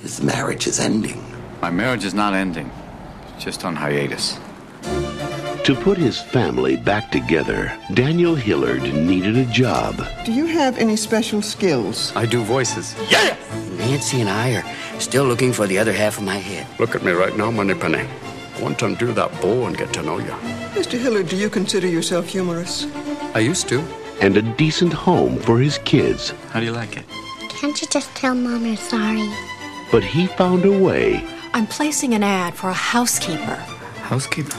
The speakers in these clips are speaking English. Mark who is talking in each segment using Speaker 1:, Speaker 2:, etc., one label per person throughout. Speaker 1: His marriage is ending.
Speaker 2: My marriage is not ending, it's just on hiatus.
Speaker 3: To put his family back together, Daniel Hillard needed a job.
Speaker 4: Do you have any special skills?
Speaker 2: I do voices.
Speaker 5: Nancy and I are still looking for the other half of my head.
Speaker 6: Look at me right now, Moneypenny. I want to undo that bow and get to know you.
Speaker 4: Mr. Hillard, do you consider yourself humorous?
Speaker 2: I used to.
Speaker 3: and a decent home for his kids,
Speaker 2: How do you like it?
Speaker 7: Can't you just tell Mom you're sorry?
Speaker 3: but he found a way.
Speaker 8: I'm placing an ad for a housekeeper.
Speaker 2: Housekeeper.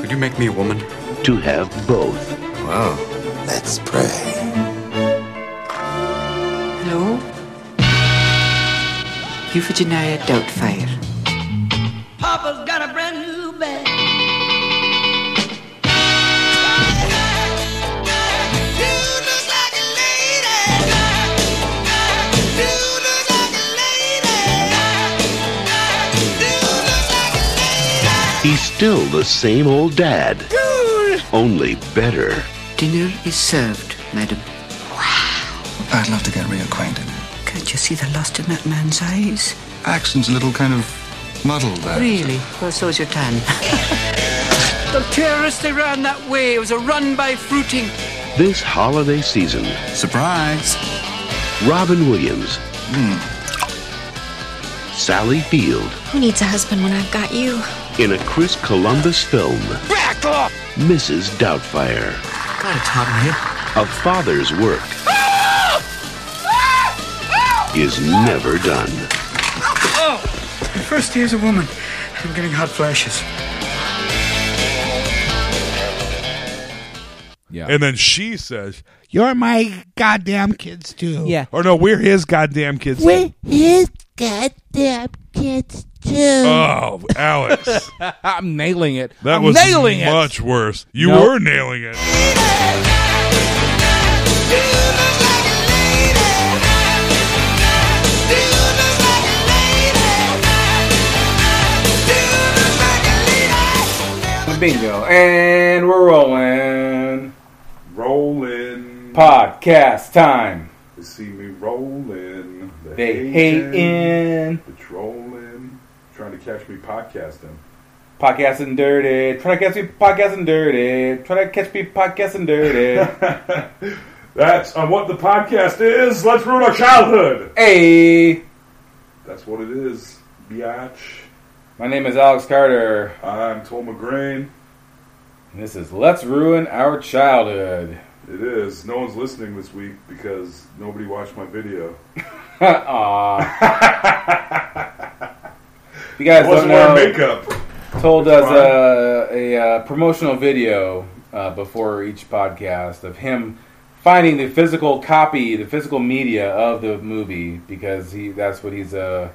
Speaker 2: Could you make me a woman?
Speaker 3: to have both.
Speaker 2: Wow.
Speaker 1: Let's pray.
Speaker 9: Hallo? Juffrou Janaya Doubtfire.
Speaker 10: Papa's got a brand new bag.
Speaker 3: He's still the same old dad, only better.
Speaker 9: Dinner is served, madam.
Speaker 11: I'd love to get reacquainted.
Speaker 9: Can't you see the lust in that man's eyes?
Speaker 11: Accent's a little kind of muddled there.
Speaker 9: Really? Well, so's your tan. the terrorists, they ran that way. It was a run by fruiting.
Speaker 3: This holiday season,
Speaker 2: Surprise!
Speaker 3: Robin Williams, Sally Field,
Speaker 7: Who needs a husband when I've got you?
Speaker 3: in a Chris Columbus film, Mrs. Doubtfire,
Speaker 9: God, it's hot in here.
Speaker 3: a father's work is never done.
Speaker 2: My first day as a woman. I'm getting hot flashes.
Speaker 12: Yeah.
Speaker 13: And then she says, "You're my goddamn kids too."
Speaker 11: Yeah.
Speaker 13: Or no, we're his goddamn kids. too.
Speaker 11: his goddamn kids too.
Speaker 13: Oh, Alex, that
Speaker 12: I'm nailing it. I'm
Speaker 13: was
Speaker 12: nailing
Speaker 13: much worse. You
Speaker 12: No.
Speaker 13: were nailing it.
Speaker 11: Bingo. And we're rolling.
Speaker 13: Rolling,
Speaker 11: Podcast time.
Speaker 13: see me rolling.
Speaker 11: They hating.
Speaker 13: patrolling, trying to catch me podcasting.
Speaker 11: Podcasting dirty. Try to catch me podcasting dirty. Try to catch me podcasting dirty.
Speaker 13: That's on what the podcast is. Let's ruin our childhood.
Speaker 11: hey.
Speaker 13: That's what it is, biatch.
Speaker 11: My name is Alex Carter.
Speaker 13: I'm Tom McGrain.
Speaker 11: And this is Let's Ruin Our Childhood.
Speaker 13: It is. No one's listening this week because nobody watched my video.
Speaker 11: Aw. you guys
Speaker 13: I
Speaker 11: don't
Speaker 13: wasn't
Speaker 11: know.
Speaker 13: wearing makeup.
Speaker 11: told
Speaker 13: It's
Speaker 11: us
Speaker 13: fine.
Speaker 11: uh, a uh, promotional video uh, before each podcast of him finding the physical copy, the physical media of the movie because he that's what he's uh,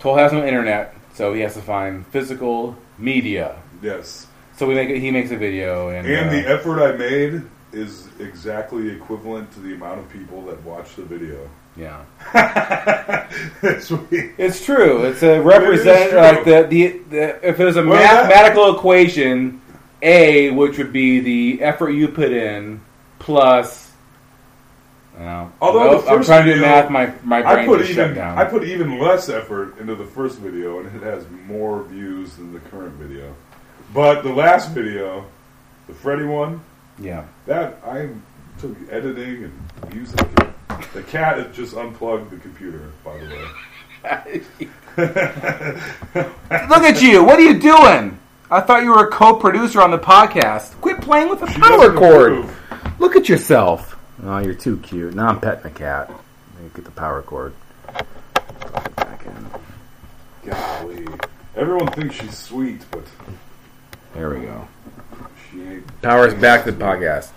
Speaker 11: told has no internet, so he has to find physical media.
Speaker 13: Yes.
Speaker 11: So we make he makes a video and,
Speaker 13: And
Speaker 11: uh,
Speaker 13: the effort I made is exactly equivalent to the amount of people that watched the video.
Speaker 11: yeah,
Speaker 13: This week.
Speaker 11: it's true. It's a represent
Speaker 13: true.
Speaker 11: like the, the the if it was a
Speaker 13: Well, that-
Speaker 11: mathematical equation, a which would be the effort you put in plus. No.
Speaker 13: Although
Speaker 11: Nope,
Speaker 13: the
Speaker 11: I'm
Speaker 13: first
Speaker 11: trying to do
Speaker 13: video,
Speaker 11: math, my my brain
Speaker 13: I put
Speaker 11: just shut
Speaker 13: even
Speaker 11: down.
Speaker 13: I put even less effort into the first video, and it has more views than the current video. But the last video, the Freddy one,
Speaker 11: yeah,
Speaker 13: that I took editing and music. The cat had just unplugged the computer, by the way.
Speaker 11: look at you! What are you doing? I thought you were a co-producer on the podcast. Quit playing with the
Speaker 13: She
Speaker 11: power
Speaker 13: doesn't
Speaker 11: cord.
Speaker 13: approve.
Speaker 11: Look at yourself. Oh, you're too cute. Now I'm petting the cat. Get the power cord.
Speaker 13: Golly. Everyone thinks she's sweet, but
Speaker 11: There we go.
Speaker 13: she ain't.
Speaker 11: Powers back to the podcast.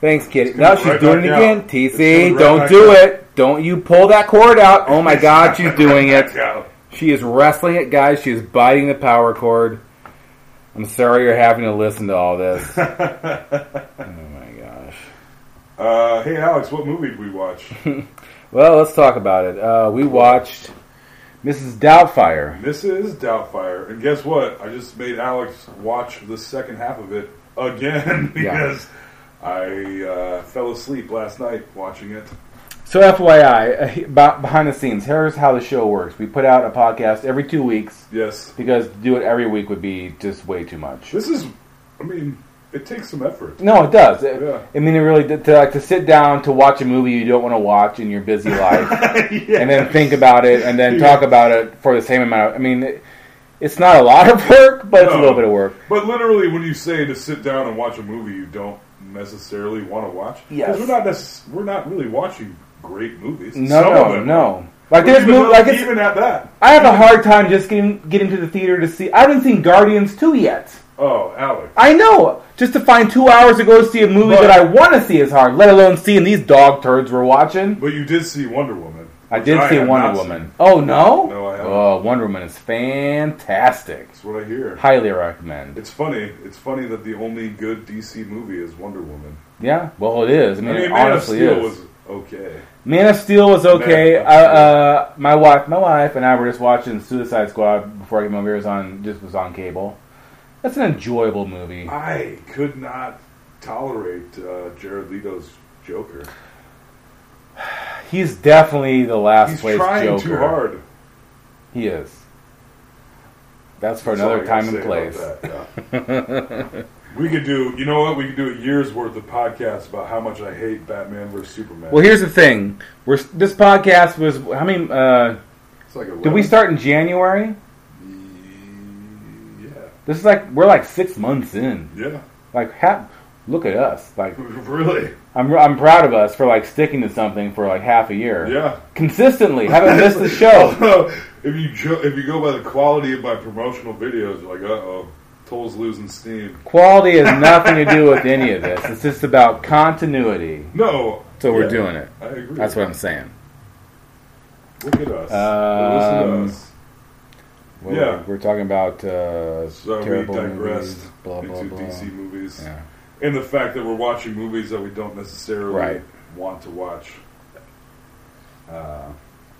Speaker 11: Thanks, Kitty. Now
Speaker 13: go
Speaker 11: she's
Speaker 13: right
Speaker 11: doing it
Speaker 13: back
Speaker 11: again.
Speaker 13: out. It's
Speaker 11: TC,
Speaker 13: gonna go
Speaker 11: don't
Speaker 13: right
Speaker 11: do
Speaker 13: back
Speaker 11: it. Don't you pull that cord out. Oh my God, she's doing it.
Speaker 13: Yeah.
Speaker 11: She is wrestling it, guys. She is biting the power cord. I'm sorry you're having to listen to all this. oh my gosh.
Speaker 13: Uh, hey, Alex, what movie did we watch?
Speaker 11: Well, let's talk about it. Uh, we watched Mrs. Doubtfire.
Speaker 13: Mrs. Doubtfire. And guess what? I just made Alex watch the second half of it again because I uh, fell asleep last night watching it.
Speaker 5: So, FYI, uh, beh- behind the scenes, here's how the show works. We put out a podcast every two weeks.
Speaker 13: Yes.
Speaker 5: Because to do it every week would be just way too much.
Speaker 13: This is, I mean, it takes some effort.
Speaker 5: No, it does. It- I mean, it really did- to, like to sit down to watch a movie you don't want to watch in your busy life, and then think about it, and then talk about it for the same amount. Of, I mean, it, it's not a lot of work, but it's a
Speaker 13: No.
Speaker 5: little bit of work.
Speaker 13: But literally, when you say to sit down and watch a movie you don't necessarily want to watch, 'cause
Speaker 5: Yes.
Speaker 13: we're not necess- we're not really watching great movies.
Speaker 5: No,
Speaker 13: Some
Speaker 5: no,
Speaker 13: of them,
Speaker 5: no. Like
Speaker 13: But
Speaker 5: there's
Speaker 13: even
Speaker 5: mov-
Speaker 13: though-
Speaker 5: like it's-
Speaker 13: even at that.
Speaker 5: I have a hard time just getting getting to the theater to see. I haven't seen Guardians two yet.
Speaker 13: Oh, Alex.
Speaker 5: I know. Just to find two hours to go see a movie that I want to see is hard. Let alone seeing these dog turds we're watching.
Speaker 13: But you did see Wonder Woman.
Speaker 5: I
Speaker 13: which
Speaker 5: did see
Speaker 13: have
Speaker 5: Wonder
Speaker 13: not
Speaker 5: Woman.
Speaker 13: seen.
Speaker 5: Oh no!
Speaker 13: No, I haven't.
Speaker 5: Oh, Wonder Woman is fantastic.
Speaker 13: That's what I hear.
Speaker 5: Highly recommend.
Speaker 13: It's funny. It's funny that the only good DC movie is Wonder Woman.
Speaker 5: Yeah, well, it is. I mean, it
Speaker 13: Man
Speaker 5: honestly
Speaker 13: of Steel
Speaker 5: is.
Speaker 13: was okay.
Speaker 5: Man of Steel was okay.
Speaker 13: Man of
Speaker 5: uh, uh, my wife, my wife, and I were just watching Suicide Squad before I came over. It was on, just was on cable. That's an enjoyable movie.
Speaker 13: I could not tolerate uh, Jared Leto's Joker.
Speaker 5: He's definitely the last
Speaker 13: He's
Speaker 5: place
Speaker 13: trying
Speaker 5: Joker.
Speaker 13: too hard.
Speaker 5: He is. That's for
Speaker 13: That's all
Speaker 5: another
Speaker 13: I gotta
Speaker 5: time and place.
Speaker 13: say about that, yeah. we could do. You know what? We could do a year's worth of podcasts about how much I hate Batman versus Superman.
Speaker 5: Well, here's the thing. We're this podcast was how many? Uh,
Speaker 13: It's like
Speaker 5: did we
Speaker 13: 11.
Speaker 5: start in January?
Speaker 13: Yeah.
Speaker 5: This is like we're like six months in.
Speaker 13: Yeah.
Speaker 5: Like, ha- look at us. Like,
Speaker 13: Really?
Speaker 5: I'm I'm proud of us for like sticking to something for like half a year.
Speaker 13: Yeah.
Speaker 5: consistently. Haven't missed the show.
Speaker 13: if you jo- if you go by the quality of my promotional videos, you're like, uh oh, Toll's losing steam.
Speaker 5: Quality has nothing to do with any of this. It's just about continuity.
Speaker 13: No.
Speaker 5: So we're
Speaker 13: Yeah,
Speaker 5: doing it.
Speaker 13: I agree.
Speaker 5: That's what I'm saying.
Speaker 13: Look at us.
Speaker 5: Um,
Speaker 13: Listen to us.
Speaker 5: Well,
Speaker 13: Yeah.
Speaker 5: We're talking about uh,
Speaker 13: So we
Speaker 5: terrible
Speaker 13: digressed
Speaker 5: movies, blah blah
Speaker 13: into
Speaker 5: blah.
Speaker 13: DC movies,
Speaker 5: Yeah.
Speaker 13: and the fact that we're watching movies that we don't necessarily
Speaker 5: Right.
Speaker 13: want to watch. Uh,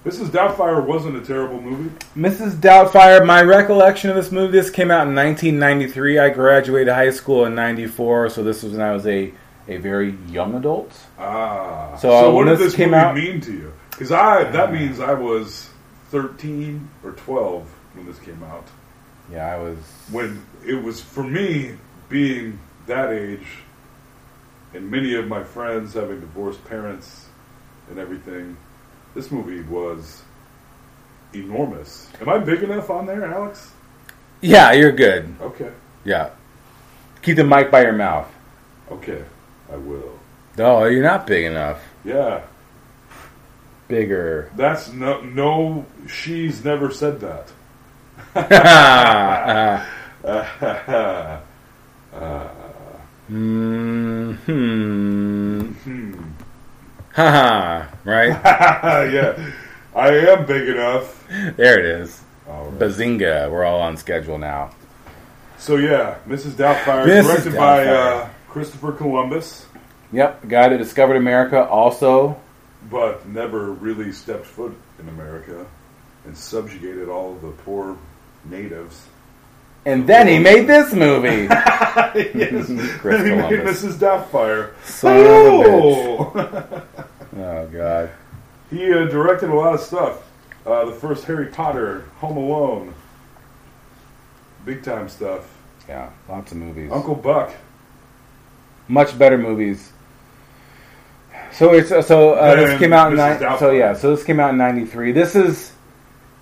Speaker 13: Mrs. Doubtfire wasn't a terrible movie.
Speaker 5: Mrs. Doubtfire, my recollection of this movie, this came out in 1993. I graduated high school in 94, so this was when I was a, a very young adult.
Speaker 13: Ah,
Speaker 5: So, uh,
Speaker 13: what
Speaker 5: when
Speaker 13: did
Speaker 5: this
Speaker 13: this
Speaker 5: came
Speaker 13: movie
Speaker 5: out- Uh.
Speaker 13: mean to you? Because I that means I was thirteen or twelve when this came out.
Speaker 5: Yeah, I was.
Speaker 13: When it was for me being that age, and many of my friends having divorced parents and everything, this movie was enormous. Am I big enough on there, Alex?
Speaker 5: Yeah, you're good.
Speaker 13: Okay,
Speaker 5: Yeah. Keep the mic by your mouth.
Speaker 13: okay, I will.
Speaker 5: No, you're not big enough.
Speaker 13: Yeah,
Speaker 5: Bigger.
Speaker 13: that's no no. She's never said that. Uh, Mm-hmm.
Speaker 5: hmm. Haha. right?
Speaker 13: yeah, I am big enough.
Speaker 5: There it is.
Speaker 13: All right.
Speaker 5: Bazinga. We're all on schedule now.
Speaker 13: So yeah, Mrs. Doubtfire,
Speaker 5: Mrs.
Speaker 13: directed by
Speaker 5: Doubtfire.
Speaker 13: uh, Christopher Columbus,
Speaker 5: Yep. the Guy that discovered America also.
Speaker 13: but never really stepped foot in America, and subjugated all of the poor natives.
Speaker 5: And then he made this movie.
Speaker 13: yes,
Speaker 5: Chris
Speaker 13: he made
Speaker 5: Columbus.
Speaker 13: Mrs. Doubtfire.
Speaker 5: Son of a
Speaker 13: Oh!
Speaker 5: Oh god.
Speaker 13: he uh, directed a lot of stuff. Uh, the first Harry Potter, Home Alone, big time stuff.
Speaker 5: Yeah, lots of movies.
Speaker 13: Uncle Buck.
Speaker 5: Much better movies. So it's uh, so uh, this
Speaker 13: Then
Speaker 5: came out in
Speaker 13: Mrs.
Speaker 5: ni- so
Speaker 13: Doubtfire.
Speaker 5: yeah so this came out in '93. This is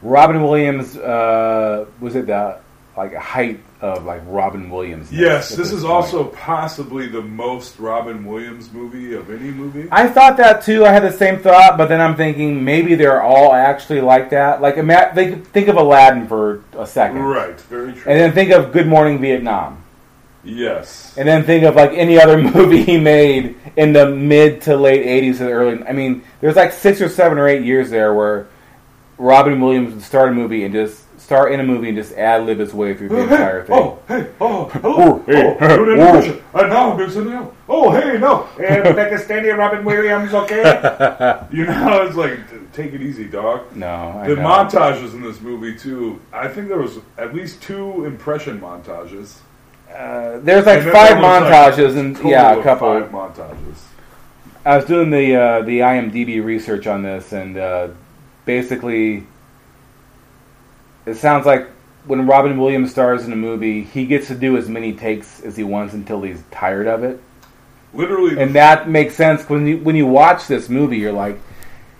Speaker 5: Robin Williams. Uh, was it the like height of like Robin Williams?
Speaker 13: Yes,
Speaker 5: at
Speaker 13: this is
Speaker 5: point.
Speaker 13: also possibly the most Robin Williams movie of any movie.
Speaker 5: I thought that too. I had the same thought, but then I'm thinking maybe they're all actually like that. Like ima- think think of Aladdin for a second,
Speaker 13: right, very true.
Speaker 5: And then think of Good Morning Vietnam.
Speaker 13: yes.
Speaker 5: And then think of like any other movie he made in the mid to late '80s to the early. I mean, there's like six or seven or eight years there where Robin Williams would start a movie and just start in a movie and just ad lib his way through the entire thing.
Speaker 13: Oh, hey, oh, hello.
Speaker 5: Oh, hey,
Speaker 13: oh,
Speaker 5: hey,
Speaker 13: good
Speaker 5: oh.
Speaker 13: impression. And now do something else. Oh, hey, no. And take a steady Robin Williams, okay? you know, it's like, take it easy, dog.
Speaker 5: No, I
Speaker 13: The
Speaker 5: know.
Speaker 13: montages in this movie, too, I think there was at least two impression montages.
Speaker 5: Uh, there's like
Speaker 13: And then
Speaker 5: five
Speaker 13: there
Speaker 5: montages
Speaker 13: was, like,
Speaker 5: and
Speaker 13: total
Speaker 5: yeah, a
Speaker 13: of
Speaker 5: couple.
Speaker 13: Five montages.
Speaker 8: I was doing the uh, the IMDb research on this, and uh, basically, it sounds like when Robin Williams stars in a movie, he gets to do as many takes as he wants until he's tired of it.
Speaker 13: Literally,
Speaker 8: and that makes sense when you when you watch this movie. You're like,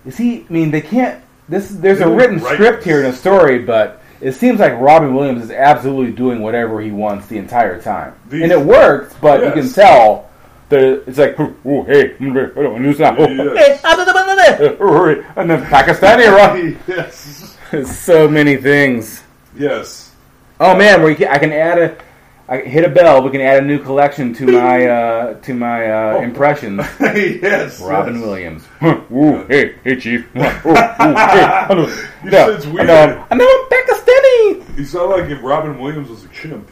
Speaker 8: is he? I mean, they can't. This there's
Speaker 13: They
Speaker 8: a
Speaker 13: don't
Speaker 8: written
Speaker 13: write
Speaker 8: script
Speaker 13: this.
Speaker 8: here in a story, but it seems like Robin Williams is absolutely doing whatever he wants the entire time,
Speaker 13: These-
Speaker 8: and it works. But you can
Speaker 13: Yes.
Speaker 8: tell that it's like, "Ooh, ooh, hey, mm, I don't want to do that. Oh, hey,
Speaker 13: Yes. Uh,
Speaker 8: ah, da, da, da, da, da. Oh, hey, and then Pakistani, right?
Speaker 13: yes,
Speaker 8: so many things.
Speaker 13: yes.
Speaker 8: Oh man, we can, I can add a. I can hit a bell. We can add a new collection to my uh, to my uh, impressions.
Speaker 13: Oh. yes.
Speaker 8: Robin
Speaker 13: yes.
Speaker 8: Williams. Ooh, hey, hey, chief. Ooh, ooh, hey. I know, no,
Speaker 13: You said it's
Speaker 8: I know, I'm-
Speaker 13: weird.
Speaker 8: I know I'm Pakistani.
Speaker 13: You sound like if Robin Williams was a chimp.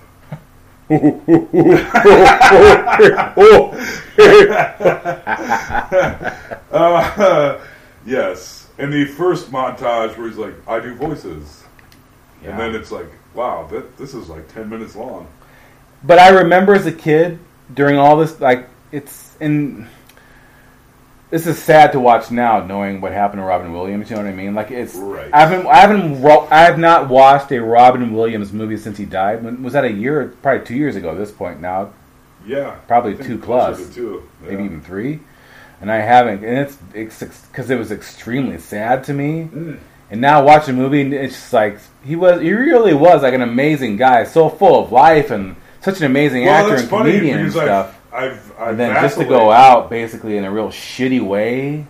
Speaker 13: Uh, yes. And the first montage where he's like, I do voices.
Speaker 8: Yeah.
Speaker 13: And then it's like, wow, that, this is like 10 minutes long.
Speaker 8: But I remember as a kid during all this, like it's and this is sad to watch now, knowing what happened to Robin Williams. You know what I mean? Like it's
Speaker 13: Right.
Speaker 8: I haven't I haven't ro- I have not watched a Robin Williams movie since he died. When, was that a year? Probably two years ago. At this point now,
Speaker 13: Yeah.
Speaker 8: Probably
Speaker 13: I think
Speaker 8: two
Speaker 13: closer
Speaker 8: plus.
Speaker 13: to two. Yeah.
Speaker 8: maybe even three. And I haven't, and it's it's because it was extremely sad to me.
Speaker 13: Mm.
Speaker 8: And now watch a movie, and it's just like he was, he really was like an amazing guy, so full of life and such an amazing
Speaker 13: Well,
Speaker 8: actor
Speaker 13: that's
Speaker 8: and
Speaker 13: funny
Speaker 8: comedian and
Speaker 13: because
Speaker 8: stuff.
Speaker 13: I've, I've, I've
Speaker 8: and then just to
Speaker 13: vacillated
Speaker 8: go out basically in a real shitty way.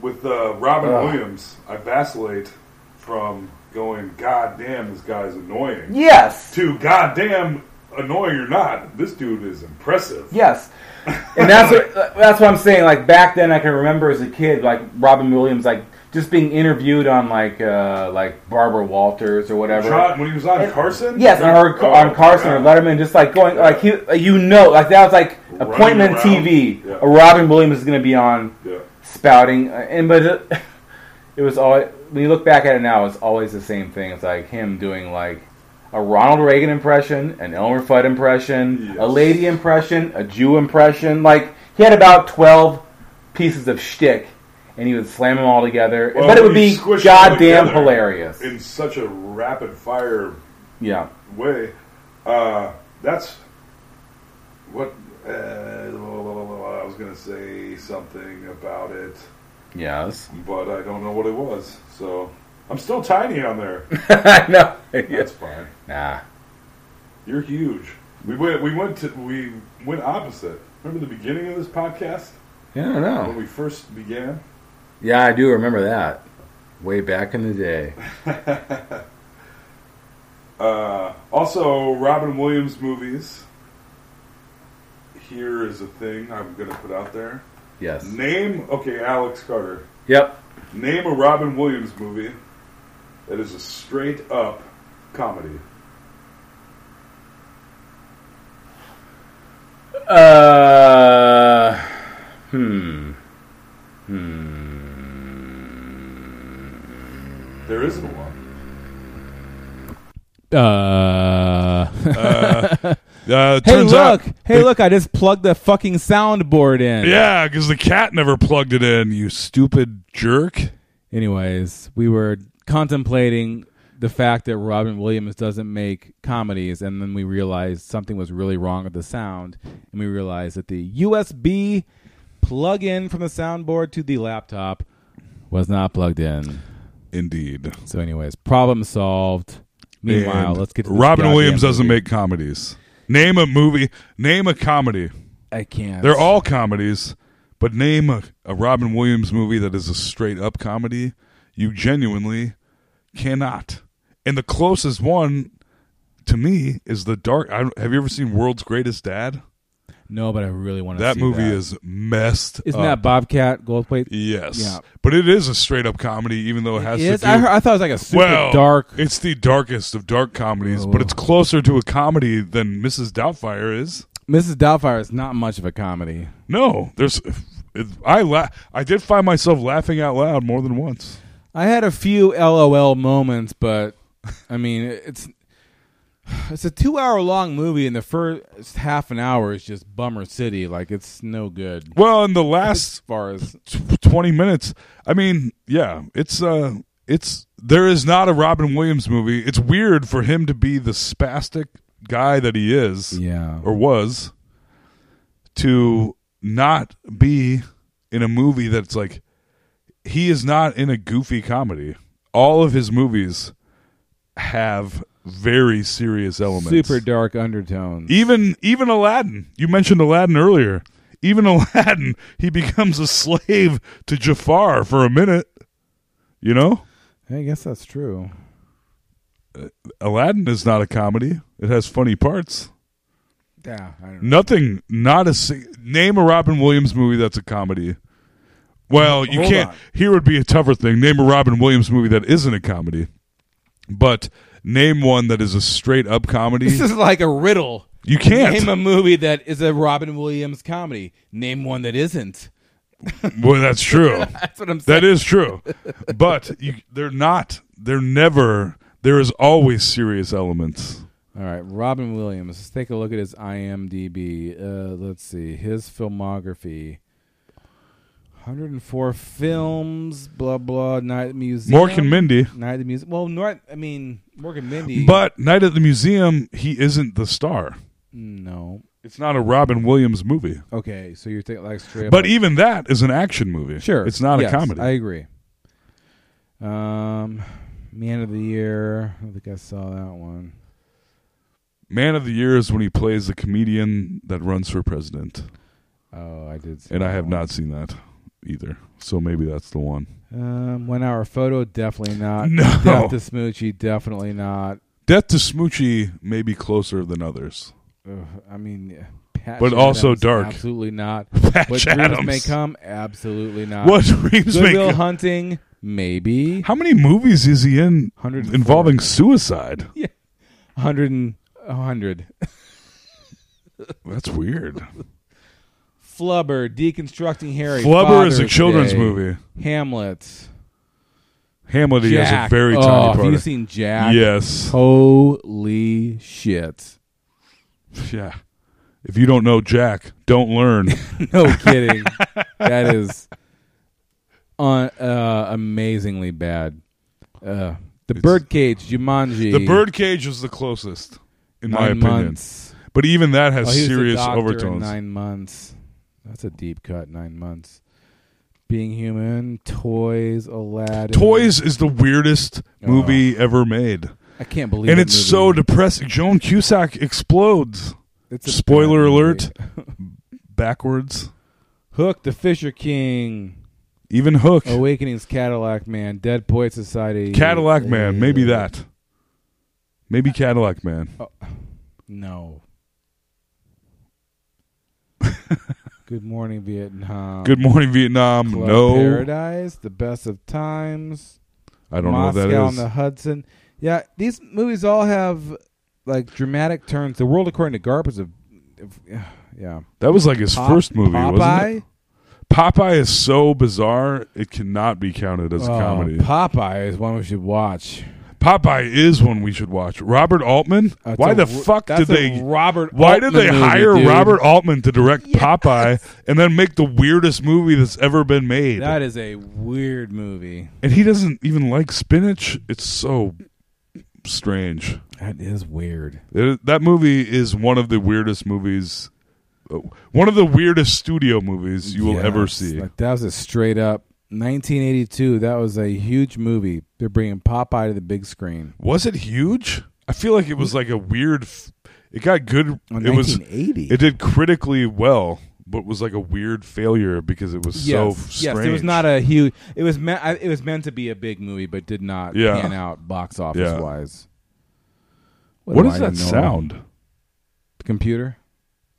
Speaker 13: With uh, Robin
Speaker 8: Ugh.
Speaker 13: Williams, I vacillate from going, God damn, this guy's annoying,
Speaker 8: Yes,
Speaker 13: to God damn, annoying or not, this dude is impressive.
Speaker 8: yes. And that's what that's what I'm saying. Like back then, I can remember as a kid, like Robin Williams, like just being interviewed on like uh like Barbara Walters or whatever.
Speaker 13: John, when he was on Carson?
Speaker 8: Yes, on, her,
Speaker 13: Oh,
Speaker 8: on Carson or
Speaker 13: yeah.
Speaker 8: Letterman, just like going, like he, like, you know, like that was like
Speaker 13: Running
Speaker 8: appointment
Speaker 13: around.
Speaker 8: TV.
Speaker 13: Yeah.
Speaker 8: A Robin Williams is going to be on
Speaker 13: Yeah.
Speaker 8: spouting, uh, and but it, it was always when you look back at it now, it's always the same thing. It's like him doing like a Ronald Reagan impression, an Elmer Fudd impression, a
Speaker 13: Yes.
Speaker 8: lady impression, a Jew impression. Like he had about twelve pieces of shtick, and he would slam them all together.
Speaker 13: Well,
Speaker 8: but it would
Speaker 13: he
Speaker 8: be
Speaker 13: squished them all
Speaker 8: goddamn
Speaker 13: together
Speaker 8: hilarious.
Speaker 13: in such a rapid fire
Speaker 8: yeah.
Speaker 13: way. Uh, that's what uh, I was going to say something about it,
Speaker 8: Yes.
Speaker 13: but I don't know what it was. So I'm still tiny on there.
Speaker 8: I know.
Speaker 13: That's fine.
Speaker 8: Nah.
Speaker 13: You're huge. We went. We went to. We went opposite. Remember the beginning of this podcast
Speaker 8: Yeah, I don't
Speaker 13: when
Speaker 8: know.
Speaker 13: we first began?
Speaker 8: Yeah, I do remember that. Way back in the day.
Speaker 13: Uh, also, Robin Williams movies. Here is a thing I'm going to put out there.
Speaker 8: Yes.
Speaker 13: Name, okay, Alex Carter.
Speaker 8: Yep.
Speaker 13: Name a Robin Williams movie that is a straight up comedy.
Speaker 8: Uh. Hmm. Hmm.
Speaker 13: There isn't one.
Speaker 14: Uh,
Speaker 15: Uh,
Speaker 14: hey,
Speaker 15: turns
Speaker 14: look!
Speaker 15: out,
Speaker 14: Hey, look! I just plugged the fucking soundboard in.
Speaker 15: yeah, because the cat never plugged it in. You stupid jerk.
Speaker 14: Anyways, we were contemplating the fact that Robin Williams doesn't make comedies, and then we realized something was really wrong with the sound, and we realized that the USB plug-in from the soundboard to the laptop was not plugged in.
Speaker 15: Indeed.
Speaker 14: So, anyways, problem solved. Meanwhile,
Speaker 15: And
Speaker 14: let's get to this
Speaker 15: Robin
Speaker 14: goddamn
Speaker 15: Williams doesn't
Speaker 14: movie.
Speaker 15: make comedies. Name a movie. Name a comedy.
Speaker 14: I can't.
Speaker 15: They're all comedies, but name a, a Robin Williams movie that is a straight up comedy. You genuinely cannot. And the closest one to me is the dark. I, don't- have you ever seen World's Greatest Dad?
Speaker 14: no, but I really want to.
Speaker 15: That
Speaker 14: see
Speaker 15: movie
Speaker 14: that.
Speaker 15: is messed.
Speaker 14: Isn't
Speaker 15: up.
Speaker 14: that Bobcat Goldthwait?
Speaker 15: Yes.
Speaker 14: Yeah.
Speaker 15: But it is a straight up comedy, even though it, has
Speaker 14: is?
Speaker 15: to do.
Speaker 14: I heard- I thought it was like a super
Speaker 15: well,
Speaker 14: dark-
Speaker 15: It's the darkest of dark comedies, but
Speaker 14: Oh.
Speaker 15: it's closer to a comedy than Mrs. Doubtfire is.
Speaker 14: Mrs. Doubtfire is not much of a comedy.
Speaker 15: No, there's. It, I la- I did find myself laughing out loud more than once.
Speaker 14: I had a few LOL moments, but I mean, it's
Speaker 11: It's a two-hour-long movie, and the first half an hour is just bummer city. Like it's no good.
Speaker 13: Well, in the last
Speaker 11: as far as
Speaker 13: tw- 20 minutes. I mean, yeah, it's uh it's there is not a Robin Williams movie. It's weird for him to be the spastic guy that he is.
Speaker 11: Yeah.
Speaker 13: Or was to not be in a movie that's like he is not in a goofy comedy. All of his movies have very serious elements.
Speaker 11: super dark undertones.
Speaker 13: Even even Aladdin. You mentioned Aladdin earlier. Even Aladdin, he becomes a slave to Jafar for a minute. You know? Uh,
Speaker 11: I guess that's true.
Speaker 13: Aladdin is not a comedy. It has funny parts.
Speaker 11: Yeah, I don't know.
Speaker 13: Nothing, not a sing- name a Robin Williams movie that's a comedy. Well, you
Speaker 11: Hold
Speaker 13: can't.
Speaker 11: on.
Speaker 13: Here would be a tougher thing. Name a Robin Williams movie that isn't a comedy, but name one that is a straight up comedy.
Speaker 11: This is like a riddle.
Speaker 13: You can't.
Speaker 11: name a movie that is a Robin Williams comedy. Name one that isn't.
Speaker 13: Well, that's true.
Speaker 11: That's what I'm
Speaker 13: That is true. But you, they're not. They're never. There is always serious elements.
Speaker 11: All right, Robin Williams. Let's take a look at his IMDb. Uh, let's see his filmography. 104 films, blah blah. Night at the Museum.
Speaker 13: Mork and Mindy.
Speaker 11: Night at the Museum. Well, North. I mean, Mork and Mindy.
Speaker 13: But Night at the Museum, he isn't the star.
Speaker 11: no.
Speaker 13: It's not a Robin Williams movie.
Speaker 11: Okay, so you're thinking like straight. up
Speaker 13: But
Speaker 11: like-
Speaker 13: even that is an action movie.
Speaker 11: Sure.
Speaker 13: It's not
Speaker 11: Yes,
Speaker 13: a comedy.
Speaker 11: I agree. Um, Man of the Year. I think I saw that one.
Speaker 13: Man of the Year is when he plays the comedian that runs for president.
Speaker 11: Oh, I did. See
Speaker 13: And
Speaker 11: that
Speaker 13: I have
Speaker 11: one.
Speaker 13: not seen that either. So maybe that's the one.
Speaker 11: Um, one hour photo. Definitely not.
Speaker 13: No.
Speaker 11: Death to Smoochie. Definitely not.
Speaker 13: Death to Smoochie may be closer than others.
Speaker 11: Ugh, I mean, yeah, Patch
Speaker 13: But also
Speaker 11: Adams,
Speaker 13: dark.
Speaker 11: Absolutely not.
Speaker 13: Patch
Speaker 11: what dreams
Speaker 13: Adams.
Speaker 11: may come. Absolutely not.
Speaker 13: What dreams may
Speaker 11: Goodwill
Speaker 13: come.
Speaker 11: Hunting. Maybe.
Speaker 13: How many movies is he in involving suicide?
Speaker 11: Yeah. Hundred and a hundred.
Speaker 13: That's weird.
Speaker 11: Flubber. Deconstructing Harry.
Speaker 13: Flubber is a
Speaker 11: Father's
Speaker 13: children's
Speaker 11: Day,
Speaker 13: movie.
Speaker 11: Hamlet.
Speaker 13: Hamlet he has
Speaker 11: Jack.
Speaker 13: a very
Speaker 11: oh,
Speaker 13: tiny
Speaker 11: Have
Speaker 13: part.
Speaker 11: you seen Jack?
Speaker 13: Yes.
Speaker 11: Holy shit.
Speaker 13: Yeah. If you don't know Jack, don't learn.
Speaker 11: No kidding. that is un- uh, amazingly bad. Uh, the Birdcage, Jumanji.
Speaker 13: the Birdcage was the closest, in my
Speaker 11: Nine
Speaker 13: opinion.
Speaker 11: months.
Speaker 13: But even that has
Speaker 11: Oh, he was a
Speaker 13: serious
Speaker 11: doctor in
Speaker 13: overtones.
Speaker 11: Nine months. That's a deep cut. Nine months. Being human, toys, Aladdin. Oh.
Speaker 13: Toys is the weirdest movie ever made.
Speaker 11: I can't believe
Speaker 13: And
Speaker 11: that
Speaker 13: it's
Speaker 11: movie.
Speaker 13: so depressing. Joan Cusack explodes.
Speaker 11: It's a
Speaker 13: Spoiler
Speaker 11: bad
Speaker 13: alert. Backwards.
Speaker 11: Hook, The Fisher King,
Speaker 13: Even Hook.
Speaker 11: Awakenings, Cadillac Man, Dead Poet Society,
Speaker 13: Cadillac Man, maybe
Speaker 11: Uh,
Speaker 13: that. Maybe Cadillac Man.
Speaker 11: Oh. No. Good morning, Vietnam.
Speaker 13: Good Morning Vietnam.
Speaker 11: Club
Speaker 13: no.
Speaker 11: Paradise, The Best of Times.
Speaker 13: I don't know what
Speaker 11: Moscow
Speaker 13: that
Speaker 11: on
Speaker 13: is.
Speaker 11: the Hudson. Yeah, these movies all have like dramatic turns. The World According to Garp is a, yeah.
Speaker 13: That was like his
Speaker 11: Pop-
Speaker 13: first movie,
Speaker 11: Popeye?
Speaker 13: wasn't it? Popeye is so bizarre, it cannot be counted as a
Speaker 11: Oh,
Speaker 13: comedy.
Speaker 11: Popeye is one we should watch.
Speaker 13: Popeye is one we should watch. Robert Altman?
Speaker 11: That's
Speaker 13: why
Speaker 11: a
Speaker 13: the
Speaker 11: Ro-
Speaker 13: fuck
Speaker 11: that's
Speaker 13: did
Speaker 11: a
Speaker 13: they
Speaker 11: Robert
Speaker 13: Why did
Speaker 11: Altman
Speaker 13: they
Speaker 11: movie,
Speaker 13: hire
Speaker 11: dude.
Speaker 13: Robert Altman to direct Popeye and then make the weirdest movie that's ever been made?
Speaker 11: That is a weird movie.
Speaker 13: and he doesn't even like spinach. It's so strange.
Speaker 11: That is weird.
Speaker 13: It- that movie is one of the weirdest movies uh, one of the weirdest studio movies you will ever
Speaker 11: Yes,
Speaker 13: see.
Speaker 11: Like that was a straight up 1982. That was a huge movie. They're bringing Popeye to the big screen.
Speaker 13: Was it huge? I feel like it was like a weird. F- it got good.
Speaker 11: Oh,
Speaker 13: it was
Speaker 11: 1980.
Speaker 13: It did critically well, but was like a weird failure because it was so f-
Speaker 11: yes,
Speaker 13: strange.
Speaker 11: yes. It was not a huge. It was meant. I- It was meant to be a big movie, but did not
Speaker 13: Yeah.
Speaker 11: pan out box office
Speaker 13: Yeah.
Speaker 11: wise.
Speaker 13: what
Speaker 11: do
Speaker 13: is
Speaker 11: I
Speaker 13: that
Speaker 11: know?
Speaker 13: sound?
Speaker 11: The computer.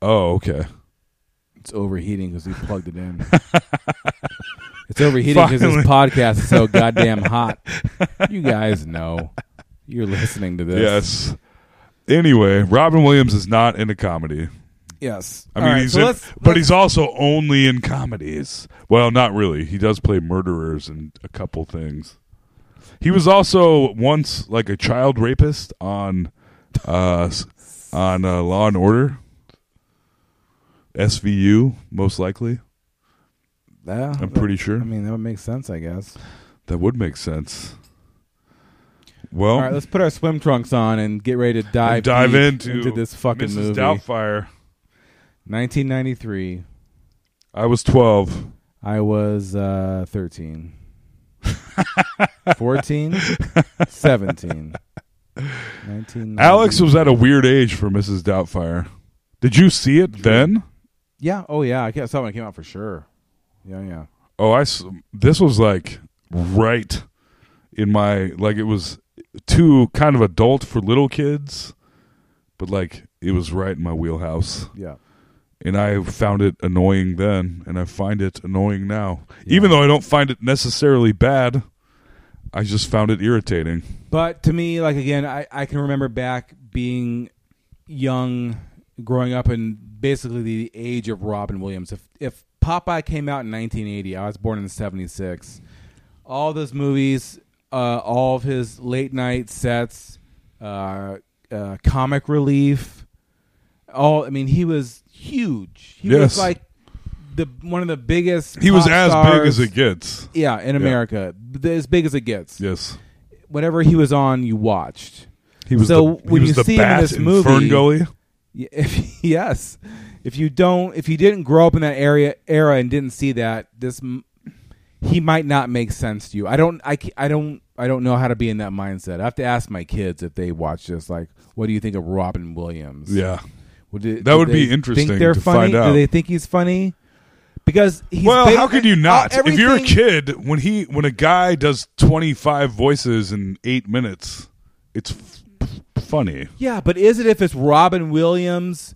Speaker 13: Oh, okay.
Speaker 11: It's overheating because we plugged it in. it's overheating because this
Speaker 13: Finally.
Speaker 11: podcast is so goddamn hot. You guys know. You're listening to this.
Speaker 13: Yes. Anyway, Robin Williams is not in a comedy.
Speaker 11: Yes.
Speaker 13: I
Speaker 11: All
Speaker 13: mean,
Speaker 11: right,
Speaker 13: he's
Speaker 11: so
Speaker 13: in,
Speaker 11: let's-
Speaker 13: but he's also only in comedies. Well, not really. He does play murderers in a couple things. He was also once like a child rapist on
Speaker 11: uh, s- on uh, Law and Order, SVU, most likely.
Speaker 13: Yeah,
Speaker 11: I'm pretty sure.
Speaker 13: I mean, that would make sense, I guess.
Speaker 11: That would make sense. Well,
Speaker 13: All right, let's put our swim trunks on and get ready to dive
Speaker 11: dive
Speaker 13: deep
Speaker 11: into
Speaker 13: this fucking
Speaker 11: Mrs.
Speaker 13: movie.
Speaker 11: Doubtfire.
Speaker 13: 1993.
Speaker 11: I was 12.
Speaker 13: I was uh, 13. 14, 17. 1990.
Speaker 11: Alex was at a weird age for Mrs. Doubtfire. Did you see it then?
Speaker 13: Yeah. Oh, yeah. I ca- saw it when it came out for sure. Yeah, yeah.
Speaker 11: Oh, I. s- This was like right in my like it was too kind of adult for little kids, but like it was right in my wheelhouse.
Speaker 13: Yeah.
Speaker 11: And I found it annoying then, and I find it annoying now. Even though I don't find it necessarily bad, I just found it irritating.
Speaker 13: But to me, like again, I, I can remember back being young, growing up in basically the age of Robin Williams. If if Popeye came out in 1980, I was born in '76. All those movies, uh, all of his late night sets, uh, uh, comic relief, all. I mean, he was huge. He
Speaker 11: Yes.
Speaker 13: was like the one of the biggest.
Speaker 11: He was
Speaker 13: pop
Speaker 11: as big as
Speaker 13: stars-
Speaker 11: it gets.
Speaker 13: Yeah, in
Speaker 11: Yeah.
Speaker 13: America, th- as big as it gets.
Speaker 11: Yes.
Speaker 13: Whenever he was on, you watched.
Speaker 11: He was
Speaker 13: so
Speaker 11: the- he
Speaker 13: when
Speaker 11: was
Speaker 13: you
Speaker 11: the
Speaker 13: see him in
Speaker 11: bat
Speaker 13: this
Speaker 11: in
Speaker 13: movie,
Speaker 11: Ferngully?
Speaker 13: Y- If, yes, if you don't, if you didn't grow up in that area era and didn't see that, this m- he might not make sense to you. I don't, I, ca- I don't, I don't know how to be in that mindset. I have to ask my kids if they watch this. Like, what do you think of Robin Williams?
Speaker 11: Yeah.
Speaker 13: Would it-
Speaker 11: That
Speaker 13: do
Speaker 11: would be
Speaker 13: they
Speaker 11: interesting
Speaker 13: Think they're
Speaker 11: to
Speaker 13: funny?
Speaker 11: find out.
Speaker 13: Do they think he's funny? Because he's
Speaker 11: well,
Speaker 13: ba-
Speaker 11: how could you not?
Speaker 13: Uh,
Speaker 11: if you're a
Speaker 13: everything-
Speaker 11: kid, when he when a guy does 25 voices in 8 minutes, it's f- f- funny.
Speaker 13: Yeah, but is it if it's Robin Williams,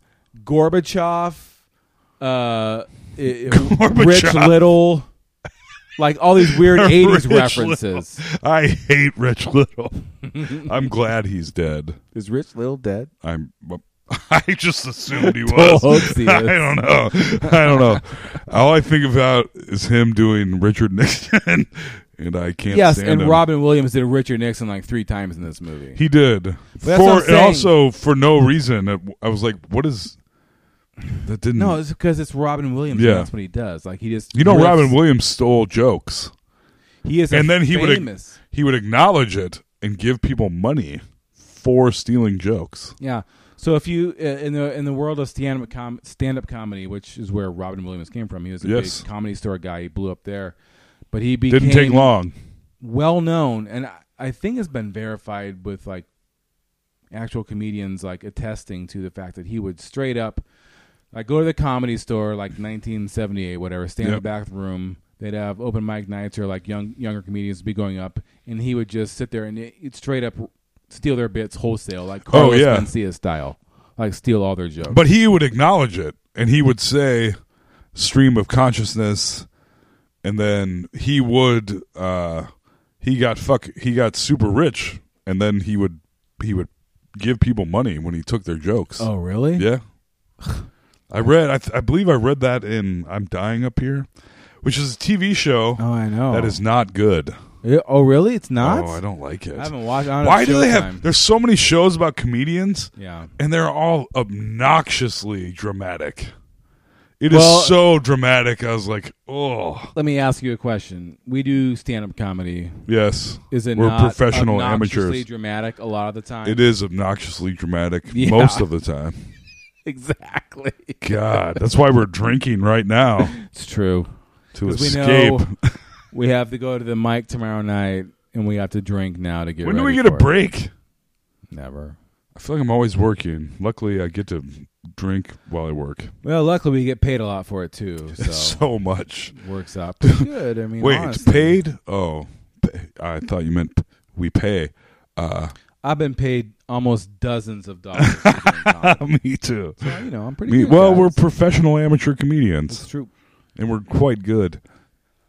Speaker 13: Gorbachev, uh, i- i- Rich Little, like all these weird
Speaker 11: Rich
Speaker 13: '80s
Speaker 11: Little.
Speaker 13: references?
Speaker 11: I hate Rich Little. I'm glad he's dead.
Speaker 13: Is Rich Little dead?
Speaker 11: I'm I just assumed he
Speaker 13: Total
Speaker 11: was.
Speaker 13: hoax he is.
Speaker 11: I don't know. I don't know. All I think about is him doing Richard Nixon and I can't
Speaker 13: Yes,
Speaker 11: stand
Speaker 13: and
Speaker 11: him.
Speaker 13: Robin Williams did Richard Nixon like three times in this movie.
Speaker 11: He did.
Speaker 13: that's what I'm
Speaker 11: for and
Speaker 13: saying.
Speaker 11: also for no reason. It- I was like, what is that didn't
Speaker 13: No, it's because it's Robin Williams.
Speaker 11: Yeah.
Speaker 13: and that's what he does. Like he just
Speaker 11: You know
Speaker 13: riffs.
Speaker 11: Robin Williams stole jokes.
Speaker 13: He is a
Speaker 11: and then he
Speaker 13: famous-
Speaker 11: would he would acknowledge it and give people money for stealing jokes.
Speaker 13: Yeah. So if you uh, in the in the world of stand up com- stand up comedy, which is where Robin Williams came from, he was a
Speaker 11: Yes.
Speaker 13: big comedy store guy. He blew up there, but he became
Speaker 11: Didn't take long.
Speaker 13: Well known, and I, I think has been verified with like actual comedians like attesting to the fact that he would straight up like go to the comedy store like 1978 whatever stand in the
Speaker 11: Yep.
Speaker 13: back room they'd have open mic nights or like young younger comedians would be going up and he would just sit there and it, straight up steal their bits wholesale like Carlos
Speaker 11: Oh, yeah.
Speaker 13: Mencia style like steal all their jokes
Speaker 11: But he would acknowledge it and he would say stream of consciousness and then he would uh he got fuck he got super rich and then he would he would give people money when he took their jokes.
Speaker 13: Oh, really?
Speaker 11: Yeah. I read I, th- I believe I read that in I'm dying up here, which is a TV show.
Speaker 13: Oh, I know.
Speaker 11: That is not good.
Speaker 13: Yeah, oh really it's not
Speaker 11: Oh, I don't like it.
Speaker 13: I haven't watched I don't
Speaker 11: Why do they have?
Speaker 13: Showtime.
Speaker 11: There's so many shows about comedians.
Speaker 13: Yeah.
Speaker 11: and they're all obnoxiously dramatic. It is
Speaker 13: Well-
Speaker 11: so dramatic. I was like, oh
Speaker 13: let me ask you a question we do stand up comedy
Speaker 11: yes.
Speaker 13: is it
Speaker 11: We're
Speaker 13: not
Speaker 11: professional
Speaker 13: obnoxiously
Speaker 11: amateurs.
Speaker 13: dramatic a lot of the time
Speaker 11: It is obnoxiously dramatic
Speaker 13: Yeah.
Speaker 11: most of the time.
Speaker 13: exactly
Speaker 11: God, that's why we're drinking right now.
Speaker 13: It's true.
Speaker 11: To
Speaker 13: 'Cause
Speaker 11: escape.
Speaker 13: We, know we have to go to the mic tomorrow night, and we have to drink now to get.
Speaker 11: when do we
Speaker 13: ready
Speaker 11: get a
Speaker 13: for it.
Speaker 11: break?
Speaker 13: Never.
Speaker 11: I feel like I'm always working. Luckily, Oh, I get to drink while I work.
Speaker 13: Well, luckily we get paid a lot for it too. So,
Speaker 11: So much
Speaker 13: works out pretty good. I mean,
Speaker 11: wait,
Speaker 13: honestly.
Speaker 11: paid? Oh, pay. I thought you meant we pay. Uh,
Speaker 13: I've been paid almost dozens of dollars.
Speaker 11: Me too.
Speaker 13: So, you know, I'm pretty.
Speaker 11: we-
Speaker 13: good,
Speaker 11: well,
Speaker 13: guys.
Speaker 11: we're professional amateur comedians. That's
Speaker 13: true,
Speaker 11: and we're quite good.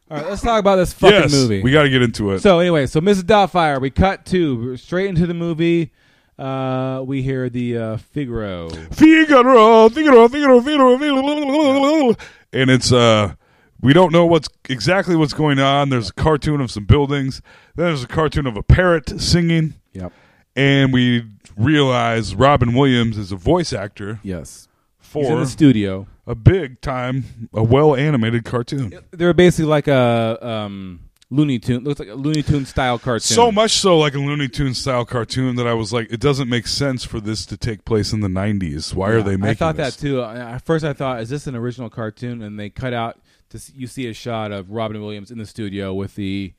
Speaker 13: All right, let's talk about this fucking
Speaker 11: Yes,
Speaker 13: movie.
Speaker 11: we gotta get into it.
Speaker 13: So anyway, so Mrs. Doubtfire, we cut to we're straight into the movie. Uh, we hear the uh, Figaro.
Speaker 11: Figaro, Figaro, Figaro, Figaro, Figaro, and it's uh, we don't know what's exactly what's going on. There's a cartoon of some buildings. Then there's a cartoon of a parrot singing.
Speaker 13: Yep.
Speaker 11: and we realize Robin Williams is a voice actor.
Speaker 13: Yes,
Speaker 11: for
Speaker 13: He's in the studio.
Speaker 11: a big time, a well animated cartoon.
Speaker 13: They're basically like a um, Looney Tune. Looks like a Looney Tune style cartoon.
Speaker 11: So much so, like a Looney Tunes style cartoon, that I was like, it doesn't make sense for this to take place in the '90s. Why are
Speaker 13: Yeah,
Speaker 11: they making?
Speaker 13: I thought
Speaker 11: this?
Speaker 13: that too. I- At first, I thought, is this an original cartoon? And they cut out. To, s- you see a shot of Robin Williams in the studio with the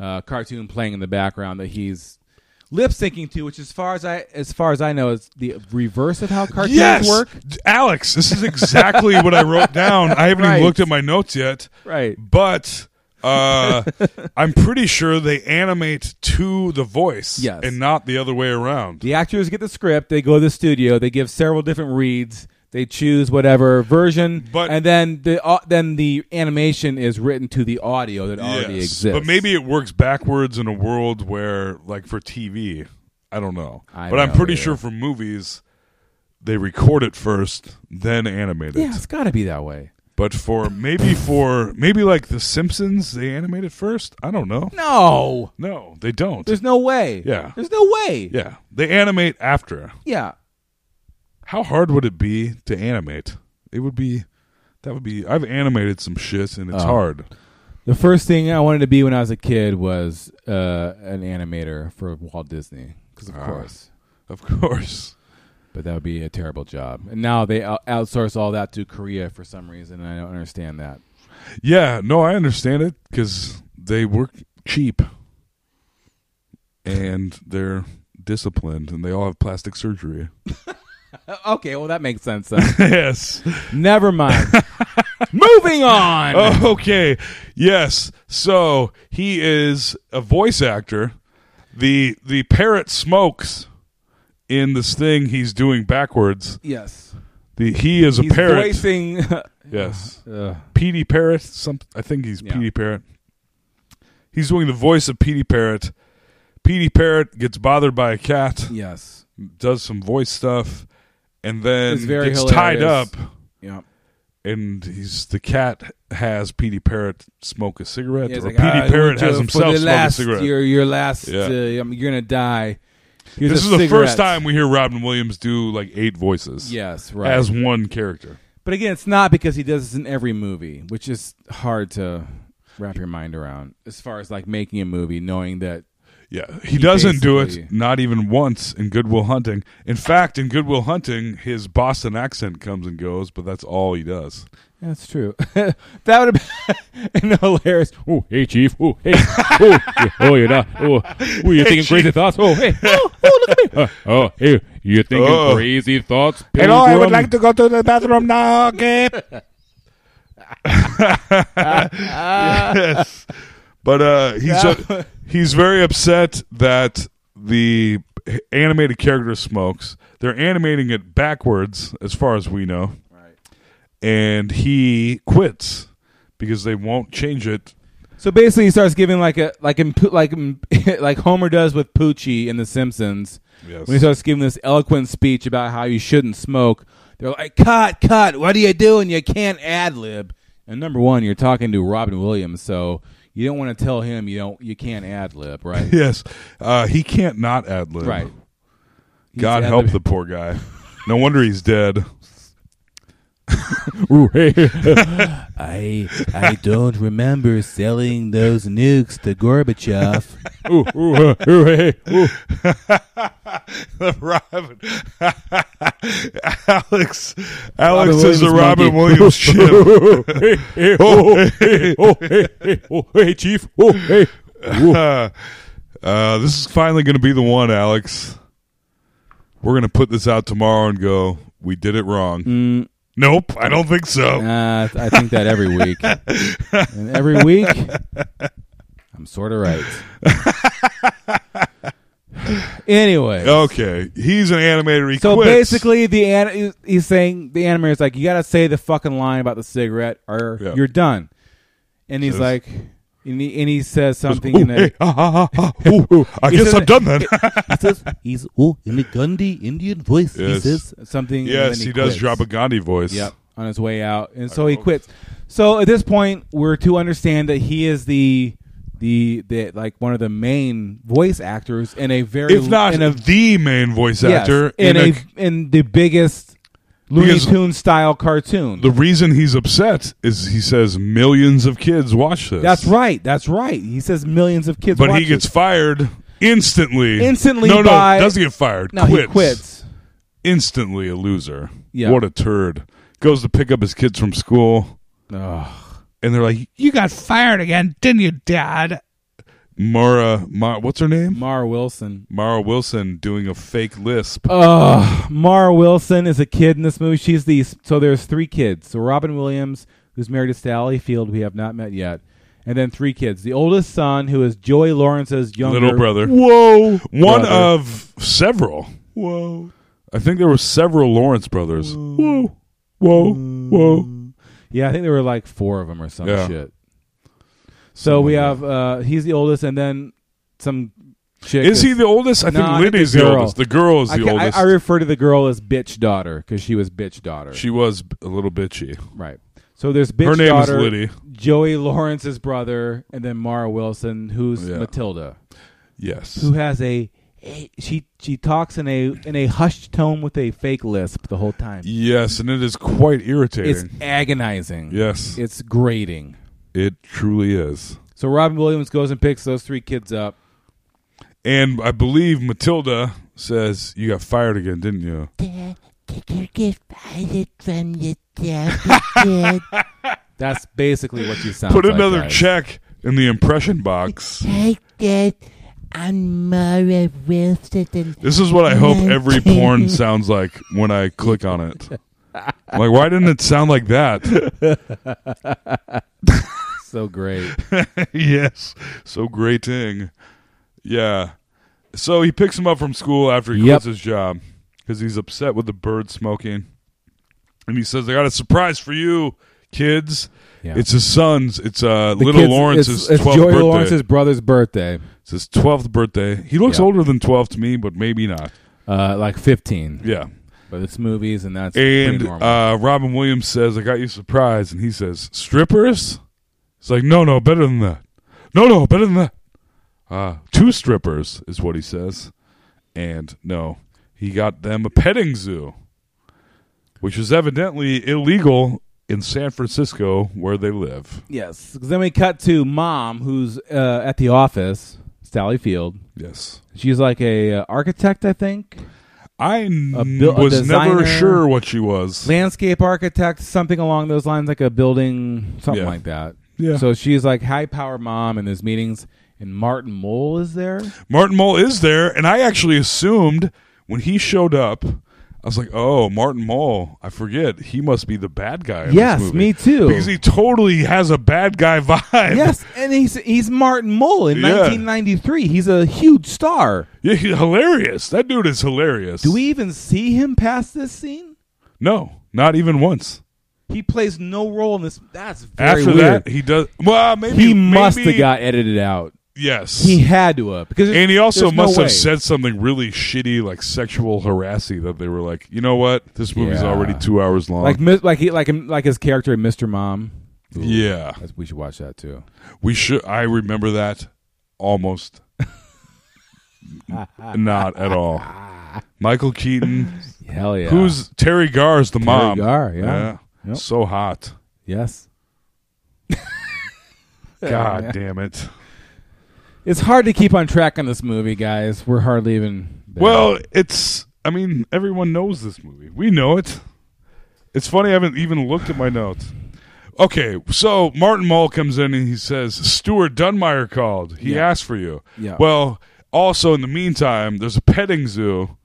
Speaker 13: uh, cartoon playing in the background that he's lip syncing to, which, as far as I as far as I know, is the reverse of how cartoons
Speaker 11: yes,
Speaker 13: work.
Speaker 11: D- Alex. This is exactly what I wrote down. I haven't
Speaker 13: Right.
Speaker 11: even looked at my notes yet.
Speaker 13: Right.
Speaker 11: But uh, I'm pretty sure they animate to the voice,
Speaker 13: Yes.
Speaker 11: and not the other way around.
Speaker 13: The actors get the script. They go to the studio. They give several different reads. They choose whatever version, but, and then the au- then the animation is written to the audio that already
Speaker 11: Yes.
Speaker 13: exists.
Speaker 11: But maybe it works backwards in a world where, like, for TV, I don't know.
Speaker 13: I
Speaker 11: but
Speaker 13: don't
Speaker 11: I'm
Speaker 13: know
Speaker 11: pretty
Speaker 13: either.
Speaker 11: sure for movies, they record it first, then animate it.
Speaker 13: Yeah, it's got to be that way.
Speaker 11: But for maybe for maybe like The Simpsons, they animate it first. I don't know.
Speaker 13: No.
Speaker 11: no, they don't.
Speaker 13: There's no way.
Speaker 11: Yeah.
Speaker 13: There's no way.
Speaker 11: Yeah, they animate after.
Speaker 13: Yeah.
Speaker 11: How hard would it be to animate? It would be. That would be. I've animated some shit, and it's
Speaker 13: Oh.
Speaker 11: hard.
Speaker 13: The first thing I wanted to be when I was a kid was uh, an animator for Walt Disney, because of
Speaker 11: Ah,
Speaker 13: course,
Speaker 11: of course.
Speaker 13: But that would be a terrible job. And now they out- outsource all that to Korea for some reason, and I don't understand that.
Speaker 11: Yeah, no, I understand it because they work cheap and they're disciplined and they all have plastic surgery.
Speaker 13: Uh, Okay, well that makes sense. Then.
Speaker 11: yes.
Speaker 13: Never mind. Moving on.
Speaker 11: Oh, okay. Yes. So he is a voice actor. The the parrot smokes in this thing he's doing backwards.
Speaker 13: Yes.
Speaker 11: The he is a
Speaker 13: He's
Speaker 11: parrot.
Speaker 13: voicing-
Speaker 11: yes.
Speaker 13: Ugh.
Speaker 11: Petey Parrot. Some I think he's
Speaker 13: Yeah.
Speaker 11: Petey Parrot. He's doing the voice of Petey Parrot. Petey Parrot gets bothered by a cat.
Speaker 13: Yes.
Speaker 11: Does some voice stuff and then
Speaker 13: It's very
Speaker 11: gets tied
Speaker 13: hilarious.
Speaker 11: up.
Speaker 13: Yeah.
Speaker 11: And he's the cat has Petey Parrot smoke a cigarette,
Speaker 13: Yeah, it's
Speaker 11: or
Speaker 13: like,
Speaker 11: Petey
Speaker 13: "All right, I
Speaker 11: Parrot
Speaker 13: want you
Speaker 11: has
Speaker 13: to-
Speaker 11: himself
Speaker 13: for the
Speaker 11: smoke
Speaker 13: last,
Speaker 11: a cigarette.
Speaker 13: Your, your last.
Speaker 11: Yeah.
Speaker 13: Uh, um, you're gonna die. Here's
Speaker 11: this
Speaker 13: a
Speaker 11: is the
Speaker 13: cigarette.
Speaker 11: first time we hear Robin Williams do like eight voices.
Speaker 13: Yes, right.
Speaker 11: As one character.
Speaker 13: But again, it's not because he does this in every movie, which is hard to wrap your mind around as far as like making a movie, knowing that.
Speaker 11: Yeah, he, doesn't do it
Speaker 13: basically-
Speaker 11: not even once in Goodwill Hunting. In fact, in Goodwill Hunting, his Boston accent comes and goes, but that's all he does.
Speaker 13: That's true. that would have been an hilarious. Oh, hey, Chief. Oh, hey. Oh, you- oh you're not. Oh, oh
Speaker 16: Hey,
Speaker 13: you're thinking crazy
Speaker 16: Chief.
Speaker 13: thoughts. Oh, hey. Oh, oh look at me. Uh, oh, hey. You're thinking
Speaker 16: Oh.
Speaker 13: crazy thoughts.
Speaker 16: Hello, I would
Speaker 13: pilgrim?
Speaker 16: like to go to the bathroom now, okay?
Speaker 11: yes. But uh, he's uh, he's very upset that the animated character smokes. They're animating it backwards, as far as we know. Right. And he quits because they won't change it.
Speaker 13: So basically, he starts giving like a like in, Poo- like in- like Homer does with Poochie in The Simpsons.
Speaker 11: Yes.
Speaker 13: When he starts giving this eloquent speech about how you shouldn't smoke, they're like, "Cut, cut! What are you doing? You can't ad lib." And number one, you're talking to Robin Williams, so you don't want to tell him you don't you can't ad lib, right?
Speaker 11: Yes, uh, he can't not ad lib.
Speaker 13: Right. He's
Speaker 11: God help
Speaker 13: ad-lib-
Speaker 11: the poor guy. No wonder he's dead.
Speaker 13: I I don't remember selling those nukes to Gorbachev. Ooh, ooh, uh, ooh, hey, ooh.
Speaker 11: Robin. Alex Alex is the
Speaker 13: Williams
Speaker 11: Robin
Speaker 13: monkey.
Speaker 11: Williams chip.
Speaker 13: Hey, hey, oh, hey, oh, hey, hey, oh, hey, Chief. Oh, hey.
Speaker 11: Uh, uh, this is finally going to be the one, Alex. We're going to put this out tomorrow and go, we did it wrong. Nope, I don't think so.
Speaker 13: Mm. Nah, I th- I think that every week. and every week, I'm sort of right. anyway.
Speaker 11: Okay, he's an animator. He
Speaker 13: so
Speaker 11: quits.
Speaker 13: basically, the an- he's saying the animator is like, you got to say the fucking line about the cigarette, or
Speaker 11: Yeah.
Speaker 13: you're done. And he's
Speaker 11: Says-
Speaker 13: like, and he, and he says something.
Speaker 11: "Ooh,
Speaker 13: in a-
Speaker 11: hey, ah, ah, ah, ah, ooh, ooh, I
Speaker 13: He
Speaker 11: guess
Speaker 13: says-
Speaker 11: I'm done then."
Speaker 13: he says he's oh in the Gandhi Indian voice.
Speaker 11: Yes.
Speaker 13: He says something. and
Speaker 11: Yes,
Speaker 13: then
Speaker 11: he, does
Speaker 13: quits.
Speaker 11: drop a Gandhi voice.
Speaker 13: Yep, on his way out, and so he quits. So at this point, we're to understand that he is the the the like one of the main voice actors in a very
Speaker 11: If not
Speaker 13: in a,
Speaker 11: the main voice
Speaker 13: Yes,
Speaker 11: actor in
Speaker 13: in, a,
Speaker 11: a-
Speaker 13: in the biggest Looney
Speaker 11: Because-
Speaker 13: Tune style cartoon.
Speaker 11: The reason he's upset is he says millions of kids watch this.
Speaker 13: That's right. That's right. He says millions of kids.
Speaker 11: but
Speaker 13: watch
Speaker 11: he gets
Speaker 13: it.
Speaker 11: fired instantly.
Speaker 13: Instantly
Speaker 11: No,
Speaker 13: by-
Speaker 11: no, doesn't get fired.
Speaker 13: No, he
Speaker 11: quits.
Speaker 13: quits.
Speaker 11: Instantly a loser.
Speaker 13: Yeah.
Speaker 11: What a turd. Goes to pick up his kids from school. And they're like,
Speaker 16: You got fired again, didn't you, Dad?
Speaker 11: Mara, Mara, what's her name?
Speaker 13: Mara Wilson.
Speaker 11: Mara Wilson doing a fake lisp.
Speaker 13: Uh, Mara Wilson is a kid in this movie. She's the so there's three kids. So Robin Williams, who's married to Sally Field, we have not met yet, and then three kids. The oldest son, who is Joey Lawrence's younger
Speaker 11: little brother.
Speaker 13: Whoa,
Speaker 11: One
Speaker 13: Brother.
Speaker 11: of several.
Speaker 13: Whoa.
Speaker 11: I think there were several Lawrence brothers.
Speaker 13: Whoa, whoa, whoa. Yeah, I think there were like four of them or some
Speaker 11: Yeah.
Speaker 13: shit. So we have uh he's the oldest, and then some. Chick
Speaker 11: Is he the oldest? I
Speaker 13: No,
Speaker 11: think Lydia's
Speaker 13: the,
Speaker 11: the
Speaker 13: girl.
Speaker 11: oldest. The girl is
Speaker 13: I
Speaker 11: the
Speaker 13: ca- I-
Speaker 11: oldest.
Speaker 13: I, refer to the girl as bitch daughter because she was bitch daughter.
Speaker 11: She was b- a little bitchy.
Speaker 13: Right. So there's bitch
Speaker 11: Her name
Speaker 13: daughter,
Speaker 11: is Liddy.
Speaker 13: Joey Lawrence's brother, and then Mara Wilson, who's
Speaker 11: Yeah.
Speaker 13: Matilda.
Speaker 11: Yes.
Speaker 13: Who has a, a- she she talks in a in a hushed tone with a fake lisp the whole time.
Speaker 11: Yes, and it is quite irritating.
Speaker 13: It's agonizing.
Speaker 11: Yes.
Speaker 13: It's grating.
Speaker 11: It truly is.
Speaker 13: So Robin Williams goes and picks those three kids up.
Speaker 11: And I believe Matilda says, You got fired again, didn't you?
Speaker 17: You get fired from your job, you kid.
Speaker 13: That's basically what she sounds
Speaker 11: Put
Speaker 13: like,
Speaker 11: another
Speaker 13: guys.
Speaker 11: check in the impression box.
Speaker 17: Take that. I'm Mara Wilson. and
Speaker 11: This is what I hope
Speaker 13: Mm.
Speaker 11: every
Speaker 17: Matilda.
Speaker 11: porn sounds like when I click on it. Like, why didn't it sound like that?
Speaker 13: so great.
Speaker 11: yes, so grating. Yeah. So he picks him up from school after he
Speaker 13: Yep.
Speaker 11: quits his job because he's upset with the bird smoking. And he says, I got a surprise for you, kids.
Speaker 13: Yeah.
Speaker 11: It's his son's. It's uh,
Speaker 13: The
Speaker 11: Little
Speaker 13: kids-
Speaker 11: Lawrence's
Speaker 13: it's, it's
Speaker 11: 12th
Speaker 13: Joey
Speaker 11: birthday.
Speaker 13: Lawrence's brother's birthday.
Speaker 11: It's his 12th birthday. He looks
Speaker 13: Yeah.
Speaker 11: older than 12 to me, but maybe not.
Speaker 13: Uh, like 15.
Speaker 11: Yeah.
Speaker 13: But it's movies and that's pretty
Speaker 11: And
Speaker 13: normal.
Speaker 11: uh, Robin Williams says, I got you a surprise. And he says, Strippers? It's like, No, no, better than that. No, no, better than that. Uh, two strippers is what he says. And no, he got them a petting zoo, which is evidently illegal in San Francisco where they live.
Speaker 13: Yes. 'cause then we cut to mom, who's uh, at the office, Sally Field.
Speaker 11: Yes.
Speaker 13: She's like a uh, architect, I think.
Speaker 11: I
Speaker 13: bu- a
Speaker 11: was never
Speaker 13: designer.
Speaker 11: sure what she was.
Speaker 13: Landscape architect, something along those lines, like a building, something
Speaker 11: Yeah.
Speaker 13: like that.
Speaker 11: Yeah.
Speaker 13: So she's like high power mom, and there's meetings, and Martin Mole is there.
Speaker 11: Martin Mull is there, and I actually assumed when he showed up, I was like, "Oh, Martin Mull! I forget he must be the bad guy." in this
Speaker 13: Yes,
Speaker 11: movie.
Speaker 13: me too.
Speaker 11: Because he totally has a bad guy vibe.
Speaker 13: Yes, and he's he's Martin Mole in
Speaker 11: Yeah.
Speaker 13: 1993. He's a huge star.
Speaker 11: yeah, he's hilarious. That dude is hilarious.
Speaker 13: Do we even see him past this scene?
Speaker 11: No, not even once.
Speaker 13: He plays no role in this. That's very
Speaker 11: After
Speaker 13: weird.
Speaker 11: that, he does. Well, maybe
Speaker 13: he must
Speaker 11: maybe-
Speaker 13: have got edited out.
Speaker 11: Yes,
Speaker 13: He had to have because
Speaker 11: and he also
Speaker 13: there's no
Speaker 11: must
Speaker 13: way.
Speaker 11: have said something really shitty, like sexual harassing, that they were like, you know what, this movie's
Speaker 13: Yeah.
Speaker 11: already two hours long.
Speaker 13: like mi- like he like him like his character in Mr. Mom. Ooh,
Speaker 11: Yeah.
Speaker 13: that's- we should watch that too.
Speaker 11: We should. I remember that almost not at all. Michael Keaton.
Speaker 13: Hell yeah.
Speaker 11: Who's Terry Garr's the
Speaker 13: Terry
Speaker 11: mom?
Speaker 13: Garr, yeah. Yep.
Speaker 11: So hot.
Speaker 13: Yes.
Speaker 11: God
Speaker 13: Yeah.
Speaker 11: damn it.
Speaker 13: It's hard to keep on track on this movie, guys. We're hardly even. There.
Speaker 11: Well, it's. I mean, everyone knows this movie. We know it. It's funny. I haven't even looked at my notes. Okay, so Martin Mull comes in and he says, "Stuart Dunmire called. He
Speaker 13: Yeah.
Speaker 11: asked for you."
Speaker 13: Yeah.
Speaker 11: Well, also in the meantime, there's a petting zoo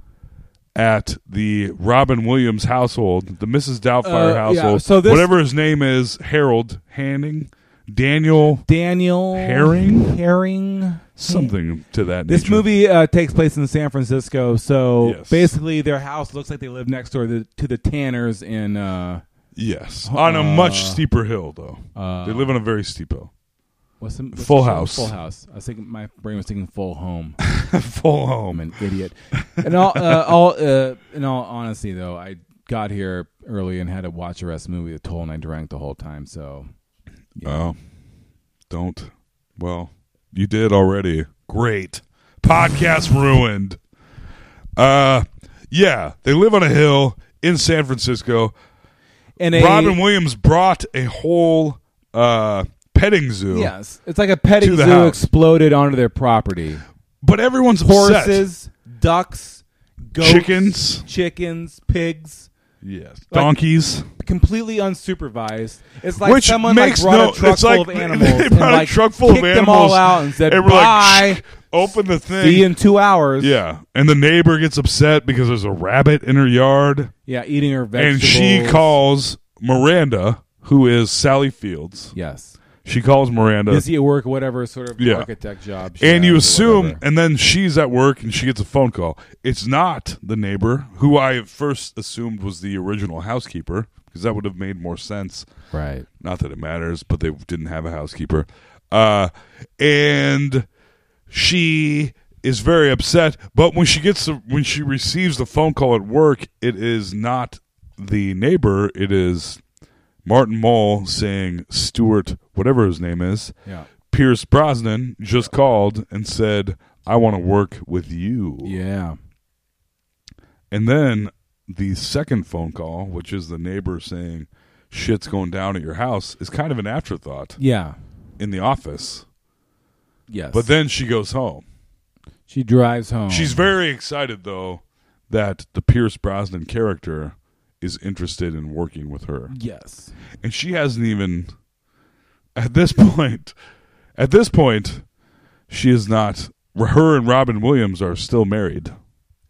Speaker 11: at the Robin Williams household, the Mrs. Doubtfire
Speaker 13: Uh, yeah,
Speaker 11: household.
Speaker 13: so this-
Speaker 11: whatever his name is, Harold Hanning, Daniel,
Speaker 13: Daniel
Speaker 11: Herring,
Speaker 13: Herring,
Speaker 11: something to that.
Speaker 13: This
Speaker 11: nature.
Speaker 13: movie uh, takes place in San Francisco, so
Speaker 11: Yes.
Speaker 13: basically their house looks like they live next door to, to the Tanners in. Uh,
Speaker 11: Yes, on a much
Speaker 13: uh,
Speaker 11: steeper hill, though.
Speaker 13: uh,
Speaker 11: they live on a very steep hill.
Speaker 13: What's the, what's
Speaker 11: Full
Speaker 13: the show?
Speaker 11: House.
Speaker 13: Full House. I was thinking my brain was thinking Full Home.
Speaker 11: full Home.
Speaker 13: I'm an idiot. And all, uh, all, uh, in all honesty, though, I got here early and had to watch the rest of the movie, The Toll, and I drank the whole time. So,
Speaker 11: Oh, don't. Well,
Speaker 13: You did already. Great. Podcast ruined. Uh yeah, they live on a hill in San Francisco.
Speaker 18: And a-
Speaker 13: Robin Williams brought a whole uh petting zoo.
Speaker 18: Yes, it's like a petting
Speaker 13: to the
Speaker 18: zoo
Speaker 13: house.
Speaker 18: exploded onto their property.
Speaker 13: But everyone's upset.
Speaker 18: horses, ducks, goats,
Speaker 13: Chickens.
Speaker 18: chickens, pigs.
Speaker 13: Yes,
Speaker 18: Like,
Speaker 13: donkeys.
Speaker 18: completely unsupervised. It's like
Speaker 13: Which
Speaker 18: someone
Speaker 13: makes
Speaker 18: like brought
Speaker 13: no-
Speaker 18: a truck
Speaker 13: it's
Speaker 18: full
Speaker 13: like
Speaker 18: of
Speaker 13: they- they
Speaker 18: animals. and,
Speaker 13: brought a
Speaker 18: like,
Speaker 13: truck full of
Speaker 18: kicked them all
Speaker 13: animals,
Speaker 18: out and said
Speaker 13: and were like,
Speaker 18: bye.
Speaker 13: open the thing.
Speaker 18: See you in two hours.
Speaker 13: Yeah, and the neighbor gets upset because there's a rabbit in her yard.
Speaker 18: Yeah, eating her
Speaker 13: And she
Speaker 18: vegetables.
Speaker 13: calls Miranda, who is Sally Fields.
Speaker 18: Yes,
Speaker 13: she calls Miranda.
Speaker 18: busy at work, whatever sort of
Speaker 13: Yeah.
Speaker 18: architect job. she
Speaker 13: and you
Speaker 18: has or
Speaker 13: assume,
Speaker 18: whatever.
Speaker 13: and then she's at work and she gets a phone call. It's not the neighbor who I at first assumed was the original housekeeper because that would have made more sense.
Speaker 18: Right.
Speaker 13: Not that it matters, but they didn't have a housekeeper. Uh, and she is very upset. But when she gets the, when she receives the phone call at work, it is not the neighbor. It is Martin Mull saying Stuart, whatever his name is.
Speaker 18: Yeah.
Speaker 13: Pierce Brosnan just called and said, "I want to work with you."
Speaker 18: Yeah.
Speaker 13: And then the second phone call, which is the neighbor saying, "Shit's going down at your house," is kind of an afterthought.
Speaker 18: Yeah.
Speaker 13: In the office.
Speaker 18: Yes.
Speaker 13: But then she goes home.
Speaker 18: she drives home.
Speaker 13: She's very excited though that the Pierce Brosnan character is interested in working with her.
Speaker 18: Yes.
Speaker 13: And she hasn't even at this point at this point she is not her and Robin Williams are still married.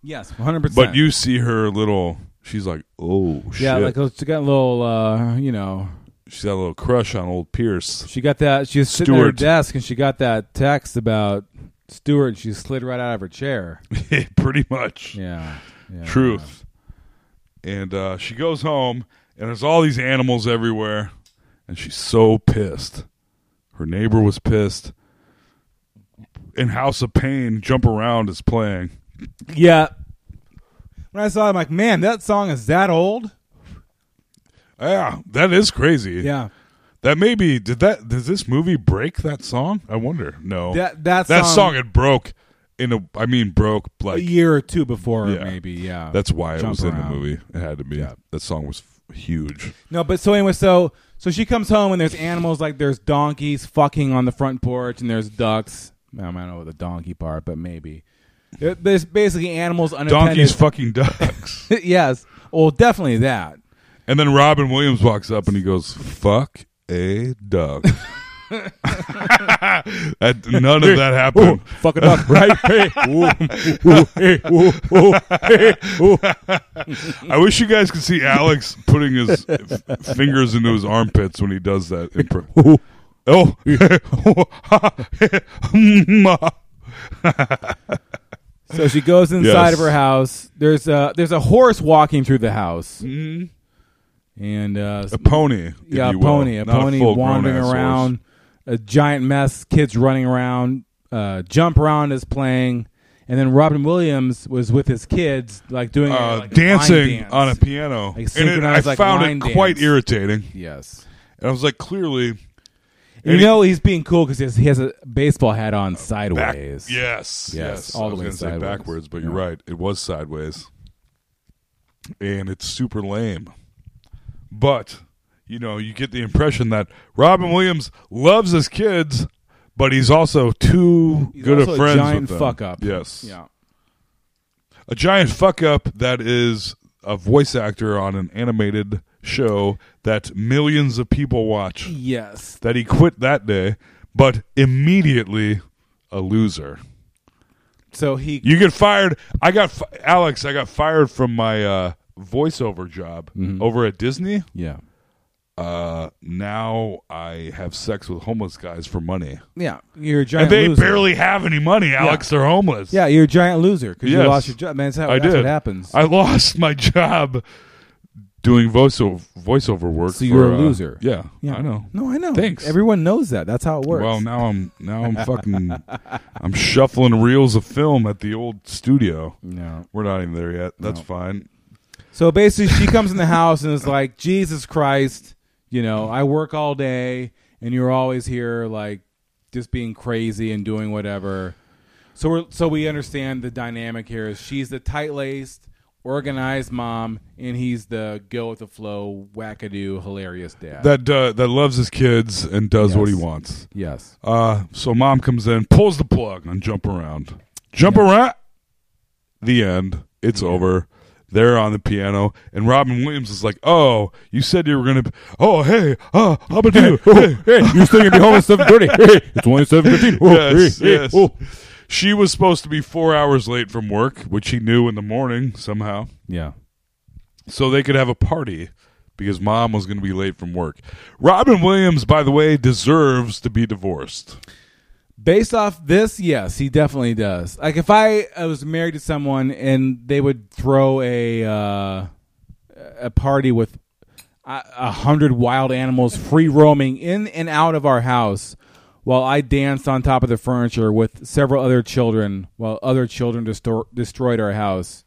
Speaker 18: Yes, 100%.
Speaker 13: But you see her little she's like, "Oh shit."
Speaker 18: yeah, like oh, she got a little, uh, you know,
Speaker 13: she's got a little crush on old Pierce.
Speaker 18: She got that. She was sitting at her
Speaker 13: Stewart.
Speaker 18: desk and she got that text about Stewart, and she slid right out of her chair.
Speaker 13: Pretty much.
Speaker 18: Yeah. yeah.
Speaker 13: Truth. And uh, she goes home, and there's all these animals everywhere, and she's so pissed. Her neighbor was pissed. In House of Pain, Jump Around is playing.
Speaker 18: Yeah. When I saw it, I'm like, man, that song is that old.
Speaker 13: Yeah, that is crazy.
Speaker 18: Yeah.
Speaker 13: That maybe did that did this movie break that song? I wonder. No.
Speaker 18: That- that
Speaker 13: song,
Speaker 18: song-
Speaker 13: it broke in a I mean broke
Speaker 18: a
Speaker 13: like
Speaker 18: year or two before,
Speaker 13: yeah.
Speaker 18: maybe. Yeah.
Speaker 13: That's why it
Speaker 18: Jump
Speaker 13: was in
Speaker 18: Around.
Speaker 13: the movie. It had to be. That song was f- huge.
Speaker 18: No, but so anyway, so so she comes home and there's animals like there's donkeys fucking on the front porch and there's ducks. I don't know the donkey part, but maybe There- there's basically animals unattended.
Speaker 13: Donkeys fucking ducks.
Speaker 18: yes. Well, definitely that.
Speaker 13: And then Robin Williams walks up and he goes, "Fuck a duck." That- none of that
Speaker 18: Ooh,
Speaker 13: happened.
Speaker 18: fuck a duck, right? Hey, ooh, ooh, hey, ooh, ooh, hey, ooh.
Speaker 13: I wish you guys could see Alex putting his f- fingers into his armpits when he does that. Impro- oh,
Speaker 18: So she goes inside
Speaker 13: Yes.
Speaker 18: of her house. There's a there's a horse walking through the house,
Speaker 13: Mhm.
Speaker 18: and uh,
Speaker 13: A pony, if
Speaker 18: Yeah, a
Speaker 13: you will.
Speaker 18: pony, a
Speaker 13: Not a
Speaker 18: pony
Speaker 13: full-grown
Speaker 18: wandering
Speaker 13: ass horse.
Speaker 18: around, a giant mess. Kids running around. Uh, Jump around is playing, and then Robin Williams was with his kids, like doing a,
Speaker 13: Uh,
Speaker 18: like, a
Speaker 13: dancing
Speaker 18: line dance.
Speaker 13: on a piano,
Speaker 18: Like,
Speaker 13: and it, I
Speaker 18: synchronized, like,
Speaker 13: found
Speaker 18: line
Speaker 13: it quite
Speaker 18: dance.
Speaker 13: irritating.
Speaker 18: Yes,
Speaker 13: and I was like, clearly,
Speaker 18: You know he's being cool because he, has- he has a baseball hat on sideways.
Speaker 13: Uh, Yes,
Speaker 18: yes,
Speaker 13: yes,
Speaker 18: all the
Speaker 13: I
Speaker 18: way
Speaker 13: was gonna
Speaker 18: sideways.
Speaker 13: say backwards, but you're
Speaker 18: Yeah.
Speaker 13: right. It was sideways, and it's super lame. But you know, you get the impression that Robin Williams loves his kids, but he's also too
Speaker 18: He's
Speaker 13: good
Speaker 18: also
Speaker 13: of
Speaker 18: a
Speaker 13: friends
Speaker 18: giant
Speaker 13: with them.
Speaker 18: fuck up.
Speaker 13: Yes,
Speaker 18: Yeah.
Speaker 13: a giant fuck up that is a voice actor on an animated show that millions of people watch.
Speaker 18: Yes.
Speaker 13: That he quit that day, but immediately a loser.
Speaker 18: So he
Speaker 13: You get fired. I got fi- Alex, I got fired from my uh voiceover job
Speaker 18: Mm-hmm.
Speaker 13: over at Disney.
Speaker 18: Yeah.
Speaker 13: Uh now I have sex with homeless guys for money.
Speaker 18: yeah, you're a giant.
Speaker 13: And they
Speaker 18: loser.
Speaker 13: barely have any money, Alex. They're homeless.
Speaker 18: Yeah, you're a giant loser because
Speaker 13: Yes.
Speaker 18: you lost your job. Man, that's, how,
Speaker 13: I
Speaker 18: that's
Speaker 13: did.
Speaker 18: what happens.
Speaker 13: I lost my job doing voiceover voiceover work.
Speaker 18: So you're
Speaker 13: for,
Speaker 18: a
Speaker 13: uh,
Speaker 18: loser.
Speaker 13: yeah, I know.
Speaker 18: No, I know.
Speaker 13: Thanks.
Speaker 18: Everyone knows that. That's how it works.
Speaker 13: Well, now I'm now I'm fucking I'm shuffling reels of film at the old studio.
Speaker 18: No.
Speaker 13: we're not even there yet. That's fine.
Speaker 18: So basically, she comes in the house and is like, "Jesus Christ, you know, I work all day, and you're always here, like
Speaker 13: just being crazy and doing whatever. So we're so we understand the dynamic here is she's the tight laced, organized mom, and he's the go with the flow, wackadoo, hilarious dad.
Speaker 11: that uh, that loves his kids and does what he wants.
Speaker 13: Yes.
Speaker 11: Uh, so mom comes in, pulls the plug on jump around, jump around. The end. It's over. They're on the piano, and Robin Williams is like, "Oh, you said you were gonna. Be, oh, hey, uh, how about you?
Speaker 13: oh,
Speaker 11: Hey,
Speaker 13: you're still gonna be home at 7:30. Hey, it's only 7:15. Oh,
Speaker 11: yes,
Speaker 13: hey, hey,
Speaker 11: yes.
Speaker 13: oh.
Speaker 11: She was supposed to be four hours late from work, which he knew in the morning somehow.
Speaker 13: Yeah.
Speaker 11: So they could have a party because mom was going to be late from work. Robin Williams, by the way, deserves to be divorced.
Speaker 13: Based off this, yes, he definitely does. Like if I, I was married to someone and they would throw a uh, a party with a, a hundred wild animals free roaming in and out of our house, while I danced on top of the furniture with several other children, while other children destor- destroyed our house.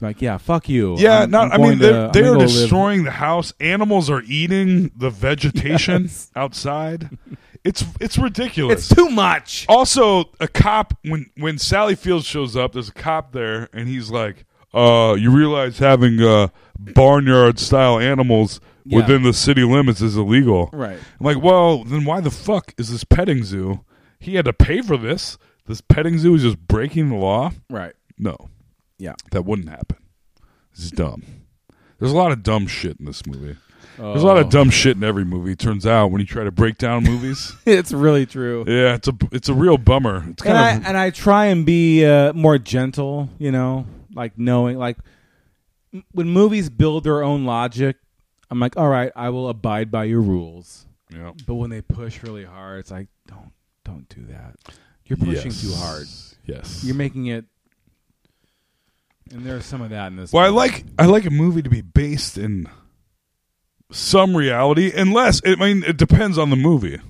Speaker 13: Like yeah, fuck you.
Speaker 11: Yeah,
Speaker 13: I'm-
Speaker 11: not.
Speaker 13: I'm
Speaker 11: I mean,
Speaker 13: going to-
Speaker 11: they're,
Speaker 13: I'm
Speaker 11: they
Speaker 13: gonna
Speaker 11: are
Speaker 13: go live-
Speaker 11: destroying the house. Animals are eating the vegetation outside. It's it's ridiculous.
Speaker 13: It's too much.
Speaker 11: Also, a cop when when Sally Fields shows up, there's a cop there, and he's like, "Uh, you realize having uh barnyard style animals
Speaker 13: Yeah.
Speaker 11: within the city limits is illegal,
Speaker 13: Right.
Speaker 11: I'm like, well, then why the fuck is this petting zoo? He had to pay for this. This petting zoo is just breaking the law.
Speaker 13: Right.
Speaker 11: No.
Speaker 13: Yeah.
Speaker 11: That wouldn't happen. This is dumb. There's a lot of dumb shit in this movie. There's a lot of
Speaker 13: Oh.
Speaker 11: dumb shit in every movie. Turns out when you try to break down movies,
Speaker 13: It's really true.
Speaker 11: yeah, it's a it's a real bummer. It's
Speaker 13: and
Speaker 11: kind
Speaker 13: I
Speaker 11: of
Speaker 13: and I try and be uh, more gentle, you know, like knowing like m- when movies build their own logic, I'm like, all right, I will abide by your rules.
Speaker 11: Yeah.
Speaker 13: But when they push really hard, it's like, don't don't do that. You're pushing
Speaker 11: Yes.
Speaker 13: too hard.
Speaker 11: Yes.
Speaker 13: You're making it. And there's some of that in this.
Speaker 11: Well, I
Speaker 13: movie.
Speaker 11: like I like a movie to be based in some reality, unless I mean it depends on the movie.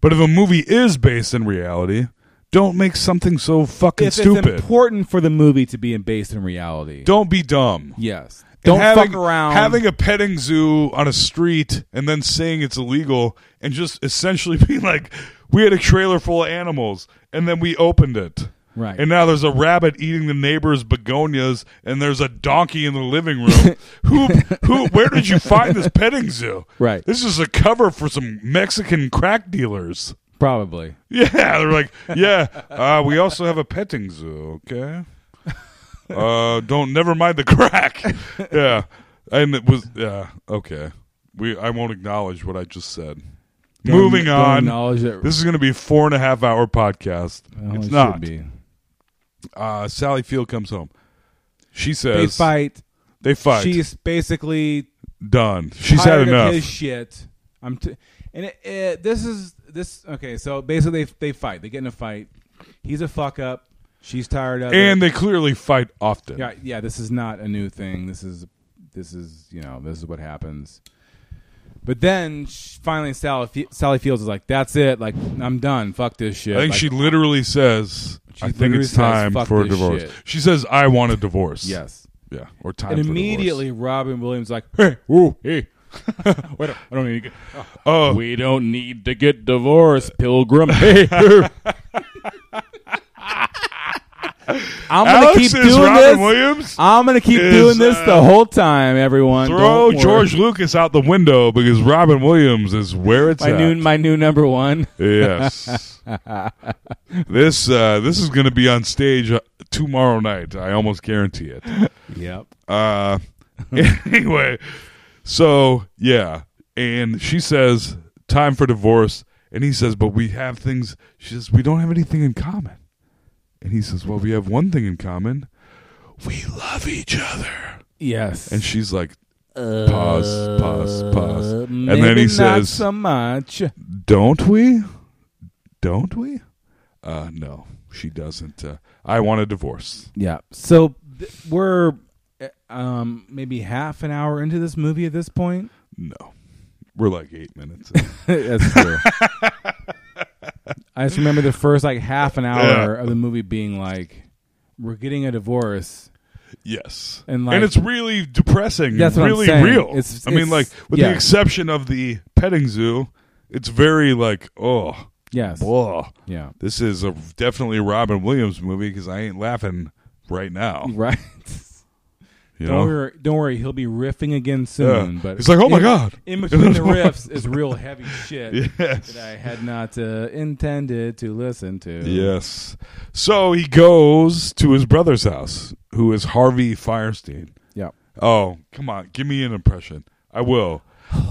Speaker 11: But if a movie is based in reality, don't make something so fucking
Speaker 13: if
Speaker 11: stupid.
Speaker 13: it's important for the movie to be in- based in reality.
Speaker 11: don't be dumb.
Speaker 13: Yes.
Speaker 11: And
Speaker 13: Don't
Speaker 11: having-
Speaker 13: fuck around.
Speaker 11: Having a petting zoo on a street and then saying it's illegal and just essentially being like, we had a trailer full of animals and then we opened it.
Speaker 13: Right.
Speaker 11: And now there's a rabbit eating the neighbor's begonias and there's a donkey in the living room. who, who, where did you find this petting zoo?
Speaker 13: Right.
Speaker 11: This is a cover for some Mexican crack dealers.
Speaker 13: probably.
Speaker 11: Yeah. They're like, yeah, uh, we also have a petting zoo. Okay. Uh, don't never mind the crack. yeah, and it was yeah okay. We I won't acknowledge what I just said.
Speaker 13: Don't-
Speaker 11: Moving
Speaker 13: don't
Speaker 11: on.
Speaker 13: acknowledge it.
Speaker 11: This is going to be a four and a half hour podcast.
Speaker 13: Well,
Speaker 11: it's
Speaker 13: it should
Speaker 11: not.
Speaker 13: be.
Speaker 11: Uh, Sally Field comes home. She says
Speaker 13: They fight.
Speaker 11: They fight.
Speaker 13: She's basically
Speaker 11: done. She's
Speaker 13: tired
Speaker 11: had enough.
Speaker 13: Of his shit. I'm t- and it, it, this is this okay. So basically, they, they fight. They get in a fight. He's a fuck up. She's tired of
Speaker 11: and
Speaker 13: it.
Speaker 11: they clearly fight often.
Speaker 13: yeah yeah. This is not a new thing. This is this is you know this is what happens. But then sh finally, Sally, Fe- Sally Fields is like, "That's it. Like I'm done. Fuck this shit."
Speaker 11: I think
Speaker 13: Like,
Speaker 11: she literally says,
Speaker 13: She
Speaker 11: "I think
Speaker 13: literally
Speaker 11: it's
Speaker 13: says,
Speaker 11: time
Speaker 13: "Fuck
Speaker 11: for a
Speaker 13: this
Speaker 11: divorce."
Speaker 13: shit.
Speaker 11: She says, "I want a divorce."
Speaker 13: Yes.
Speaker 11: Yeah. Or time.
Speaker 13: and
Speaker 11: for divorce.
Speaker 13: immediately Robin Williams like, "Hey, whoa, hey." Wait, I don't need to get.
Speaker 11: Oh.
Speaker 13: we don't need to get divorced, Pilgrim. Hey, hey. I'm gonna
Speaker 11: Alex
Speaker 13: keep
Speaker 11: is
Speaker 13: doing
Speaker 11: Robin
Speaker 13: this.
Speaker 11: Williams
Speaker 13: I'm gonna keep
Speaker 11: is,
Speaker 13: doing this
Speaker 11: uh,
Speaker 13: the whole time, everyone.
Speaker 11: Throw
Speaker 13: Don't worry.
Speaker 11: George Lucas out the window because Robin Williams is where it's
Speaker 13: my
Speaker 11: at.
Speaker 13: new my new number one.
Speaker 11: Yes. this uh, this is going to be on stage uh, tomorrow night. I almost guarantee it.
Speaker 13: Yep.
Speaker 11: Uh, anyway, so yeah, and she says time for divorce, and he says, but we have things. She says we don't have anything in common, and he says, well, we have one thing in common. We love each other.
Speaker 13: Yes.
Speaker 11: And she's like, pause, pause, pause.
Speaker 13: Uh,
Speaker 11: And
Speaker 13: maybe
Speaker 11: then he
Speaker 13: not
Speaker 11: says,
Speaker 13: so much.
Speaker 11: Don't we? Don't we? Uh, no, she doesn't. Uh, I want a divorce.
Speaker 13: Yeah. So th- we're uh, um maybe half an hour into this movie at this point.
Speaker 11: No. We're like eight minutes.
Speaker 13: That's true. I just remember the first like half an hour
Speaker 11: Yeah.
Speaker 13: of the movie being like, "We're getting a divorce."
Speaker 11: yes.
Speaker 13: And like,
Speaker 11: and it's really depressing.
Speaker 13: That's what I'm
Speaker 11: really
Speaker 13: saying.
Speaker 11: real.
Speaker 13: It's-
Speaker 11: I mean,
Speaker 13: it's-
Speaker 11: like, with
Speaker 13: yeah.
Speaker 11: the exception of the petting zoo, it's very like, oh,
Speaker 13: Yes.
Speaker 11: Whoa.
Speaker 13: Yeah.
Speaker 11: This is a definitely a Robin Williams movie because I ain't laughing right now.
Speaker 13: Right.
Speaker 11: You
Speaker 13: don't
Speaker 11: know?
Speaker 13: worry, don't worry, he'll be riffing again soon.
Speaker 11: Yeah.
Speaker 13: But
Speaker 11: He's like, "Oh my
Speaker 13: in-
Speaker 11: God."
Speaker 13: In between the riffs is real heavy shit
Speaker 11: Yes.
Speaker 13: that I had not uh, intended to listen to.
Speaker 11: Yes. So he goes to his brother's house, who is Harvey Firestein.
Speaker 13: Yeah.
Speaker 11: Oh, come on, give me an impression. I will.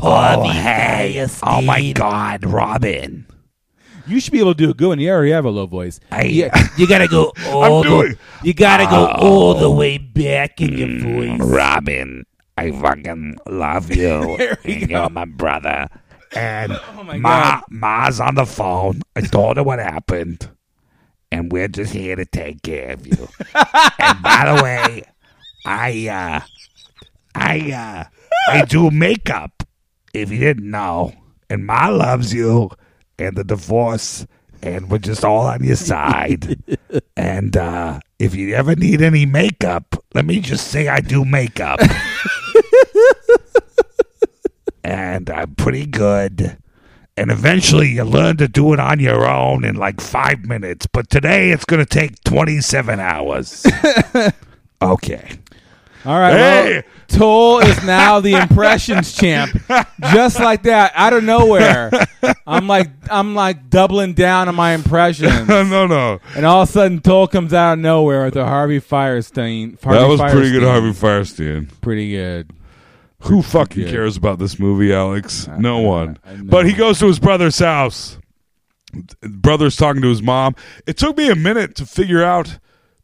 Speaker 19: Oh, hey. Oh, my God, Robin.
Speaker 13: You should be able to do it good. And you already have a low voice.
Speaker 19: Hey, you gotta go all
Speaker 13: I'm doing.
Speaker 19: the, you gotta go
Speaker 13: Oh.
Speaker 19: all the way back in your voice.
Speaker 13: Robin,
Speaker 19: Hmm, I fucking love you.
Speaker 13: and
Speaker 19: you're my brother. And
Speaker 13: Oh my
Speaker 19: Ma
Speaker 13: God.
Speaker 19: Ma's on the phone. I told her what happened. And we're just here to take care of you. and by the way, I uh I uh I do makeup. If you didn't know. And Ma loves you and the divorce and we're just all on your side. and uh if you ever need any makeup, let me just say I do makeup. and I'm pretty good. And eventually you learn to do it on your own in like five minutes. But today it's going to take 27 hours. okay.
Speaker 13: All right.
Speaker 19: Hey!
Speaker 13: Well, Toll is now the impressions champ. Just like that, out of nowhere. I'm like I'm like doubling down on my impressions.
Speaker 11: no, no.
Speaker 13: And all of a sudden Toll comes out of nowhere with a Harvey Firestein. Harvey
Speaker 11: that was pretty good,
Speaker 13: Firestein.
Speaker 11: Harvey Firestein.
Speaker 13: Pretty good.
Speaker 11: Who fucking
Speaker 13: good.
Speaker 11: cares about this movie, Alex? no one. But he goes to his brother's house. Brother's talking to his mom. It took me a minute to figure out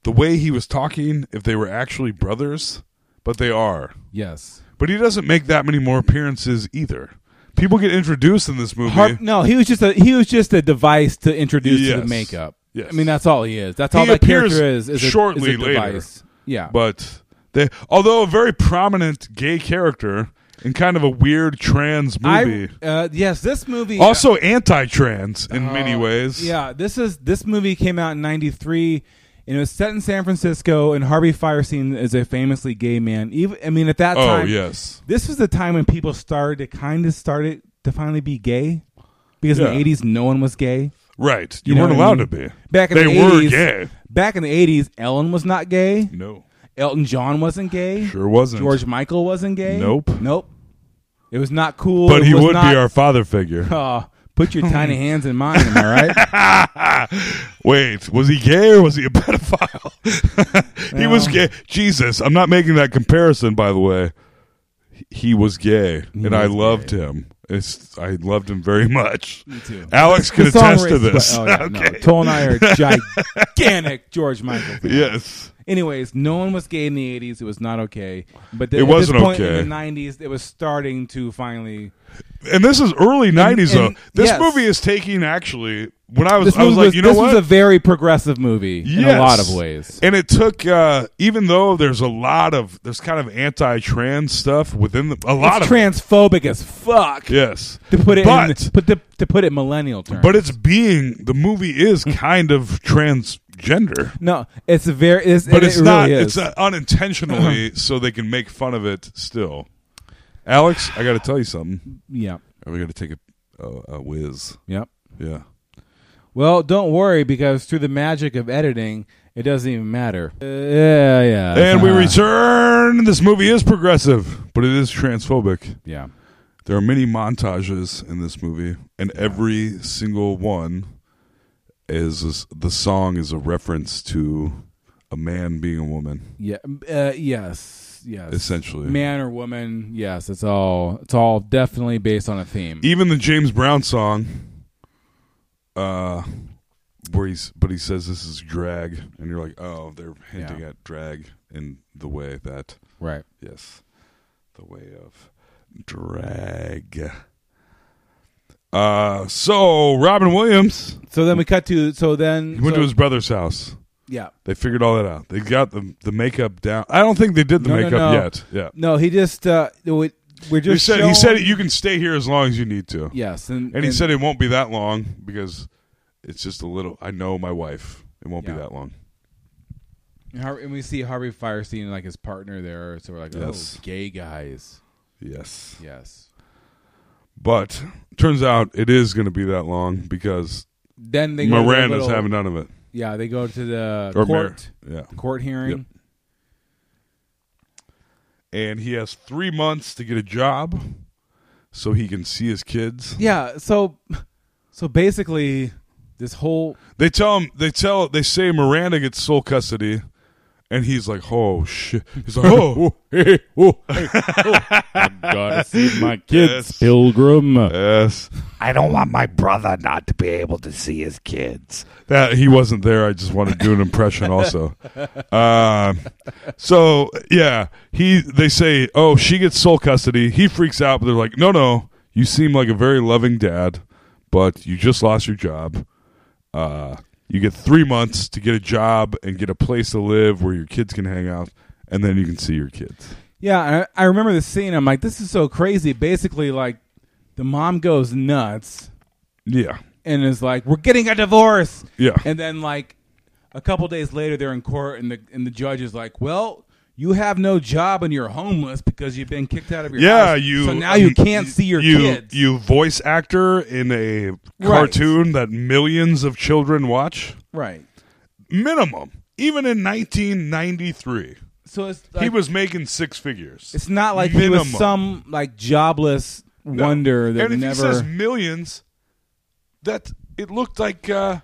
Speaker 11: the way he was talking, if they were actually brothers, but they are.
Speaker 13: Yes.
Speaker 11: But he doesn't make that many more appearances either. People get introduced in this movie.
Speaker 13: Har- no, he was just a he was just a device to introduce to
Speaker 11: Yes.
Speaker 13: the makeup.
Speaker 11: Yes.
Speaker 13: I mean that's all he is. That's all
Speaker 11: he
Speaker 13: that
Speaker 11: appears
Speaker 13: character is. is a- is
Speaker 11: shortly
Speaker 13: a,
Speaker 11: later.
Speaker 13: device. Yeah.
Speaker 11: but they, although a very prominent gay character in kind of a weird trans movie,
Speaker 13: I, uh, yes, this movie
Speaker 11: also anti-trans
Speaker 13: Uh-huh.
Speaker 11: in many ways.
Speaker 13: Uh, Yeah, this is this movie came out in '93, and it was set in San Francisco. And Harvey Firestein is a famously gay man. Even I mean, at that
Speaker 11: Oh,
Speaker 13: time,
Speaker 11: yes.
Speaker 13: this was the time when people started to kind of started to finally be gay, because
Speaker 11: Yeah.
Speaker 13: in the '80s no one was gay.
Speaker 11: Right. You
Speaker 13: know
Speaker 11: weren't
Speaker 13: what I
Speaker 11: allowed to be.
Speaker 13: mean? Back in
Speaker 11: They
Speaker 13: the
Speaker 11: were
Speaker 13: 80s,
Speaker 11: gay.
Speaker 13: Back in the '80s, Ellen was not gay.
Speaker 11: No.
Speaker 13: Elton John wasn't gay.
Speaker 11: Sure wasn't.
Speaker 13: George Michael wasn't gay.
Speaker 11: Nope.
Speaker 13: Nope. It was not cool.
Speaker 11: But
Speaker 13: It
Speaker 11: he
Speaker 13: was
Speaker 11: would
Speaker 13: not-
Speaker 11: be our father figure.
Speaker 13: Aw, uh, put your tiny hands in mine. Am I right?
Speaker 11: Wait, was he gay or was he a pedophile? he was gay. Jesus, I'm not making that comparison. By the way, he was gay, and I loved him. It's, I loved him very much. Me
Speaker 13: too.
Speaker 11: Alex could
Speaker 13: The song
Speaker 11: attest to
Speaker 13: raised-
Speaker 11: this.
Speaker 13: Oh, yeah, no.
Speaker 11: Okay.
Speaker 13: Toll and I are gigantic George Michael. fans.
Speaker 11: Yes.
Speaker 13: Anyways, no one was gay in the '80s. It was not okay. But
Speaker 11: It
Speaker 13: at
Speaker 11: wasn't
Speaker 13: this point
Speaker 11: okay.
Speaker 13: in the '90s. It was starting to finally.
Speaker 11: and this is early '90s
Speaker 13: and-
Speaker 11: though. This
Speaker 13: yes.
Speaker 11: movie is taking actually. When I was,
Speaker 13: this
Speaker 11: I was
Speaker 13: movie
Speaker 11: like, you know
Speaker 13: this
Speaker 11: what?
Speaker 13: was a very progressive movie in a lot
Speaker 11: Yes.
Speaker 13: of ways.
Speaker 11: And it took, uh, even though there's a lot of there's kind of anti-trans stuff within the a lot
Speaker 13: it's
Speaker 11: of it.
Speaker 13: transphobic as fuck.
Speaker 11: yes
Speaker 13: To put it,
Speaker 11: but
Speaker 13: in, put the, to put it in millennial terms.
Speaker 11: but it's being the movie is kind of transgender,
Speaker 13: no, it's a very. It's,
Speaker 11: but
Speaker 13: it
Speaker 11: it's
Speaker 13: really
Speaker 11: not.
Speaker 13: Is. Uh-huh.
Speaker 11: It's uh, unintentionally, so they can make fun of it still. Alex, I got to tell you something.
Speaker 13: Yeah.
Speaker 11: are we going to take a, a, a whiz?
Speaker 13: Yep.
Speaker 11: Yeah.
Speaker 13: Well, don't worry because through the magic of editing, it doesn't even matter. Uh, yeah, yeah.
Speaker 11: and we
Speaker 13: Uh-huh.
Speaker 11: return. This movie is progressive, but it is transphobic.
Speaker 13: Yeah.
Speaker 11: There are many montages in this movie, and every single one is, is the song is a reference to a man being a woman,
Speaker 13: Yeah. Uh, yes. Yes.
Speaker 11: essentially.
Speaker 13: Man or woman? Yes. It's all. It's all definitely based on a theme.
Speaker 11: Even the James Brown song, uh, where he's but he says this is drag, and you're like, oh, they're hinting at drag in the way that
Speaker 13: right,
Speaker 11: yes, the way of drag. Uh, so Robin Williams.
Speaker 13: So then we cut to. So then
Speaker 11: He went to
Speaker 13: so-
Speaker 11: his brother's house.
Speaker 13: Yeah.
Speaker 11: They figured all that out. They got the the makeup down. I don't think they did the
Speaker 13: No, no,
Speaker 11: makeup
Speaker 13: no.
Speaker 11: yet. Yeah.
Speaker 13: No, he just. Uh, we, we're
Speaker 11: He
Speaker 13: just.
Speaker 11: said he
Speaker 13: shown-
Speaker 11: said you can stay here as long as you need to.
Speaker 13: Yes,
Speaker 11: And,
Speaker 13: and-
Speaker 11: he
Speaker 13: and-
Speaker 11: said it won't be that long because it's just a little I know my wife. It won't be that long.
Speaker 13: And, Har- and we see Harvey Firestein and, like his partner there. So we're like,
Speaker 11: Yes.
Speaker 13: oh, gay guys.
Speaker 11: Yes.
Speaker 13: Yes.
Speaker 11: But turns out it is going to be that long because
Speaker 13: Then they go to the
Speaker 11: Miranda's
Speaker 13: little-
Speaker 11: having none of it.
Speaker 13: Yeah, they go to the
Speaker 11: Or Mar-
Speaker 13: court,
Speaker 11: yeah.
Speaker 13: court hearing.
Speaker 11: and he has three months to get a job so he can see his kids.
Speaker 13: Yeah, so so basically this whole
Speaker 11: They tell him they tell they say Miranda gets sole custody and he's like, Oh shit he's like, Oh hey, oh, hey, oh."
Speaker 19: gotta see my
Speaker 11: Yes.
Speaker 19: kids,
Speaker 13: Pilgrim.
Speaker 11: Yes.
Speaker 19: I don't want my brother not to be able to see his kids.
Speaker 11: That he wasn't there. I just wanted to do an impression also. Um, so oh, yeah, he they say, "Oh, she gets sole custody." He freaks out, but they're like, "No, no, you seem like a very loving dad, but you just lost your job. Uh, you get three months to get a job and get a place to live where your kids can hang out, and then you can see your kids."
Speaker 13: Yeah, and I, I remember the scene. I'm like, this is so crazy. Basically, like the mom goes nuts.
Speaker 11: Yeah.
Speaker 13: And is like, we're getting a divorce.
Speaker 11: Yeah.
Speaker 13: And then like a couple days later, they're in court, and the and the judge is like, well. You have no job and you're homeless because you've been kicked out of your
Speaker 11: yeah,
Speaker 13: house.
Speaker 11: you.
Speaker 13: So now you can't see your
Speaker 11: you,
Speaker 13: kids.
Speaker 11: You voice actor in a
Speaker 13: Right.
Speaker 11: cartoon that millions of children watch.
Speaker 13: Right.
Speaker 11: minimum even in 1993
Speaker 13: so it's
Speaker 11: he
Speaker 13: like-
Speaker 11: was making six figures
Speaker 13: It's not like he was
Speaker 11: Minimum.
Speaker 13: some like jobless wonder that
Speaker 11: and if
Speaker 13: never.
Speaker 11: he says millions that it looked like uh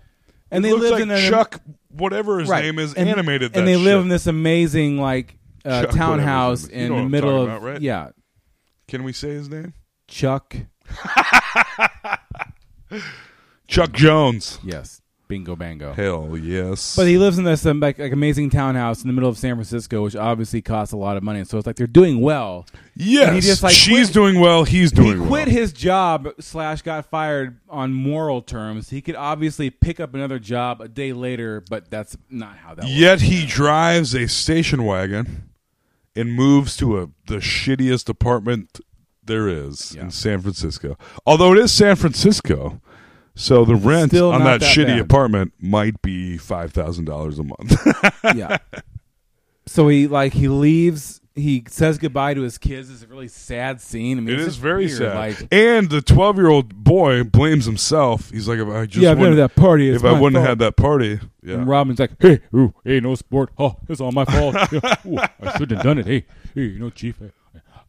Speaker 13: and
Speaker 11: it
Speaker 13: they
Speaker 11: looked
Speaker 13: lived
Speaker 11: like
Speaker 13: in an-
Speaker 11: chuck whatever his
Speaker 13: Right.
Speaker 11: name is
Speaker 13: And-
Speaker 11: animated that
Speaker 13: and they
Speaker 11: shit.
Speaker 13: live in this amazing like uh,
Speaker 11: Chuck, whatever his name is.
Speaker 13: townhouse
Speaker 11: You
Speaker 13: in
Speaker 11: know
Speaker 13: the
Speaker 11: what I'm
Speaker 13: middle of
Speaker 11: talking about, right?
Speaker 13: yeah
Speaker 11: can we say his name
Speaker 13: Chuck
Speaker 11: chuck jones
Speaker 13: yes bingo bango
Speaker 11: hell yes
Speaker 13: But he lives in this um, like, like amazing townhouse in the middle of San Francisco, which obviously costs a lot of money. So it's like they're doing well.
Speaker 11: yes
Speaker 13: And he just like
Speaker 11: she's doing well he's doing
Speaker 13: he
Speaker 11: well
Speaker 13: quit his job slash got fired on moral terms. He could obviously pick up another job a day later, but that's not how that.
Speaker 11: Yet he drives a station wagon and moves to a the shittiest apartment there is in San Francisco. Although it is San Francisco, so the rent
Speaker 13: Still
Speaker 11: on that,
Speaker 13: not that
Speaker 11: shitty
Speaker 13: bad.
Speaker 11: apartment might be five thousand dollars a month.
Speaker 13: yeah. So he like he leaves. He says goodbye to his kids. It's a really sad scene. I mean,
Speaker 11: it
Speaker 13: it's
Speaker 11: is very
Speaker 13: weird,
Speaker 11: sad.
Speaker 13: Like,
Speaker 11: and the twelve year old boy blames himself. He's like, if I just
Speaker 13: Yeah, I've been
Speaker 11: wouldn't-
Speaker 13: to that party, it's
Speaker 11: If I
Speaker 13: my
Speaker 11: wouldn't
Speaker 13: fault.
Speaker 11: have had that party, yeah.
Speaker 13: And Robin's like, hey, ooh, hey, no sport. Oh, it's all my fault. Yeah, ooh, I shouldn't have done it. Hey, hey, you know, Chief,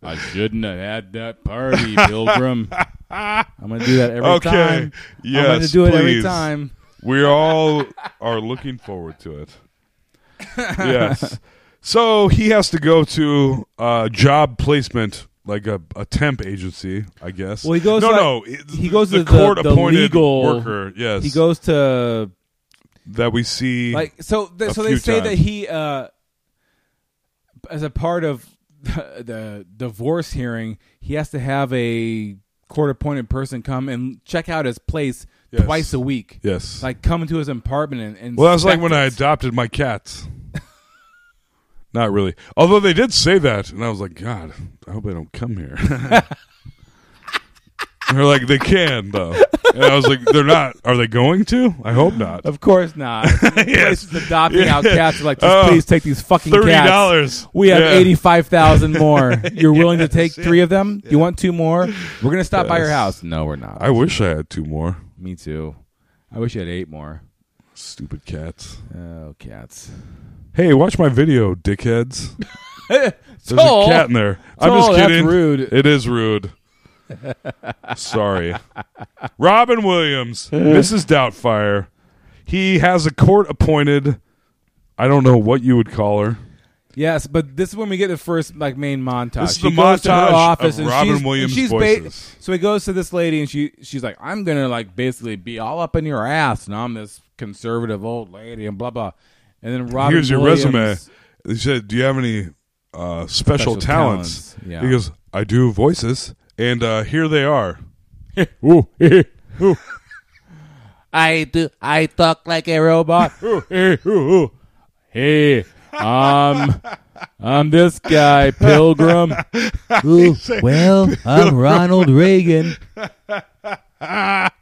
Speaker 13: I, I shouldn't have had that party, Pilgrim. I'm gonna do that every
Speaker 11: okay.
Speaker 13: time.
Speaker 11: Yes,
Speaker 13: I'm gonna do it every
Speaker 11: please.
Speaker 13: time.
Speaker 11: We all are looking forward to it. Yes. So he has to go to uh, job placement, like a, a temp agency, I guess.
Speaker 13: Well, he goes.
Speaker 11: No,
Speaker 13: like-
Speaker 11: no. it-
Speaker 13: he goes
Speaker 11: the
Speaker 13: to
Speaker 11: court
Speaker 13: the
Speaker 11: appointed
Speaker 13: legal
Speaker 11: worker. Yes,
Speaker 13: he goes to
Speaker 11: that we see.
Speaker 13: like so th-
Speaker 11: a
Speaker 13: so they
Speaker 11: few
Speaker 13: say that
Speaker 11: times.
Speaker 13: he uh as a part of the, the divorce hearing he has to have a court appointed person come and check out his place
Speaker 11: Yes.
Speaker 13: twice a week
Speaker 11: Yes.
Speaker 13: like come into his apartment and, and
Speaker 11: Well, that's like
Speaker 13: inspect
Speaker 11: when
Speaker 13: it.
Speaker 11: I adopted my cats. Not really. Although they did say that, and I was like, God, I hope they don't come here. And they're like, they can though, and I was like, they're not. Are they going to? I hope not.
Speaker 13: of course not. Places adopting out cats are like, just
Speaker 11: Oh,
Speaker 13: please take these fucking cats.
Speaker 11: $30.
Speaker 13: We have
Speaker 11: Yeah.
Speaker 13: eighty five thousand more. You're willing to take three of them? You want two more? We're gonna stop by your
Speaker 11: Yes.
Speaker 13: house. No, we're not.
Speaker 11: I wish I had two more.
Speaker 13: Me too. I wish I had eight more.
Speaker 11: Stupid cats.
Speaker 13: Oh, cats.
Speaker 11: Hey, watch my video, dickheads. There's
Speaker 13: Toll.
Speaker 11: a cat in there. I'm
Speaker 13: Toll,
Speaker 11: just
Speaker 13: that's
Speaker 11: kidding.
Speaker 13: rude.
Speaker 11: It is rude. Sorry. Robin Williams, Mrs. Doubtfire. He has a court appointed. I don't know what you would call her.
Speaker 13: Yes, but this is when we get the first like main montage.
Speaker 11: This is
Speaker 13: She
Speaker 11: the
Speaker 13: goes to her
Speaker 11: montage
Speaker 13: office
Speaker 11: of
Speaker 13: and
Speaker 11: Robin
Speaker 13: she's, and
Speaker 11: Williams'
Speaker 13: she's ba-
Speaker 11: voices.
Speaker 13: so he goes to this lady and she she's like, "I'm gonna like basically be all up in your ass," and I'm this conservative old lady and blah blah. And then Robin
Speaker 11: Here's your
Speaker 13: Williams-
Speaker 11: resume. He said, "Do you have any uh, special,
Speaker 13: Special
Speaker 11: talents?"
Speaker 13: talents, yeah.
Speaker 11: He goes, "I do voices, and uh, here they are." Ooh, ooh.
Speaker 13: I do. I talk like a robot. hey, um, I'm this guy, Pilgrim.
Speaker 17: Ooh, well, I'm Ronald Reagan.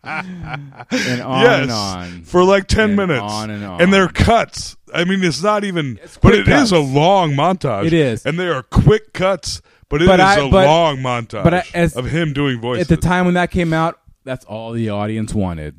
Speaker 13: and on
Speaker 11: yes,
Speaker 13: and on.
Speaker 11: for like ten
Speaker 13: And
Speaker 11: minutes,
Speaker 13: on and on.
Speaker 11: they're cuts. I mean, it's not even, but
Speaker 13: quick
Speaker 11: it is
Speaker 13: cuts.
Speaker 11: a long montage.
Speaker 13: It is.
Speaker 11: and they are quick cuts, but it is a
Speaker 13: I-
Speaker 11: long montage
Speaker 13: but I- as-
Speaker 11: of him doing voices.
Speaker 13: At the time when that came out, that's all the audience wanted.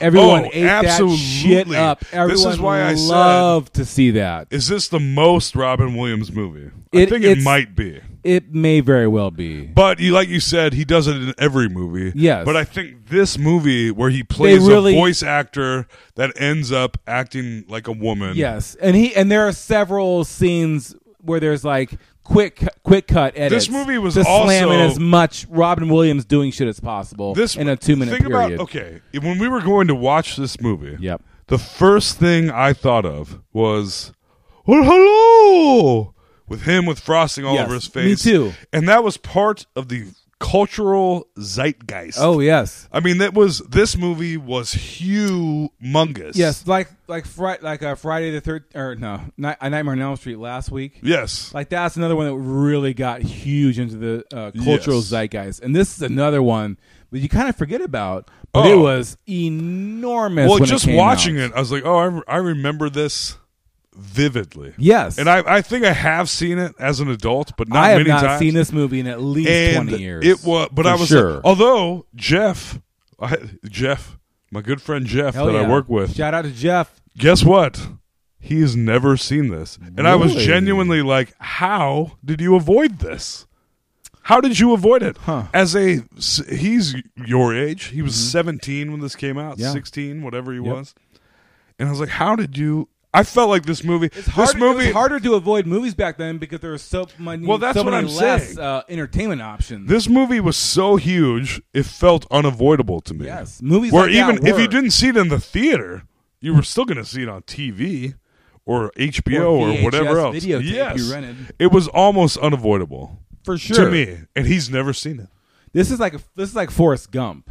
Speaker 13: Everyone
Speaker 11: Oh,
Speaker 13: ate
Speaker 11: absolutely.
Speaker 13: that shit up. Everyone
Speaker 11: this is why I
Speaker 13: loved to see that.
Speaker 11: Is this the most Robin Williams movie? I
Speaker 13: It-
Speaker 11: think it
Speaker 13: it's-
Speaker 11: might be.
Speaker 13: It may very well be.
Speaker 11: But you, like you said, he does it in every movie.
Speaker 13: Yes.
Speaker 11: But I think this movie where he plays
Speaker 13: really-
Speaker 11: a voice actor that ends up acting like a woman.
Speaker 13: Yes, and he and there are several scenes where there's like quick quick cut edits.
Speaker 11: This movie was
Speaker 13: to slam in
Speaker 11: also-
Speaker 13: as much Robin Williams doing shit as possible
Speaker 11: This
Speaker 13: in a two minute
Speaker 11: think
Speaker 13: period.
Speaker 11: About, okay, when we were going to watch this movie,
Speaker 13: yep.
Speaker 11: The first thing I thought of was, "Well, hello," with him with frosting all
Speaker 13: Yes,
Speaker 11: over his
Speaker 13: me
Speaker 11: face.
Speaker 13: too.
Speaker 11: and that was part of the cultural zeitgeist.
Speaker 13: Oh yes,
Speaker 11: I mean that was this movie was humongous.
Speaker 13: yes, like like Friday, like uh, Friday the third or no, Night- A Nightmare on Elm Street last week.
Speaker 11: Yes,
Speaker 13: like that's another one that really got huge into the uh, cultural
Speaker 11: Yes.
Speaker 13: zeitgeist, and this is another one that you kind of forget about, but it
Speaker 11: Oh.
Speaker 13: was enormous.
Speaker 11: Well,
Speaker 13: when
Speaker 11: just
Speaker 13: it came
Speaker 11: watching
Speaker 13: out.
Speaker 11: it, I was like, "Oh, I, re- I remember this vividly."
Speaker 13: Yes.
Speaker 11: and I, I think I have seen it as an adult, but not
Speaker 13: I have
Speaker 11: many
Speaker 13: not
Speaker 11: times.
Speaker 13: seen this movie in at least
Speaker 11: And
Speaker 13: 20 years.
Speaker 11: It was, but
Speaker 13: For
Speaker 11: I was
Speaker 13: sure.
Speaker 11: like, "Oh, although Jeff, I, Jeff, my good friend Jeff
Speaker 13: Hell
Speaker 11: that I
Speaker 13: yeah.
Speaker 11: work with,
Speaker 13: Shout out to Jeff.
Speaker 11: guess what? He has never seen this, and I was
Speaker 13: Really?
Speaker 11: genuinely like, "How did you avoid this?" How did you avoid it? Huh. As a s- he's your age. He was 17 when this came out,
Speaker 13: Mm-hmm. Yeah.
Speaker 11: 16, whatever he
Speaker 13: Yep.
Speaker 11: was. And I was like, how did you I felt like this movie
Speaker 13: It's hard,
Speaker 11: this movie
Speaker 13: it was harder to avoid movies back then because there was so many,
Speaker 11: Well, that's
Speaker 13: so
Speaker 11: what
Speaker 13: many
Speaker 11: I'm
Speaker 13: less
Speaker 11: saying.
Speaker 13: uh, entertainment options.
Speaker 11: this movie was so huge, it felt unavoidable to me.
Speaker 13: Yes, movies
Speaker 11: where
Speaker 13: like that
Speaker 11: even if
Speaker 13: were.
Speaker 11: you didn't see it in the theater, you were still going to see it on TV or HBO or,
Speaker 13: Or VHS
Speaker 11: whatever else.
Speaker 13: videotape you
Speaker 11: yes,
Speaker 13: rented.
Speaker 11: it was almost unavoidable
Speaker 13: For sure.
Speaker 11: to me, and he's never seen it.
Speaker 13: This is like this is like Forrest Gump.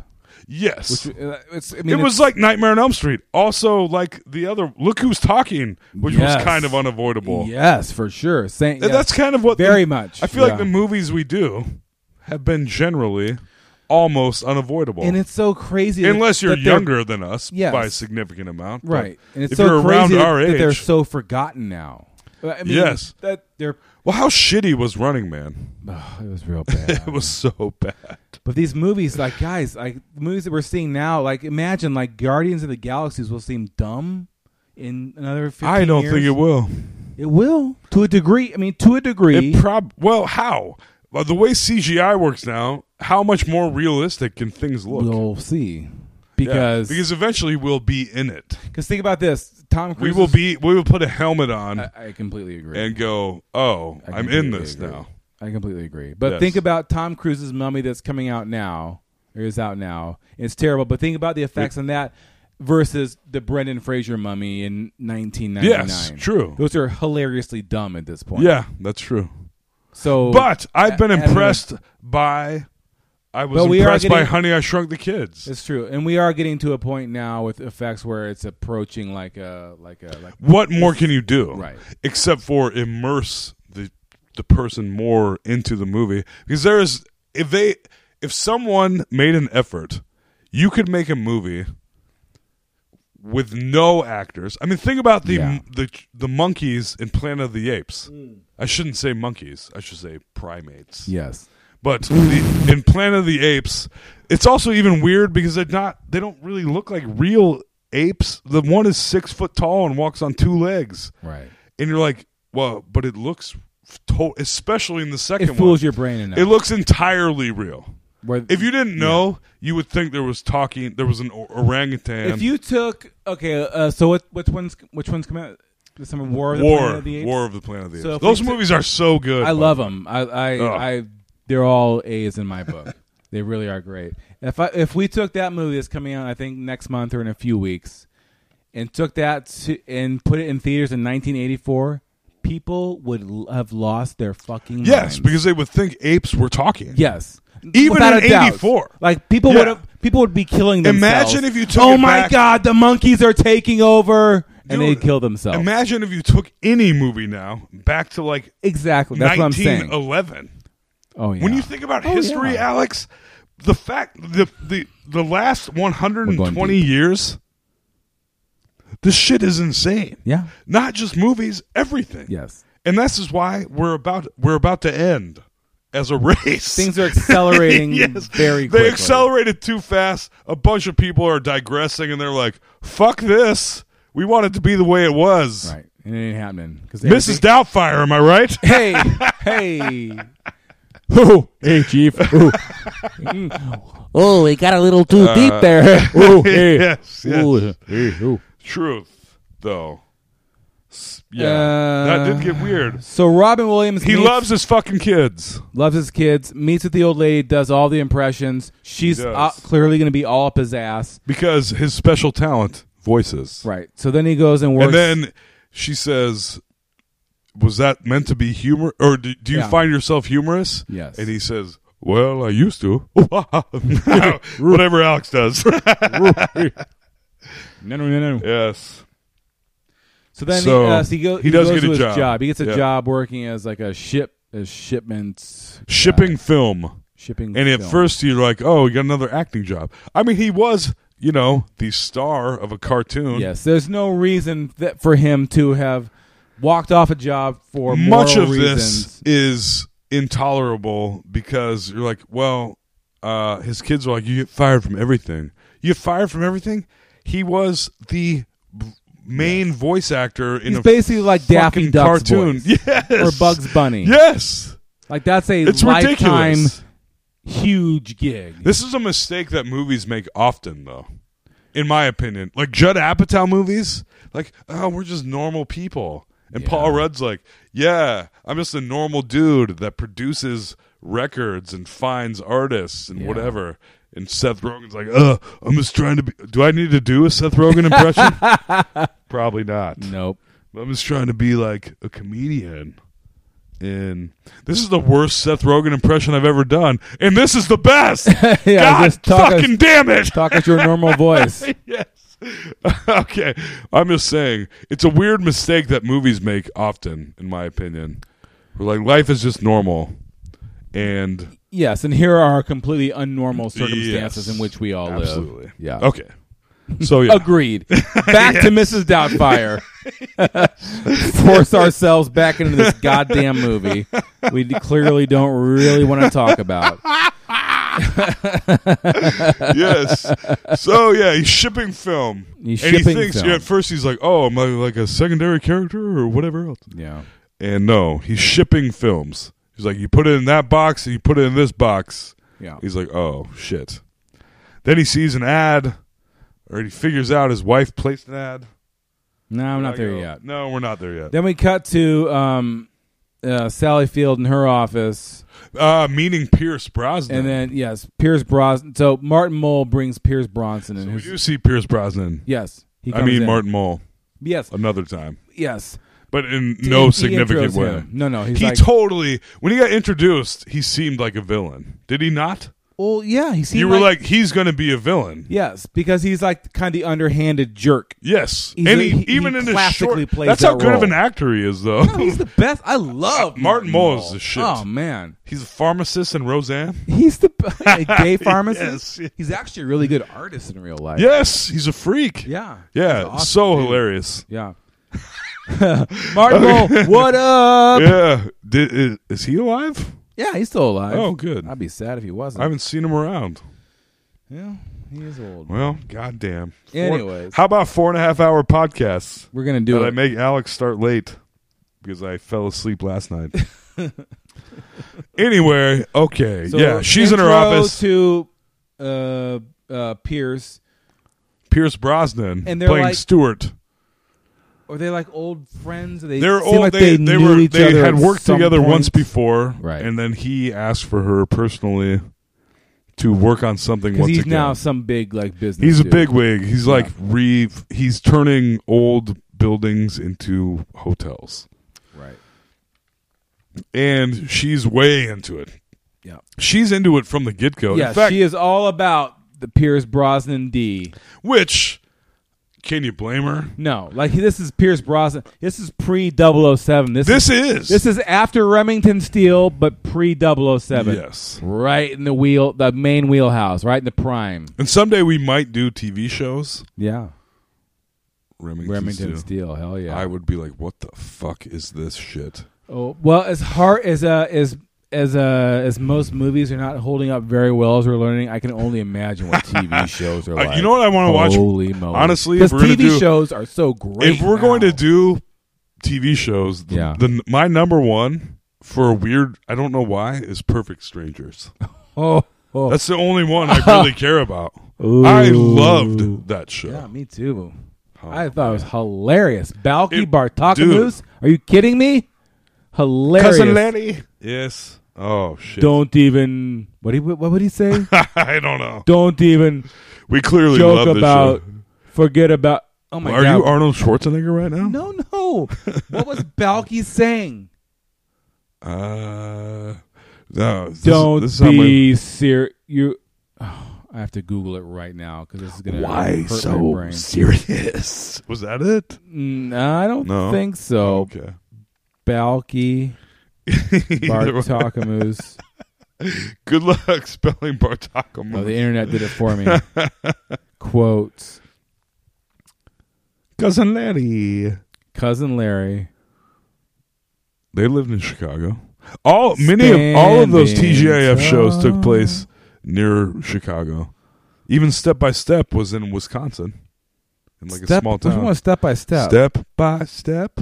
Speaker 11: Yes,
Speaker 13: Which, uh, it's- I mean,
Speaker 11: it was
Speaker 13: it's-
Speaker 11: like Nightmare on Elm Street. Also, like the other Look Who's Talking, which
Speaker 13: Yes.
Speaker 11: was kind of unavoidable.
Speaker 13: Yes, for sure. Saying
Speaker 11: And that's kind of what the-
Speaker 13: very much.
Speaker 11: I feel
Speaker 13: yeah.
Speaker 11: like the movies we do have been generally almost unavoidable.
Speaker 13: and it's so crazy. that-
Speaker 11: unless you're
Speaker 13: that they're-
Speaker 11: younger than us
Speaker 13: Yes.
Speaker 11: by a significant amount, But
Speaker 13: right? And it's
Speaker 11: if
Speaker 13: so
Speaker 11: you're
Speaker 13: crazy
Speaker 11: around our
Speaker 13: that
Speaker 11: age,
Speaker 13: they're so forgotten now. I mean,
Speaker 11: yes,
Speaker 13: that they're
Speaker 11: well. How shitty was Running Man?
Speaker 13: it was real bad.
Speaker 11: it was so bad.
Speaker 13: But these movies, like guys, like the movies that we're seeing now, like imagine like Guardians of the Galaxies will seem dumb in another. 15
Speaker 11: I don't think
Speaker 13: years.
Speaker 11: it will.
Speaker 13: It will to a degree. I mean, to a degree.
Speaker 11: It prob well how well, the way CGI works now. How much more realistic can things look?
Speaker 13: We'll see
Speaker 11: Yeah,
Speaker 13: because
Speaker 11: because eventually we'll be in it.
Speaker 13: because think about this, Tom
Speaker 11: We
Speaker 13: Cruise.
Speaker 11: will
Speaker 13: is-
Speaker 11: be. We will put a helmet on.
Speaker 13: I, I completely agree.
Speaker 11: and go, oh,
Speaker 13: I
Speaker 11: I'm in
Speaker 13: completely
Speaker 11: this
Speaker 13: agree.
Speaker 11: now.
Speaker 13: I completely agree. But
Speaker 11: Yes.
Speaker 13: think about Tom Cruise's Mummy that's coming out now. Or is out now. It's terrible. But think about the effects on that versus the Brendan Fraser Mummy in 1999.
Speaker 11: Yes, true.
Speaker 13: Those are hilariously dumb at this point.
Speaker 11: Yeah, that's true.
Speaker 13: So,
Speaker 11: But I've been
Speaker 13: I- I don't know.
Speaker 11: impressed by. I was
Speaker 13: But we are
Speaker 11: impressed by
Speaker 13: getting-
Speaker 11: Honey, I Shrunk the Kids.
Speaker 13: It's true, and we are getting to a point now with effects where it's approaching like a like a like.
Speaker 11: What more can you do?
Speaker 13: Right.
Speaker 11: Except for immerse the the person more into the movie because there is if they if someone made an effort, you could make a movie with no actors. I mean, think about the
Speaker 13: Yeah. Mm.
Speaker 11: the the monkeys in Planet of the Apes. I shouldn't say monkeys. I should say primates.
Speaker 13: Yes.
Speaker 11: But the, in Planet of the Apes, it's also even weird because they're not they don't really look like real apes. The one is six foot tall and walks on two legs.
Speaker 13: Right.
Speaker 11: And you're like, well, but it looks to- especially in the second
Speaker 13: It fools
Speaker 11: one,
Speaker 13: your brain enough.
Speaker 11: It looks entirely real.
Speaker 13: Where-
Speaker 11: if you didn't know, you would think there was talking there was an o- orangutan.
Speaker 13: If you took okay, uh, so what, which ones which ones come out this summer? War of the
Speaker 11: War.
Speaker 13: Planet of the Apes.
Speaker 11: War of the Planet of the
Speaker 13: So
Speaker 11: Apes.
Speaker 13: if we
Speaker 11: Those
Speaker 13: took-
Speaker 11: movies are so good,
Speaker 13: I
Speaker 11: by
Speaker 13: love
Speaker 11: the way.
Speaker 13: them. I I,
Speaker 11: Ugh.
Speaker 13: I they're all A's in my book. they really are great. If I if we took that movie that's coming out, I think next month or in a few weeks, and took that to, and put it in theaters in 1984, people would l- have lost their fucking
Speaker 11: Yes,
Speaker 13: minds.
Speaker 11: because they would think apes were talking.
Speaker 13: Yes.
Speaker 11: Even
Speaker 13: Without
Speaker 11: in
Speaker 13: a doubt.
Speaker 11: 84.
Speaker 13: Like people
Speaker 11: Yeah.
Speaker 13: would have people would be killing themselves.
Speaker 11: Imagine if you took
Speaker 13: Oh
Speaker 11: it
Speaker 13: my
Speaker 11: back-
Speaker 13: god, the monkeys are taking over and they'd kill themselves.
Speaker 11: Imagine if you took any movie now back to like
Speaker 13: exactly. That's what I'm saying.
Speaker 11: 1911.
Speaker 13: oh yeah.
Speaker 11: When you think about
Speaker 13: Oh,
Speaker 11: history,
Speaker 13: yeah.
Speaker 11: Alex, the fact the the the last
Speaker 13: We're
Speaker 11: 120
Speaker 13: going deep.
Speaker 11: years, this shit is insane.
Speaker 13: Yeah.
Speaker 11: Not just movies, everything.
Speaker 13: Yes.
Speaker 11: And this is why we're about we're about to end as a race.
Speaker 13: Things are accelerating very quickly.
Speaker 11: They accelerated too fast. A bunch of people are digressing and they're like, fuck this. We want it to be the way it was.
Speaker 13: Right. And it ain't happening. 'Cause
Speaker 11: Mrs.
Speaker 13: everything-
Speaker 11: Doubtfire, am I right?
Speaker 13: Hey, hey.
Speaker 11: Ooh, hey, Chief. Ooh.
Speaker 17: Oh, it got a little too
Speaker 11: Uh,
Speaker 17: deep there. Oh, hey.
Speaker 11: yes, yes.
Speaker 17: Ooh, hey, ooh.
Speaker 11: Truth, though. S- Yeah. that did get weird.
Speaker 13: So Robin Williams.
Speaker 11: He
Speaker 13: meets-
Speaker 11: loves his fucking kids.
Speaker 13: Loves his kids. Meets with the old lady. Does all the impressions. She's
Speaker 11: does.
Speaker 13: uh, clearly going to be all up his ass.
Speaker 11: Because his special talent, voices.
Speaker 13: Right. So then he goes and works.
Speaker 11: And then she says, "Was that meant to be humor, or do, do you
Speaker 13: Yeah.
Speaker 11: find yourself humorous?"
Speaker 13: Yes.
Speaker 11: And he says, "Well, I used to." Whatever Alex does.
Speaker 13: no, no, no, no.
Speaker 11: Yes.
Speaker 13: So then
Speaker 11: So,
Speaker 13: he, uh, so he, go,
Speaker 11: he does
Speaker 13: goes
Speaker 11: get
Speaker 13: to
Speaker 11: a
Speaker 13: his
Speaker 11: job.
Speaker 13: He gets a
Speaker 11: Yeah.
Speaker 13: job working as like a ship, a shipments guy.
Speaker 11: Shipping film.
Speaker 13: Shipping.
Speaker 11: And at
Speaker 13: film.
Speaker 11: first you're like, "Oh, he got another acting job." I mean, he was, you know, the star of a cartoon.
Speaker 13: yes, there's no reason that for him to have walked off a job for
Speaker 11: much
Speaker 13: moral
Speaker 11: of
Speaker 13: reasons.
Speaker 11: this is intolerable because you're like, well, uh, his kids are like, you get fired from everything. You get fired from everything. He was the b- main voice actor in
Speaker 13: He's
Speaker 11: a
Speaker 13: basically like
Speaker 11: fucking
Speaker 13: Daffy Duck's
Speaker 11: cartoon.
Speaker 13: voice.
Speaker 11: Yes,
Speaker 13: Or Bugs Bunny.
Speaker 11: Yes,
Speaker 13: Like that's a
Speaker 11: It's
Speaker 13: lifetime
Speaker 11: ridiculous.
Speaker 13: huge gig.
Speaker 11: this is a mistake that movies make often, though. In my opinion, like Judd Apatow movies, like oh, we're just normal people, and Paul Rudd's like, yeah, I'm just a normal dude that produces records and finds artists and whatever. And Seth Rogen's like, uh, I'm just trying to be. Do I need to do a Seth Rogen impression? Probably not.
Speaker 13: Nope.
Speaker 11: I'm just trying to be like a comedian. And this is the worst Seth Rogen impression I've ever done, and this is the best. God
Speaker 13: just talk
Speaker 11: fucking
Speaker 13: as-
Speaker 11: damn it!
Speaker 13: talk as your normal voice.
Speaker 11: yes. okay, I'm just saying it's a weird mistake that movies make often, in my opinion. We're like life is just normal, and
Speaker 13: Yes, and here are completely unnormal circumstances
Speaker 11: Yes.
Speaker 13: in which we all
Speaker 11: Absolutely.
Speaker 13: live. Yeah.
Speaker 11: Okay. So yeah.
Speaker 13: Agreed. Back to Mrs. Doubtfire. Force ourselves back into this goddamn movie we d- clearly don't really want to talk about.
Speaker 11: yes. So yeah, he's shipping film.
Speaker 13: He's
Speaker 11: and
Speaker 13: shipping
Speaker 11: he thinks
Speaker 13: film.
Speaker 11: at first he's like, "Oh, am I like a secondary character or whatever else?"
Speaker 13: Yeah.
Speaker 11: And no, he's shipping films. He's like, "You put it in that box and you put it in this box."
Speaker 13: Yeah.
Speaker 11: He's like, "Oh shit." Then he sees an ad, or he figures out his wife placed an ad.
Speaker 13: No, I'm not
Speaker 11: I
Speaker 13: there
Speaker 11: go,
Speaker 13: yet.
Speaker 11: No, we're not there yet.
Speaker 13: Then we cut to um, uh, Sally Field in her office.
Speaker 11: uh, meeting Pierce Brosnan.
Speaker 13: And then, yes, Pierce Brosnan. So Martin Mole brings Pierce Bronson in.
Speaker 11: we
Speaker 13: Who's
Speaker 11: do see Pierce Brosnan.
Speaker 13: Yes, he
Speaker 11: I
Speaker 13: comes
Speaker 11: mean
Speaker 13: in.
Speaker 11: Martin Mull.
Speaker 13: Yes.
Speaker 11: Another time.
Speaker 13: yes.
Speaker 11: but in
Speaker 13: He-
Speaker 11: no
Speaker 13: he
Speaker 11: significant
Speaker 13: intros
Speaker 11: way.
Speaker 13: him. No, no, he's
Speaker 11: he
Speaker 13: like-
Speaker 11: totally. When he got introduced, he seemed like a villain. Did he not?
Speaker 13: Well, yeah, he seemed
Speaker 11: you were like, he's going to be a villain.
Speaker 13: Yes, because he's like kind of the underhanded jerk.
Speaker 11: Yes,
Speaker 13: He's
Speaker 11: and
Speaker 13: a-
Speaker 11: he,
Speaker 13: he-
Speaker 11: even
Speaker 13: he
Speaker 11: in his
Speaker 13: classically
Speaker 11: short,
Speaker 13: plays
Speaker 11: that's how
Speaker 13: that
Speaker 11: good of
Speaker 13: role.
Speaker 11: an actor he is, though.
Speaker 13: He's the best. I love
Speaker 11: Martin Mull is the shit.
Speaker 13: Oh man,
Speaker 11: He's a pharmacist in Roseanne.
Speaker 13: he's the a gay pharmacist.
Speaker 11: Yes.
Speaker 13: He's actually a really good artist in real life.
Speaker 11: Yes, he's a freak.
Speaker 13: Yeah,
Speaker 11: yeah,
Speaker 13: He's awesome.
Speaker 11: so hilarious.
Speaker 13: yeah. Martin Mull, what up?
Speaker 11: Yeah, Did, is, is he alive?
Speaker 13: Yeah, he's still alive.
Speaker 11: Oh, good.
Speaker 13: I'd be sad if he wasn't.
Speaker 11: I haven't seen him around.
Speaker 13: yeah, he is old.
Speaker 11: Well, goddamn. Four-
Speaker 13: Anyways.
Speaker 11: how about four and a half hour podcasts?
Speaker 13: We're gonna do
Speaker 11: that I
Speaker 13: it.
Speaker 11: make Alex start late because I fell asleep last night. anyway, okay,
Speaker 13: So,
Speaker 11: yeah, she's in her
Speaker 13: intro
Speaker 11: office.
Speaker 13: to uh, uh, Pierce.
Speaker 11: Pierce Brosnan
Speaker 13: And they're
Speaker 11: playing
Speaker 13: like-
Speaker 11: Stewart.
Speaker 13: Are they like old friends? Are they
Speaker 11: They're
Speaker 13: seem
Speaker 11: old.
Speaker 13: Like
Speaker 11: they
Speaker 13: they,
Speaker 11: they
Speaker 13: knew
Speaker 11: were
Speaker 13: each
Speaker 11: they
Speaker 13: other
Speaker 11: had
Speaker 13: at
Speaker 11: worked
Speaker 13: some
Speaker 11: together
Speaker 13: point.
Speaker 11: once before,
Speaker 13: Right.
Speaker 11: And then he asked for her personally to work on something
Speaker 13: Because
Speaker 11: once
Speaker 13: he's
Speaker 11: again.
Speaker 13: now some big like business.
Speaker 11: He's a
Speaker 13: dude.
Speaker 11: big wig. He's like re. He's turning old buildings into hotels,
Speaker 13: right.
Speaker 11: and she's way into it.
Speaker 13: Yeah.
Speaker 11: she's into it from the get go.
Speaker 13: Yeah,
Speaker 11: In fact,
Speaker 13: she is all about the Pierce Brosnan D.
Speaker 11: which can you blame her?
Speaker 13: No, like this is Pierce Brosnan. This is pre 007. This,
Speaker 11: This
Speaker 13: is,
Speaker 11: is.
Speaker 13: this is after Remington Steel, but pre 007.
Speaker 11: Yes.
Speaker 13: right in the wheel, the main wheelhouse, right in the prime.
Speaker 11: And someday we might do TV shows.
Speaker 13: Yeah,
Speaker 11: Remington, Steel.
Speaker 13: Remington Steel. Hell yeah.
Speaker 11: I would be like, what the fuck is this shit?
Speaker 13: oh well, as hard as uh as as uh, as most movies are not holding up very well as we're learning, I can only imagine what TV shows are
Speaker 11: Uh,
Speaker 13: like.
Speaker 11: you know what I want to watch?
Speaker 13: Holy moly!
Speaker 11: Honestly, if
Speaker 13: because
Speaker 11: we're gonna
Speaker 13: TV
Speaker 11: do-
Speaker 13: shows are so great.
Speaker 11: If we're going to do TV shows, the,
Speaker 13: Yeah.
Speaker 11: the my number one for a weird, I don't know why, is Perfect Strangers.
Speaker 13: Oh, oh.
Speaker 11: that's the only one I really care about. I loved that show.
Speaker 13: Yeah, me too. I thought it was hilarious. Balky Bartakamus?
Speaker 11: Oh, dude.
Speaker 13: Are you kidding me? Hilarious.
Speaker 11: Cousin Lenny. Yes. Oh shit.
Speaker 13: Don't even. What do you- what would he say?
Speaker 11: I don't know.
Speaker 13: Don't even.
Speaker 11: We clearly
Speaker 13: joke
Speaker 11: love this
Speaker 13: about.
Speaker 11: show.
Speaker 13: Forget about. Oh my
Speaker 11: Are
Speaker 13: god!
Speaker 11: you Arnold Schwarzenegger right now?
Speaker 13: No, no. what was Balky saying?
Speaker 11: Uh, no. This,
Speaker 13: Don't
Speaker 11: this is how my-
Speaker 13: be serious. You. Oh, I have to Google it right now because this is gonna.
Speaker 11: Why
Speaker 13: hurt my
Speaker 11: so
Speaker 13: brain.
Speaker 11: serious? Was that it?
Speaker 13: No, I don't
Speaker 11: No?
Speaker 13: think so.
Speaker 11: Okay.
Speaker 13: Balky Bartakamus.
Speaker 11: Good luck spelling Bartakamus.
Speaker 13: No, Oh, the internet did it for me. Quotes.
Speaker 11: Cousin Larry.
Speaker 13: Cousin Larry.
Speaker 11: They lived in Chicago. All many of all of those
Speaker 13: Standing
Speaker 11: TGIF shows took place near Chicago. Even Step by Step was in Wisconsin, in like a
Speaker 13: Step-
Speaker 11: small
Speaker 13: which
Speaker 11: town.
Speaker 13: one, Step by Step?
Speaker 11: Step by step,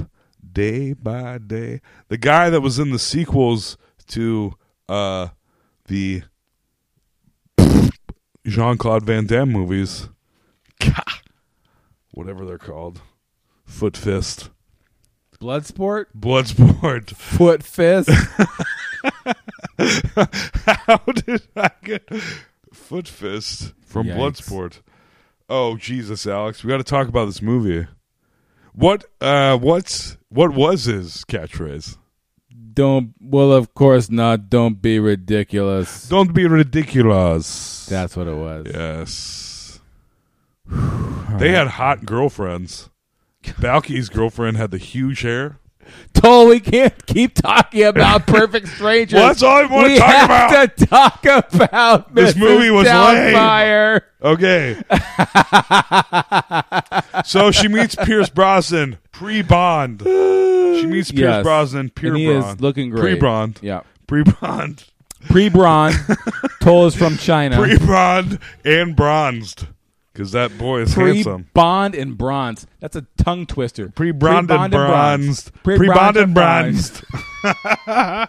Speaker 11: day by day. The guy that was in the sequels to uh the Jean Claude Van Damme movies, Gah. whatever they're called, Foot Fist,
Speaker 13: Bloodsport?
Speaker 11: Bloodsport.
Speaker 13: Foot Fist?
Speaker 11: How did I get Foot Fist from
Speaker 13: Yikes.
Speaker 11: Bloodsport? Oh Jesus, Alex, we got to talk about this movie. What uh what's what was his catchphrase?
Speaker 13: Don't. Well, of course not. Don't be ridiculous.
Speaker 11: Don't be ridiculous.
Speaker 13: That's what it was.
Speaker 11: Yes. They had hot girlfriends. Balky's girlfriend had the huge hair.
Speaker 13: Totally can't keep talking about Perfect Strangers.
Speaker 11: Well, that's all I wanna
Speaker 13: we
Speaker 11: talk
Speaker 13: have
Speaker 11: about.
Speaker 13: to talk about
Speaker 11: This
Speaker 13: Mrs.
Speaker 11: movie was lame.
Speaker 13: Doubtfire.
Speaker 11: Okay. so she meets Pierce Brosnan pre Bond. She meets Pierce
Speaker 13: Yes.
Speaker 11: Brosnan, Pierre
Speaker 13: And he
Speaker 11: Brosnan.
Speaker 13: is looking great.
Speaker 11: Pre Bond.
Speaker 13: Yeah.
Speaker 11: Pre Bond.
Speaker 13: Pre Braun. Toll is from China.
Speaker 11: Pre Bond and bronzed. Because that boy is handsome.
Speaker 13: Pre-bond and bronze. That's a tongue twister.
Speaker 11: Pre-bond and bronzed.
Speaker 13: Pre-bond and bronzed.
Speaker 11: Pre-bond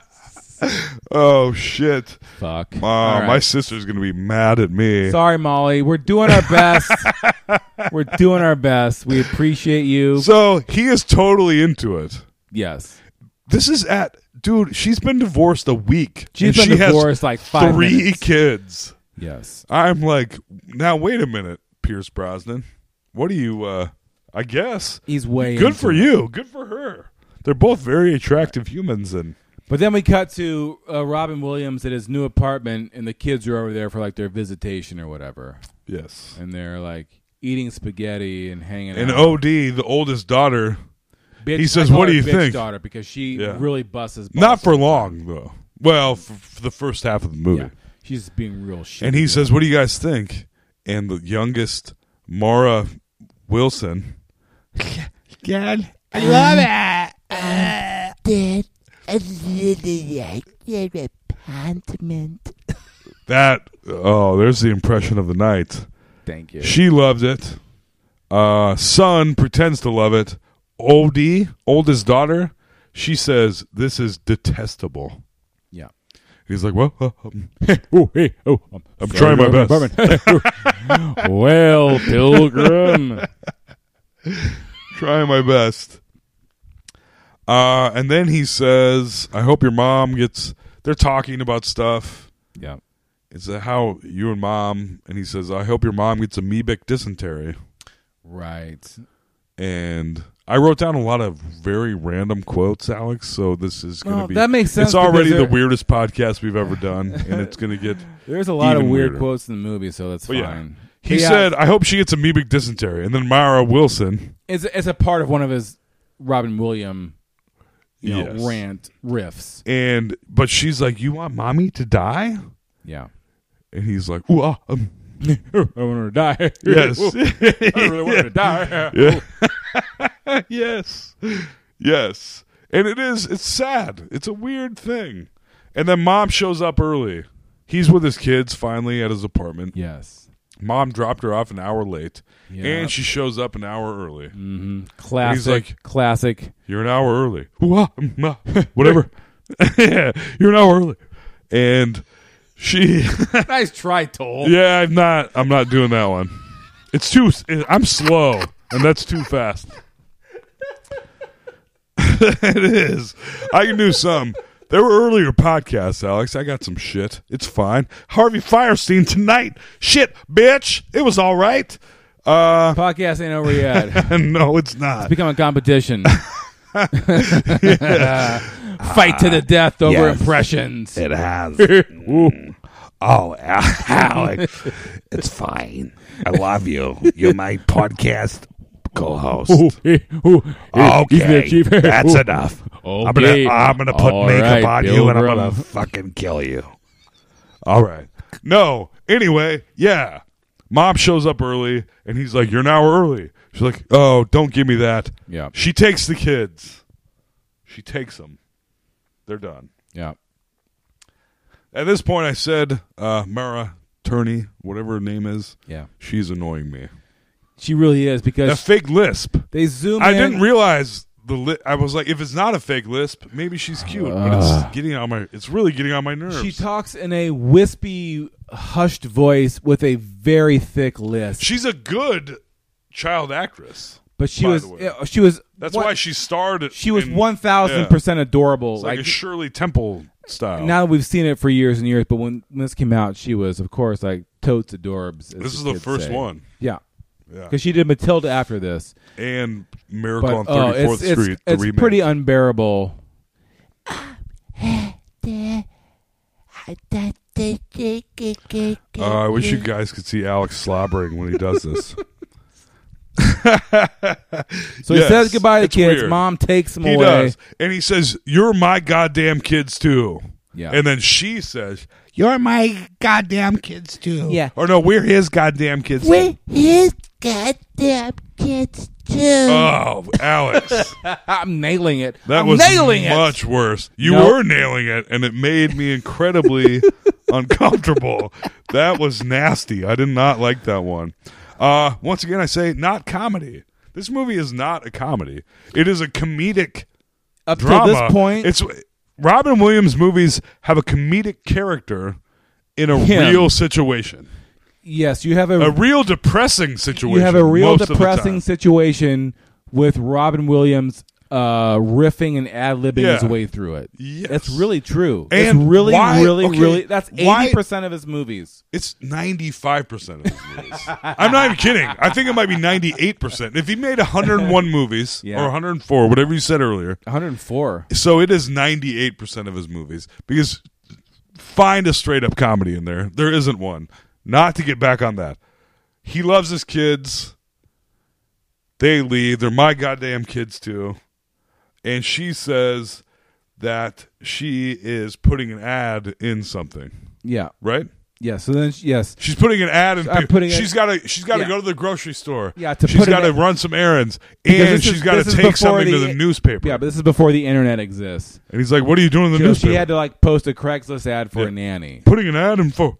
Speaker 11: Oh, shit.
Speaker 13: Fuck.
Speaker 11: Uh,
Speaker 13: All right.
Speaker 11: My sister's going to be mad at me.
Speaker 13: Sorry, Molly. We're doing our best. We're doing our best. We appreciate you.
Speaker 11: So he is totally into it.
Speaker 13: Yes.
Speaker 11: This is at dude. She's been divorced a week.
Speaker 13: She's
Speaker 11: and
Speaker 13: been
Speaker 11: she has
Speaker 13: divorced, like, five
Speaker 11: three
Speaker 13: minutes.
Speaker 11: kids.
Speaker 13: Yes.
Speaker 11: I'm like, now wait a minute, Pierce Brosnan. What do you? uh I guess
Speaker 13: He's way
Speaker 11: good
Speaker 13: into
Speaker 11: for
Speaker 13: it.
Speaker 11: you. Good for her. They're both very attractive humans, and
Speaker 13: But then we cut to uh, Robin Williams at his new apartment, and the kids are over there for like their visitation or whatever.
Speaker 11: Yes.
Speaker 13: And they're like eating spaghetti and hanging
Speaker 11: and
Speaker 13: out.
Speaker 11: OD, the oldest daughter,
Speaker 13: Bitch-
Speaker 11: he
Speaker 13: I
Speaker 11: says,
Speaker 13: call
Speaker 11: "What
Speaker 13: her
Speaker 11: do you
Speaker 13: bitch
Speaker 11: think?"
Speaker 13: Daughter, because she
Speaker 11: Yeah.
Speaker 13: really busts his balls.
Speaker 11: Not for long though. Well, for, for the first half of the movie.
Speaker 13: Yeah. She's being real shit.
Speaker 11: And he says, "What do you guys think?" And the youngest, Mara Wilson,
Speaker 17: God, I love it. Uh, Dad, I really like your apartment.
Speaker 11: that oh, there's the impression of the night.
Speaker 13: Thank you.
Speaker 11: She loved it. Uh, son pretends to love it. Od, oldest daughter, she says, "This is detestable."
Speaker 13: Yeah.
Speaker 11: He's like, "Well, uh, um, oh, hey, oh, I'm, I'm trying my best."
Speaker 13: well, pilgrim.
Speaker 11: trying my best. Uh, and then he says, "I hope your mom gets." They're talking about stuff.
Speaker 13: Yeah.
Speaker 11: It's uh, how you and mom, and he says, "I hope your mom gets amoebic dysentery."
Speaker 13: Right.
Speaker 11: And I wrote down a lot of very random quotes, Alex. So this is going to
Speaker 13: Well,
Speaker 11: be
Speaker 13: that makes sense
Speaker 11: It's already
Speaker 13: because
Speaker 11: the
Speaker 13: there-
Speaker 11: weirdest podcast we've ever done, and it's going to get
Speaker 13: There's a lot
Speaker 11: even
Speaker 13: of weird
Speaker 11: weirder.
Speaker 13: quotes in the movie, so that's
Speaker 11: But yeah.
Speaker 13: fine.
Speaker 11: He
Speaker 13: But yeah,
Speaker 11: said, "I hope she gets amoebic dysentery," and then Myra Wilson.
Speaker 13: it's, it's a part of one of his Robin William you know,
Speaker 11: Yes.
Speaker 13: rant riffs.
Speaker 11: And but she's like, "You want mommy to die?"
Speaker 13: Yeah.
Speaker 11: And he's like, "Ooh, ah, um,
Speaker 13: I want her to die.
Speaker 11: Yes.
Speaker 13: I really want her to die.
Speaker 11: Yeah. yes. Yes. And it is it's sad. It's a weird thing. And then mom shows up early. He's with his kids finally at his apartment.
Speaker 13: Yes.
Speaker 11: Mom dropped her off an hour late,
Speaker 13: Yep.
Speaker 11: and she shows up an hour early. Mm-hmm.
Speaker 13: Classic.
Speaker 11: He's like,
Speaker 13: classic.
Speaker 11: You're an hour early. Whoa, uh, whatever. yeah, you're an hour early. And she,
Speaker 13: nice try, Toll.
Speaker 11: yeah, I'm not. I'm not doing that one. It's too. I'm slow, and that's too fast. it is. I can do some. There were earlier podcasts, Alex. I got some shit. It's fine. Harvey Firestein tonight. Shit, bitch. It was all right. Uh,
Speaker 13: Podcast ain't over yet.
Speaker 11: no, it's not.
Speaker 13: It's become a competition. Fight to the death over
Speaker 19: Yes,
Speaker 13: impressions.
Speaker 19: It has. Mm. oh, Alex, it's fine. I love you. You're my podcast co-host.
Speaker 13: Ooh, eh, ooh,
Speaker 11: Uh,
Speaker 13: Oh, eh, even the
Speaker 19: Okay,
Speaker 13: chief-
Speaker 19: that's
Speaker 13: ooh.
Speaker 19: enough. I'm gonna,
Speaker 13: Okay.
Speaker 19: I'm gonna put
Speaker 13: All
Speaker 19: makeup
Speaker 13: right,
Speaker 19: on
Speaker 13: Bill
Speaker 19: you, and I'm
Speaker 13: Grimm.
Speaker 19: gonna fucking kill you.
Speaker 11: All right. No. Anyway, yeah. Mom shows up early and he's like, You're an hour early. She's like, Oh, don't give me that.
Speaker 13: Yeah.
Speaker 11: She takes the kids. She takes them. They're done.
Speaker 13: Yeah.
Speaker 11: At this point, I said, uh, Mara Turney, whatever her name is.
Speaker 13: Yeah.
Speaker 11: She's annoying me.
Speaker 13: She really is because
Speaker 11: That fake lisp.
Speaker 13: They zoom.
Speaker 11: I
Speaker 13: in.
Speaker 11: didn't realize the li- I was like, if it's not a fake lisp, maybe she's cute, but it's getting on my. It's really getting on my nerves.
Speaker 13: She talks in a wispy, hushed voice with a very thick lisp.
Speaker 11: She's a good child actress.
Speaker 13: But she
Speaker 11: by
Speaker 13: was-
Speaker 11: the way.
Speaker 13: yeah, she was-
Speaker 11: That's
Speaker 13: what-
Speaker 11: why she starred.
Speaker 13: she was
Speaker 11: in-
Speaker 13: 1000% adorable,
Speaker 11: It's like, a
Speaker 13: like-
Speaker 11: Shirley Temple style.
Speaker 13: Now that we've seen it for years and years, but when, when this came out, she was, of course, like totes adorbs. as
Speaker 11: This is the
Speaker 13: kids
Speaker 11: first
Speaker 13: say.
Speaker 11: one.
Speaker 13: Yeah.
Speaker 11: Yeah.
Speaker 13: Because she did Matilda after this.
Speaker 11: and Miracle
Speaker 13: But,
Speaker 11: on
Speaker 13: oh,
Speaker 11: Thirty Fourth
Speaker 13: it's, it's-
Speaker 11: Street. the
Speaker 13: It's,
Speaker 11: remake.
Speaker 13: pretty unbearable.
Speaker 11: Uh, I wish you guys could see Alex slobbering when he does this.
Speaker 13: So he says goodbye to the
Speaker 11: it's
Speaker 13: kids. Mom takes them
Speaker 11: he
Speaker 13: away.
Speaker 11: does. and he says, "You're my goddamn kids too."
Speaker 13: Yeah.
Speaker 11: And then she says,
Speaker 16: You're my goddamn kids too. Yeah.
Speaker 11: "Or no, we're his goddamn kids."
Speaker 16: Wait.
Speaker 17: His goddamn kids too.
Speaker 11: Oh, Alex.
Speaker 13: I'm nailing it.
Speaker 11: That
Speaker 13: I'm
Speaker 11: was
Speaker 13: nailing it.
Speaker 11: much worse. You
Speaker 13: Nope.
Speaker 11: were nailing it, and it made me incredibly uncomfortable. That was nasty. I did not like that one. Uh, once again, I say not comedy. This movie is not a comedy. It is a comedic
Speaker 13: Up till
Speaker 11: drama.
Speaker 13: this point-
Speaker 11: it's Robin Williams movies have a comedic character in a
Speaker 13: Him.
Speaker 11: real situation,
Speaker 13: Yes, you have a,
Speaker 11: a real depressing situation.
Speaker 13: you have a real
Speaker 11: most of the
Speaker 13: depressing
Speaker 11: time.
Speaker 13: situation with Robin Williams uh, riffing and ad libbing his
Speaker 11: Yeah.
Speaker 13: way through it.
Speaker 11: Yes.
Speaker 13: That's really true. it's
Speaker 11: And
Speaker 13: really,
Speaker 11: why-
Speaker 13: really,
Speaker 11: okay,
Speaker 13: really. That's
Speaker 11: why-
Speaker 13: 80% of his movies.
Speaker 11: It's ninety five percent of his movies. I'm not even kidding. I think it might be ninety eight percent. If he made hundred and one movies
Speaker 13: Yeah.
Speaker 11: or hundred and four, whatever you said earlier.
Speaker 13: 104.
Speaker 11: So it is ninety eight percent of his movies. Because find a straight up comedy in there. There isn't one. Not to get back on that. He loves his kids. They leave. They're my goddamn kids too. And she says that she is putting an ad in something.
Speaker 13: Yeah.
Speaker 11: Right?
Speaker 13: Yeah. So then, she- yes.
Speaker 11: She's putting an ad in.
Speaker 13: I'm
Speaker 11: She's
Speaker 13: putting it-
Speaker 11: got to. She's got to
Speaker 13: Yeah.
Speaker 11: go to the grocery store.
Speaker 13: Yeah, to
Speaker 11: she's
Speaker 13: put it
Speaker 11: got to
Speaker 13: in-
Speaker 11: run some errands,
Speaker 13: Because
Speaker 11: and
Speaker 13: this is-
Speaker 11: she's got to
Speaker 13: this is
Speaker 11: take
Speaker 13: before
Speaker 11: something to the newspaper.
Speaker 13: Yeah, but this is before the internet exists.
Speaker 11: and he's like, "What are you doing in the
Speaker 13: So
Speaker 11: newspaper?
Speaker 13: she had to like post a Craigslist ad for
Speaker 11: Yeah.
Speaker 13: a nanny.
Speaker 11: putting an ad in for."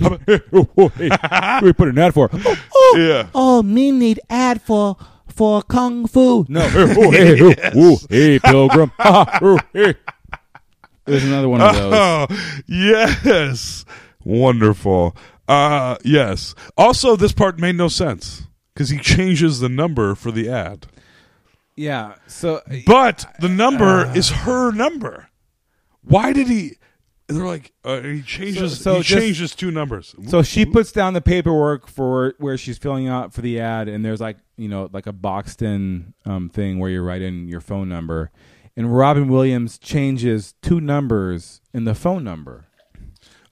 Speaker 11: How about- hey, oh, oh, hey,
Speaker 13: we put an ad for.
Speaker 11: yeah.
Speaker 17: Oh, me need ad for for kung fu.
Speaker 13: No. Hey, oh, hey, oh, oh, hey, pilgrim. Ha, ha, oh, hey. There's another one of those.
Speaker 11: Oh, yes. Wonderful. Uh, yes. Also, this part made no sense because he changes the number for the ad.
Speaker 13: Yeah. So
Speaker 11: But the number
Speaker 13: Uh.
Speaker 11: is her number. Why did he? They're like uh, he changes.
Speaker 13: So- so
Speaker 11: he
Speaker 13: just-
Speaker 11: changes two numbers.
Speaker 13: So she puts down the paperwork for where she's filling out for the ad, and there's like you know like a boxed in um, thing where you write in your phone number, and Robin Williams changes two numbers in the phone number.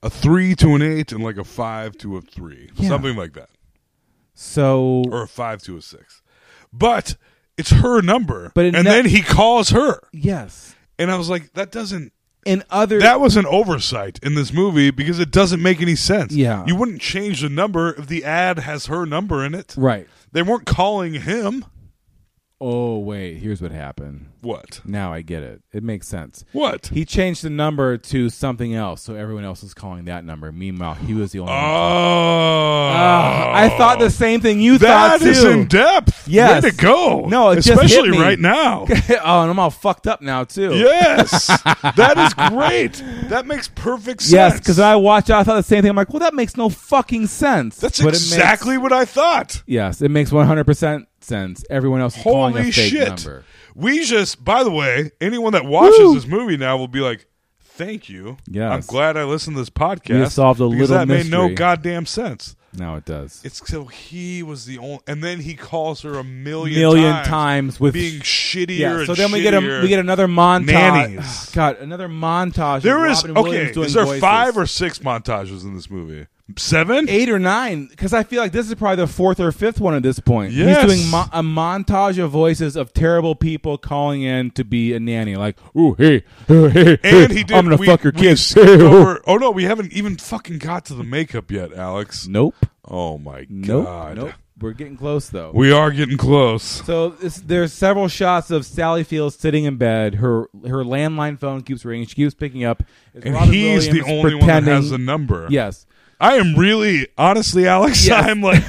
Speaker 11: a three to an eight and like a five to a three,
Speaker 13: Yeah.
Speaker 11: something like that,
Speaker 13: So
Speaker 11: or a five to a six. But it's her number.
Speaker 13: But it
Speaker 11: and
Speaker 13: ne-
Speaker 11: then he calls her,
Speaker 13: yes,
Speaker 11: and I was like, that doesn't.
Speaker 13: in other
Speaker 11: That was an oversight in this movie because it doesn't make any sense.
Speaker 13: Yeah.
Speaker 11: you wouldn't change the number if the ad has her number in it.
Speaker 13: right
Speaker 11: They weren't calling him.
Speaker 13: Oh wait, here's what happened.
Speaker 11: What?
Speaker 13: Now I get it. It makes sense.
Speaker 11: What?
Speaker 13: He changed the number to something else, so everyone else was calling that number. Meanwhile, he was the only. one
Speaker 11: Oh.
Speaker 13: Ah, I thought the same thing you thought
Speaker 11: That
Speaker 13: too.
Speaker 11: is in depth.
Speaker 13: Yes.
Speaker 11: Way to go.
Speaker 13: No, it just hit
Speaker 11: especially
Speaker 13: me.
Speaker 11: right now.
Speaker 13: oh, and I'm all fucked up now too.
Speaker 11: Yes, that is great. That makes perfect sense.
Speaker 13: Yes, because I watched. I thought the same thing. I'm like, well, that makes no fucking sense.
Speaker 11: that's
Speaker 13: But it makes-
Speaker 11: exactly what I thought.
Speaker 13: yes, it makes 100 percent sense. Everyone else is calling
Speaker 11: Holy
Speaker 13: a fake
Speaker 11: shit!
Speaker 13: number.
Speaker 11: We just, by the way, anyone that watches
Speaker 13: Woo.
Speaker 11: this movie now will be like, "Thank you.
Speaker 13: Yes.
Speaker 11: I'm glad I listened to this podcast.
Speaker 13: We have solved a
Speaker 11: because
Speaker 13: little
Speaker 11: that made no
Speaker 13: mystery.
Speaker 11: goddamn sense.
Speaker 13: Now it does.
Speaker 11: It's so he was the only, and then he calls her a million
Speaker 13: million
Speaker 11: times,
Speaker 13: times, with
Speaker 11: being shittier.
Speaker 13: Yeah, so
Speaker 11: and
Speaker 13: then we get a
Speaker 11: shittier.
Speaker 13: we get another montage.
Speaker 11: Nannies.
Speaker 13: God, another montage.
Speaker 11: There
Speaker 13: of
Speaker 11: is
Speaker 13: Robin
Speaker 11: okay.
Speaker 13: Williams doing
Speaker 11: Is there
Speaker 13: voices.
Speaker 11: five or six montages in this movie? Seven,
Speaker 13: eight or nine? Because I feel like this is probably the fourth or fifth one at this point.
Speaker 11: Yes.
Speaker 13: He's doing mo- a montage of voices of terrible people calling in to be a nanny. Like, ooh, hey, hey, hey,
Speaker 11: And
Speaker 13: hey,
Speaker 11: he did.
Speaker 13: I'm gonna
Speaker 11: we-
Speaker 13: fuck your
Speaker 11: we
Speaker 13: kids.
Speaker 11: skipped over- oh no, we haven't even fucking got to the makeup yet, Alex.
Speaker 13: Nope.
Speaker 11: Oh my
Speaker 13: Nope,
Speaker 11: god.
Speaker 13: nope. We're getting close though.
Speaker 11: We are getting close.
Speaker 13: So this, there's several shots of Sally Fields sitting in bed. Her her landline phone keeps ringing. She keeps picking up. It's
Speaker 11: And
Speaker 13: Robin
Speaker 11: he's the
Speaker 13: Williams
Speaker 11: only one that has
Speaker 13: pretending-
Speaker 11: the number.
Speaker 13: Yes.
Speaker 11: I am really honestly, Alex.
Speaker 13: Yes.
Speaker 11: I'm like,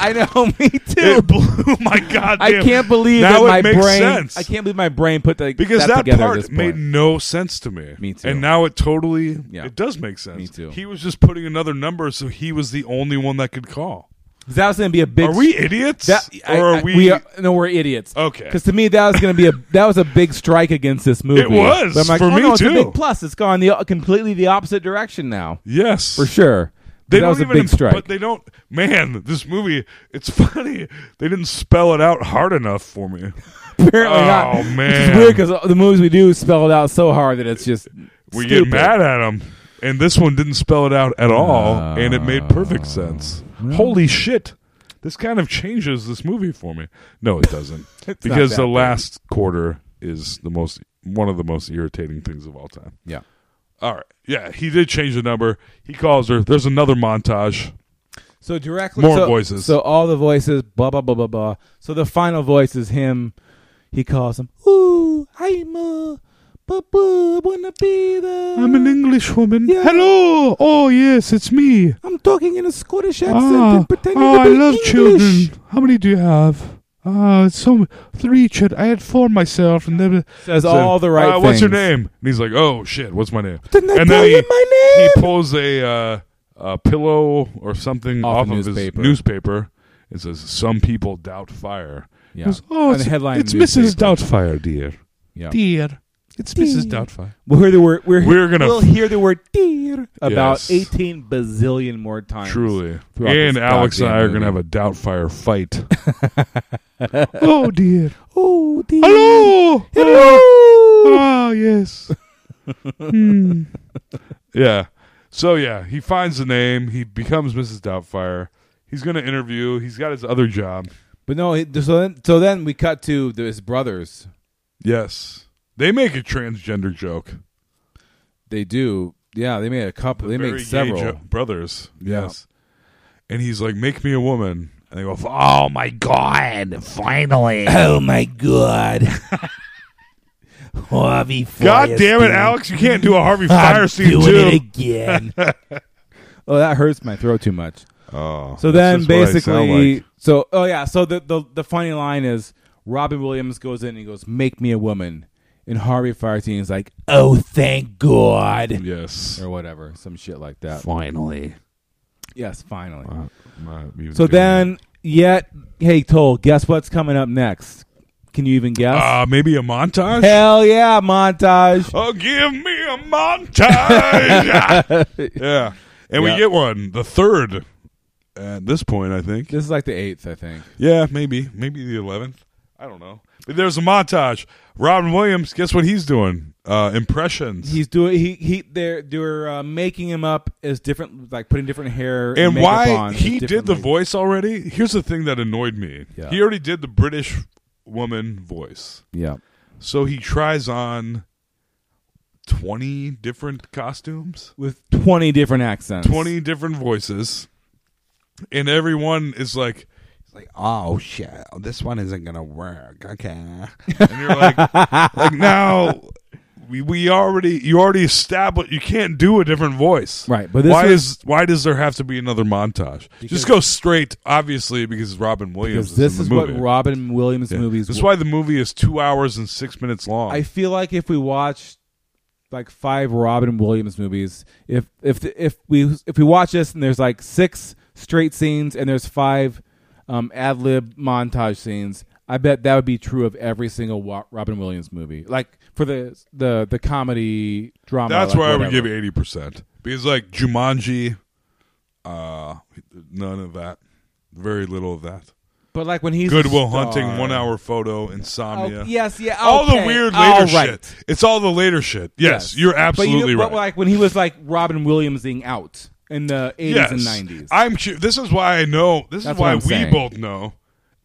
Speaker 13: I know. Me too.
Speaker 11: It blew my god.
Speaker 13: I can't believe
Speaker 11: now
Speaker 13: that
Speaker 11: it
Speaker 13: my
Speaker 11: makes
Speaker 13: brain.
Speaker 11: sense.
Speaker 13: I can't believe my brain put the,
Speaker 11: because
Speaker 13: that
Speaker 11: that,
Speaker 13: together at this
Speaker 11: part made
Speaker 13: point.
Speaker 11: no sense to me.
Speaker 13: Me too.
Speaker 11: And now it totally
Speaker 13: Yeah.
Speaker 11: it does make sense.
Speaker 13: Me too.
Speaker 11: He was just putting another number, so he was the only one that could call.
Speaker 13: That was going to be a big.
Speaker 11: Are we idiots?
Speaker 13: That- I-
Speaker 11: Or are
Speaker 13: I-
Speaker 11: we-
Speaker 13: no, we're idiots.
Speaker 11: Okay.
Speaker 13: Because to me, that was going to be a that was a big strike against this movie.
Speaker 11: It was,
Speaker 13: But I'm like,
Speaker 11: for
Speaker 13: oh,
Speaker 11: me
Speaker 13: no, it's a
Speaker 11: too.
Speaker 13: big plus, it's gone the completely the opposite direction now.
Speaker 11: Yes,
Speaker 13: for sure.
Speaker 11: They
Speaker 13: that
Speaker 11: don't
Speaker 13: was a
Speaker 11: even
Speaker 13: big
Speaker 11: imp-
Speaker 13: strike.
Speaker 11: But they don't. Man, this movie. It's funny. They didn't spell it out hard enough for me.
Speaker 13: Apparently
Speaker 11: oh,
Speaker 13: not.
Speaker 11: Oh
Speaker 13: It's
Speaker 11: man,
Speaker 13: weird because the movies we do spell it out so hard that it's just
Speaker 11: we
Speaker 13: stupid.
Speaker 11: get mad at them, and this one didn't spell it out at all, and it made perfect sense. Holy shit! This kind of changes this movie for me. No, it doesn't,
Speaker 13: It's not
Speaker 11: because
Speaker 13: that
Speaker 11: the
Speaker 13: bad.
Speaker 11: last quarter is the most one of the most irritating things of all time.
Speaker 13: Yeah.
Speaker 11: All right. Yeah, he did change the number. He calls her. There's another montage.
Speaker 13: So directly
Speaker 11: More
Speaker 13: so-
Speaker 11: voices.
Speaker 13: So all the voices, blah blah blah blah blah. So the final voice is him. He calls him. Ooh, I'm a papa. Wanna be the?
Speaker 11: I'm an English woman. Hello. Oh yes, it's me.
Speaker 13: I'm talking in a Scottish accent
Speaker 20: Ah,
Speaker 13: and pretending
Speaker 20: oh,
Speaker 13: to
Speaker 20: I
Speaker 13: be
Speaker 20: love
Speaker 13: English.
Speaker 20: children. How many do you have? Ah, so three children. I had four myself, and then
Speaker 13: Says all the right
Speaker 11: uh, What's your
Speaker 13: things.
Speaker 11: name? And he's like, oh shit, what's my name?
Speaker 13: Didn't I
Speaker 11: and
Speaker 13: tell
Speaker 11: then
Speaker 13: you
Speaker 11: he, he pulls a, uh, a pillow or something off,
Speaker 13: Off a
Speaker 11: of
Speaker 13: newspaper.
Speaker 11: his newspaper. It says, "Some people doubt fire." He
Speaker 13: Yeah.
Speaker 11: goes,
Speaker 13: On
Speaker 11: oh, it's,
Speaker 13: the headline
Speaker 11: it's
Speaker 13: newspaper.
Speaker 11: Mrs. Doubtfire, dear.
Speaker 13: Yeah.
Speaker 20: dear. It's Mrs. Doubtfire.
Speaker 13: We'll hear the word. We're,
Speaker 11: We're gonna-
Speaker 13: We'll hear the word dear about
Speaker 11: Yes.
Speaker 13: eighteen bazillion more times.
Speaker 11: Truly.
Speaker 13: throughout
Speaker 11: And
Speaker 13: this
Speaker 11: Alex and I
Speaker 13: goddamn
Speaker 11: are going
Speaker 13: movie.
Speaker 11: to have a Doubtfire fight.
Speaker 20: oh dear.
Speaker 13: Oh dear.
Speaker 20: Hello. Hello. Ah yes. Hmm.
Speaker 11: Yeah. So yeah, he finds the name. He becomes Mrs. Doubtfire. He's going to interview. He's got his other job.
Speaker 13: But no. It, so then, so then we cut to the, his brothers.
Speaker 11: Yes, they make a transgender joke.
Speaker 13: They do. Yeah, they made a couple. they
Speaker 11: Very
Speaker 13: made
Speaker 11: gay
Speaker 13: several.
Speaker 11: jo- brothers.
Speaker 13: Yeah.
Speaker 11: Yes. And he's like, "Make me a woman." And they go,
Speaker 19: Oh my god! Finally!
Speaker 11: Oh
Speaker 19: my god! Harvey,
Speaker 11: God damn it, Alex! You can't do a Harvey Firestein
Speaker 13: doing
Speaker 11: too.
Speaker 13: it again. Oh, that hurts my throat too much.
Speaker 11: Oh.
Speaker 13: So
Speaker 11: that's
Speaker 13: then
Speaker 11: just what I sound
Speaker 13: basically
Speaker 11: like.
Speaker 13: so oh yeah, so the, the the funny line is Robin Williams goes in and he goes, Make me a woman and Harvey Firestein is like, Oh thank God
Speaker 11: Yes.
Speaker 13: Or whatever. Some shit like that.
Speaker 19: Finally.
Speaker 13: Yes, finally.
Speaker 11: I'm not even
Speaker 13: so
Speaker 11: doing
Speaker 13: then yet hey Toll, guess what's coming up next? Can you even guess?
Speaker 11: Uh, maybe a montage?
Speaker 13: Hell yeah, montage.
Speaker 11: Oh, give me a montage. yeah. And we
Speaker 13: Yeah.
Speaker 11: get one, the third at this point, I think.
Speaker 13: This is like the eighth, I think.
Speaker 11: Yeah, maybe. Maybe the 11th. I don't know. But there's a montage. Robin Williams, guess what he's doing? Uh, impressions.
Speaker 13: He's doing he he they're they're uh, making him up as different like putting different hair
Speaker 11: and
Speaker 13: makeup
Speaker 11: why
Speaker 13: on as
Speaker 11: he did
Speaker 13: different
Speaker 11: the voice already? Here's the thing that annoyed me.
Speaker 13: Yeah.
Speaker 11: He already did the British woman voice.
Speaker 13: Yeah.
Speaker 11: So he tries on 20 different costumes.
Speaker 13: with 20 different accents.
Speaker 11: 20 different voices and everyone is like
Speaker 19: It's like, oh shit, this one isn't gonna work. Okay, and
Speaker 11: you're like, like now we, we already you already established you can't do a different voice
Speaker 13: right but this
Speaker 11: why
Speaker 13: was-
Speaker 11: is why does there have to be another montage
Speaker 13: Because-
Speaker 11: just go straight obviously because robin williams
Speaker 13: because this
Speaker 11: is,
Speaker 13: is,
Speaker 11: in the
Speaker 13: what
Speaker 11: movie.
Speaker 13: Robin Williams
Speaker 11: Yeah.
Speaker 13: movies.
Speaker 11: that's
Speaker 13: were.
Speaker 11: why the movie is two hours and six minutes long
Speaker 13: I feel like if we watched like five Robin Williams movies, if if if we if we watch this and there's like six straight scenes and there's five um, ad lib montage scenes, I bet that would be true of every single wa- Robin Williams movie. Like for the the the comedy drama.
Speaker 11: that's
Speaker 13: like
Speaker 11: why i would
Speaker 13: whatever.
Speaker 11: give 80% because like jumanji uh none of that very little of that
Speaker 13: But like when he's a
Speaker 11: Goodwill
Speaker 13: star-
Speaker 11: Hunting, one hour photo, insomnia.
Speaker 13: Oh, yes, yeah,
Speaker 11: all the
Speaker 13: okay,
Speaker 11: weird later
Speaker 13: all right.
Speaker 11: shit. It's all the later shit. Yes, you're absolutely
Speaker 13: but you know,
Speaker 11: right.
Speaker 13: But like when he was like Robin Williamsing out in the 80s and 90s.
Speaker 11: I'm. cu- This is why I know. This
Speaker 13: That's
Speaker 11: is why
Speaker 13: what I'm
Speaker 11: we
Speaker 13: saying.
Speaker 11: both know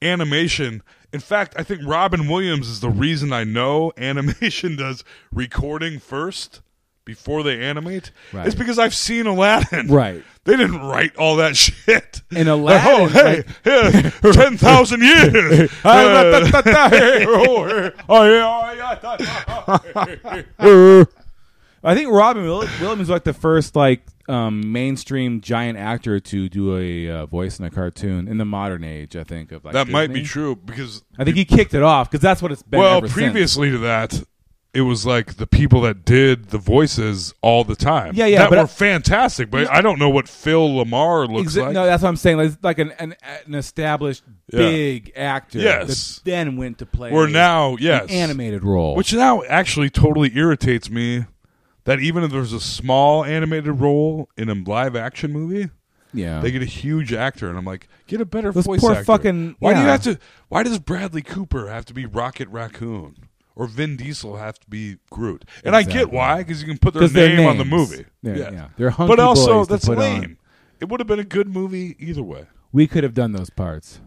Speaker 11: animation. In fact, I think Robin Williams is the reason I know animation does recording first before they animate.
Speaker 13: Right.
Speaker 11: It's because I've seen Aladdin.
Speaker 13: Right.
Speaker 11: They didn't write all that shit.
Speaker 13: In
Speaker 11: Like, oh,
Speaker 13: Aladdin, Ah,
Speaker 11: hey, yeah, for 10,000 years. oh,
Speaker 13: I think Robin Will- Williams was like the first like um, mainstream giant actor to do a uh, voice in a cartoon in the modern age. I think of like
Speaker 11: That might
Speaker 13: Disney.
Speaker 11: be true, because-
Speaker 13: I think he kicked it off because that's what it's been.
Speaker 11: well,
Speaker 13: ever since.
Speaker 11: previously to that, it was like the people that did the voices all the time.
Speaker 13: Yeah, yeah,
Speaker 11: That
Speaker 13: but
Speaker 11: were
Speaker 13: I-
Speaker 11: fantastic, but I don't know what Phil Lamar looks
Speaker 13: Exa-
Speaker 11: like.
Speaker 13: No, that's what I'm saying. Like, it's like an an, an established
Speaker 11: Yeah.
Speaker 13: big actor.
Speaker 11: Yes.
Speaker 13: that then went to play.
Speaker 11: Where now,
Speaker 13: an
Speaker 11: yes,
Speaker 13: animated role.
Speaker 11: which now actually totally irritates me. That even if there's a small animated role in a live action movie,
Speaker 13: Yeah.
Speaker 11: they get a huge actor, and I'm like, get a better
Speaker 13: Those
Speaker 11: voice
Speaker 13: poor
Speaker 11: actor.
Speaker 13: fucking-
Speaker 11: why do you
Speaker 13: yeah.
Speaker 11: have to? Why does Bradley Cooper have to be Rocket Raccoon? Or Vin Diesel have to be Groot, and I get
Speaker 13: Exactly.
Speaker 11: why because you can put their
Speaker 13: 'Cause their
Speaker 11: name on the
Speaker 13: names.
Speaker 11: movie.
Speaker 13: Yeah,
Speaker 11: Yes.
Speaker 13: yeah. They're hunky
Speaker 11: but also
Speaker 13: boys to
Speaker 11: that's
Speaker 13: put on.
Speaker 11: lame. It would have been a good movie either way.
Speaker 13: we could have done those parts.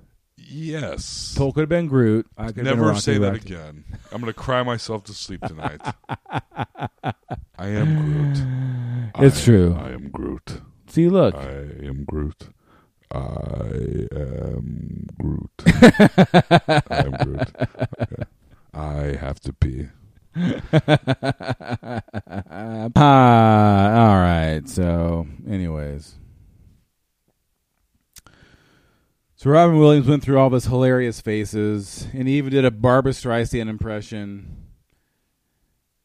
Speaker 11: Yes.
Speaker 13: Cole could have been Groot. I could have been
Speaker 11: Never
Speaker 13: Rocky
Speaker 11: say that
Speaker 13: Rocky.
Speaker 11: again. I'm going to cry myself to sleep tonight. I am Groot.
Speaker 13: It's
Speaker 11: I-
Speaker 13: true.
Speaker 11: I am Groot.
Speaker 13: See, look.
Speaker 11: I am Groot. I am Groot. I am Groot. Okay. I have to pee.
Speaker 13: Uh, all right. So, anyways. So Robin Williams went through all of his hilarious faces, and he even did a Barbara Streisand impression.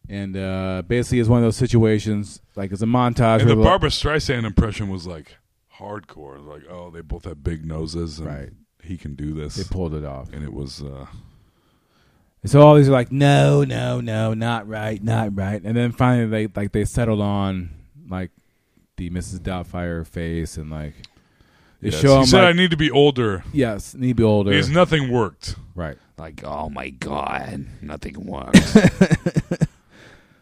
Speaker 13: And uh, basically, it's one of those situations like it's a montage.
Speaker 11: And the
Speaker 13: where the-
Speaker 11: Barbara Streisand impression was like hardcore. Like, oh, they both have big noses, and
Speaker 13: Right.
Speaker 11: he can do this.
Speaker 13: They pulled it off,
Speaker 11: and it was. Uh,
Speaker 13: And so all these are like, no, no, no, not right, not right. And then finally, they like they settled on like the Mrs. Doubtfire face and like they
Speaker 11: yes.
Speaker 13: show
Speaker 11: he
Speaker 13: him.
Speaker 11: said,
Speaker 13: like-
Speaker 11: "I need to be older."
Speaker 13: Yes, need to be older.
Speaker 11: Because nothing worked.
Speaker 13: Right.
Speaker 19: Like, oh my god, nothing works.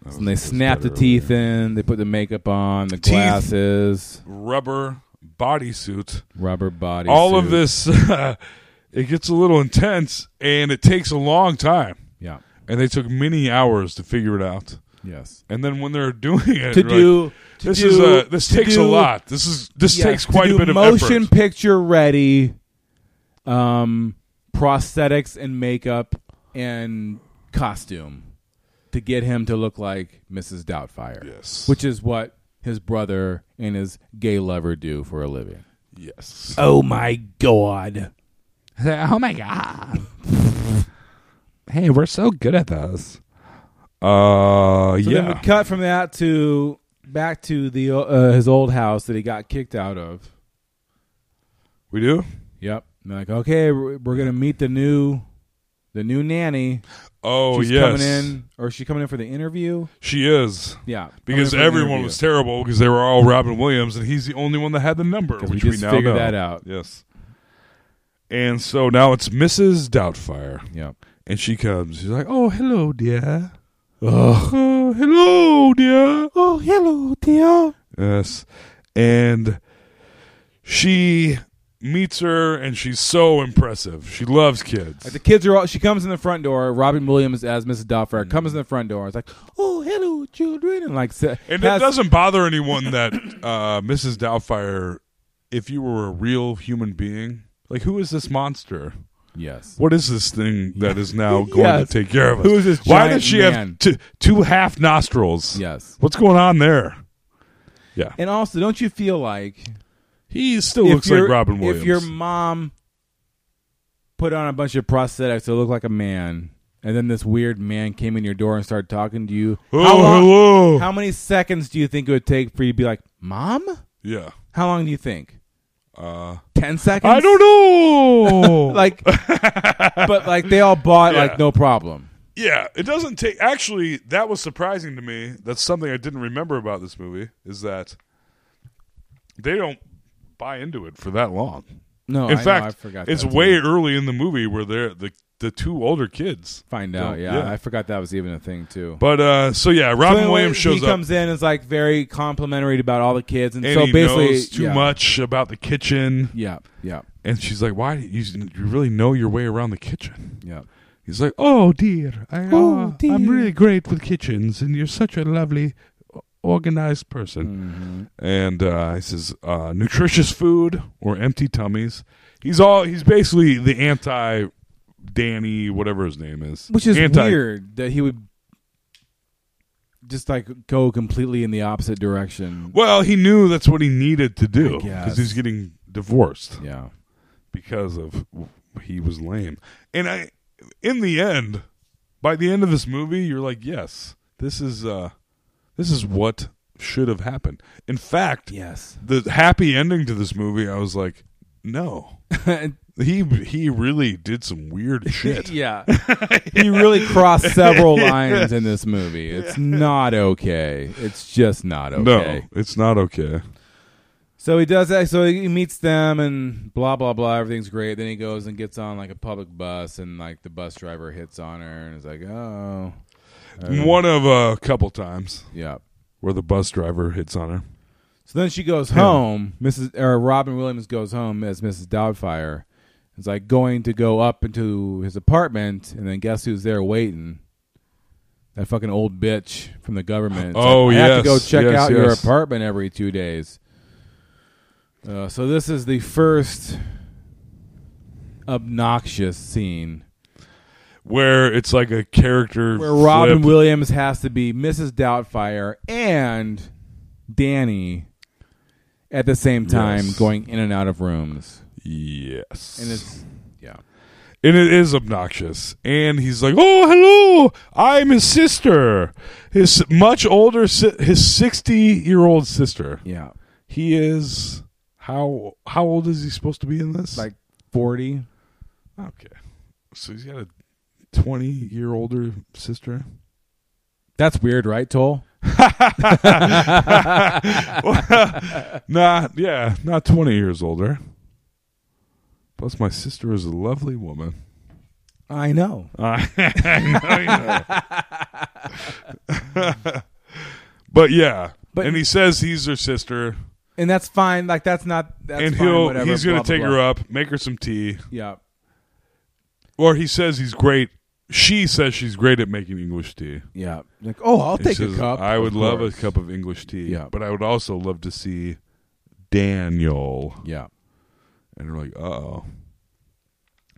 Speaker 13: and they snap the teeth in. They put the makeup on, the glasses,
Speaker 11: Rubber bodysuit.
Speaker 13: rubber body.
Speaker 11: all of
Speaker 13: suit.
Speaker 11: this it gets a little intense and it takes a long time
Speaker 13: Yeah.
Speaker 11: and they took many hours to figure it out
Speaker 13: Yes.
Speaker 11: and then when they're doing it
Speaker 13: to
Speaker 11: like,
Speaker 13: do. to
Speaker 11: this
Speaker 13: do-
Speaker 11: is a this
Speaker 13: to
Speaker 11: takes a
Speaker 13: do-
Speaker 11: lot this is this
Speaker 13: yes,
Speaker 11: takes
Speaker 13: to
Speaker 11: quite
Speaker 13: do
Speaker 11: a bit of
Speaker 13: motion
Speaker 11: effort
Speaker 13: picture ready, um, prosthetics and makeup and costume to get him to look like Mrs. Doubtfire.
Speaker 11: Yes,
Speaker 13: which is what his brother and his gay lover do for a living.
Speaker 11: Yes.
Speaker 13: Oh my god.
Speaker 19: oh my god. hey, we're so good at those.
Speaker 11: uh
Speaker 13: So then we
Speaker 11: yeah
Speaker 13: cut from that to back to the uh, his old house that he got kicked out of.
Speaker 11: we do
Speaker 13: Yep. And they're like, okay, we're, we're gonna meet the new, the new nanny.
Speaker 11: Oh,
Speaker 13: She's
Speaker 11: yes.
Speaker 13: coming in, or is she coming in for the interview?
Speaker 11: she is
Speaker 13: Yeah, coming
Speaker 11: because
Speaker 13: in for an
Speaker 11: everyone
Speaker 13: interview.
Speaker 11: was terrible because they were all robin williams and he's the only one that had the number
Speaker 13: 'Cause
Speaker 11: which
Speaker 13: we
Speaker 11: we,
Speaker 13: just
Speaker 11: now
Speaker 13: figured
Speaker 11: know.
Speaker 13: that out.
Speaker 11: yes and so now it's mrs doubtfire
Speaker 13: Yep.
Speaker 11: and she comes she's like oh Uh,
Speaker 20: hello, dear.
Speaker 11: Ugh.
Speaker 20: Oh, hello, dear. Oh, hello, dear.
Speaker 11: Yes. And she meets her and she's so impressive. She loves kids.
Speaker 13: Like the kids are all. She comes in the front door. Robin Williams as Mrs. Doubtfire
Speaker 11: Mm-hmm.
Speaker 13: comes in the front door. It's like, oh, hello, children, and like, sa-
Speaker 11: And it
Speaker 13: has-
Speaker 11: doesn't bother anyone that uh, Mrs. Doubtfire, if you were a real human being, Like, who is this monster?
Speaker 13: Yes.
Speaker 11: What is this thing that is now going
Speaker 13: Yes.
Speaker 11: to take care of us?
Speaker 13: Who is this
Speaker 11: Why
Speaker 13: giant
Speaker 11: does she
Speaker 13: man?
Speaker 11: have t- two half nostrils?
Speaker 13: Yes.
Speaker 11: What's going on there? Yeah.
Speaker 13: And also, don't you feel like
Speaker 11: he still looks like Robin Williams.
Speaker 13: If your mom put on a bunch of prosthetics to look like a man, and then this weird man came in your door and started talking to you, how,
Speaker 11: Oh,
Speaker 13: long-
Speaker 11: hello.
Speaker 13: how many seconds do you think it would take for you to be like, "Mom"?
Speaker 11: Yeah.
Speaker 13: How long do you think?
Speaker 11: Uh,
Speaker 13: Ten seconds.
Speaker 11: I don't know.
Speaker 13: like, but like they all bought
Speaker 11: Yeah.
Speaker 13: like no problem.
Speaker 11: Yeah, it doesn't take. Actually, that was surprising to me. That's something I didn't remember about this movie is that they don't buy into it for that long.
Speaker 13: No, Oh, I
Speaker 11: in
Speaker 13: know,
Speaker 11: fact,
Speaker 13: I forgot
Speaker 11: it's
Speaker 13: that,
Speaker 11: way early in the movie where they're the the two older kids
Speaker 13: Find out. Yeah, I forgot that was even a thing too.
Speaker 11: Oh, But uh, so yeah, Robin
Speaker 13: So
Speaker 11: Williams shows
Speaker 13: he
Speaker 11: up
Speaker 13: comes in and is like very complimentary about all the kids, and,
Speaker 11: and
Speaker 13: so
Speaker 11: he
Speaker 13: basically
Speaker 11: knows too
Speaker 13: yeah.
Speaker 11: much about the kitchen.
Speaker 13: Yeah, yeah.
Speaker 11: And she's like, "Why do you, you really know your way around the kitchen?"
Speaker 13: Yeah.
Speaker 11: He's like,
Speaker 20: Oh dear, I, uh,
Speaker 11: Oh,
Speaker 20: I'm
Speaker 11: dear.
Speaker 20: really great with kitchens, and you're such a lovely, organized person.
Speaker 13: Mm-hmm.
Speaker 11: and uh, he says uh, nutritious food or empty tummies. He's all he's basically the anti Danny, whatever his name is,
Speaker 13: Which is
Speaker 11: anti-
Speaker 13: weird that he would just like go completely in the opposite direction.
Speaker 11: Well, he knew that's what he needed to do
Speaker 13: I guess.
Speaker 11: because he's getting divorced.
Speaker 13: Yeah,
Speaker 11: because of he was lame. And I, in the end, by the end of this movie, you're like, yes, this is uh, this is what should have happened. In fact,
Speaker 13: yes,
Speaker 11: the happy ending to this movie, I was like, no. He he really did some weird shit.
Speaker 13: yeah. he really crossed several lines in this movie. It's not okay. It's just not okay.
Speaker 11: No, it's not okay.
Speaker 13: So he does that. So he meets them and blah blah blah. Everything's great. Then he goes and gets on like a public bus, and like the bus driver hits on her and is like, "Oh, Uh,
Speaker 11: One of a couple times.
Speaker 13: Yeah.
Speaker 11: Where the bus driver hits on her.
Speaker 13: So then she goes home. Mrs. or Robin Williams goes home as Mrs. Doubtfire. It's like going to go up into his apartment, and then guess who's there waiting? That fucking old bitch from the government. It's like,
Speaker 11: Oh,
Speaker 13: I have to go
Speaker 11: yes,
Speaker 13: check
Speaker 11: yes,
Speaker 13: out your
Speaker 11: yes.
Speaker 13: apartment every two days. Uh, so this is the first obnoxious scene
Speaker 11: Where it's like a character
Speaker 13: where Robin
Speaker 11: flip.
Speaker 13: Williams has to be Mrs. Doubtfire and Danny at the same time,
Speaker 11: Yes.
Speaker 13: going in and out of rooms.
Speaker 11: Yes,
Speaker 13: and it's yeah.
Speaker 11: And it is obnoxious. And he's like, "Oh, hello! I'm his sister, his much older, si- his sixty-year-old sister."
Speaker 13: Yeah,
Speaker 11: he is. How how old is he supposed to be in this?
Speaker 13: Like forty.
Speaker 11: Okay, so he's got a twenty-year-older sister.
Speaker 13: That's weird, right, Toll?
Speaker 11: nah, yeah, not twenty years older. Plus, my sister is a lovely woman.
Speaker 13: I know.
Speaker 11: Uh, But yeah,
Speaker 13: But-
Speaker 11: and he says he's her sister,
Speaker 13: and that's fine. Like that's not. That's
Speaker 11: and
Speaker 13: fine,
Speaker 11: he'll
Speaker 13: whatever,
Speaker 11: he's going
Speaker 13: blah,
Speaker 11: to
Speaker 13: blah,
Speaker 11: take
Speaker 13: blah.
Speaker 11: her up, make her some tea,
Speaker 13: Yeah.
Speaker 11: or he says he's great. She says she's great at making English tea.
Speaker 13: Yeah. Like, oh, I'll
Speaker 11: He
Speaker 13: take a
Speaker 11: says,
Speaker 13: cup,
Speaker 11: I would
Speaker 13: of
Speaker 11: love a
Speaker 13: course."
Speaker 11: cup of English tea.
Speaker 13: Yeah.
Speaker 11: but I would also love to see Daniel.
Speaker 13: Yeah,
Speaker 11: and you're like, uh oh.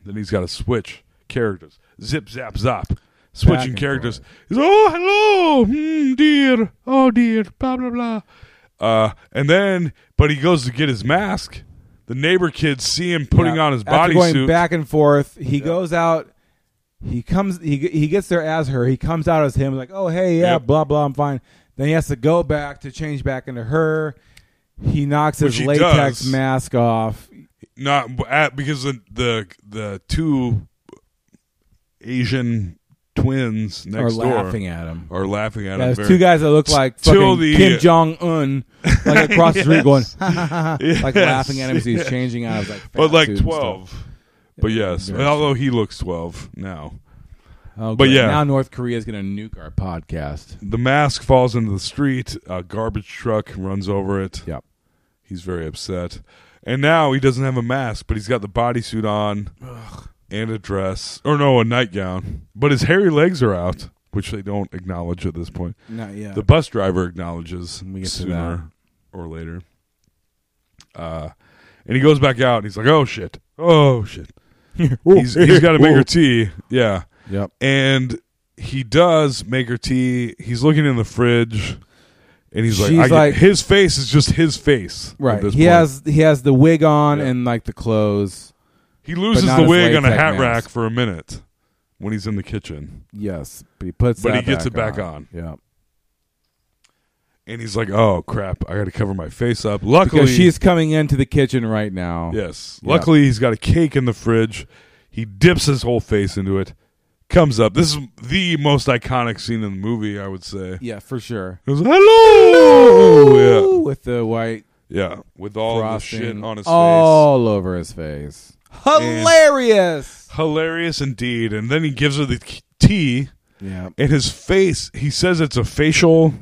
Speaker 11: Then he's got to switch characters. Zip, zap, zop.
Speaker 20: Back
Speaker 11: Switching
Speaker 20: and
Speaker 11: characters.
Speaker 20: He's, oh, hello, hmm, dear, oh dear, blah blah blah.
Speaker 11: Uh, and then, but he goes to get his mask. The neighbor kids see him putting
Speaker 13: Yeah.
Speaker 11: on his
Speaker 13: After
Speaker 11: bodysuit.
Speaker 13: going back and forth. He goes out. He comes. He he gets there as her. He comes out as him. Like, oh hey, yeah,
Speaker 11: Yep.
Speaker 13: blah blah, I'm fine. Then he has to go back to change back into her. He knocks
Speaker 11: Which
Speaker 13: his
Speaker 11: he
Speaker 13: latex
Speaker 11: does.
Speaker 13: mask off.
Speaker 11: not at, because the, the the two Asian twins next
Speaker 13: Are
Speaker 11: door
Speaker 13: laughing at him.
Speaker 11: Are laughing at
Speaker 13: Yeah,
Speaker 11: him.
Speaker 13: there's
Speaker 11: very-
Speaker 13: two guys that look like
Speaker 11: Till
Speaker 13: fucking
Speaker 11: the-
Speaker 13: Kim Jong Un, like across the street, going
Speaker 11: Yes.
Speaker 13: ha, ha, ha, ha, like
Speaker 11: Yes,
Speaker 13: laughing at him as he's
Speaker 11: yes.
Speaker 13: changing out. of like,
Speaker 11: but like
Speaker 13: fat suit and stuff.
Speaker 11: twelve. But yes,
Speaker 13: very
Speaker 11: although he looks twelve now.
Speaker 13: Oh,
Speaker 11: but
Speaker 13: great.
Speaker 11: yeah,
Speaker 13: now North Korea is going to nuke our podcast.
Speaker 11: The mask falls into the street. A garbage truck runs over it.
Speaker 13: Yep.
Speaker 11: He's very upset. And now he doesn't have a mask, but he's got the bodysuit on and a dress. Or no, a nightgown. But his hairy legs are out, which they don't acknowledge at this point.
Speaker 13: Not yet.
Speaker 11: The bus driver acknowledges
Speaker 13: get to
Speaker 11: sooner or later. Uh, and he goes back out and he's like, oh shit. Oh shit. he's he's got to make her tea. Yeah.
Speaker 13: Yep.
Speaker 11: And he does make her tea. He's looking in the fridge, and he's like,
Speaker 13: She's
Speaker 11: I get-
Speaker 13: like-
Speaker 11: his face is just his face. at
Speaker 13: Right.
Speaker 11: this
Speaker 13: He
Speaker 11: point.
Speaker 13: has he has the wig on and like the clothes.
Speaker 11: He loses
Speaker 13: but not
Speaker 11: the
Speaker 13: his
Speaker 11: wig on a
Speaker 13: LaTeX
Speaker 11: hat
Speaker 13: mask.
Speaker 11: rack for a minute when he's in the kitchen.
Speaker 13: Yes, but he puts
Speaker 11: But
Speaker 13: that
Speaker 11: he gets it
Speaker 13: back
Speaker 11: back
Speaker 13: on.
Speaker 11: on.
Speaker 13: Yeah.
Speaker 11: And he's like, "Oh crap! I got to cover my face up." Luckily,
Speaker 13: because she's coming into the kitchen right now.
Speaker 11: Yes.
Speaker 13: Yeah.
Speaker 11: Luckily, he's got a cake in the fridge. He dips his whole face into it. Comes up. This is the most iconic scene in the movie, I would say.
Speaker 13: Yeah, for sure.
Speaker 11: He goes, "Hello!" Yeah.
Speaker 13: with the white.
Speaker 11: Yeah, with all the
Speaker 13: frosting Oh,
Speaker 11: shit on his
Speaker 13: all over his face. Hilarious.
Speaker 11: hilarious indeed. And then he gives her the k- tea.
Speaker 13: Yeah.
Speaker 11: And his face, he says it's a facial,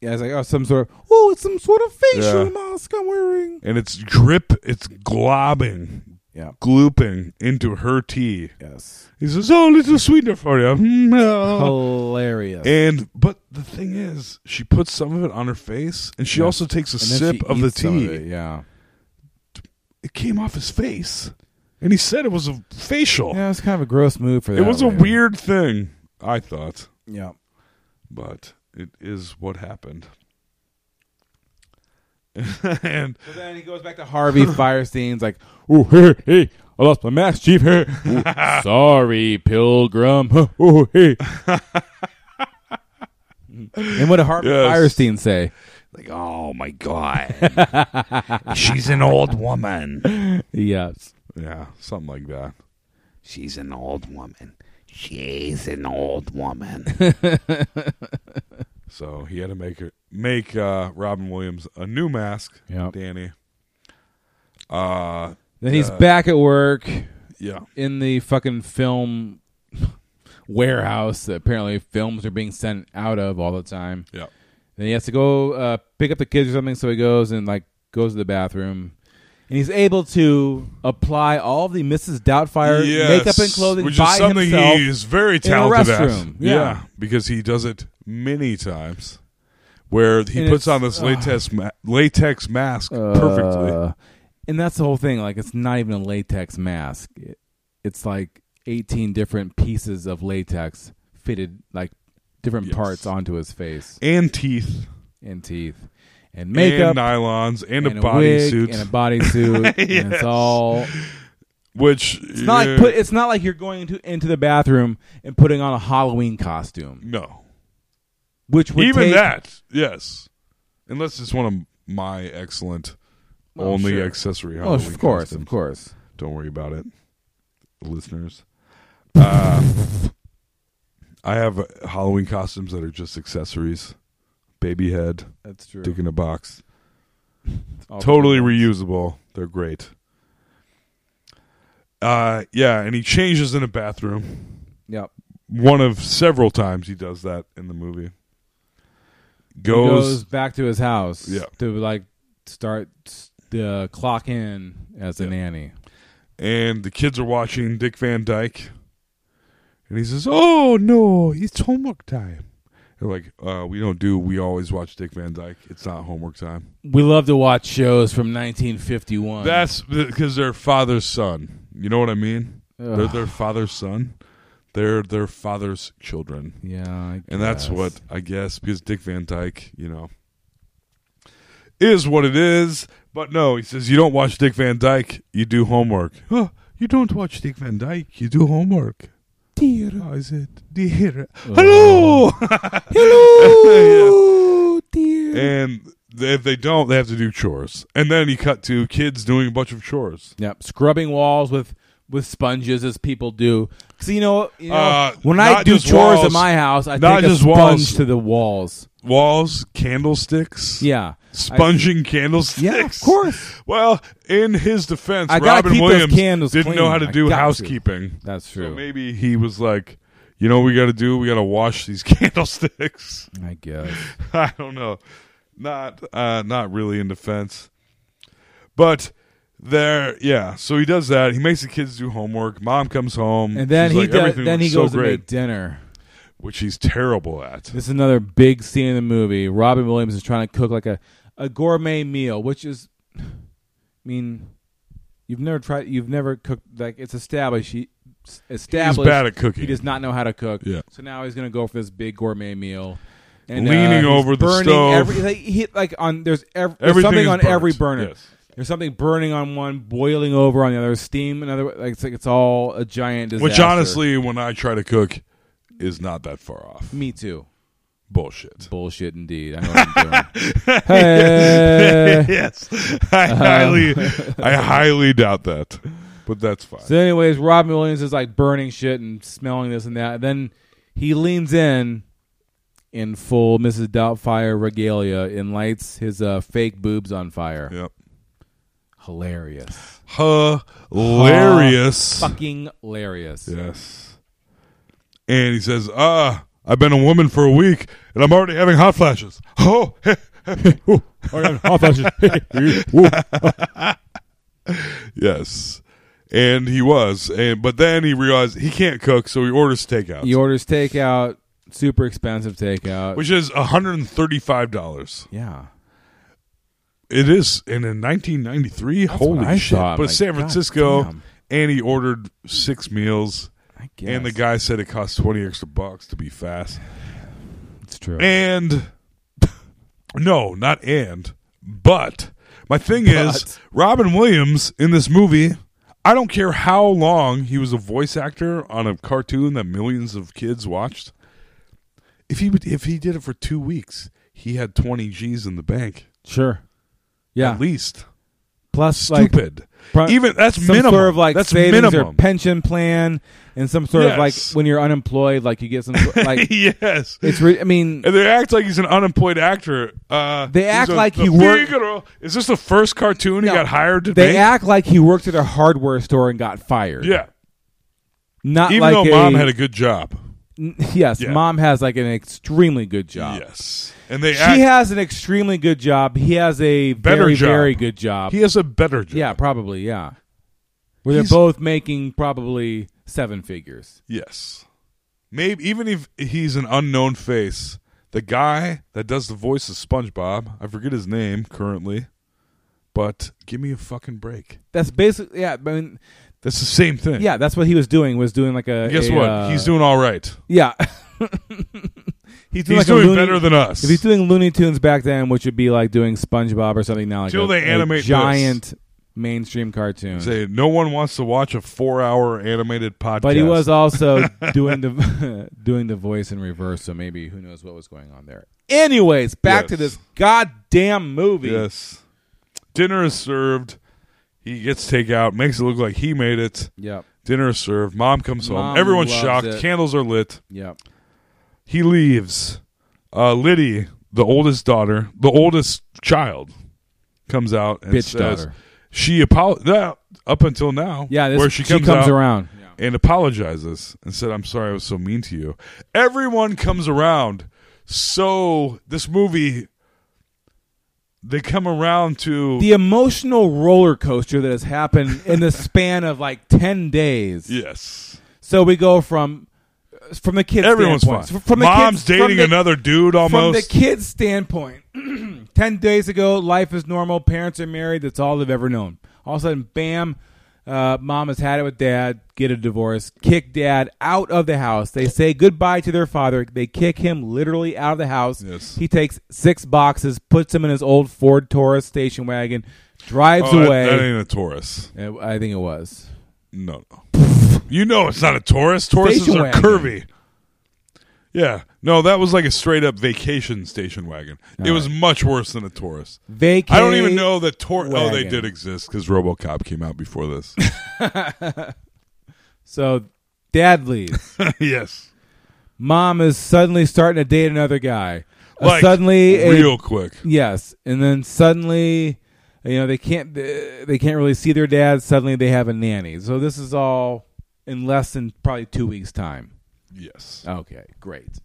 Speaker 13: Yeah, it's like oh, some sort of oh, it's some sort of facial
Speaker 11: Yeah.
Speaker 13: mask I'm wearing.
Speaker 11: and it's drip, it's globbing,
Speaker 13: yeah,
Speaker 11: glooping into her tea.
Speaker 13: Yes.
Speaker 11: He says, "Oh, little sweetener for you." Mm, uh.
Speaker 13: Hilarious.
Speaker 11: And but the thing is, she puts some of it on her face, and she
Speaker 13: Yeah.
Speaker 11: also takes a
Speaker 13: And then
Speaker 11: sip
Speaker 13: she
Speaker 11: of the
Speaker 13: eats some
Speaker 11: tea.
Speaker 13: of it, yeah.
Speaker 11: It came off his face, and he said it was a facial.
Speaker 13: Yeah, it's kind of a gross move for that.
Speaker 11: it was a
Speaker 13: lady.
Speaker 11: weird thing, I thought.
Speaker 13: Yeah.
Speaker 11: But it is what happened. and
Speaker 13: But then he goes back to Harvey Firestein's like, oh hey hey, I lost my mask, chief. Hey, Ooh, sorry, pilgrim. Huh, Oh hey. and what did Harvey
Speaker 19: Yes.
Speaker 13: Firestein say?
Speaker 19: Like, oh my god, she's an old woman.
Speaker 13: Yes.
Speaker 11: Yeah, something like that.
Speaker 19: She's an old woman. She's an old woman.
Speaker 11: So he had to make her make uh, Robin Williams a new mask.
Speaker 13: Yep.
Speaker 11: Danny. Uh,
Speaker 13: Then he's
Speaker 11: uh,
Speaker 13: back at work.
Speaker 11: Yeah.
Speaker 13: In the fucking film warehouse that apparently films are being sent out of all the time.
Speaker 11: Yeah.
Speaker 13: Then he has to go uh, pick up the kids or something, so he goes and like goes to the bathroom. And he's able to apply all the Mrs. Doubtfire
Speaker 11: Yes,
Speaker 13: makeup and clothing
Speaker 11: which
Speaker 13: by
Speaker 11: is something
Speaker 13: himself
Speaker 11: he is very
Speaker 13: in a
Speaker 11: talented at.
Speaker 13: restroom. Yeah.
Speaker 11: because he does it many times, where he
Speaker 13: And
Speaker 11: puts
Speaker 13: it's-
Speaker 11: on this latex ma- latex mask
Speaker 13: Uh,
Speaker 11: perfectly.
Speaker 13: And that's the whole thing. Like, it's not even a latex mask. It- it's like 18 different pieces of latex fitted, like different parts onto his face
Speaker 11: and teeth
Speaker 13: and teeth and makeup
Speaker 11: and nylons, and, a
Speaker 13: wig,
Speaker 11: bodysuit,
Speaker 13: and a bodysuit. And it's
Speaker 11: Yes.
Speaker 13: all.
Speaker 11: Which eh,
Speaker 13: It's not like put. It's not like you're going into into the bathroom and putting on a Halloween costume.
Speaker 11: No,
Speaker 13: which would
Speaker 11: even
Speaker 13: take-
Speaker 11: that yes, unless it's one of my excellent
Speaker 13: Well,
Speaker 11: only
Speaker 13: sure.
Speaker 11: accessory.
Speaker 13: Well,
Speaker 11: Halloween
Speaker 13: Oh, of course,
Speaker 11: costumes.
Speaker 13: of course.
Speaker 11: Don't worry about it, listeners. Uh, I have Halloween costumes that are just accessories, baby head.
Speaker 13: That's true.
Speaker 11: Dick in a box.
Speaker 13: All
Speaker 11: totally reusable. They're great. Uh, yeah, and he changes in a bathroom.
Speaker 13: Yep.
Speaker 11: One of several times he does that in the movie.
Speaker 13: He
Speaker 11: Goes,
Speaker 13: back to his house
Speaker 11: Yeah.
Speaker 13: to like start s- the clock in as a nanny.
Speaker 11: and the kids are watching Dick Van Dyke, and he says, "Oh,
Speaker 20: Oh no, it's homework time.
Speaker 11: they're like uh, we don't do. We always watch Dick Van Dyke. It's not homework time.
Speaker 13: We love to watch shows from 1951.
Speaker 11: That's because they're father's son. You know what I mean? They're their father's son. They're their father's children.
Speaker 13: Yeah, I
Speaker 11: and that's
Speaker 13: guess.
Speaker 11: what I guess because Dick Van Dyke, you know, is what it is. But no, he says you don't watch Dick Van Dyke. You do homework. Huh, you don't watch Dick Van Dyke. You do homework.
Speaker 20: Dear, how is it? Dear,
Speaker 11: Hello,
Speaker 20: hello, dear.
Speaker 11: And they- if they don't, they have to do chores. And then you cut to kids doing a bunch of chores.
Speaker 13: Yep, scrubbing walls with with sponges as people do. So you know, you know,
Speaker 11: Uh,
Speaker 13: when I
Speaker 11: not
Speaker 13: do
Speaker 11: just
Speaker 13: chores at
Speaker 11: walls.
Speaker 13: my house, I
Speaker 11: Not
Speaker 13: take a
Speaker 11: just
Speaker 13: sponge
Speaker 11: walls.
Speaker 13: to the walls.
Speaker 11: Walls, candlesticks.
Speaker 13: Yeah.
Speaker 11: Sponging candlesticks.
Speaker 13: Yeah, of course.
Speaker 11: Well, in his defense,
Speaker 13: I gotta
Speaker 11: Robin
Speaker 13: keep those
Speaker 11: Williams
Speaker 13: candles
Speaker 11: didn't
Speaker 13: clean.
Speaker 11: know how to
Speaker 13: I
Speaker 11: do
Speaker 13: got to.
Speaker 11: housekeeping.
Speaker 13: That's
Speaker 11: So
Speaker 13: true.
Speaker 11: maybe he was like, you know what we got to do? We got to wash these candlesticks.
Speaker 13: I guess.
Speaker 11: I don't know. Not uh not really in defense. But there yeah, so he does that. He makes the kids do homework. Mom comes home.
Speaker 13: And then
Speaker 11: She's
Speaker 13: he
Speaker 11: like,
Speaker 13: does-
Speaker 11: "Everything
Speaker 13: then he
Speaker 11: looks
Speaker 13: goes
Speaker 11: so
Speaker 13: to
Speaker 11: great,"
Speaker 13: make dinner.
Speaker 11: which he's terrible at.
Speaker 13: This is another big scene in the movie. Robin Williams is trying to cook like a, a gourmet meal, which is, I mean, You've never tried. You've never cooked. Like it's established. He s- established.
Speaker 11: bad at cooking.
Speaker 13: He does not know how to cook.
Speaker 11: Yeah.
Speaker 13: So now he's gonna go for this big gourmet meal. uh,
Speaker 11: Leaning
Speaker 13: he's
Speaker 11: over the
Speaker 13: burning
Speaker 11: stove.
Speaker 13: Every, like, he, like on there's, ev- there's
Speaker 11: Everything
Speaker 13: something
Speaker 11: is
Speaker 13: on
Speaker 11: burnt,
Speaker 13: every burner.
Speaker 11: yes.
Speaker 13: There's something burning on one, boiling over on the other, steam another. Like it's like it's all a giant disaster.
Speaker 11: Which honestly, when I try to cook, is not that far off.
Speaker 13: Me too.
Speaker 11: Bullshit.
Speaker 13: Bullshit indeed. I know what I'm doing. Hey.
Speaker 11: yes, I
Speaker 13: Um,
Speaker 11: highly, I highly doubt that, but that's fine.
Speaker 13: So, anyways, Robin Williams is like burning shit and smelling this and that. And then he leans in in full Mrs. Doubtfire regalia and lights his uh, fake boobs on fire.
Speaker 11: Yep.
Speaker 13: Hilarious.
Speaker 11: Hilarious.
Speaker 13: Fucking hilarious.
Speaker 11: Yes. And he says, "Ah, I've been a woman for a week, and I'm already having hot flashes." Oh, yes. And he was, and but then he realized he can't cook, so he orders takeout,
Speaker 13: He orders takeout, super expensive takeout.
Speaker 11: which is 135 dollars.
Speaker 13: Yeah.
Speaker 11: It is, and in 1993,
Speaker 13: what
Speaker 11: holy
Speaker 13: I
Speaker 11: shit!
Speaker 13: thought.
Speaker 11: But
Speaker 13: I'm
Speaker 11: it's San
Speaker 13: like, God
Speaker 11: Francisco,
Speaker 13: damn.
Speaker 11: and he ordered six meals,
Speaker 13: guess.
Speaker 11: and the guy said it costs 20 extra bucks to be fast.
Speaker 13: It's true.
Speaker 11: And no, not and, but my thing is Robin Williams in this movie. I don't care how long he was a voice actor on a cartoon that millions of kids watched. If he would, if he did it for two weeks, he had 20 G's in the bank.
Speaker 13: Sure. Yeah.
Speaker 11: At least.
Speaker 13: Plus,
Speaker 11: Stupid.
Speaker 13: Like, pro-
Speaker 11: Even- that's
Speaker 13: some
Speaker 11: minimum.
Speaker 13: Sort of like
Speaker 11: That's
Speaker 13: savings or
Speaker 11: minimum.
Speaker 13: pension plan, and some sort of like
Speaker 11: Yes.
Speaker 13: when you're unemployed, like you get some sort- like
Speaker 11: yes.
Speaker 13: It's re- I mean,
Speaker 11: And they act like he's an unemployed actor. Uh,
Speaker 13: They
Speaker 11: he's
Speaker 13: act
Speaker 11: a-
Speaker 13: like
Speaker 11: the
Speaker 13: he worked-
Speaker 11: big girl. Is this the first cartoon he got hired to
Speaker 13: they
Speaker 11: make?
Speaker 13: act like he worked at a hardware store and got fired.
Speaker 11: Yeah.
Speaker 13: not
Speaker 11: Even
Speaker 13: like
Speaker 11: though
Speaker 13: a-
Speaker 11: mom had a good job.
Speaker 13: N- Yes,
Speaker 11: Yeah.
Speaker 13: mom has like an extremely good job.
Speaker 11: Yes, and they
Speaker 13: she
Speaker 11: act-
Speaker 13: has an extremely good job. He has a
Speaker 11: Better
Speaker 13: very
Speaker 11: job.
Speaker 13: very good job.
Speaker 11: He has a better job.
Speaker 13: Yeah, probably. Yeah, where they're
Speaker 11: He's-
Speaker 13: both making probably seven figures.
Speaker 11: Yes. Maybe even if he's an unknown face, the guy that does the voice of SpongeBob, I forget his name currently, but give me a fucking break.
Speaker 13: That's basically yeah. I mean,
Speaker 11: that's the same thing.
Speaker 13: Yeah, that's what he was doing. Was doing like a.
Speaker 11: Guess
Speaker 13: a,
Speaker 11: what?
Speaker 13: uh,
Speaker 11: he's doing all right.
Speaker 13: Yeah.
Speaker 11: He's
Speaker 13: like a
Speaker 11: doing
Speaker 13: Looney-
Speaker 11: better than us.
Speaker 13: If he's doing Looney Tunes back then, which would be like doing SpongeBob or something now, like
Speaker 11: Till
Speaker 13: a,
Speaker 11: they
Speaker 13: a
Speaker 11: animate
Speaker 13: giant mainstream cartoon.
Speaker 11: Say no one wants to watch a four-hour animated podcast.
Speaker 13: But he was also doing the doing the voice in reverse, so maybe who knows what was going on there. Anyways, back to this goddamn movie.
Speaker 11: Yes. Dinner is served. He gets takeout, makes it look like he made it.
Speaker 13: Yep.
Speaker 11: Dinner is served. Mom comes
Speaker 13: Mom
Speaker 11: home. Everyone's
Speaker 13: loves
Speaker 11: shocked.
Speaker 13: it.
Speaker 11: Candles are lit.
Speaker 13: Yep.
Speaker 11: He leaves. Uh, Liddy, the oldest daughter, the oldest child, comes out and
Speaker 13: Bitch
Speaker 11: says
Speaker 13: daughter.
Speaker 11: she apologized up until now.
Speaker 13: Yeah, this-
Speaker 11: where she
Speaker 13: she
Speaker 11: comes,
Speaker 13: comes
Speaker 11: out
Speaker 13: around.
Speaker 11: and apologizes and said, "I'm sorry, I was so mean to you." Everyone comes around. So this movie, they come around to
Speaker 13: The emotional roller coaster that has happened in the span of like ten days.
Speaker 11: Yes.
Speaker 13: So we go from from the kids.
Speaker 11: Everyone's
Speaker 13: standpoint.
Speaker 11: fine.
Speaker 13: F- From the
Speaker 11: Mom's
Speaker 13: kids,
Speaker 11: dating
Speaker 13: from the-
Speaker 11: another dude
Speaker 13: From the
Speaker 11: almost.
Speaker 13: kid's standpoint, ten days ago, life is normal. Parents are married. That's all they've ever known. All of a sudden, bam! Uh, mom has had it with dad. Get a divorce. Kick dad out of the house. They say goodbye to their father. They kick him literally out of the house.
Speaker 11: Yes.
Speaker 13: He takes six boxes, puts him in his old Ford Taurus station wagon, drives
Speaker 11: Oh, that-
Speaker 13: away.
Speaker 11: That, ain't a Taurus.
Speaker 13: I think it was.
Speaker 11: No, you know it's not a Taurus. Tauruses
Speaker 13: Station
Speaker 11: are
Speaker 13: wagon.
Speaker 11: curvy. Yeah, no, that was like a straight up vacation station wagon. it was much worse than a Taurus.
Speaker 13: Vaca-
Speaker 11: I don't even know that Taurus. Oh, they
Speaker 13: wagon.
Speaker 11: did exist because RoboCop came out before this.
Speaker 13: So dad leaves.
Speaker 11: yes.
Speaker 13: Mom is suddenly starting to date another guy. Uh,
Speaker 11: Like,
Speaker 13: suddenly, a-
Speaker 11: real quick.
Speaker 13: Yes, and then suddenly, you know, they can't they they can't really see their dad. Suddenly, they have a nanny. So this is all in less than probably two weeks' time.
Speaker 11: Yes.
Speaker 13: Okay. Great.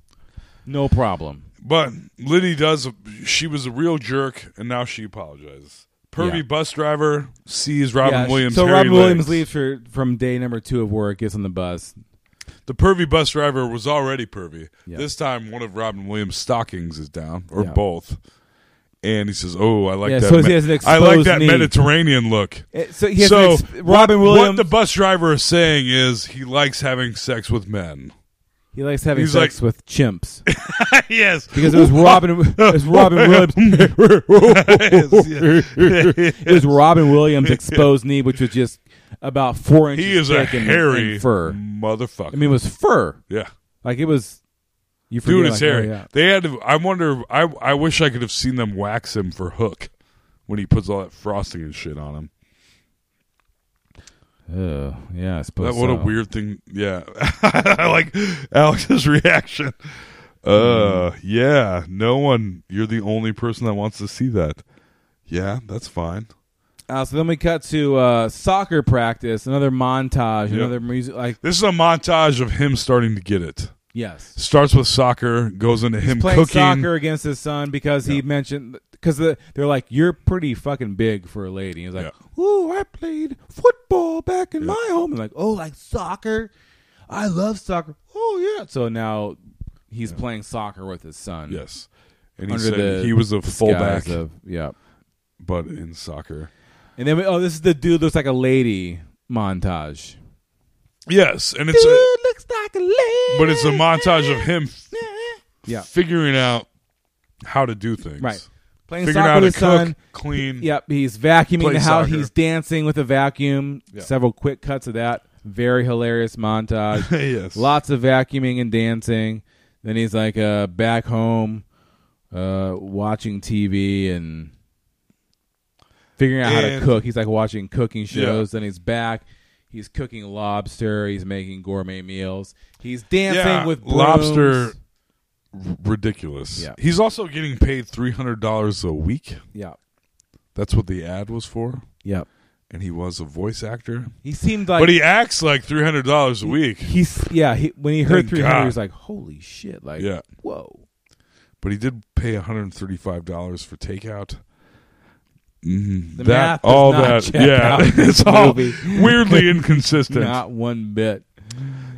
Speaker 13: No problem.
Speaker 11: But Liddy does. She was a real jerk, and now she apologizes. Pervy
Speaker 13: Yeah.
Speaker 11: bus driver sees Robin
Speaker 13: Yeah,
Speaker 11: Williams.
Speaker 13: So
Speaker 11: hairy
Speaker 13: Robin Williams
Speaker 11: legs.
Speaker 13: leaves for, from day number two of work. Gets on the bus.
Speaker 11: The pervy bus driver was already pervy.
Speaker 13: Yeah.
Speaker 11: This time, one of Robin Williams' stockings is down, or
Speaker 13: Yeah.
Speaker 11: both. and he says, "Oh, I like
Speaker 13: Yeah,
Speaker 11: that.
Speaker 13: so he has an
Speaker 11: I like
Speaker 13: exposed
Speaker 11: that
Speaker 13: knee.
Speaker 11: Mediterranean look."
Speaker 13: Eh, so he has an ex- Robin
Speaker 11: what,
Speaker 13: Williams-
Speaker 11: What the bus driver is saying is he likes having sex with men.
Speaker 13: He likes having
Speaker 11: He's
Speaker 13: sex with chimps.
Speaker 11: yes,
Speaker 13: because it was Robin. It was Robin Williams. it was Robin Williams' exposed knee, which was just about four inches.
Speaker 11: He is a
Speaker 13: thick and-
Speaker 11: hairy
Speaker 13: and fur
Speaker 11: motherfucker.
Speaker 13: I mean, it was fur.
Speaker 11: Yeah.
Speaker 13: like it was. You forget,
Speaker 11: Dude,
Speaker 13: like,
Speaker 11: it's hairy.
Speaker 13: oh, yeah.
Speaker 11: They had. To, I wonder. I I wish I could have seen them wax him for Hook when he puts all that frosting and shit on him.
Speaker 13: Oh, yeah, I suppose.
Speaker 11: That what a
Speaker 13: so.
Speaker 11: weird thing. Yeah, I like Alex's reaction. Uh,
Speaker 13: Mm-hmm.
Speaker 11: yeah. No one. You're the only person that wants to see that. Yeah, that's fine.
Speaker 13: Uh, so then we cut to uh, soccer practice, another montage,
Speaker 11: Yep.
Speaker 13: another music. Like
Speaker 11: This is a montage of him starting to get it.
Speaker 13: Yes.
Speaker 11: Starts with soccer, goes into him
Speaker 13: playing
Speaker 11: cooking.
Speaker 13: soccer against his son because he mentioned because the, they're like you're pretty fucking big for a lady. He's like, Ooh, I played football back in my home. And like, oh, like soccer. I love soccer. Oh yeah. So now he's playing soccer with his son.
Speaker 11: Yes, and he said he was a fullback.
Speaker 13: yeah,
Speaker 11: but in soccer.
Speaker 13: and then we, oh, this is the dude looks like a lady montage.
Speaker 11: Yes, and it's a,
Speaker 13: looks like a lady.
Speaker 11: but it's a montage of him f-
Speaker 13: Yeah.
Speaker 11: figuring out how to do things.
Speaker 13: Right. Playing
Speaker 11: figuring
Speaker 13: soccer
Speaker 11: out
Speaker 13: with his
Speaker 11: how to cook,
Speaker 13: son.
Speaker 11: clean.
Speaker 13: Yep, he's vacuuming
Speaker 11: play
Speaker 13: the
Speaker 11: soccer.
Speaker 13: house. He's dancing with a vacuum.
Speaker 11: Yeah.
Speaker 13: Several quick cuts of that. Very hilarious montage.
Speaker 11: Yes.
Speaker 13: Lots of vacuuming and dancing. Then he's like uh, back home uh, watching TV and figuring out how
Speaker 11: And-
Speaker 13: to cook. He's like watching cooking
Speaker 11: Yeah.
Speaker 13: shows. Then he's back. He's cooking lobster. He's making gourmet meals. He's dancing
Speaker 11: Yeah,
Speaker 13: with brooms.
Speaker 11: lobster. r- Ridiculous.
Speaker 13: Yeah.
Speaker 11: He's also getting paid three hundred dollars a week.
Speaker 13: Yeah.
Speaker 11: That's what the ad was for.
Speaker 13: Yep.
Speaker 11: And he was a voice actor.
Speaker 13: He seemed like-
Speaker 11: but he acts like three hundred dollars a week.
Speaker 13: He's yeah. He, when he heard
Speaker 11: Thank
Speaker 13: three hundred, he
Speaker 11: God.
Speaker 13: was like, "Holy shit!" Like,
Speaker 11: yeah.
Speaker 13: whoa.
Speaker 11: But he did pay one hundred thirty-five dollars for takeout. Mhm.
Speaker 13: The
Speaker 11: that
Speaker 13: math does
Speaker 11: all
Speaker 13: not
Speaker 11: that
Speaker 13: check
Speaker 11: yeah,
Speaker 13: out in
Speaker 11: it's
Speaker 13: this
Speaker 11: all
Speaker 13: movie.
Speaker 11: weirdly inconsistent.
Speaker 13: Not one bit.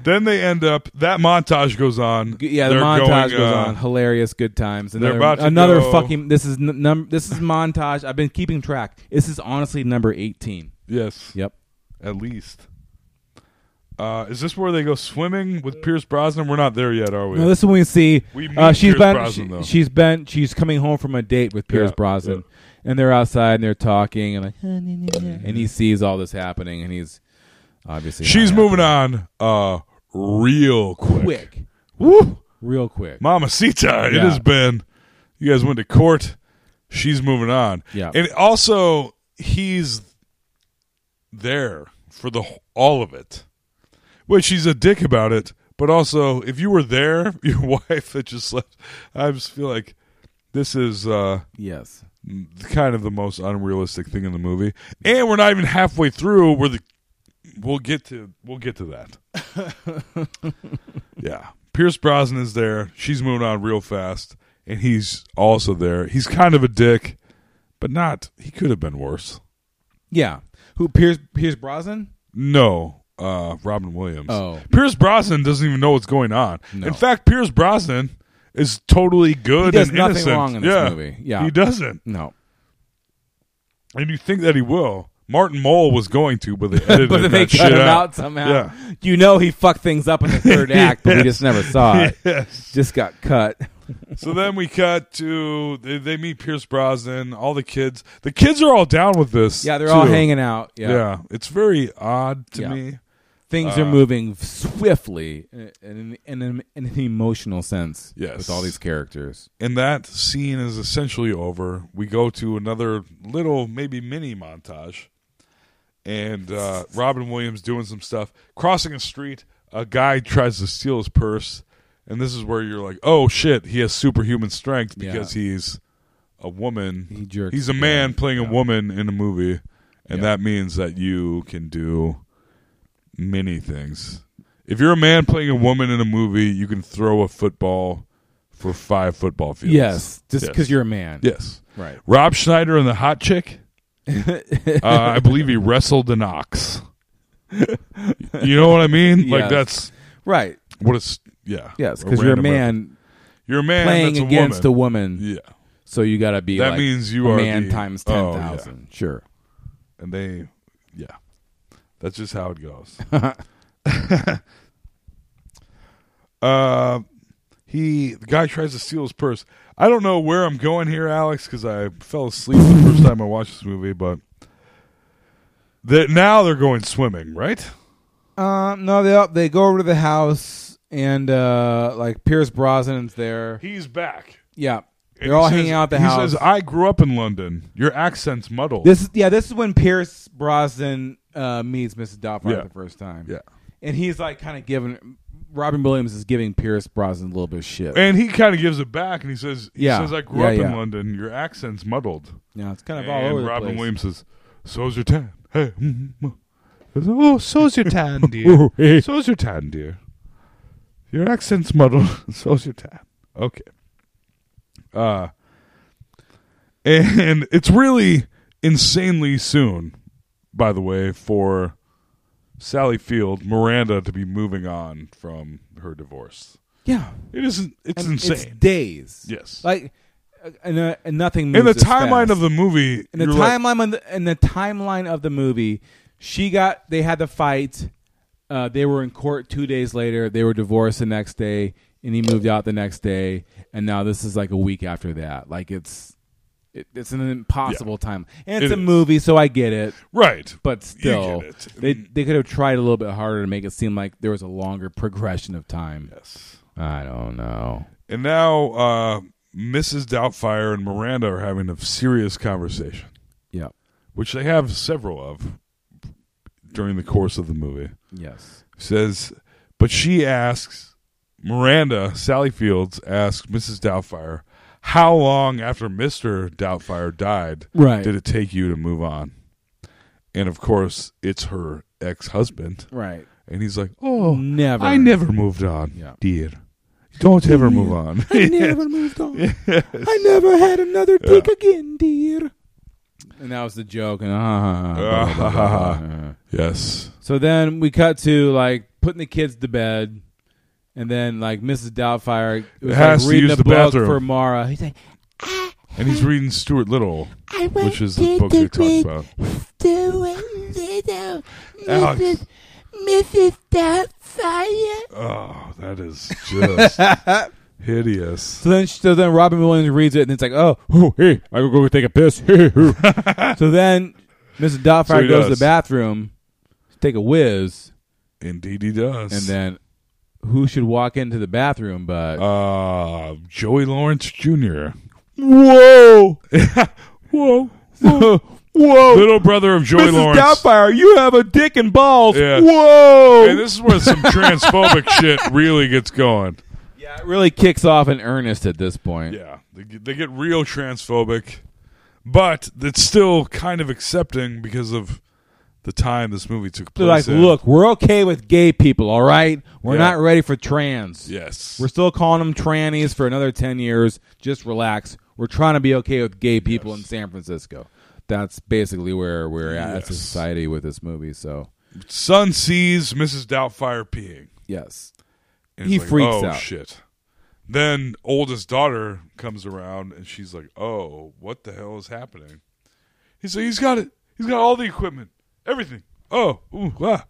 Speaker 11: Then they end up. That montage goes on.
Speaker 13: Yeah, the
Speaker 11: They're going,
Speaker 13: montage goes
Speaker 11: uh,
Speaker 13: on. Hilarious, good times.
Speaker 11: they're
Speaker 13: Another,
Speaker 11: about to
Speaker 13: another
Speaker 11: go-
Speaker 13: fucking. This is n- num- This is montage. I've been keeping track. This is honestly number eighteen.
Speaker 11: Yes.
Speaker 13: Yep.
Speaker 11: At least. Uh, is this where they go swimming with Pierce Brosnan? We're not there yet, are we?
Speaker 13: Now this is when we see
Speaker 11: We meet
Speaker 13: uh, she's
Speaker 11: Pierce
Speaker 13: been
Speaker 11: Brosnan, though.
Speaker 13: she, has been she's coming home from a date with Pierce
Speaker 11: Yeah, Mm-hmm.
Speaker 13: Brosnan, and they're outside and they're talking and like, and he sees all this happening and he's obviously not
Speaker 11: She's
Speaker 13: happy.
Speaker 11: moving on uh, real quick.
Speaker 13: Quick.
Speaker 11: Woo!
Speaker 13: Real quick.
Speaker 11: Mamacita, it
Speaker 13: Yeah.
Speaker 11: has been. You guys went to court. She's moving on.
Speaker 13: Yeah.
Speaker 11: And also, he's there for the wh- all of it, which he's a dick about it. But also, if you were there, your wife that just left, I just feel like this is uh
Speaker 13: yes,
Speaker 11: kind of the most unrealistic thing in the movie. And we're not even halfway through. Where the we'll get to we'll get to that. yeah, Pierce Brosnan is there. She's moving on real fast, and he's also there. He's kind of a dick, but not. He could have been worse.
Speaker 13: Yeah. Who Pierce Pierce Brosnan?
Speaker 11: No, uh, Robin Williams.
Speaker 13: Oh.
Speaker 11: Pierce Brosnan doesn't even know what's going on.
Speaker 13: No.
Speaker 11: In fact, Pierce Brosnan is totally good
Speaker 13: He does
Speaker 11: and
Speaker 13: nothing
Speaker 11: innocent.
Speaker 13: wrong in this
Speaker 11: yeah.
Speaker 13: movie. Yeah.
Speaker 11: he doesn't.
Speaker 13: No.
Speaker 11: And you think that he will? Martin Mole was going to, but they edited
Speaker 13: but then
Speaker 11: that
Speaker 13: they
Speaker 11: shit
Speaker 13: cut him
Speaker 11: out.
Speaker 13: out somehow.
Speaker 11: Yeah.
Speaker 13: You know he fucked things up in the third act, but we just never saw it.
Speaker 11: Yes.
Speaker 13: Just got cut.
Speaker 11: so then we cut to they, they meet Pierce Brosnan, all the kids. The kids are all down with this.
Speaker 13: Yeah, they're all
Speaker 11: too.
Speaker 13: hanging out. Yeah.
Speaker 11: it's very odd to
Speaker 13: Yeah.
Speaker 11: me.
Speaker 13: Things
Speaker 11: Uh,
Speaker 13: are moving swiftly in, in, in, in an emotional sense
Speaker 11: Yes.
Speaker 13: with all these characters.
Speaker 11: And that scene is essentially over. We go to another little, maybe mini montage, and uh, Robin Williams doing some stuff, crossing a street. A guy tries to steal his purse, and this is where you're like, "Oh shit, he has superhuman strength because he's a woman. He
Speaker 13: jerks
Speaker 11: he's a
Speaker 13: the
Speaker 11: man playing a woman in a movie, and that means that you can do many things. If you're a man playing a woman in a movie, you can throw a football for five football fields.
Speaker 13: Yes, just
Speaker 11: Yes.
Speaker 13: 'cause you're a man.
Speaker 11: Yes,
Speaker 13: Right.
Speaker 11: Rob Schneider and the hot chick. uh, I believe he wrestled an ox. you know what I mean? Like
Speaker 13: Yes.
Speaker 11: that's
Speaker 13: Right.
Speaker 11: What is yeah?
Speaker 13: Yes,
Speaker 11: a
Speaker 13: because you're a
Speaker 11: random
Speaker 13: man.
Speaker 11: You're a man
Speaker 13: playing
Speaker 11: that's a
Speaker 13: against
Speaker 11: woman.
Speaker 13: a woman.
Speaker 11: Yeah.
Speaker 13: So you got to be
Speaker 11: That
Speaker 13: like
Speaker 11: means you
Speaker 13: a
Speaker 11: are
Speaker 13: man
Speaker 11: the-
Speaker 13: times
Speaker 11: oh,
Speaker 13: ten
Speaker 11: yeah.
Speaker 13: thousand. Sure.
Speaker 11: And they, yeah, that's just how it goes. uh, he the guy tries to steal his purse. I don't know where I'm going here, Alex, because I fell asleep the first time I watched this movie. But that now they're going swimming, right?
Speaker 13: Um, no, they up, they go over to the house and uh, like Pierce Brosnan's there.
Speaker 11: He's back.
Speaker 13: Yeah,
Speaker 11: And
Speaker 13: they're all
Speaker 11: he
Speaker 13: hanging
Speaker 11: says-
Speaker 13: out at the
Speaker 11: he
Speaker 13: house.
Speaker 11: says, "I grew up in London. Your accent's muddled."
Speaker 13: this yeah, this is when Pierce Brosnan uh, meets Mrs. Doubtfire
Speaker 11: Yeah.
Speaker 13: for the first time.
Speaker 11: Yeah.
Speaker 13: and he's like kind of giving Robin Williams is giving Pierce Brosnan a little bit of shit.
Speaker 11: And he kind of gives it back, and he says, "He
Speaker 13: Yeah.
Speaker 11: says I grew
Speaker 13: Yeah,
Speaker 11: up in
Speaker 13: yeah.
Speaker 11: London. Your accent's muddled."
Speaker 13: Yeah, it's kind of
Speaker 11: and
Speaker 13: all over the
Speaker 11: Robin
Speaker 13: place.
Speaker 11: Williams says, "So's your tan. Hey, mm, mm,
Speaker 20: Oh, so's your tan,
Speaker 11: Oh, hey.
Speaker 20: dear. So's your tan, dear. Your accent's muddled. So's your tan.
Speaker 11: Okay. Uh and it's really insanely soon, by the way, for Sally Field, Miranda to be moving on from her divorce.
Speaker 13: Yeah,
Speaker 11: it isn't. It's
Speaker 13: And
Speaker 11: insane.
Speaker 13: It's days.
Speaker 11: Yes,
Speaker 13: like uh, and, uh, and nothing.
Speaker 11: In
Speaker 13: Moves
Speaker 11: the
Speaker 13: as
Speaker 11: timeline
Speaker 13: fast.
Speaker 11: of the movie,
Speaker 13: In the
Speaker 11: you're like-
Speaker 13: timeline, on the, in the timeline of the movie, she got. They had the fight. Uh, they were in court two days later. They were divorced the next day, and he moved out the next day. And now this is like a week after that. Like it's, it, it's an impossible time. And it's
Speaker 11: It
Speaker 13: a
Speaker 11: is.
Speaker 13: movie, so I get it.
Speaker 11: Right.
Speaker 13: but still,
Speaker 11: get it.
Speaker 13: they they could have tried a little bit harder to make it seem like there was a longer progression of time.
Speaker 11: Yes,
Speaker 13: I don't know.
Speaker 11: and now uh, Mrs. Doubtfire and Miranda are having a serious conversation.
Speaker 13: Yeah.
Speaker 11: which they have several of during the course of the movie.
Speaker 13: Yes.
Speaker 11: Says, but she asks, Miranda, Sally Fields asks Mrs. Doubtfire, how long after Mr. Doubtfire died
Speaker 13: Right.
Speaker 11: did it take you to move on? And of course, it's her ex husband.
Speaker 13: Right.
Speaker 11: And he's like,
Speaker 20: Oh,
Speaker 13: never.
Speaker 20: I never moved on,
Speaker 11: Yeah.
Speaker 20: dear.
Speaker 11: don't ever move on.
Speaker 20: I
Speaker 13: never moved on.
Speaker 11: Yes.
Speaker 13: I never had another
Speaker 11: Yeah.
Speaker 13: dick again, dear. And that was the joke. And ah, blah, blah, blah, blah, blah.
Speaker 11: yes.
Speaker 13: So then we cut to like putting the kids to bed, and then like Mrs. Doubtfire was
Speaker 11: Has
Speaker 13: like
Speaker 11: to
Speaker 13: reading
Speaker 11: use
Speaker 13: a
Speaker 11: the
Speaker 13: book
Speaker 11: bathroom.
Speaker 13: for Mara. He's like,
Speaker 11: And he's reading Stuart Little,
Speaker 17: I want
Speaker 11: which is the
Speaker 17: to
Speaker 11: book we
Speaker 17: degrade
Speaker 11: talked about.
Speaker 17: Stuart Little,
Speaker 11: Alex.
Speaker 17: Mrs. Mrs. Doubtfire.
Speaker 11: Oh, that is just hideous.
Speaker 13: So then, so then Robin Williams reads it, and it's like, oh, oh hey, I gotta go take a piss. so then Mrs.
Speaker 11: So
Speaker 13: Doubtfire
Speaker 11: he
Speaker 13: goes to the
Speaker 11: does.
Speaker 13: bathroom to take a whiz.
Speaker 11: Indeed, he does.
Speaker 13: And then who should walk into the bathroom but
Speaker 11: uh, Joey Lawrence Jr.
Speaker 13: Whoa!
Speaker 11: whoa! Uh,
Speaker 13: Whoa! Whoa!
Speaker 11: Little brother of Joey
Speaker 13: Mrs.
Speaker 11: Lawrence.
Speaker 13: Doubtfire, you have a dick and balls.
Speaker 11: Yeah.
Speaker 13: Whoa!
Speaker 11: And this is where some transphobic shit really gets going.
Speaker 13: Yeah, it really kicks off in earnest at this point.
Speaker 11: Yeah, they get, they get real transphobic, but it's still kind of accepting because of the time this movie took
Speaker 13: They're
Speaker 11: place.
Speaker 13: like,
Speaker 11: in.
Speaker 13: look, we're okay with gay people, all right? We're
Speaker 11: Yeah.
Speaker 13: not ready for trans.
Speaker 11: Yes.
Speaker 13: We're still calling them trannies for another 10 years. Just relax. We're trying to be okay with gay people in San Francisco. That's basically where we're at as a
Speaker 11: Yes.
Speaker 13: society with this movie. So,
Speaker 11: son sees Mrs. Doubtfire peeing.
Speaker 13: yes.
Speaker 11: And
Speaker 13: he
Speaker 11: he's like,
Speaker 13: freaks
Speaker 11: oh,
Speaker 13: out.
Speaker 11: shit. Then oldest daughter comes around and she's like, "Oh, what the hell is happening?" He's like, "He's got it. He's got all the equipment, everything." Oh, ooh, ah.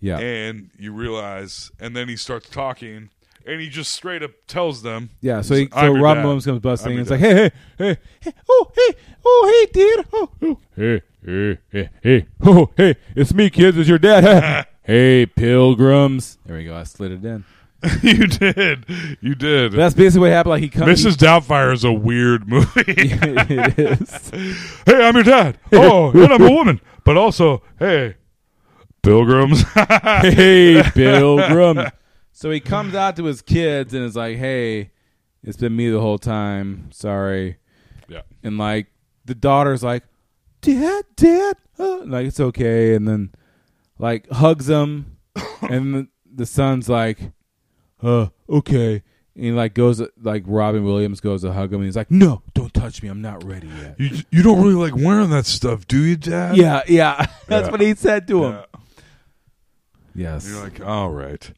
Speaker 13: Yeah.
Speaker 11: And you realize, and then he starts talking, and he just straight up tells them,
Speaker 13: Yeah, so,
Speaker 11: he's
Speaker 13: he,
Speaker 11: like,
Speaker 13: so
Speaker 11: "I'm your
Speaker 13: Robin
Speaker 11: dad.
Speaker 13: Williams comes busting.
Speaker 11: I'm
Speaker 13: And
Speaker 11: your
Speaker 13: it's like,
Speaker 11: dad."
Speaker 13: hey, hey, hey, hey, oh, hey, oh, hey, dear. Oh, oh.
Speaker 20: Hey, hey, hey,
Speaker 13: hey, oh, hey, it's me, kids. It's your dad. hey, pilgrims. There we go. I slid it in.
Speaker 11: you did, you did.
Speaker 13: That's basically what happened. Like he comes.
Speaker 11: Mrs. Doubtfire is a weird movie.
Speaker 13: it is.
Speaker 11: Hey, I'm your dad. Oh, and I'm a woman, but also, hey, pilgrims.
Speaker 13: hey, pilgrim. So he comes out to his kids and is like, "Hey, it's been me the whole time. Sorry."
Speaker 11: Yeah.
Speaker 13: And like the daughter's like, "Dad, dad," uh," and, like it's okay. And then like hugs him, and the, the son's like, "Uh, okay." And he like goes like Robin Williams goes to hug him, and he's like, "No, don't touch me. I'm not ready yet."
Speaker 11: You you don't really like wearing that stuff, do you, Dad?
Speaker 13: Yeah, yeah. That's what he said to him.
Speaker 11: Yeah.
Speaker 13: Yes.
Speaker 11: You're like, all right.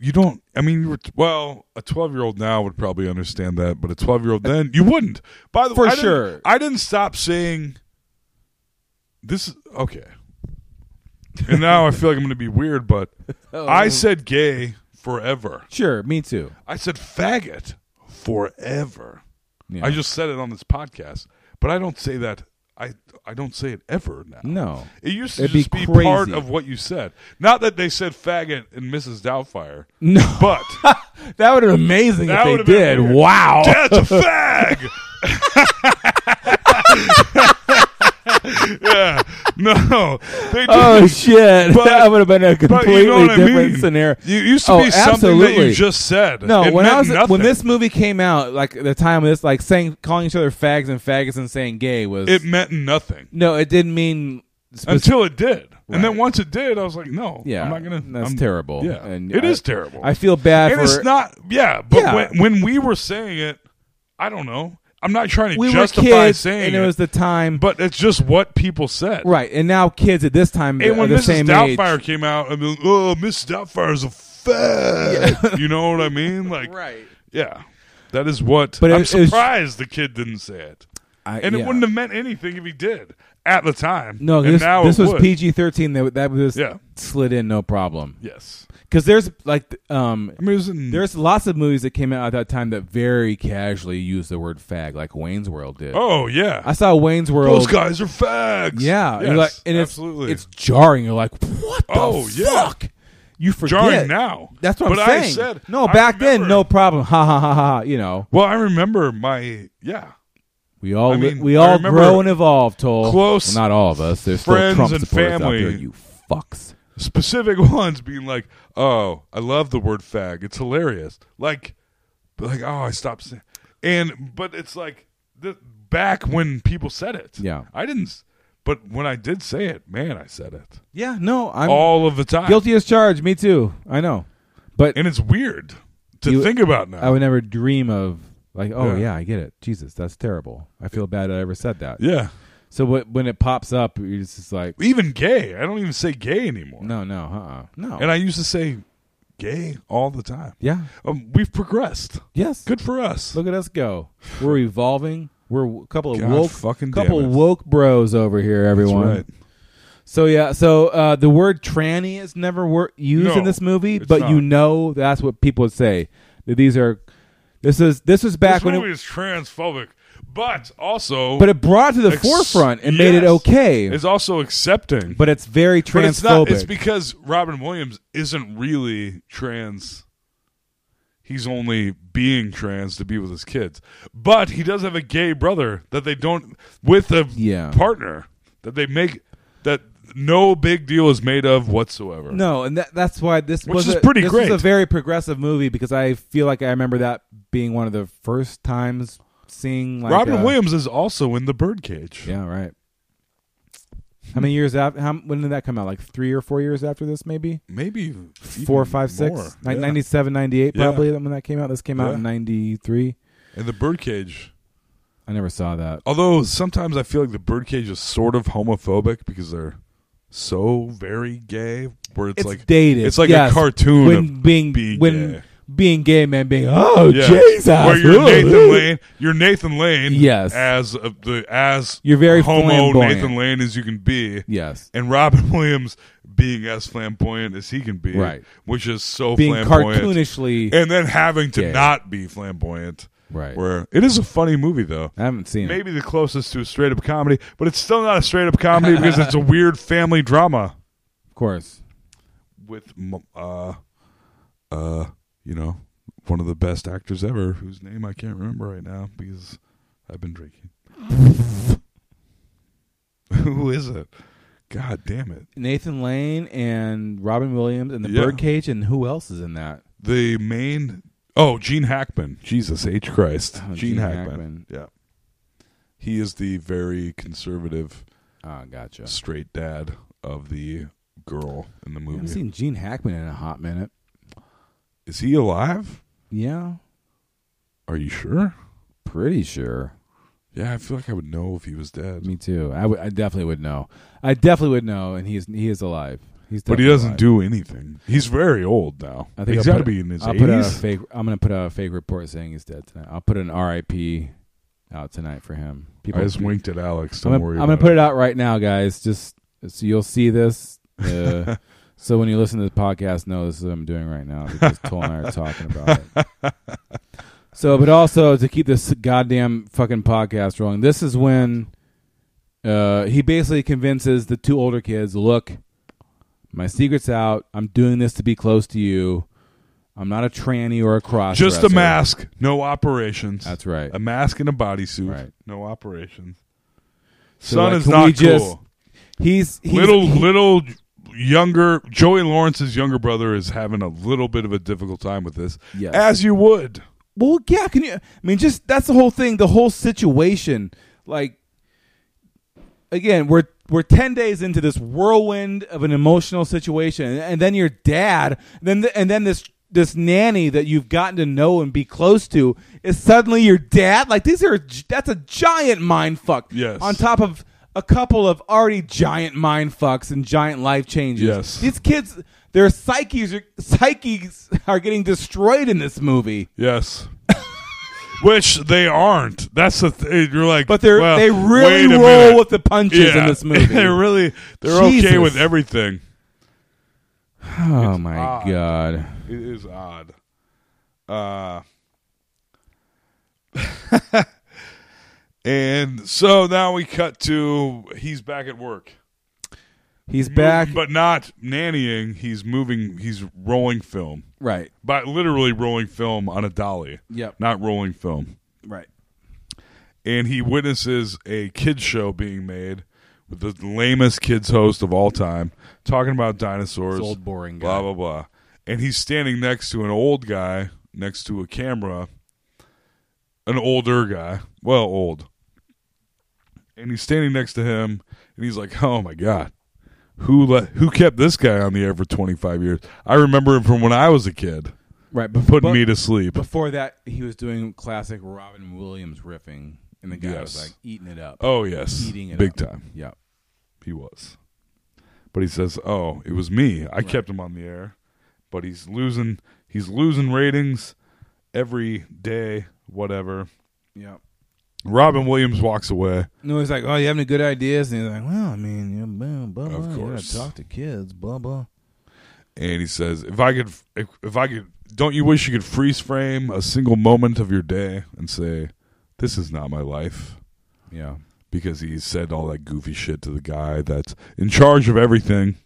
Speaker 11: you don't i mean you were well a 12 year old now would probably understand that but a 12 year old then you wouldn't by the
Speaker 13: For
Speaker 11: way I didn't-
Speaker 13: sure.
Speaker 11: i didn't stop saying this is okay and now i feel like i'm gonna be weird but
Speaker 13: Oh.
Speaker 11: i said gay forever
Speaker 13: sure me too
Speaker 11: i said faggot forever
Speaker 13: Yeah.
Speaker 11: i just said it on this podcast but i don't say that i i don't say it ever now
Speaker 13: No.
Speaker 11: it used to
Speaker 13: It'd
Speaker 11: just
Speaker 13: be
Speaker 11: be, part
Speaker 13: crazy.
Speaker 11: of what you said not that they said faggot and mrs doubtfire
Speaker 13: No.
Speaker 11: but
Speaker 13: that would have been amazing
Speaker 11: That
Speaker 13: if
Speaker 11: would've
Speaker 13: they
Speaker 11: been
Speaker 13: did.
Speaker 11: weird.
Speaker 13: Wow.
Speaker 11: That's a fag. yeah. No. They
Speaker 13: Oh
Speaker 11: did-
Speaker 13: shit!
Speaker 11: But-
Speaker 13: that would have been a
Speaker 11: but
Speaker 13: completely
Speaker 11: you know what I
Speaker 13: different
Speaker 11: mean.
Speaker 13: scenario. Oh,
Speaker 11: You- it used to be something that you just said.
Speaker 13: No,
Speaker 11: It
Speaker 13: when I
Speaker 11: meant
Speaker 13: was when
Speaker 11: nothing.
Speaker 13: this movie came out, like the time of this, like saying calling each other fags and faggots and saying gay was
Speaker 11: It meant nothing.
Speaker 13: No, it didn't mean spec-
Speaker 11: Until it did. And then once it did, I was like, no.
Speaker 13: Yeah,
Speaker 11: I'm not going to.
Speaker 13: that's terrible.
Speaker 11: Yeah.
Speaker 13: And
Speaker 11: it
Speaker 13: I-
Speaker 11: is terrible.
Speaker 13: I feel bad
Speaker 11: And
Speaker 13: for-
Speaker 11: it's not. Yeah. But
Speaker 13: Yeah.
Speaker 11: When, when we were saying it, I don't know. I'm not trying to
Speaker 13: We were
Speaker 11: justify
Speaker 13: kids,
Speaker 11: saying
Speaker 13: and it was the time.
Speaker 11: But it's just what people said.
Speaker 13: right. And now kids at this time
Speaker 11: And
Speaker 13: are
Speaker 11: when
Speaker 13: the
Speaker 11: Mrs.
Speaker 13: same age.
Speaker 11: Doubtfire came out, I mean, oh, Mrs. Doubtfire is a fag. You know what I mean? Like,
Speaker 13: Right.
Speaker 11: Yeah, that is what.
Speaker 13: But
Speaker 11: But I'm
Speaker 13: it- it was-
Speaker 11: surprised the kid didn't say it,
Speaker 13: I-
Speaker 11: and
Speaker 13: yeah.
Speaker 11: it wouldn't have meant anything if he did at the time.
Speaker 13: No,
Speaker 11: and
Speaker 13: this,
Speaker 11: now
Speaker 13: this
Speaker 11: it
Speaker 13: was
Speaker 11: would.
Speaker 13: PG thirteen. That that was
Speaker 11: Yeah.
Speaker 13: slid in no problem.
Speaker 11: Yes.
Speaker 13: because there's like th- um,
Speaker 11: in-
Speaker 13: there's lots of movies that came out at that time that very casually used the word fag, like Wayne's World did.
Speaker 11: Oh, yeah.
Speaker 13: I saw Wayne's World.
Speaker 11: Those guys are fags.
Speaker 13: Yeah,
Speaker 11: Yes,
Speaker 13: and you're like, and it's
Speaker 11: absolutely.
Speaker 13: it's jarring. You're like, what the
Speaker 11: Oh, yeah.
Speaker 13: fuck? You forget
Speaker 11: Jarring now.
Speaker 13: That's what
Speaker 11: But
Speaker 13: I'm
Speaker 11: I
Speaker 13: saying.
Speaker 11: said-
Speaker 13: no,
Speaker 11: I
Speaker 13: back then, no problem. Ha ha ha ha. ha, You know,
Speaker 11: Well, I remember my yeah.
Speaker 13: we all
Speaker 11: I
Speaker 13: li-
Speaker 11: mean,
Speaker 13: we
Speaker 11: I
Speaker 13: all
Speaker 11: remember
Speaker 13: grow and evolve. Toll
Speaker 11: close
Speaker 13: Well, not all of us. There's still
Speaker 11: friends
Speaker 13: Trump
Speaker 11: and
Speaker 13: supporters out
Speaker 11: family.
Speaker 13: there, You fucks.
Speaker 11: Specific ones being like, "Oh, I love the word fag. It's hilarious." Like, like, "Oh, I stopped saying." And but it's like the, back when people said it.
Speaker 13: Yeah.
Speaker 11: I didn't. s- But when I did say it, man, I said it.
Speaker 13: Yeah, no, I'm
Speaker 11: all of the time.
Speaker 13: guilty as charged. Me too. I know, but
Speaker 11: and it's weird to
Speaker 13: you-
Speaker 11: think about now.
Speaker 13: I would never dream of like, oh yeah.
Speaker 11: Oh. Yeah.
Speaker 13: I get it. Jesus, that's terrible. I feel bad I ever said that.
Speaker 11: Yeah.
Speaker 13: So what, when it pops up, you're just just like,
Speaker 11: even gay. I don't even say gay anymore.
Speaker 13: No, no, uh-uh. no.
Speaker 11: And I used to say gay all the time.
Speaker 13: Yeah.
Speaker 11: Um, we've progressed.
Speaker 13: Yes.
Speaker 11: Good for us.
Speaker 13: Look at us go. We're evolving. We're a couple of
Speaker 11: God
Speaker 13: woke,
Speaker 11: fucking damn
Speaker 13: couple
Speaker 11: it.
Speaker 13: woke bros over here, everyone.
Speaker 11: right.
Speaker 13: So yeah, so uh, the word tranny is never wor- used
Speaker 11: No,
Speaker 13: in this movie,
Speaker 11: it's
Speaker 13: but you
Speaker 11: not.
Speaker 13: know that's what people would say. That these are, this is this is back
Speaker 11: this
Speaker 13: when it,
Speaker 11: movie is transphobic, but also
Speaker 13: but it brought it to the
Speaker 11: Ex-
Speaker 13: forefront and made it
Speaker 11: yes.
Speaker 13: okay.
Speaker 11: It's also accepting,
Speaker 13: but it's very transphobic.
Speaker 11: But it's not. It's because Robin Williams isn't really trans. He's only being trans to be with his kids, but he does have a gay brother that they don't with a
Speaker 13: Yeah.
Speaker 11: partner that they make that no big deal is made of whatsoever.
Speaker 13: No, and that, that's why this
Speaker 11: Which
Speaker 13: was
Speaker 11: is
Speaker 13: a,
Speaker 11: pretty
Speaker 13: this
Speaker 11: great.
Speaker 13: was a very progressive movie because I feel like I remember that being one of the first times seeing like
Speaker 11: Robin
Speaker 13: uh,
Speaker 11: Williams is also in the Birdcage.
Speaker 13: Yeah, right. How many years after? How, when did that come out? Like three or four years after this, maybe.
Speaker 11: Maybe
Speaker 13: Four,
Speaker 11: even
Speaker 13: five, six,
Speaker 11: more.
Speaker 13: Like
Speaker 11: Yeah.
Speaker 13: 97, 98
Speaker 11: Yeah.
Speaker 13: probably when that came out. This came out
Speaker 11: Yeah.
Speaker 13: in ninety three.
Speaker 11: And the Birdcage.
Speaker 13: I never saw that.
Speaker 11: Although sometimes I feel like the Birdcage is sort of homophobic because they're so very gay. Where it's,
Speaker 13: It's
Speaker 11: like
Speaker 13: dated.
Speaker 11: It's like
Speaker 13: Yes.
Speaker 11: a cartoon
Speaker 13: when
Speaker 11: of
Speaker 13: being,
Speaker 11: being
Speaker 13: when
Speaker 11: gay.
Speaker 13: being gay man being oh
Speaker 11: Yeah.
Speaker 13: Jesus
Speaker 11: Where you're
Speaker 13: ooh,
Speaker 11: Nathan
Speaker 13: ooh."
Speaker 11: Lane. You're Nathan Lane.
Speaker 13: Yes.
Speaker 11: As a, the as
Speaker 13: You're very
Speaker 11: homo
Speaker 13: flamboyant.
Speaker 11: Nathan Lane as you can be.
Speaker 13: Yes.
Speaker 11: And Robin Williams being as flamboyant as he can be.
Speaker 13: Right.
Speaker 11: Which is so
Speaker 13: Being
Speaker 11: flamboyant.
Speaker 13: cartoonishly
Speaker 11: and then having to
Speaker 13: gay.
Speaker 11: not be flamboyant.
Speaker 13: Right.
Speaker 11: Where it is a funny movie though.
Speaker 13: I haven't seen it.
Speaker 11: maybe the closest to a straight up comedy, but it's still not a straight up comedy because it's a weird family drama
Speaker 13: Of course.
Speaker 11: with m- uh uh you know one of the best actors ever whose name I can't remember right now because I've been drinking. Who is it? God damn it.
Speaker 13: Nathan Lane and Robin Williams and the
Speaker 11: Yeah.
Speaker 13: Birdcage and who else is in that?
Speaker 11: The main Oh, Gene Hackman. Jesus H Christ.
Speaker 13: Oh,
Speaker 11: Gene,
Speaker 13: Gene
Speaker 11: Hackman.
Speaker 13: Hackman.
Speaker 11: Yeah. He is the very conservative
Speaker 13: Ah, gotcha.
Speaker 11: straight dad of the girl in the
Speaker 13: I
Speaker 11: movie.
Speaker 13: haven't seen Gene Hackman in a hot minute.
Speaker 11: Is he alive?
Speaker 13: Yeah,
Speaker 11: Are you sure?
Speaker 13: pretty sure.
Speaker 11: Yeah, I feel like I would know if he was dead.
Speaker 13: Me too. I would. I definitely would know. I definitely would know, and he's he is alive. He's
Speaker 11: but he
Speaker 13: definitely
Speaker 11: doesn't
Speaker 13: alive.
Speaker 11: do anything. He's very old now.
Speaker 13: I think
Speaker 11: he's
Speaker 13: I'll
Speaker 11: got to
Speaker 13: put-
Speaker 11: be in his
Speaker 13: I'll put out a
Speaker 11: eighties.
Speaker 13: fake, I'm going to put out a fake report saying he's dead tonight. I'll put an RIP out tonight for him.
Speaker 11: I just winked at Alex.
Speaker 13: I'm
Speaker 11: Don't
Speaker 13: gonna,
Speaker 11: worry.
Speaker 13: I'm gonna
Speaker 11: about
Speaker 13: put it out right now, guys. Just so you'll see this. Uh, so when you listen to this podcast, know this is what I'm doing right now because Toll and I are talking about it. So, but also to keep this goddamn fucking podcast rolling, this is when uh, he basically convinces the two older kids, "Look, my secret's out. I'm doing this to be close to you. I'm not a tranny or a cross.
Speaker 11: Just a mask, no operations.
Speaker 13: That's right.
Speaker 11: A mask and a bodysuit.
Speaker 13: Right.
Speaker 11: No operations.
Speaker 13: So,
Speaker 11: Son
Speaker 13: like,
Speaker 11: is
Speaker 13: can
Speaker 11: not
Speaker 13: we just-
Speaker 11: cool.
Speaker 13: He's, he's
Speaker 11: little
Speaker 13: he-
Speaker 11: little younger Joey Lawrence's younger brother is having a little bit of a difficult time with this.
Speaker 13: Yes.
Speaker 11: As you would.
Speaker 13: Well, yeah. Can you? I mean, just that's the whole thing. The whole situation. Like, again, we're we're ten days into this whirlwind of an emotional situation, and, and then your dad, then the, and then this this nanny that you've gotten to know and be close to is suddenly your dad. Like, these are that's a giant mind fuck.
Speaker 11: Yes.
Speaker 13: On top of a couple of already giant mind fucks and giant life changes.
Speaker 11: Yes.
Speaker 13: These kids, their psyches are, psyches are getting destroyed in this movie.
Speaker 11: Yes. Which they aren't. That's the th- you're like, but
Speaker 13: they're- they really roll with the punches in this movie.
Speaker 11: They really they're okay
Speaker 13: Jesus.
Speaker 11: with everything.
Speaker 13: Oh my
Speaker 11: odd.
Speaker 13: god.
Speaker 11: It is odd. Uh, and so now we cut to he's back at work.
Speaker 13: He's
Speaker 11: Mo-
Speaker 13: back.
Speaker 11: but not nannying. He's moving. He's rolling film.
Speaker 13: Right.
Speaker 11: But literally rolling film on a dolly.
Speaker 13: Yep.
Speaker 11: Not rolling film.
Speaker 13: Right.
Speaker 11: And he witnesses a kids show being made with the lamest kids host of all time, talking about dinosaurs.
Speaker 13: This old boring guy.
Speaker 11: Blah blah blah. And he's standing next to an old guy next to a camera, an older guy. Well, old. And he's standing next to him, and he's like, "Oh my god, who let who kept this guy on the air for 25 years? I remember him from when I was a kid.
Speaker 13: Right, bef-
Speaker 11: putting
Speaker 13: but-
Speaker 11: me to sleep.
Speaker 13: Before that, he was doing classic Robin Williams riffing, and the guy was like eating it up.
Speaker 11: Oh yes,
Speaker 13: eating it
Speaker 11: big
Speaker 13: up.
Speaker 11: time.
Speaker 13: Yep,
Speaker 11: he was. But he says, "Oh, it was me. I kept him on the air." But he's losing. He's losing ratings every day. Whatever.
Speaker 13: Yeah.
Speaker 11: Robin Williams walks away.
Speaker 13: No, he's like, "Oh, you have any good ideas?" And he's like, "Well, I mean, you know, blah blah.
Speaker 11: Of
Speaker 13: you gotta
Speaker 11: course.
Speaker 13: talk to kids, blah blah."
Speaker 11: and he says, "If I could, if, if I could, don't you wish you could freeze frame a single moment of your day and say, this is not my life."
Speaker 13: Yeah,
Speaker 11: because he said all that goofy shit to the guy that's in charge of everything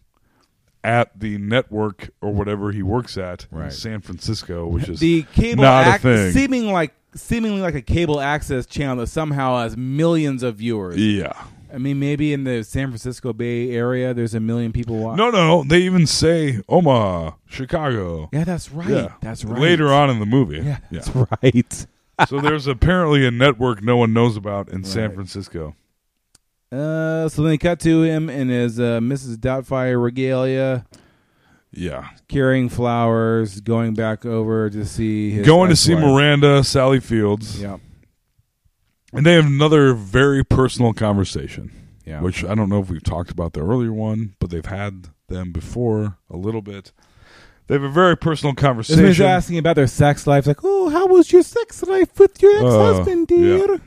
Speaker 11: at the network or whatever he works at in
Speaker 13: Right.
Speaker 11: San Francisco, which is
Speaker 13: the cable
Speaker 11: not
Speaker 13: ac-
Speaker 11: a thing.
Speaker 13: seeming like seemingly like a cable access channel that somehow has millions of viewers.
Speaker 11: Yeah.
Speaker 13: I mean, maybe in the San Francisco Bay Area, there's a million people watching.
Speaker 11: no, no, they even say Omaha, Chicago.
Speaker 13: Yeah, that's right. That's right.
Speaker 11: Later on in the movie.
Speaker 13: Yeah, that's right.
Speaker 11: so there's apparently a network no one knows about in San Francisco.
Speaker 13: Uh, so then they cut to him in his uh, Mrs. Doubtfire regalia.
Speaker 11: Yeah.
Speaker 13: Carrying flowers, going back over to see his
Speaker 11: going to see
Speaker 13: ex-wife.
Speaker 11: Miranda Sally Fields.
Speaker 13: Yeah.
Speaker 11: And they have another very personal conversation.
Speaker 13: Yeah.
Speaker 11: Which I don't know if we've talked about the earlier one, but they've had them before a little bit. They have a very personal
Speaker 13: This man's
Speaker 11: conversation.
Speaker 13: asking about their sex life. Like, oh, how was your sex life with your ex-husband,
Speaker 11: Uh, yeah.
Speaker 13: dear?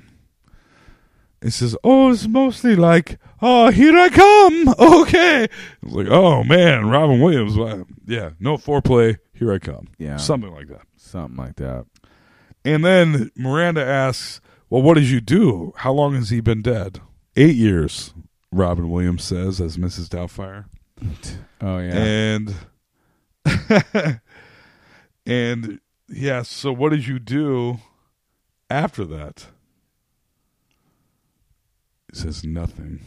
Speaker 11: It says, "Oh, it's mostly like, oh, here I come. Okay." It's like, "Oh man, Robin Williams. wow. Yeah, no foreplay. Here I come."
Speaker 13: Yeah.
Speaker 11: something like that.
Speaker 13: Something like that.
Speaker 11: And then Miranda asks, Well, what did you do? How long has he been dead? Eight years, Robin Williams says, as Mrs. Doubtfire.
Speaker 13: Oh yeah.
Speaker 11: And and yeah, so what did you do after that? He says nothing.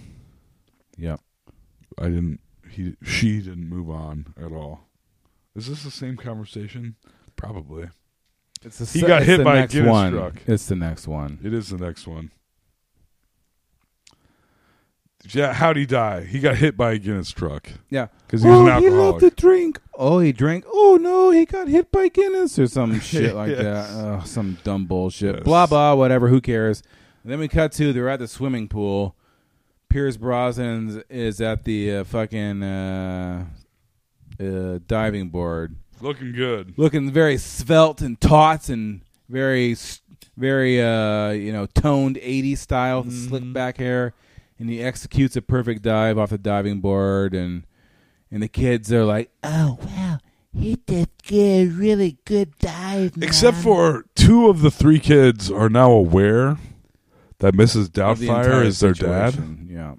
Speaker 13: Yep.
Speaker 11: I didn't he she didn't move on at all. Is this the same conversation? Probably.
Speaker 13: It's the
Speaker 11: he
Speaker 13: se-
Speaker 11: got
Speaker 13: it's
Speaker 11: hit
Speaker 13: the
Speaker 11: by a
Speaker 13: next
Speaker 11: Guinness
Speaker 13: one.
Speaker 11: truck.
Speaker 13: It's the next one.
Speaker 11: It is the next one. Yeah, how'd he die? He got hit by a Guinness truck.
Speaker 13: Yeah,
Speaker 11: because he was
Speaker 13: oh,
Speaker 11: an
Speaker 13: He
Speaker 11: alcoholic.
Speaker 13: loved to drink. Oh, he drank. Oh no, he got hit by Guinness or some shit like
Speaker 11: Yes.
Speaker 13: that. Ugh, some dumb bullshit. Blah blah. Whatever. Who cares? And then we cut to they're at the swimming pool. Pierce Brosnan is at the uh, fucking uh, uh, diving board.
Speaker 11: Looking good.
Speaker 13: Looking very svelte and taut and very, s- very, uh, you know, toned 80s style, with slick back hair. And he executes a perfect dive off the diving board. And, and the kids are like,
Speaker 17: Oh, wow. He did good, really good dive. Man.
Speaker 11: Except for two of the three kids are now aware that Mrs.
Speaker 13: the entire
Speaker 11: Doubtfire is their
Speaker 13: situation,
Speaker 11: dad.
Speaker 13: Yeah.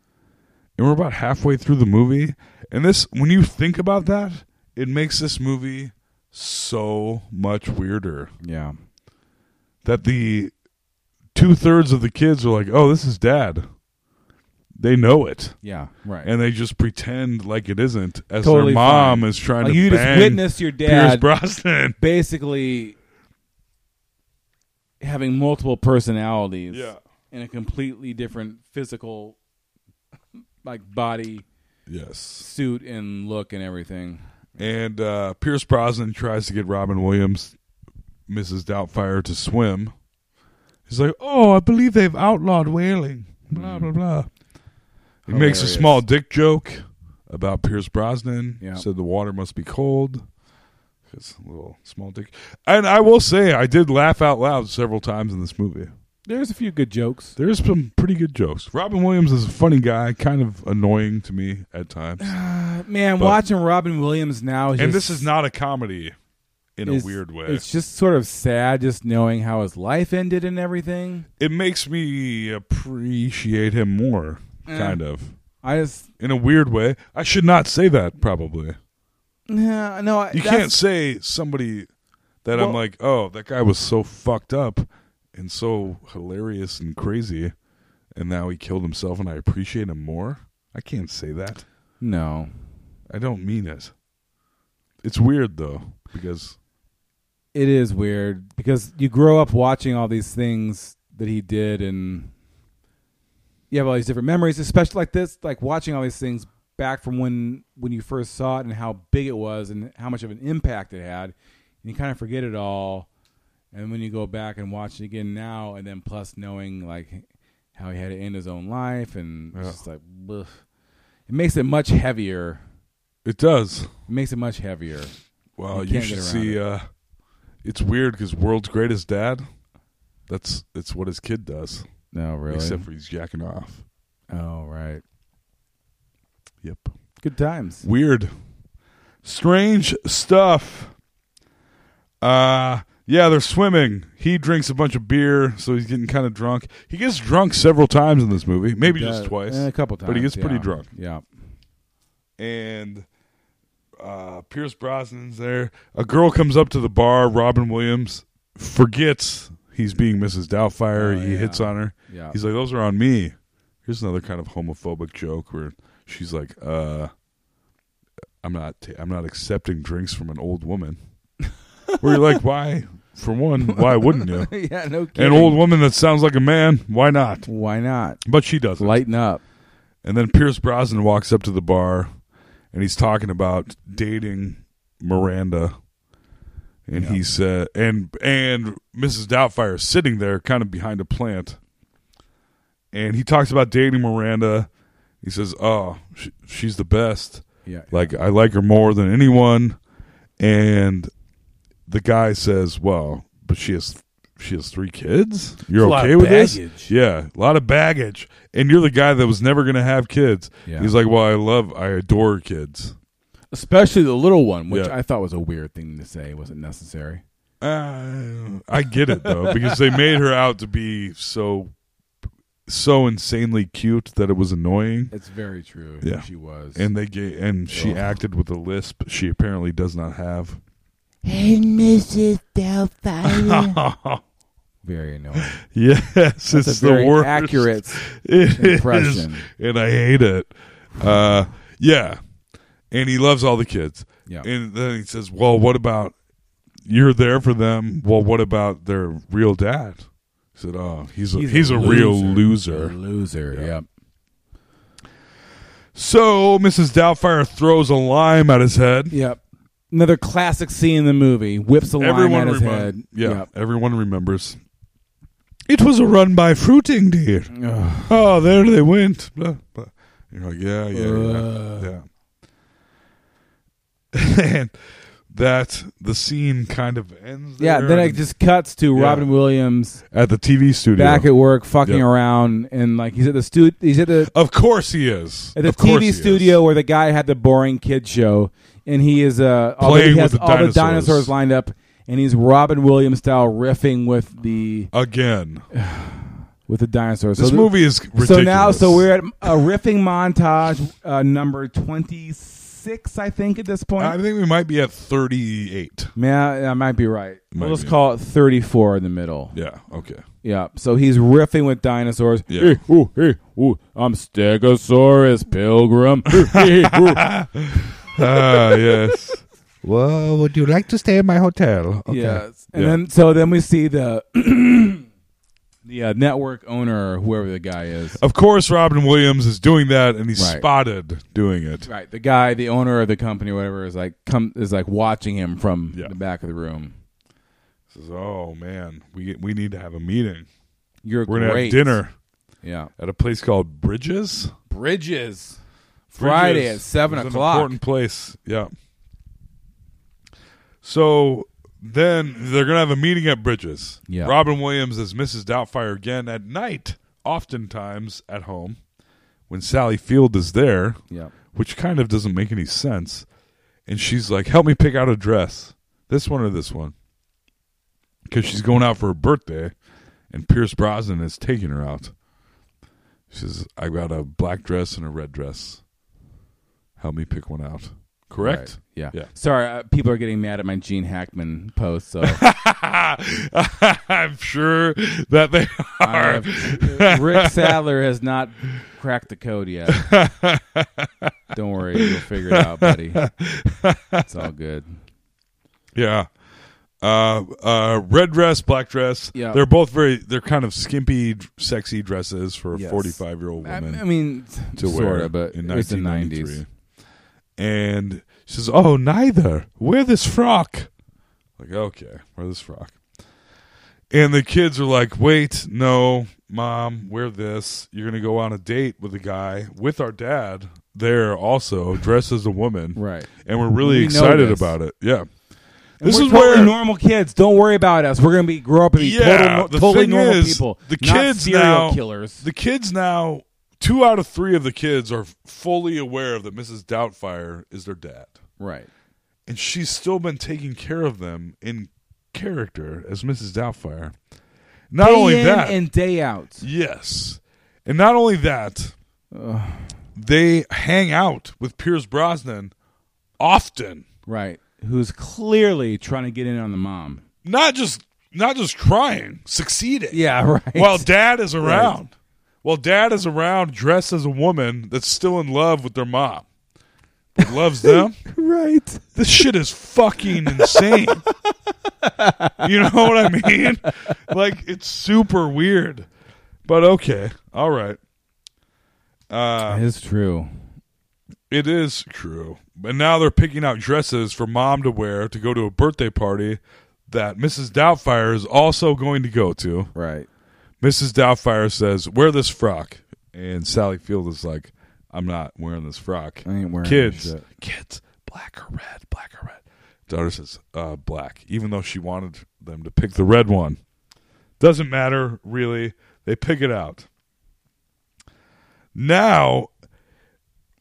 Speaker 11: And we're about halfway through the movie. And this, when you think about that, it makes this movie so much weirder.
Speaker 13: Yeah.
Speaker 11: That the two thirds of the kids are like, oh, this is dad. They know it.
Speaker 13: Yeah, right.
Speaker 11: And they just pretend like it isn't as
Speaker 13: Totally
Speaker 11: their mom
Speaker 13: fine.
Speaker 11: is trying
Speaker 13: Like,
Speaker 11: to
Speaker 13: you
Speaker 11: bang
Speaker 13: just witness your
Speaker 11: Pierce
Speaker 13: dad
Speaker 11: Brosnan.
Speaker 13: basically having multiple personalities
Speaker 11: Yeah.
Speaker 13: in a completely different physical like body
Speaker 11: yes
Speaker 13: suit and look and everything
Speaker 11: And uh, Pierce Brosnan tries to get Robin Williams, Mrs. Doubtfire, to swim. He's like, oh, I believe they've outlawed whaling. Blah, blah, blah. He makes a
Speaker 13: Mm. Hilarious.
Speaker 11: small dick joke about Pierce Brosnan.
Speaker 13: Yeah.
Speaker 11: Said the water must be cold. It's a little small dick. And I will say, I did laugh out loud several times in this movie.
Speaker 13: There's a few good jokes.
Speaker 11: There's some pretty good jokes. Robin Williams is a funny guy, kind of annoying to me at times.
Speaker 13: Ah, man
Speaker 11: But-
Speaker 13: watching robin williams now
Speaker 11: and this is not a comedy in a
Speaker 13: is-
Speaker 11: weird way.
Speaker 13: it's just sort of sad just knowing how his life ended and everything
Speaker 11: it makes me appreciate him more,
Speaker 13: Eh.
Speaker 11: kind of.
Speaker 13: I just
Speaker 11: in a weird way. I should not say that probably.
Speaker 13: yeah no I-
Speaker 11: You
Speaker 13: that's-
Speaker 11: can't say somebody that I'm
Speaker 13: Well-
Speaker 11: like, oh, that guy was so fucked up and so hilarious and crazy, and now he killed himself, and I appreciate him more. I can't say that.
Speaker 13: no
Speaker 11: I don't mean it. It's weird though because
Speaker 13: it is weird because you grow up watching all these things that he did and you have all these different memories especially like this like watching all these things back from when when you first saw it and how big it was and how much of an impact it had and you kind of forget it all and when you go back and watch it again now and then plus knowing like how he had to end his own life and it's
Speaker 11: Yeah.
Speaker 13: just like ugh. it makes it much heavier
Speaker 11: it does it
Speaker 13: makes it much heavier
Speaker 11: Well, you,
Speaker 13: can't
Speaker 11: should
Speaker 13: get around
Speaker 11: see. Uh, it's weird because world's greatest dad. That's that's what his kid does.
Speaker 13: No, really?
Speaker 11: Except for he's jacking off.
Speaker 13: Oh, right.
Speaker 11: Yep.
Speaker 13: Good times.
Speaker 11: Weird, strange stuff. Uh yeah, they're swimming. He drinks a bunch of beer, so he's getting kind of drunk. He gets drunk several times in this movie, maybe
Speaker 13: He
Speaker 11: just
Speaker 13: does.
Speaker 11: twice,
Speaker 13: Eh, a couple times
Speaker 11: but he gets pretty
Speaker 13: yeah.
Speaker 11: drunk.
Speaker 13: yeah
Speaker 11: and uh, Pierce Brosnan's there. A girl comes up to the bar. Robin Williams forgets he's being Mrs. Doubtfire. he hits on her.
Speaker 13: Oh, Yeah.
Speaker 11: He's like, "Those are on me." Here's another kind of homophobic joke where she's like, "Uh, I'm not, ta- I'm not accepting drinks from an old woman." where you're like, "Why?" For one, why wouldn't you?
Speaker 13: Yeah, no
Speaker 11: An
Speaker 13: kidding.
Speaker 11: old woman that sounds like a man. Why not?
Speaker 13: Why not?
Speaker 11: But she doesn't.
Speaker 13: Lighten up.
Speaker 11: And then Pierce Brosnan walks up to the bar and he's talking about dating Miranda. And he said and and Mrs. Doubtfire is sitting there kind of behind a plant. And he talks about dating Miranda. He says, "Oh, sh she's the best.
Speaker 13: Yeah.
Speaker 11: Like I like her more than anyone." And the guy says, "Well, but she has she has three kids. You're
Speaker 13: It's a lot
Speaker 11: okay
Speaker 13: of
Speaker 11: with
Speaker 13: baggage.
Speaker 11: this? Yeah, a lot of baggage. And you're the guy that was never going to have kids.
Speaker 13: Yeah.
Speaker 11: He's like, well, I love, I adore kids.
Speaker 13: especially the little one which
Speaker 11: Yeah.
Speaker 13: i thought was a weird thing to say wasn't necessary
Speaker 11: Uh, I get it though because they made her out to be so, so insanely cute that it was annoying.
Speaker 13: It's very true.
Speaker 11: Yeah,
Speaker 13: She was.
Speaker 11: and they gave, and she
Speaker 13: Ugh.
Speaker 11: acted with a lisp she apparently does not have.
Speaker 17: Hey, Mrs. Doubtfire.
Speaker 13: very annoying
Speaker 11: Yes,
Speaker 13: That's
Speaker 11: it's
Speaker 13: a
Speaker 11: the
Speaker 13: very
Speaker 11: worst.
Speaker 13: accurate
Speaker 11: It is,
Speaker 13: impression.
Speaker 11: and I hate it. Uh, yeah, and he loves all the kids.
Speaker 13: Yeah.
Speaker 11: and then he says, "Well, what about you're there for them? Well, what about their real dad?" He said, "Oh, he's a, he's, a, real loser."
Speaker 13: A loser yep
Speaker 11: So Mrs. Doubtfire throws a lime at his head.
Speaker 13: Yep. another classic scene in the movie whips a line at his
Speaker 11: remem-
Speaker 13: head
Speaker 11: Yeah,
Speaker 13: Yep.
Speaker 11: everyone remembers. It was a run by fruiting deer. Oh, there they went. Blah, blah. You're like, yeah, yeah, yeah, yeah. and that the scene kind of ends.
Speaker 13: Yeah,
Speaker 11: there
Speaker 13: then it
Speaker 11: and-
Speaker 13: just cuts to
Speaker 11: Yeah.
Speaker 13: Robin Williams
Speaker 11: at the TV studio,
Speaker 13: back at work, fucking
Speaker 11: Yeah.
Speaker 13: around, and like he's at the stu- he's at the
Speaker 11: Of course he is.
Speaker 13: at the
Speaker 11: Of course he
Speaker 13: TV
Speaker 11: is.
Speaker 13: studio where the guy had the boring kid show, and he is uh all
Speaker 11: Playing
Speaker 13: he has
Speaker 11: with the
Speaker 13: all the
Speaker 11: dinosaurs.
Speaker 13: dinosaurs lined up, and he's Robin Williams style riffing with the
Speaker 11: again
Speaker 13: with the dinosaurs.
Speaker 11: This
Speaker 13: the-
Speaker 11: movie is
Speaker 13: So now,
Speaker 11: ridiculous.
Speaker 13: so we're at a riffing montage uh, number twenty six, I think, at this point.
Speaker 11: I think we might be at 38.
Speaker 13: Man, I might be right.
Speaker 11: Might
Speaker 13: We'll just
Speaker 11: be.
Speaker 13: call it 34 in the middle.
Speaker 11: Yeah, okay.
Speaker 13: Yeah. So he's riffing with dinosaurs.
Speaker 11: Yeah.
Speaker 13: Hey, ooh, hey, ooh, I'm Stegosaurus Pilgrim. Hey, hey, ooh.
Speaker 11: Ah, yes.
Speaker 19: Well, would you like to stay in my hotel? Okay.
Speaker 13: Yes. And then so then we see the the uh, network owner, or whoever the guy is.
Speaker 11: Of course, Robin Williams is doing that, and he's
Speaker 13: Right.
Speaker 11: spotted doing it.
Speaker 13: Right. The guy, the owner of the company, or whatever, is like come is like watching him from the back of the room.
Speaker 11: Says, "Oh man, we we need to have a meeting.
Speaker 13: You're
Speaker 11: we're gonna
Speaker 13: great.
Speaker 11: have dinner.
Speaker 13: Yeah.
Speaker 11: at a place called Bridges.
Speaker 13: Bridges. Friday
Speaker 11: Bridges
Speaker 13: at seven
Speaker 11: is an
Speaker 13: o'clock.
Speaker 11: important place. Yeah. So then they're gonna have a meeting at Bridges.
Speaker 13: Yeah.
Speaker 11: Robin Williams as Mrs. Doubtfire again at night, oftentimes at home, when Sally Field is there.
Speaker 13: Yeah.
Speaker 11: Which kind of doesn't make any sense. And she's like, "Help me pick out a dress. This one or this one." Because she's going out for her birthday, and Pierce Brosnan is taking her out. She says, "I got a black dress and a red dress. Help me pick one out." Correct?
Speaker 13: Right. Yeah.
Speaker 11: Yeah.
Speaker 13: Sorry, uh, people are getting mad at my Gene Hackman post. So
Speaker 11: I'm sure that they
Speaker 13: I have- Uh, Rick Sadler has not cracked the code yet. Don't worry, you'll figure it out, buddy. It's all good.
Speaker 11: Yeah. Uh, uh, red dress, black dress.
Speaker 13: Yeah.
Speaker 11: They're both very. They're kind of skimpy, d- sexy dresses for a
Speaker 13: Yes.
Speaker 11: forty-five-year-old
Speaker 13: I-
Speaker 11: woman.
Speaker 13: I mean,
Speaker 11: to
Speaker 13: sorta,
Speaker 11: wear
Speaker 13: but
Speaker 11: in
Speaker 13: it was the
Speaker 11: 1993. And she says, "Oh, neither. Wear this frock." Like, okay, wear this frock. And the kids are like, "Wait, no, mom, wear this. You're gonna go on a date with a guy with our dad there also, dressed as a woman,
Speaker 13: Right.
Speaker 11: And we're really
Speaker 13: We know
Speaker 11: excited
Speaker 13: this.
Speaker 11: about it. Yeah,
Speaker 13: And we're totally normal kids. Don't worry about us. We're gonna be grow up and be total, no-
Speaker 11: the
Speaker 13: totally
Speaker 11: thing
Speaker 13: normal
Speaker 11: is,
Speaker 13: people.
Speaker 11: The
Speaker 13: not
Speaker 11: kids
Speaker 13: serial
Speaker 11: now,
Speaker 13: killers.
Speaker 11: The kids now, two out of three of the kids are fully aware that Mrs. Doubtfire is their dad,
Speaker 13: right?
Speaker 11: And she's still been taking care of them in character as Mrs. Doubtfire. Not
Speaker 13: Day
Speaker 11: only
Speaker 13: in
Speaker 11: that,
Speaker 13: and day out.
Speaker 11: Yes, and not only that, they hang out with Pierce Brosnan often.
Speaker 13: Right. Who's clearly trying to get in on the mom?
Speaker 11: not just not just trying, succeeding.
Speaker 13: Yeah, right.
Speaker 11: While dad is around, while dad is around, dressed as a woman that's still in love with their mom, that loves them.
Speaker 13: right.
Speaker 11: This shit is fucking insane. you know what I mean? Like it's super weird, but okay, all right. Uh,
Speaker 13: It's true.
Speaker 11: it is true. And now they're picking out dresses for mom to wear to go to a birthday party that Mrs. Doubtfire is also going to go to.
Speaker 13: Right.
Speaker 11: Mrs. Doubtfire says, Wear this frock. And Sally Field is like, I'm not wearing this frock.
Speaker 13: I ain't wearing
Speaker 11: Kids.
Speaker 13: this shit.
Speaker 11: Kids. Black or red. Black or red. Daughter says, uh, black. Even though she wanted them to pick the red one. Doesn't matter, really. They pick it out. Now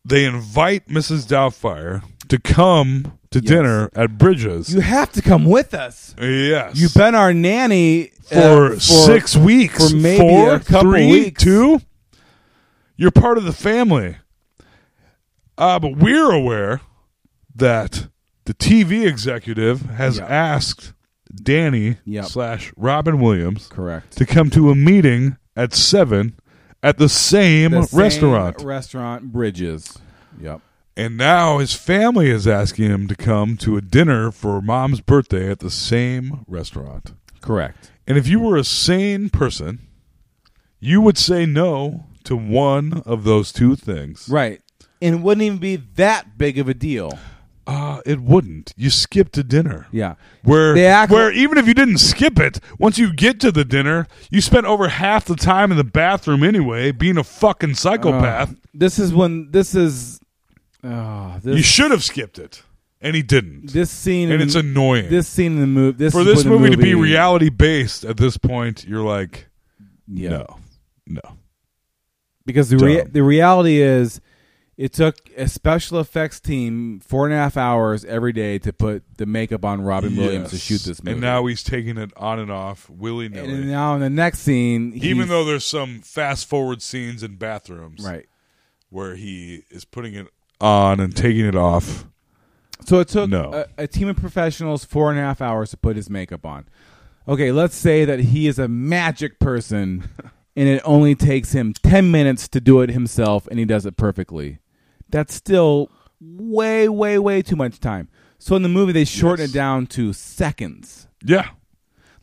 Speaker 11: they invite Mrs. Doubtfire to come to dinner at Bridges.
Speaker 13: You have to come with us.
Speaker 11: Yes.
Speaker 13: You've been our nanny
Speaker 11: for,
Speaker 13: uh,
Speaker 11: six weeks.
Speaker 13: for maybe
Speaker 11: Four,
Speaker 13: a couple
Speaker 11: three,
Speaker 13: weeks.
Speaker 11: two. You're part of the family. Uh, but we're aware that the TV executive has asked Danny slash Robin Williams
Speaker 13: correct
Speaker 11: to come to a meeting at seven at the same
Speaker 13: The same
Speaker 11: restaurant.
Speaker 13: restaurant Bridges. Yep.
Speaker 11: And now his family is asking him to come to a dinner for mom's birthday at the same restaurant.
Speaker 13: Correct.
Speaker 11: And if you were a sane person, you would say no to one of those two things.
Speaker 13: Right. And it wouldn't even be that big of a deal.
Speaker 11: Uh, it wouldn't. You skipped a dinner.
Speaker 13: Yeah.
Speaker 11: Where
Speaker 13: The act-
Speaker 11: where even if you didn't skip it, once you get to the dinner, you spent over half the time in the bathroom anyway, being a fucking psychopath.
Speaker 13: Uh, this is when this is. Oh, this
Speaker 11: you should have skipped it. and he didn't.
Speaker 13: This scene,
Speaker 11: and it's annoying.
Speaker 13: This scene in the movie, this
Speaker 11: for
Speaker 13: is
Speaker 11: this
Speaker 13: what the
Speaker 11: movie, to be reality based at this point, you're like, no, no.
Speaker 13: because the rea- the reality is, it took a special effects team four and a half hours every day to put the makeup on Robin Williams to
Speaker 11: Yes.
Speaker 13: shoot this movie.
Speaker 11: and now he's taking it on and off willy nilly.
Speaker 13: And now in the next scene,
Speaker 11: Even
Speaker 13: he's-
Speaker 11: though there's some fast forward scenes in bathrooms,
Speaker 13: Right.
Speaker 11: where he is putting it on and taking it off.
Speaker 13: So it took
Speaker 11: No.
Speaker 13: a, a team of professionals four and a half hours to put his makeup on. Okay, let's say that he is a magic person and it only takes him 10 minutes to do it himself and he does it perfectly. That's still way, way, way too much time. So in the movie, they shorten it down to seconds.
Speaker 11: Yeah.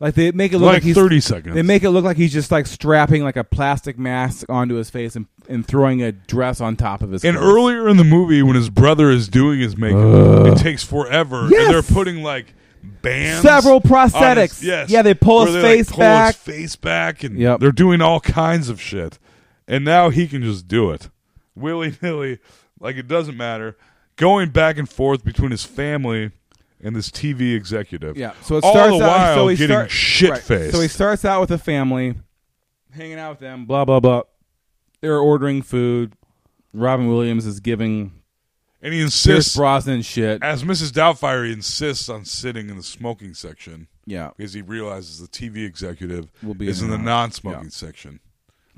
Speaker 13: Like they make it look like,
Speaker 11: Like
Speaker 13: he's
Speaker 11: 30 seconds.
Speaker 13: They make it look like he's just like strapping like a plastic mask onto his face and, and throwing a dress on top of his.
Speaker 11: And
Speaker 13: clothes.
Speaker 11: earlier in the movie, when his brother is doing his makeup, it takes forever.
Speaker 13: Yes!
Speaker 11: And they're putting like bands,
Speaker 13: Several
Speaker 11: on his-
Speaker 13: prosthetics.
Speaker 11: yes,
Speaker 13: Yeah, they pull
Speaker 11: Where
Speaker 13: his
Speaker 11: they,
Speaker 13: face
Speaker 11: like, pull
Speaker 13: back.
Speaker 11: His face back, and
Speaker 13: Yep.
Speaker 11: they're doing all kinds of shit. And now he can just do it willy nilly, like it doesn't matter. Going back and forth between his family and this TV executive.
Speaker 13: Yeah. So it
Speaker 11: all
Speaker 13: starts
Speaker 11: the
Speaker 13: out.
Speaker 11: while
Speaker 13: so he
Speaker 11: getting
Speaker 13: start-
Speaker 11: shit
Speaker 13: right.
Speaker 11: faced.
Speaker 13: So he starts out with a family, hanging out with them. Blah blah blah. They're ordering food. Robin Williams is giving.
Speaker 11: And he insists-
Speaker 13: Pierce Brosnan shit.
Speaker 11: As Mrs. Doubtfire, he insists on sitting in the smoking section.
Speaker 13: Yeah.
Speaker 11: Because he realizes the TV executive
Speaker 13: Will be
Speaker 11: is
Speaker 13: in
Speaker 11: in the
Speaker 13: and out.
Speaker 11: non smoking section.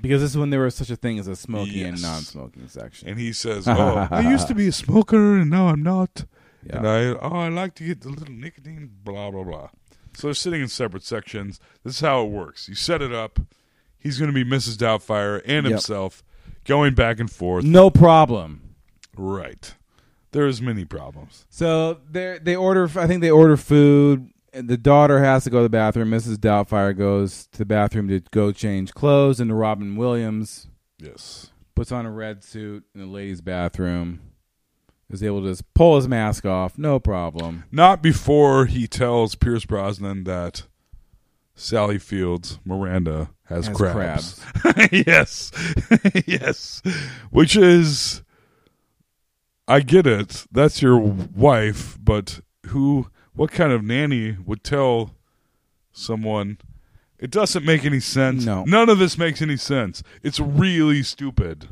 Speaker 13: Because this is when there was such a thing as a smoking and
Speaker 11: Yes.
Speaker 13: non-smoking section.
Speaker 11: And he says, oh,
Speaker 20: I used to be a smoker, and now I'm not.
Speaker 11: And I, oh, I like to get the little nicotine, blah, blah, blah. So they're sitting in separate sections. This is how it works. You set it up. He's going to be Mrs. Doubtfire and
Speaker 13: Yep.
Speaker 11: himself going back and forth.
Speaker 13: No problem.
Speaker 11: Right. There's many problems.
Speaker 13: So they they order. I think they order food. and The daughter has to go to the bathroom. Mrs. Doubtfire goes to the bathroom to go change clothes, and Robin Williams
Speaker 11: yes
Speaker 13: puts on a red suit in the ladies' bathroom. Is able to just pull his mask off, no problem.
Speaker 11: Not before he tells Pierce Brosnan that Sally Fields Miranda has,
Speaker 13: Has
Speaker 11: crabs. yes. yes. Which is I get it. That's your wife, but who what kind of nanny would tell someone it doesn't make any sense. No. None of this makes any sense. It's really stupid.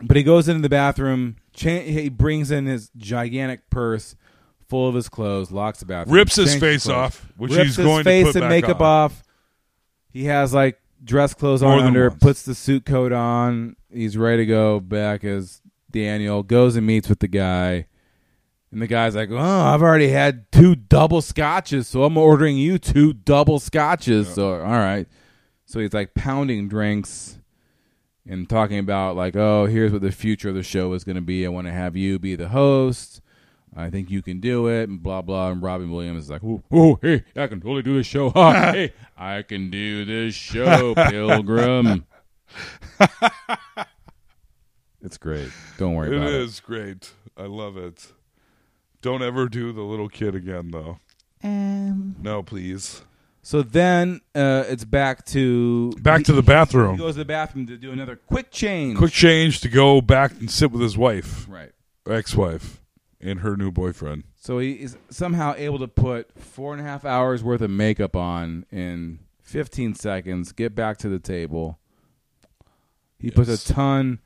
Speaker 13: But he goes into the bathroom. Cha- he brings in his gigantic purse full of his clothes, locks the bathroom,
Speaker 11: Rips his
Speaker 13: changes
Speaker 11: face
Speaker 13: clothes,
Speaker 11: off, which
Speaker 13: rips
Speaker 11: he's
Speaker 13: his
Speaker 11: going to
Speaker 13: face
Speaker 11: put
Speaker 13: and
Speaker 11: back
Speaker 13: makeup
Speaker 11: on.
Speaker 13: off. He has like dress clothes
Speaker 11: More
Speaker 13: on
Speaker 11: than
Speaker 13: under,
Speaker 11: once.
Speaker 13: puts the suit coat on. He's ready to go back as Daniel goes and meets with the guy. And the guy's like, "Oh, I've already had two double scotches, so I'm ordering you two double scotches." So, all right. So he's like pounding drinks and talking about like, "Oh, here's what the future of the show is going to be. I want to have you be the host. I think you can do it." And blah blah. And Robin Williams is like, "Ooh, ooh hey, I can totally do this show. Huh? hey, I can do this show, Pilgrim." it's great. Don't worry about
Speaker 11: It
Speaker 13: it.
Speaker 11: is great. I love it. Don't ever do the little kid again, though.
Speaker 17: Um.
Speaker 11: No, please.
Speaker 13: So then uh, it's back to
Speaker 11: Back to the bathroom.
Speaker 13: He goes to the bathroom to do another quick change.
Speaker 11: Quick change to go back and sit with his wife,
Speaker 13: Right.
Speaker 11: ex-wife, and her new boyfriend.
Speaker 13: So he is somehow able to put four and a half hours worth of makeup on in 15 seconds. Get back to the table. He puts a ton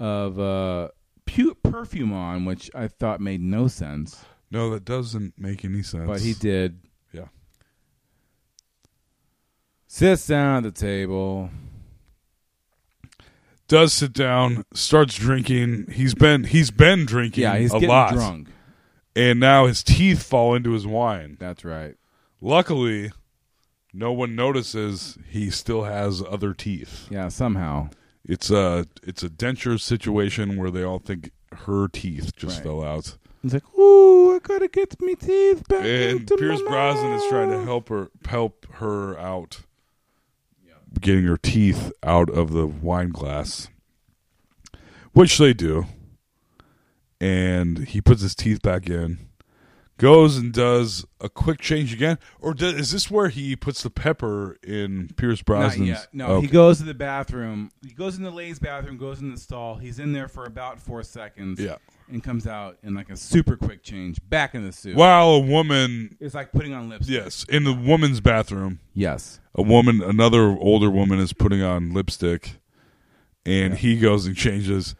Speaker 13: of uh, pu- perfume on, which I thought made no sense.
Speaker 11: No, that doesn't make any sense.
Speaker 13: But he did.
Speaker 11: Yeah.
Speaker 13: Sits down at the table.
Speaker 11: Does sit down, starts drinking. He's been he's been drinking.
Speaker 13: Yeah, he's
Speaker 11: a
Speaker 13: getting
Speaker 11: lot.
Speaker 13: drunk.
Speaker 11: and now his teeth fall into his wine.
Speaker 13: That's right.
Speaker 11: Luckily, no one notices he still has other teeth.
Speaker 13: Yeah, somehow.
Speaker 11: It's a it's a denture situation where they all think her teeth just fell out.
Speaker 13: He's like, "Ooh, I gotta get me teeth back
Speaker 11: And
Speaker 13: into
Speaker 11: Pierce
Speaker 13: my
Speaker 11: Brosnan is trying to help her help her out. Getting her teeth out of the wine glass. Which they do. And he puts his teeth back in. goes and does a quick change again, or do, is this where he puts the pepper in Pierce
Speaker 13: Not
Speaker 11: Brosnan?
Speaker 13: yet. No, he goes to the bathroom. He goes into Lay's bathroom, goes in the stall. He's in there for about four seconds.
Speaker 11: Yeah.
Speaker 13: And comes out in like a super quick change, back in the suit.
Speaker 11: While a woman
Speaker 13: It's like putting on lipstick.
Speaker 11: Yes, in the woman's bathroom.
Speaker 13: Yes.
Speaker 11: A woman, another older woman is putting on lipstick and he goes and changes.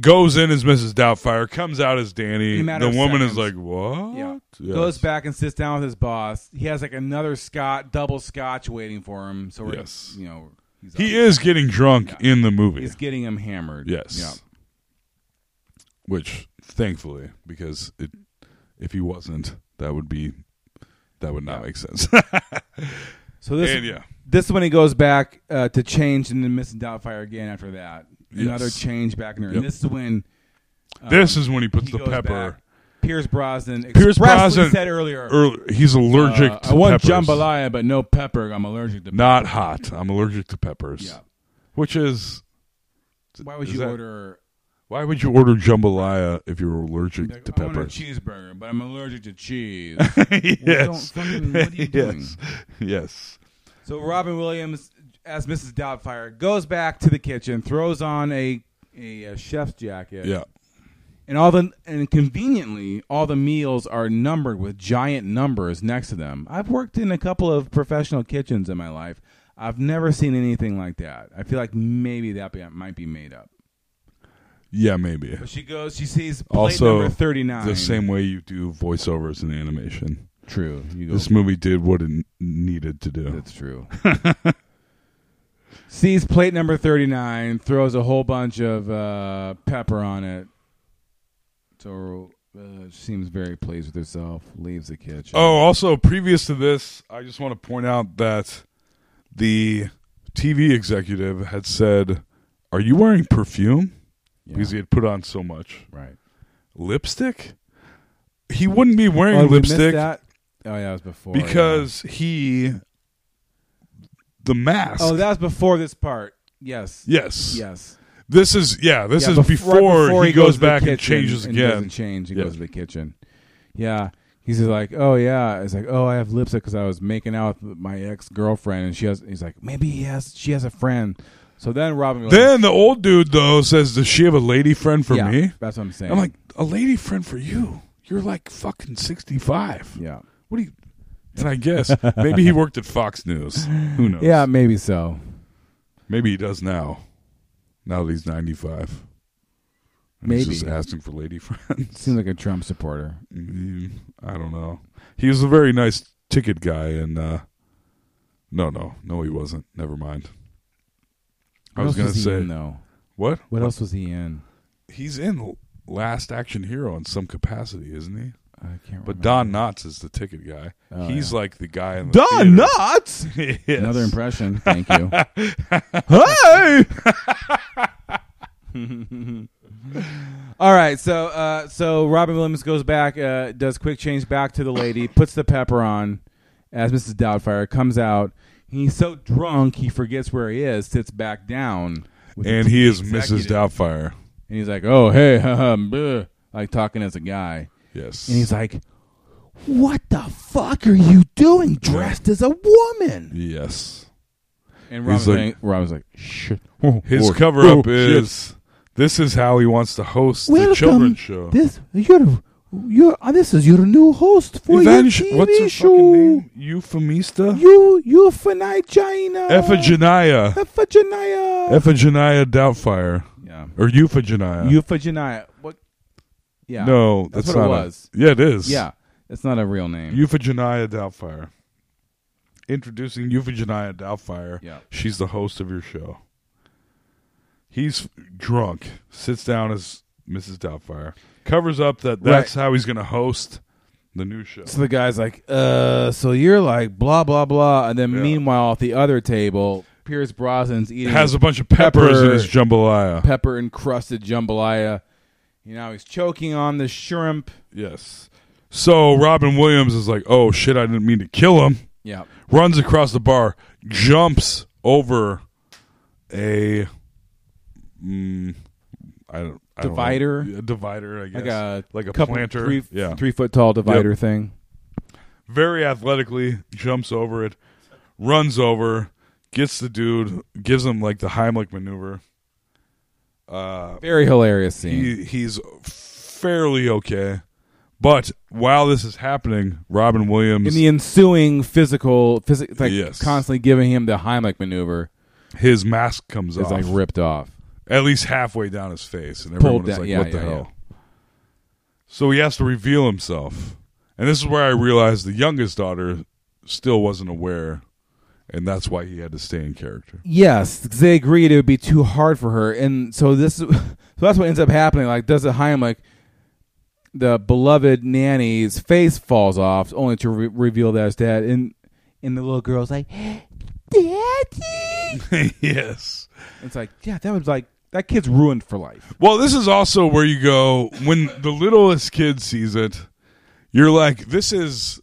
Speaker 11: Goes in as Mrs. Doubtfire, comes out as Danny.
Speaker 13: In a matter
Speaker 11: The
Speaker 13: of
Speaker 11: woman is like,
Speaker 13: seconds.
Speaker 11: "What?"
Speaker 13: Yeah.
Speaker 11: Yes.
Speaker 13: Goes back and sits down with his boss. He has like another scot double scotch waiting for him. So we're,
Speaker 11: Yes.
Speaker 13: you know, he's
Speaker 11: he is getting drunk in the movie.
Speaker 13: He's getting him hammered.
Speaker 11: Yes.
Speaker 13: Yeah.
Speaker 11: Which thankfully, because it, if he wasn't, that would be that would not make sense.
Speaker 13: So this,
Speaker 11: And, yeah.
Speaker 13: this is when he goes back uh, to change and then Mrs. Doubtfire again after that.
Speaker 11: Yes.
Speaker 13: Another change back in there.
Speaker 11: Yep.
Speaker 13: And this is when.
Speaker 11: This is when he puts the
Speaker 13: um, goes
Speaker 11: pepper.
Speaker 13: back. Pierce Brosnan.
Speaker 11: Pierce
Speaker 13: expressly
Speaker 11: Brosnan
Speaker 13: said earlier.
Speaker 11: earl- he's allergic
Speaker 13: uh,
Speaker 11: to
Speaker 13: I want
Speaker 11: peppers.
Speaker 13: jambalaya, but no pepper. I'm allergic to. Pepper.
Speaker 11: Not hot. I'm allergic to peppers. Yeah. Which is
Speaker 13: Why would
Speaker 11: is
Speaker 13: you
Speaker 11: that-
Speaker 13: order?
Speaker 11: why would you order jambalaya if you're allergic to
Speaker 13: I want a
Speaker 11: peppers?
Speaker 13: cheeseburger, but I'm allergic to cheese. Well, don't
Speaker 11: yes.
Speaker 13: fucking- what are you doing?
Speaker 11: yes. Yes.
Speaker 13: So Robin Williams, as Mrs. Doubtfire, goes back to the kitchen, throws on a a, uh chef's jacket.
Speaker 11: Yeah.
Speaker 13: And all the and conveniently, all the meals are numbered with giant numbers next to them. I've worked in a couple of professional kitchens in my life. I've never seen anything like that. I feel like maybe that be, might be made up.
Speaker 11: Yeah, maybe.
Speaker 13: But she goes, she sees plate
Speaker 11: also
Speaker 13: number 39.
Speaker 11: The same way you do voiceovers in animation.
Speaker 13: True. You go-
Speaker 11: this movie did what it n- needed to do.
Speaker 13: That's true. sees plate number 39, throws a whole bunch of uh, pepper on it. So uh, she seems very pleased with herself, leaves the kitchen.
Speaker 11: Oh, also previous to this, I just want to point out that the TV executive had said, "Are you wearing perfume?" Because he had put on so much.
Speaker 13: Right.
Speaker 11: Lipstick. He wouldn't be wearing
Speaker 13: Oh, we missed
Speaker 11: lipstick
Speaker 13: that? Oh, yeah, it was before. yeah.
Speaker 11: because he the mask.
Speaker 13: Oh, that was before this part. Yes.
Speaker 11: Yes.
Speaker 13: Yes.
Speaker 11: This is yeah. This
Speaker 13: Yeah,
Speaker 11: is
Speaker 13: bef- right
Speaker 11: before, he, goes,
Speaker 13: to the
Speaker 11: back and
Speaker 13: kitchen
Speaker 11: changes
Speaker 13: and
Speaker 11: again.
Speaker 13: doesn't change. He goes to the kitchen. Yeah. He's just like, oh yeah. It's like, oh, I have lipstick because I was making out with my ex girlfriend, and she has. He's like, maybe he has. She has a friend. So then Robin. Williams-
Speaker 11: Then the old dude though says, "Does she have a lady friend for
Speaker 13: Yeah,
Speaker 11: me?"
Speaker 13: that's what I'm saying.
Speaker 11: I'm like, a lady friend for you. You're like fucking 65.
Speaker 13: Yeah.
Speaker 11: What do you? And I guess maybe he worked at Fox News. Who knows?
Speaker 13: Yeah, maybe so.
Speaker 11: Maybe he does now. Now that he's 95. And
Speaker 13: Maybe
Speaker 11: He's just asking for lady friends.
Speaker 13: Seems like a Trump supporter.
Speaker 11: Mm, I don't know. He was a very nice ticket guy, and uh, no, no, no, he wasn't. Never mind. I was
Speaker 13: What else
Speaker 11: gonna
Speaker 13: was he
Speaker 11: say uh,
Speaker 13: in, though?
Speaker 11: What?
Speaker 13: What else was he in?
Speaker 11: He's in Last Action Hero in some capacity, isn't he?
Speaker 13: I can't.
Speaker 11: But Don Knotts is the ticket guy.
Speaker 13: Oh,
Speaker 11: He's
Speaker 13: yeah.
Speaker 11: like the guy in the
Speaker 13: Don
Speaker 11: theater.
Speaker 13: Knotts?
Speaker 11: Yes.
Speaker 13: Another impression. Thank you. All right, so uh, so Robin Williams goes back, uh, does quick change back to the lady, puts the pepper on, as Mrs. Doubtfire comes out. He's so drunk he forgets where he is, sits back down, with
Speaker 11: and
Speaker 13: the
Speaker 11: he is Mrs.
Speaker 13: executive.
Speaker 11: Doubtfire.
Speaker 13: And he's like, "Oh hey, haha, bleh," like talking as a guy."
Speaker 11: Yes.
Speaker 13: And he's like,
Speaker 17: What the fuck are you doing dressed as a woman?
Speaker 11: Yes.
Speaker 13: And
Speaker 11: He's
Speaker 13: Robin's
Speaker 11: like-
Speaker 13: like, Robin's like, "Shit."
Speaker 11: His
Speaker 13: Oh,
Speaker 11: cover
Speaker 13: oh,
Speaker 11: up is this is how he wants to host the
Speaker 17: Welcome.
Speaker 11: children's show.
Speaker 17: This you're you're uh, this is your new host for
Speaker 11: Evangel-
Speaker 17: your TV
Speaker 11: what's her
Speaker 17: show.
Speaker 11: fucking name? Euphemista?
Speaker 17: You you China.
Speaker 11: Ephigenia.
Speaker 17: Ephigenia.
Speaker 11: Ephigenia Doubtfire.
Speaker 13: Yeah.
Speaker 11: Or Euphigenia.
Speaker 13: Euphigenia. What? Yeah.
Speaker 11: No,
Speaker 13: that's,
Speaker 11: that's
Speaker 13: what
Speaker 11: not
Speaker 13: it
Speaker 11: a-
Speaker 13: was.
Speaker 11: Yeah, it is.
Speaker 13: Yeah, it's not a real name.
Speaker 11: Euphigenia Doubtfire. Introducing Euphigenia Doubtfire.
Speaker 13: Yeah.
Speaker 11: She's the host of your show. He's drunk, sits down as Mrs. Doubtfire, covers up that that's how he's going to host the new show.
Speaker 13: So the guy's like, uh, so you're like blah blah blah, and then meanwhile at the other table, Pierce Brosnan's eating
Speaker 11: Has a bunch of peppers in his jambalaya.
Speaker 13: pepper encrusted jambalaya. You know he's choking on the shrimp.
Speaker 11: Yes. So Robin Williams is like, "Oh shit, I didn't mean to kill him."
Speaker 13: Yeah.
Speaker 11: Runs across the bar, jumps over a mm, I don't. I don't know.
Speaker 13: divider,
Speaker 11: Yeah, divider. I guess
Speaker 13: like a
Speaker 11: like a
Speaker 13: couple-
Speaker 11: planter.
Speaker 13: three,
Speaker 11: yeah,
Speaker 13: three foot tall divider
Speaker 11: Yep.
Speaker 13: thing.
Speaker 11: Very athletically jumps over it, runs over, gets the dude, gives him like the Heimlich maneuver. Uh,
Speaker 13: Very hilarious scene.
Speaker 11: He, he's fairly okay, but while this is happening, Robin Williams
Speaker 13: in the ensuing physical, physic, like
Speaker 11: Yes.
Speaker 13: constantly giving him the Heimlich maneuver.
Speaker 11: His mask comes
Speaker 13: is
Speaker 11: off.
Speaker 13: like ripped off.
Speaker 11: at least halfway down his face, and everyone
Speaker 13: Pulled
Speaker 11: was
Speaker 13: down-
Speaker 11: like,
Speaker 13: yeah,
Speaker 11: "What the
Speaker 13: yeah,
Speaker 11: hell?" So he has to reveal himself, and this is where I realized the youngest daughter still wasn't aware, and that's why he had to stay in character.
Speaker 13: Yes, 'cause they agreed it would be too hard for her, and so this, so that's what ends up happening. Like, does it Heimlich, the beloved nanny's face falls off, only to re- reveal that it's dead, and and the little girl's like,
Speaker 17: Daddy!
Speaker 11: yes.
Speaker 13: It's like, yeah, that was like that kid's ruined for life.
Speaker 11: Well, this is also where you go when the littlest kid sees it. You're like, this is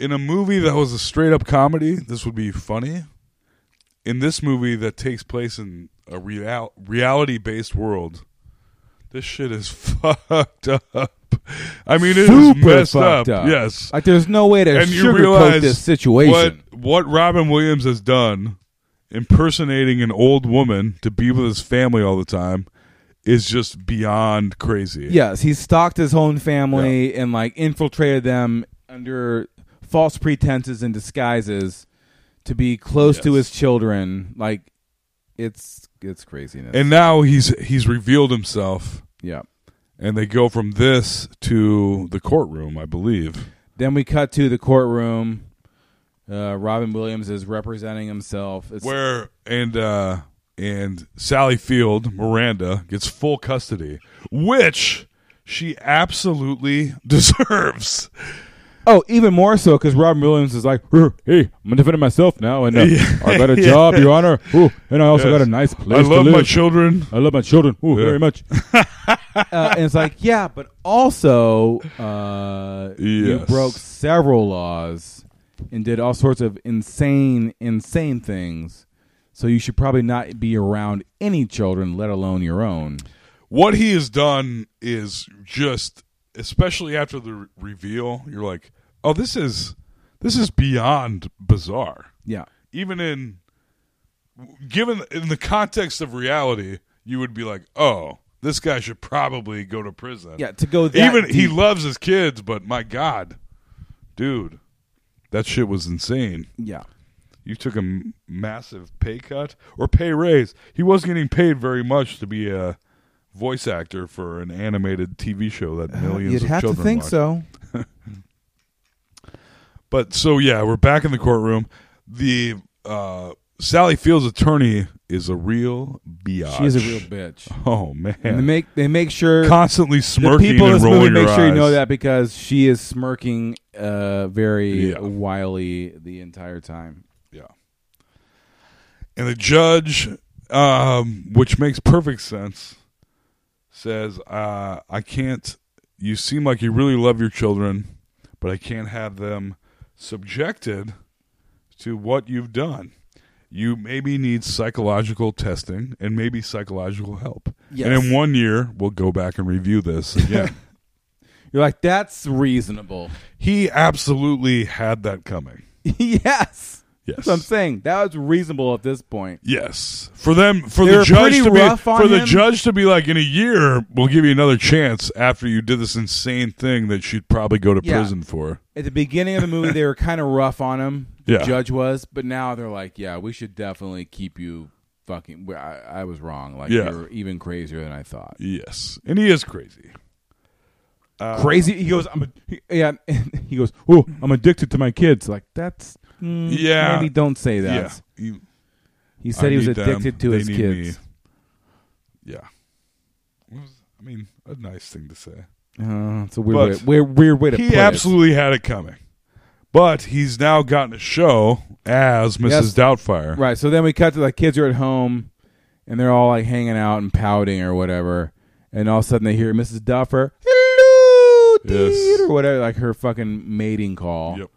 Speaker 11: in a movie that was a straight up comedy. This would be funny. In this movie that takes place in a real, reality based world, this shit is fucked up. I mean, it is
Speaker 13: Super
Speaker 11: messed
Speaker 13: fucked
Speaker 11: up.
Speaker 13: up.
Speaker 11: Yes,
Speaker 13: Like, there's no way to
Speaker 11: and you
Speaker 13: sugarcoat
Speaker 11: realize
Speaker 13: this situation.
Speaker 11: What, what Robin Williams has done, impersonating an old woman to be with his family all the time, is just beyond crazy.
Speaker 13: Yes, he stalked his own family and like infiltrated them under false pretenses and disguises to be close to his children. Like it's it's craziness.
Speaker 11: And now he's he's revealed himself.
Speaker 13: Yeah.
Speaker 11: And they go from this to the courtroom, I believe.
Speaker 13: then we cut to the courtroom. Uh, Robin Williams is representing himself. It's,
Speaker 11: Where and uh and Sally Field, Miranda, gets full custody, which she absolutely deserves.
Speaker 13: Oh, even more so because Robin Williams is like, "Hey, I'm gonna defend myself now, and uh, I got a
Speaker 11: Yeah.
Speaker 13: job, Your Honor. Ooh, and I also
Speaker 11: Yes.
Speaker 13: got a nice
Speaker 11: I
Speaker 13: place.
Speaker 11: love
Speaker 13: to
Speaker 11: my
Speaker 13: live.
Speaker 11: children.
Speaker 13: I love my children. Ooh,
Speaker 11: Yeah.
Speaker 13: very much. uh, and it's like, yeah, but also, uh, you
Speaker 11: Yes.
Speaker 13: broke several laws and did all sorts of insane, insane things. So you should probably not be around any children, let alone your own.
Speaker 11: what he has done is just especially after the re- reveal you're like oh this is this is beyond bizarre
Speaker 13: Yeah.
Speaker 11: even in given in the context of reality you would be like oh this guy should probably go to prison
Speaker 13: Yeah, to go that
Speaker 11: even he
Speaker 13: deep.
Speaker 11: loves his kids but my god dude that shit was insane
Speaker 13: Yeah.
Speaker 11: you took a m- massive pay cut or pay raise. He wasn't getting paid very much to be a voice actor for an animated TV show that millions
Speaker 13: Uh, you'd
Speaker 11: of
Speaker 13: have to
Speaker 11: children
Speaker 13: think
Speaker 11: watch.
Speaker 13: so.
Speaker 11: But so yeah, we're back in the courtroom. The uh, Sally Field's attorney is a real biatch.
Speaker 13: She's a real bitch.
Speaker 11: Oh man,
Speaker 13: And they make they make sure
Speaker 11: Constantly
Speaker 13: the
Speaker 11: smirking
Speaker 13: people in
Speaker 11: and
Speaker 13: this movie
Speaker 11: rolling
Speaker 13: make
Speaker 11: her
Speaker 13: sure you know
Speaker 11: eyes.
Speaker 13: that because she is smirking uh, very
Speaker 11: Yeah.
Speaker 13: wily the entire time.
Speaker 11: Yeah. And the judge, um, which makes perfect sense, says, uh, I can't, you seem like you really love your children, but I can't have them subjected to what you've done. You maybe need psychological testing and maybe psychological help.
Speaker 13: Yes.
Speaker 11: And in one year, we'll go back and review this again.
Speaker 13: You're like, that's reasonable.
Speaker 11: he absolutely had that coming.
Speaker 13: yes.
Speaker 11: Yes.
Speaker 13: That's what I'm saying. That was reasonable at this point.
Speaker 11: Yes, for them, for
Speaker 13: They
Speaker 11: the
Speaker 13: were
Speaker 11: judge
Speaker 13: pretty
Speaker 11: to be,
Speaker 13: rough on
Speaker 11: for the
Speaker 13: him.
Speaker 11: judge to be like, in a year, we'll give you another chance after you did this insane thing that she'd probably go to
Speaker 13: Yeah.
Speaker 11: prison for.
Speaker 13: At the beginning of the movie, they were kind of rough on him.
Speaker 11: Yeah.
Speaker 13: The judge was, but now they're like, yeah, we should definitely keep you fucking. well, I, I was wrong. Like,
Speaker 11: Yeah.
Speaker 13: you're even crazier than I thought.
Speaker 11: Yes, and he is crazy. Uh,
Speaker 13: Crazy. He goes, I'm a, he- yeah. he goes, oh, I'm addicted to my kids. Like, that's mm,
Speaker 11: Yeah,
Speaker 13: Maybe don't say that.
Speaker 11: Yeah. You-
Speaker 13: He said
Speaker 11: I
Speaker 13: he was
Speaker 11: need them.
Speaker 13: addicted to
Speaker 11: They
Speaker 13: his
Speaker 11: need
Speaker 13: kids.
Speaker 11: me. Yeah, It was- I mean, a nice thing to say.
Speaker 13: Uh, it's a weird way, weird, weird way to
Speaker 11: he
Speaker 13: put it.
Speaker 11: absolutely had it coming. But he's now gotten a show as Mrs.
Speaker 13: Yes.
Speaker 11: Doubtfire.
Speaker 13: Right. So then we cut to the kids are at home and they're all like hanging out and pouting or whatever. And all of a sudden they hear Mrs. Duffer, hello, dude, or whatever, like her fucking mating call. Yep.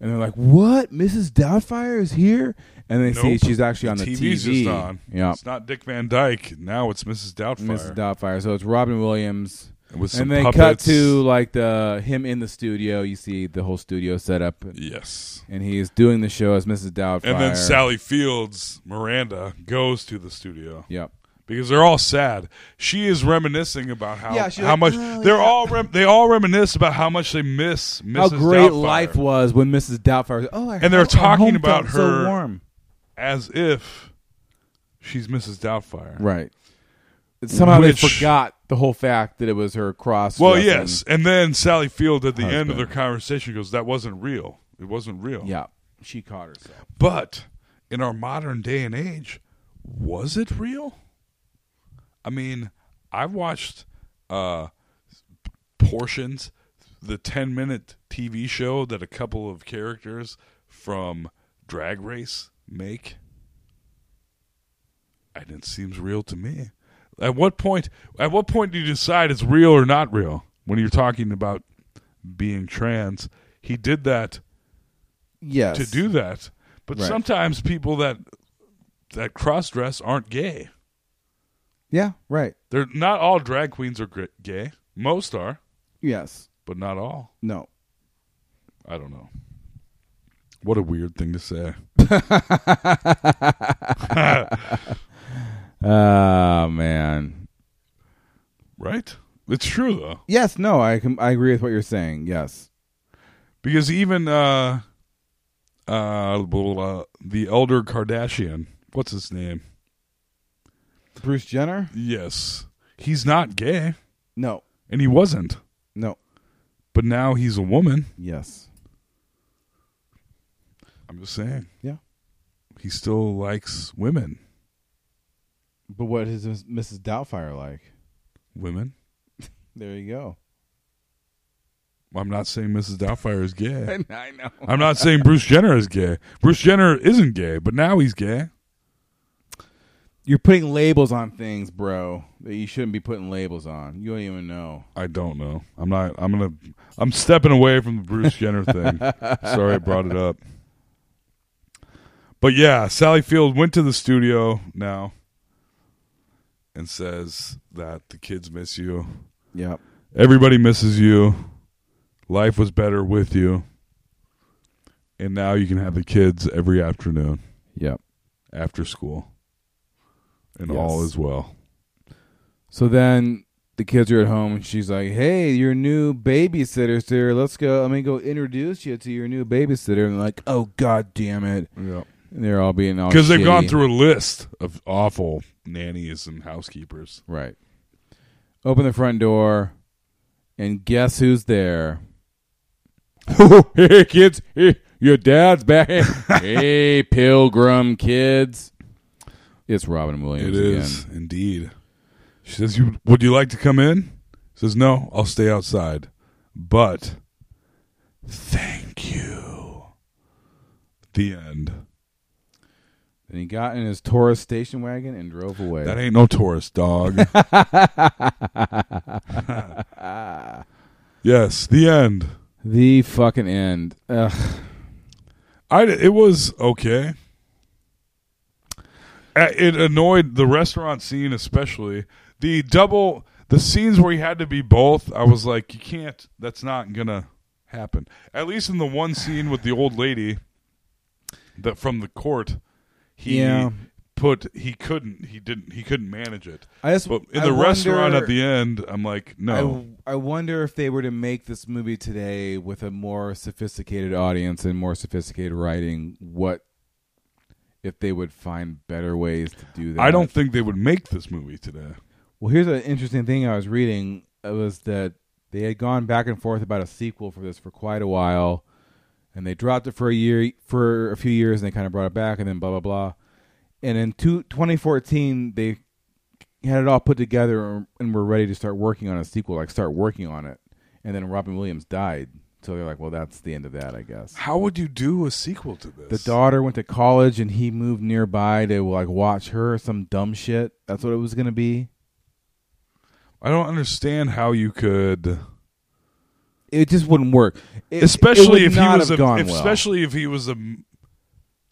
Speaker 13: and they're like, "What? Mrs. Doubtfire is here?" And they see
Speaker 11: Nope.
Speaker 13: she's actually on the,
Speaker 11: TV's
Speaker 13: TV.
Speaker 11: just on.
Speaker 13: Yeah,
Speaker 11: It's not Dick Van Dyke. Now it's Mrs. Doubtfire.
Speaker 13: Mrs. Doubtfire. So it's Robin Williams.
Speaker 11: With some
Speaker 13: and they cut
Speaker 11: puppets.
Speaker 13: to like the him in the studio. You see the whole studio set up.
Speaker 11: Yes,
Speaker 13: and he is doing the show as Mrs. Doubtfire.
Speaker 11: And then Sally Fields, Miranda, goes to the studio.
Speaker 13: Yep.
Speaker 11: Because they're all sad. She is reminiscing about how
Speaker 13: Yeah, she's
Speaker 11: how
Speaker 13: like,
Speaker 11: much
Speaker 13: "Oh,
Speaker 11: they're all rem- they all reminisce about how much they miss Mrs.
Speaker 13: How great
Speaker 11: Doubtfire.
Speaker 13: life was when Mrs. Doubtfire. was, Oh, our
Speaker 11: and they're
Speaker 13: house- our
Speaker 11: talking
Speaker 13: home
Speaker 11: about
Speaker 13: felt so
Speaker 11: her
Speaker 13: warm.
Speaker 11: as if she's Mrs. Doubtfire.
Speaker 13: Right. Somehow
Speaker 11: Which-
Speaker 13: they forgot the whole fact that it was her cross.
Speaker 11: Well, yes, and then Sally Field at the end of
Speaker 13: husband.
Speaker 11: their conversation goes, "That wasn't real. It wasn't real."
Speaker 13: Yeah, she caught herself.
Speaker 11: But in our modern day and age, was it real? I mean, I watched uh, portions, the ten-minute TV show that a couple of characters from Drag Race make. And it seems real to me. At what point? At what point do you decide it's real or not real when you're talking about being trans? He did that,
Speaker 13: Yes.
Speaker 11: to do that. But
Speaker 13: Right.
Speaker 11: sometimes people that that cross dress aren't gay.
Speaker 13: Yeah, right.
Speaker 11: They're not all drag queens are gr- gay. Most are,
Speaker 13: Yes.
Speaker 11: but not all.
Speaker 13: No.
Speaker 11: I don't know. What a weird thing to say.
Speaker 13: Oh man.
Speaker 11: right? It's true though.
Speaker 13: Yes. No. I com- I agree with what you're saying. Yes.
Speaker 11: Because even uh, uh, blah, blah, the elder Kardashian, what's his name?
Speaker 13: Bruce Jenner.
Speaker 11: Yes, he's not gay.
Speaker 13: No,
Speaker 11: and he wasn't.
Speaker 13: No,
Speaker 11: but now he's a woman.
Speaker 13: Yes,
Speaker 11: I'm just saying.
Speaker 13: Yeah.
Speaker 11: he still likes women.
Speaker 13: But what is Miss- Mrs. Doubtfire like?
Speaker 11: Women.
Speaker 13: There you go.
Speaker 11: I'm not saying Mrs. Doubtfire is gay.
Speaker 13: I know.
Speaker 11: I'm not saying Bruce Jenner is gay. Bruce Jenner isn't gay, but now he's gay.
Speaker 13: You're putting labels on things, bro, that you shouldn't be putting labels on. You don't even know.
Speaker 11: I don't know. I'm not. I'm gonna. I'm stepping away from the Bruce Jenner thing. Sorry, I brought it up. But yeah, Sally Field went to the studio now and says that the kids miss you.
Speaker 13: Yep.
Speaker 11: Everybody misses you. Life was better with you. And now you can have the kids every afternoon.
Speaker 13: Yep.
Speaker 11: After school. And all
Speaker 13: Yes.
Speaker 11: is well.
Speaker 13: So then the kids are at home, and she's like, "Hey, your new babysitter's here. Let's go. Let me go introduce you to your new babysitter." And they're like, "Oh God damn it!"
Speaker 11: Yeah.
Speaker 13: And they're all being all
Speaker 11: Because they've gone
Speaker 13: Oh, shitty.
Speaker 11: through a list of awful nannies and housekeepers.
Speaker 13: Right. Open the front door, and guess who's there? hey, kids. Hey, your dad's back. hey, pilgrim kids. It's Robin Williams.
Speaker 11: It is indeed. She says, "You would you like to come in?" He says, "No, I'll stay outside." But thank you. The end.
Speaker 13: And he got in his Taurus station wagon and drove away.
Speaker 11: That ain't no tourist dog. yes, the end.
Speaker 13: The fucking end. Ugh.
Speaker 11: I it was okay. Uh, It annoyed the restaurant scene especially. The double the scenes where you had to be both, I was like, you can't. That's not gonna happen. At least in the one scene with the old lady that from the court, he
Speaker 13: Yeah.
Speaker 11: put he couldn't he didn't he couldn't manage it.
Speaker 13: I just-
Speaker 11: but in
Speaker 13: I
Speaker 11: the restaurant
Speaker 13: wonder-
Speaker 11: at the end, I'm like, no.
Speaker 13: I, I wonder if they were to make this movie today with a more sophisticated audience and more sophisticated writing, what if they would find better ways to do that?
Speaker 11: I don't think they would make this movie today.
Speaker 13: Well, here's an interesting thing I was reading uh, was that they had gone back and forth about a sequel for this for quite a while, and they dropped it for a year, for a few years, and they kind of brought it back, and then blah blah blah, and in two, 2014 they had it all put together and were ready to start working on a sequel, like start working on it, and then Robin Williams died, so they're like, well, that's the end of that, I guess.
Speaker 11: How would you do a sequel to this?
Speaker 13: The daughter went to college, and he moved nearby to like watch her or some dumb shit. That's what it was gonna be.
Speaker 11: I don't understand how you could
Speaker 13: it just wouldn't work. It- it
Speaker 11: especially
Speaker 13: would
Speaker 11: if he
Speaker 13: not
Speaker 11: was
Speaker 13: have
Speaker 11: a,
Speaker 13: gone
Speaker 11: if-
Speaker 13: well.
Speaker 11: especially if he was a m-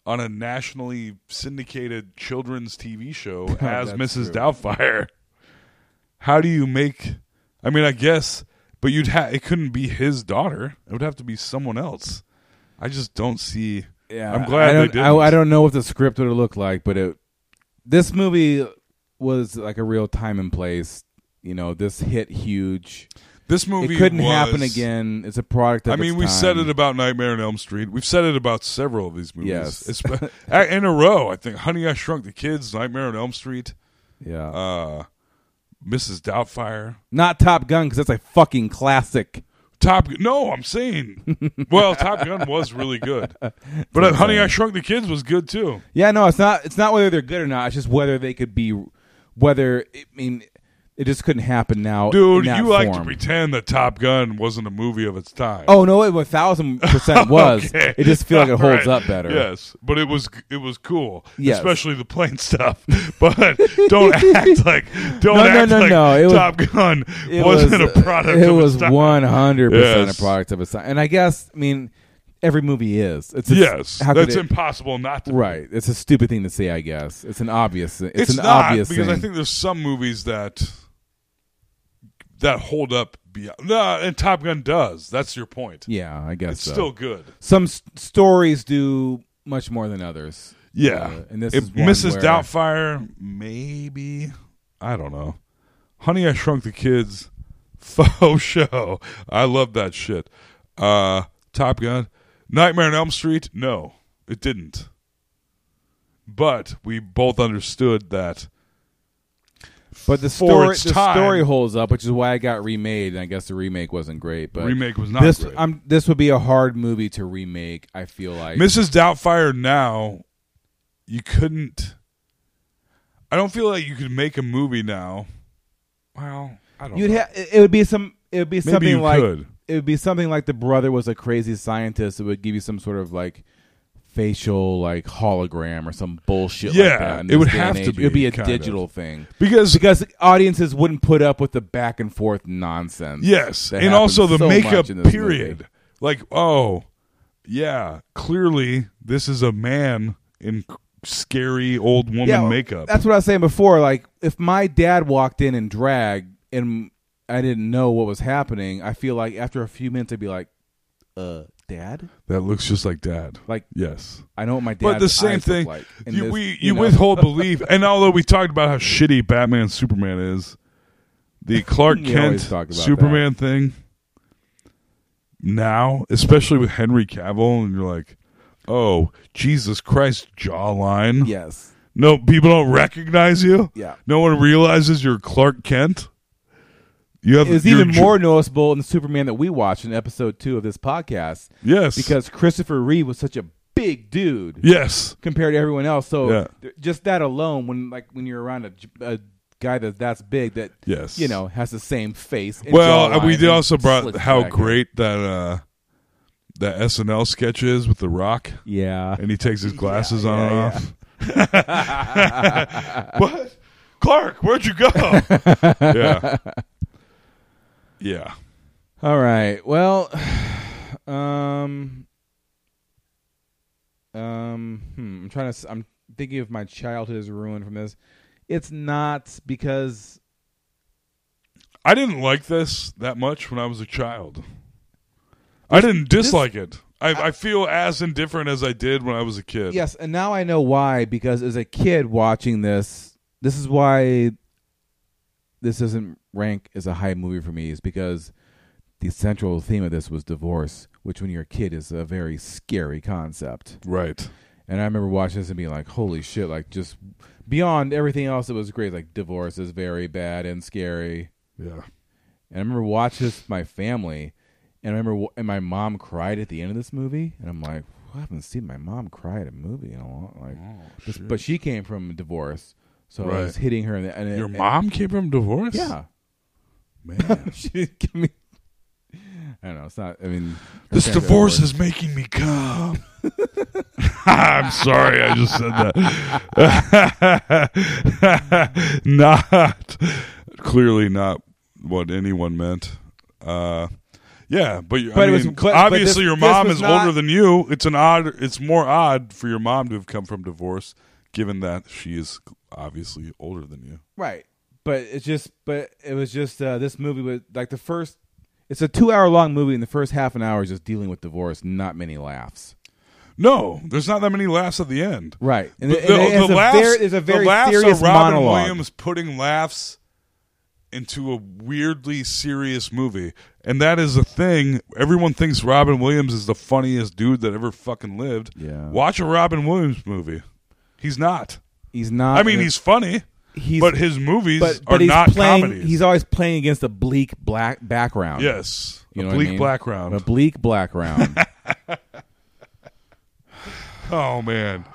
Speaker 11: on a nationally syndicated children's TV show as
Speaker 13: that's
Speaker 11: Mrs.
Speaker 13: true.
Speaker 11: Doubtfire. How do you make? I mean, I guess, but you'd ha- it couldn't be his daughter. It would have to be someone else. I just don't see.
Speaker 13: Yeah,
Speaker 11: I'm glad
Speaker 13: I
Speaker 11: they
Speaker 13: don't,
Speaker 11: did.
Speaker 13: I, I don't know what the script would have looked like, but it this movie was like a real time and place. You know, this hit huge.
Speaker 11: This movie
Speaker 13: it couldn't happen
Speaker 11: was-
Speaker 13: again. It's a product. Of
Speaker 11: I mean,
Speaker 13: its
Speaker 11: we said
Speaker 13: time.
Speaker 11: it about Nightmare on Elm Street. We've said it about several of these movies.
Speaker 13: Yes.
Speaker 11: It's- a- in a row. I think Honey, I Shrunk the Kids, Nightmare on Elm Street.
Speaker 13: Yeah.
Speaker 11: Uh, Mrs. Doubtfire.
Speaker 13: Not Top Gun because that's a fucking classic.
Speaker 11: Top Gun. No, I'm saying. Well, Top Gun was really good, but uh, Honey, I Shrunk the Kids was good too.
Speaker 13: Yeah, no, it's not. It's not whether they're good or not. It's just whether they could be. Whether I mean, it just couldn't happen now,
Speaker 11: Dude,
Speaker 13: in that
Speaker 11: you like to
Speaker 13: form.
Speaker 11: pretend that Top Gun wasn't a movie of its time.
Speaker 13: Oh no, it a thousand percent was.
Speaker 11: Okay.
Speaker 13: It just feels like it
Speaker 11: Right.
Speaker 13: holds up better.
Speaker 11: Yes, but it was it was cool,
Speaker 13: Yes.
Speaker 11: especially the plane stuff. But don't act like don't
Speaker 13: No, no,
Speaker 11: act
Speaker 13: no,
Speaker 11: like
Speaker 13: no, it was-
Speaker 11: Top Gun
Speaker 13: It
Speaker 11: wasn't
Speaker 13: was-
Speaker 11: a product.
Speaker 13: It
Speaker 11: of
Speaker 13: was
Speaker 11: its time.
Speaker 13: one hundred percent a
Speaker 11: Yes.
Speaker 13: product of its time. And I guess I mean every movie is. It's, it's
Speaker 11: Yes,
Speaker 13: how could
Speaker 11: that's impossible not to be.
Speaker 13: Right, it's a stupid thing to say. I guess it's an obvious. It's,
Speaker 11: It's
Speaker 13: an
Speaker 11: not
Speaker 13: obvious
Speaker 11: because
Speaker 13: thing.
Speaker 11: I think there's some movies that that hold up beyond. No, and Top Gun does. That's your point.
Speaker 13: yeah, I guess
Speaker 11: it's
Speaker 13: so.
Speaker 11: still good.
Speaker 13: Some s- stories do much more than others.
Speaker 11: Yeah,
Speaker 13: Uh, and this
Speaker 11: If
Speaker 13: is one
Speaker 11: Mrs.
Speaker 13: where-
Speaker 11: Doubtfire, maybe I don't know. Honey, I Shrunk the Kids, faux show. I love that shit. Uh, Top Gun, Nightmare on Elm Street. No, it didn't. But we both understood that.
Speaker 13: But the
Speaker 11: for
Speaker 13: story,
Speaker 11: its
Speaker 13: the
Speaker 11: time-
Speaker 13: story holds up, which is why it got remade. And I guess the remake wasn't great. But
Speaker 11: Remake was not
Speaker 13: this,
Speaker 11: great.
Speaker 13: I'm, this would be a hard movie to remake. I feel like
Speaker 11: Mrs. Doubtfire now, you couldn't. I don't feel like you could make a movie now. Well, I don't.
Speaker 13: You'd
Speaker 11: know.
Speaker 13: ha- it it would be some. It would be
Speaker 11: Maybe
Speaker 13: something
Speaker 11: you
Speaker 13: like
Speaker 11: could.
Speaker 13: it would be something like the brother was a crazy scientist. It would give you some sort of like facial like hologram or some bullshit.
Speaker 11: Yeah,
Speaker 13: like that in
Speaker 11: it
Speaker 13: this
Speaker 11: would
Speaker 13: day
Speaker 11: have
Speaker 13: and
Speaker 11: to
Speaker 13: age. It would be a
Speaker 11: be, kind of.
Speaker 13: digital thing
Speaker 11: Because-
Speaker 13: because audiences wouldn't put up with the back and forth nonsense.
Speaker 11: Yes,
Speaker 13: that
Speaker 11: and
Speaker 13: happens
Speaker 11: also the
Speaker 13: so much
Speaker 11: makeup
Speaker 13: in this
Speaker 11: period.
Speaker 13: movie.
Speaker 11: Like, oh, yeah, clearly this is a man in c- scary old woman
Speaker 13: well,
Speaker 11: makeup.
Speaker 13: That's what I was saying before. Like, if my dad walked in in drag and I didn't know what was happening, I feel like after a few minutes I'd be like, "Uh, dad."
Speaker 11: That looks just like dad.
Speaker 13: Like
Speaker 11: yes,
Speaker 13: I know what my
Speaker 11: but
Speaker 13: dad's
Speaker 11: the same
Speaker 13: eyes look
Speaker 11: thing.
Speaker 13: like in
Speaker 11: you,
Speaker 13: this,
Speaker 11: we you,
Speaker 13: you know?
Speaker 11: withhold belief, and although we talked about how shitty Batman and Superman is, the Clark
Speaker 13: We always
Speaker 11: Kent
Speaker 13: talk about
Speaker 11: Superman thing now, especially with Henry Cavill, and you're like, oh Jesus Christ, jawline.
Speaker 13: Yes.
Speaker 11: No, people don't recognize you.
Speaker 13: Yeah.
Speaker 11: No one realizes you're Clark Kent. You have
Speaker 13: It was
Speaker 11: you're
Speaker 13: even
Speaker 11: ju-
Speaker 13: more noticeable in Superman that we watched in episode two of this podcast.
Speaker 11: Yes.
Speaker 13: because Christopher Reeve was such a big dude.
Speaker 11: Yes.
Speaker 13: compared to everyone else. So
Speaker 11: Yeah.
Speaker 13: th- just that alone, when like when you're around a, j- a guy that that's big, that
Speaker 11: Yes.
Speaker 13: you know has the same face. and
Speaker 11: Well, uh,
Speaker 13: jawline
Speaker 11: we did
Speaker 13: and
Speaker 11: also brought
Speaker 13: slick
Speaker 11: how
Speaker 13: back.
Speaker 11: great that uh that SNL sketch is with The Rock.
Speaker 13: Yeah,
Speaker 11: and he takes his glasses on and
Speaker 13: yeah,
Speaker 11: off. what, Clark? Where'd you go? yeah, yeah.
Speaker 13: All right. Well, um, um, hmm, I'm trying to. s- I'm thinking if my childhood is ruined from this. It's not because
Speaker 11: I didn't like this that much when I was a child. I didn't dislike it. I, I feel as indifferent as I did when I was a kid.
Speaker 13: Yes, and now I know why. Because as a kid watching this, this is why this doesn't rank as a high movie for me. Is because the central theme of this was divorce, which when you're a kid is a very scary concept.
Speaker 11: Right.
Speaker 13: And I remember watching this and being like, "Holy shit!" Like just beyond everything else, it was great. Like divorce is very bad and scary.
Speaker 11: Yeah.
Speaker 13: And I remember watching this with my family, and I remember w- and my mom cried at the end of this movie, and I'm like, I haven't seen my mom cry at a movie in a long like. this- but she came from a divorce, so I was
Speaker 11: Oh, Right.
Speaker 13: hitting her. In the, and it-
Speaker 11: Your
Speaker 13: and-
Speaker 11: mom came from divorce?
Speaker 13: Yeah,
Speaker 11: man,
Speaker 13: she didn't give me. I don't know. It's not. I mean, her
Speaker 11: This
Speaker 13: parents are
Speaker 11: divorce
Speaker 13: divorced.
Speaker 11: is making me come. I'm sorry, I just said that. not clearly not what anyone meant. Uh, Yeah, but, you- I
Speaker 13: But it
Speaker 11: mean,
Speaker 13: was- but- but
Speaker 11: obviously
Speaker 13: this-
Speaker 11: your
Speaker 13: this
Speaker 11: mom
Speaker 13: was
Speaker 11: is
Speaker 13: not-
Speaker 11: older than you. It's an odd. It's more odd for your mom to have come from divorce, given that she is obviously older than you.
Speaker 13: Right. But it's just, but it was just uh, this movie was like the first. It's a two-hour-long movie, and the first half an hour is just dealing with divorce. Not many laughs.
Speaker 11: No, there's not that many laughs at the end.
Speaker 13: Right. And
Speaker 11: But
Speaker 13: it- and it has a very- it's a very
Speaker 11: the laughs
Speaker 13: serious
Speaker 11: are Robin
Speaker 13: monologue.
Speaker 11: Williams putting laughs into a weirdly serious movie, and that is a thing. Everyone thinks Robin Williams is the funniest dude that ever fucking lived. Yeah. Watch a Robin Williams movie. He's not.
Speaker 13: He's not.
Speaker 11: I mean,
Speaker 13: And
Speaker 11: he's funny.
Speaker 13: he's-
Speaker 11: but his movies
Speaker 13: but-
Speaker 11: are
Speaker 13: but he's
Speaker 11: not
Speaker 13: playing,
Speaker 11: comedies.
Speaker 13: He's always playing against a bleak black background.
Speaker 11: Yes. A
Speaker 13: what
Speaker 11: bleak background.
Speaker 13: A bleak background.
Speaker 11: Oh man.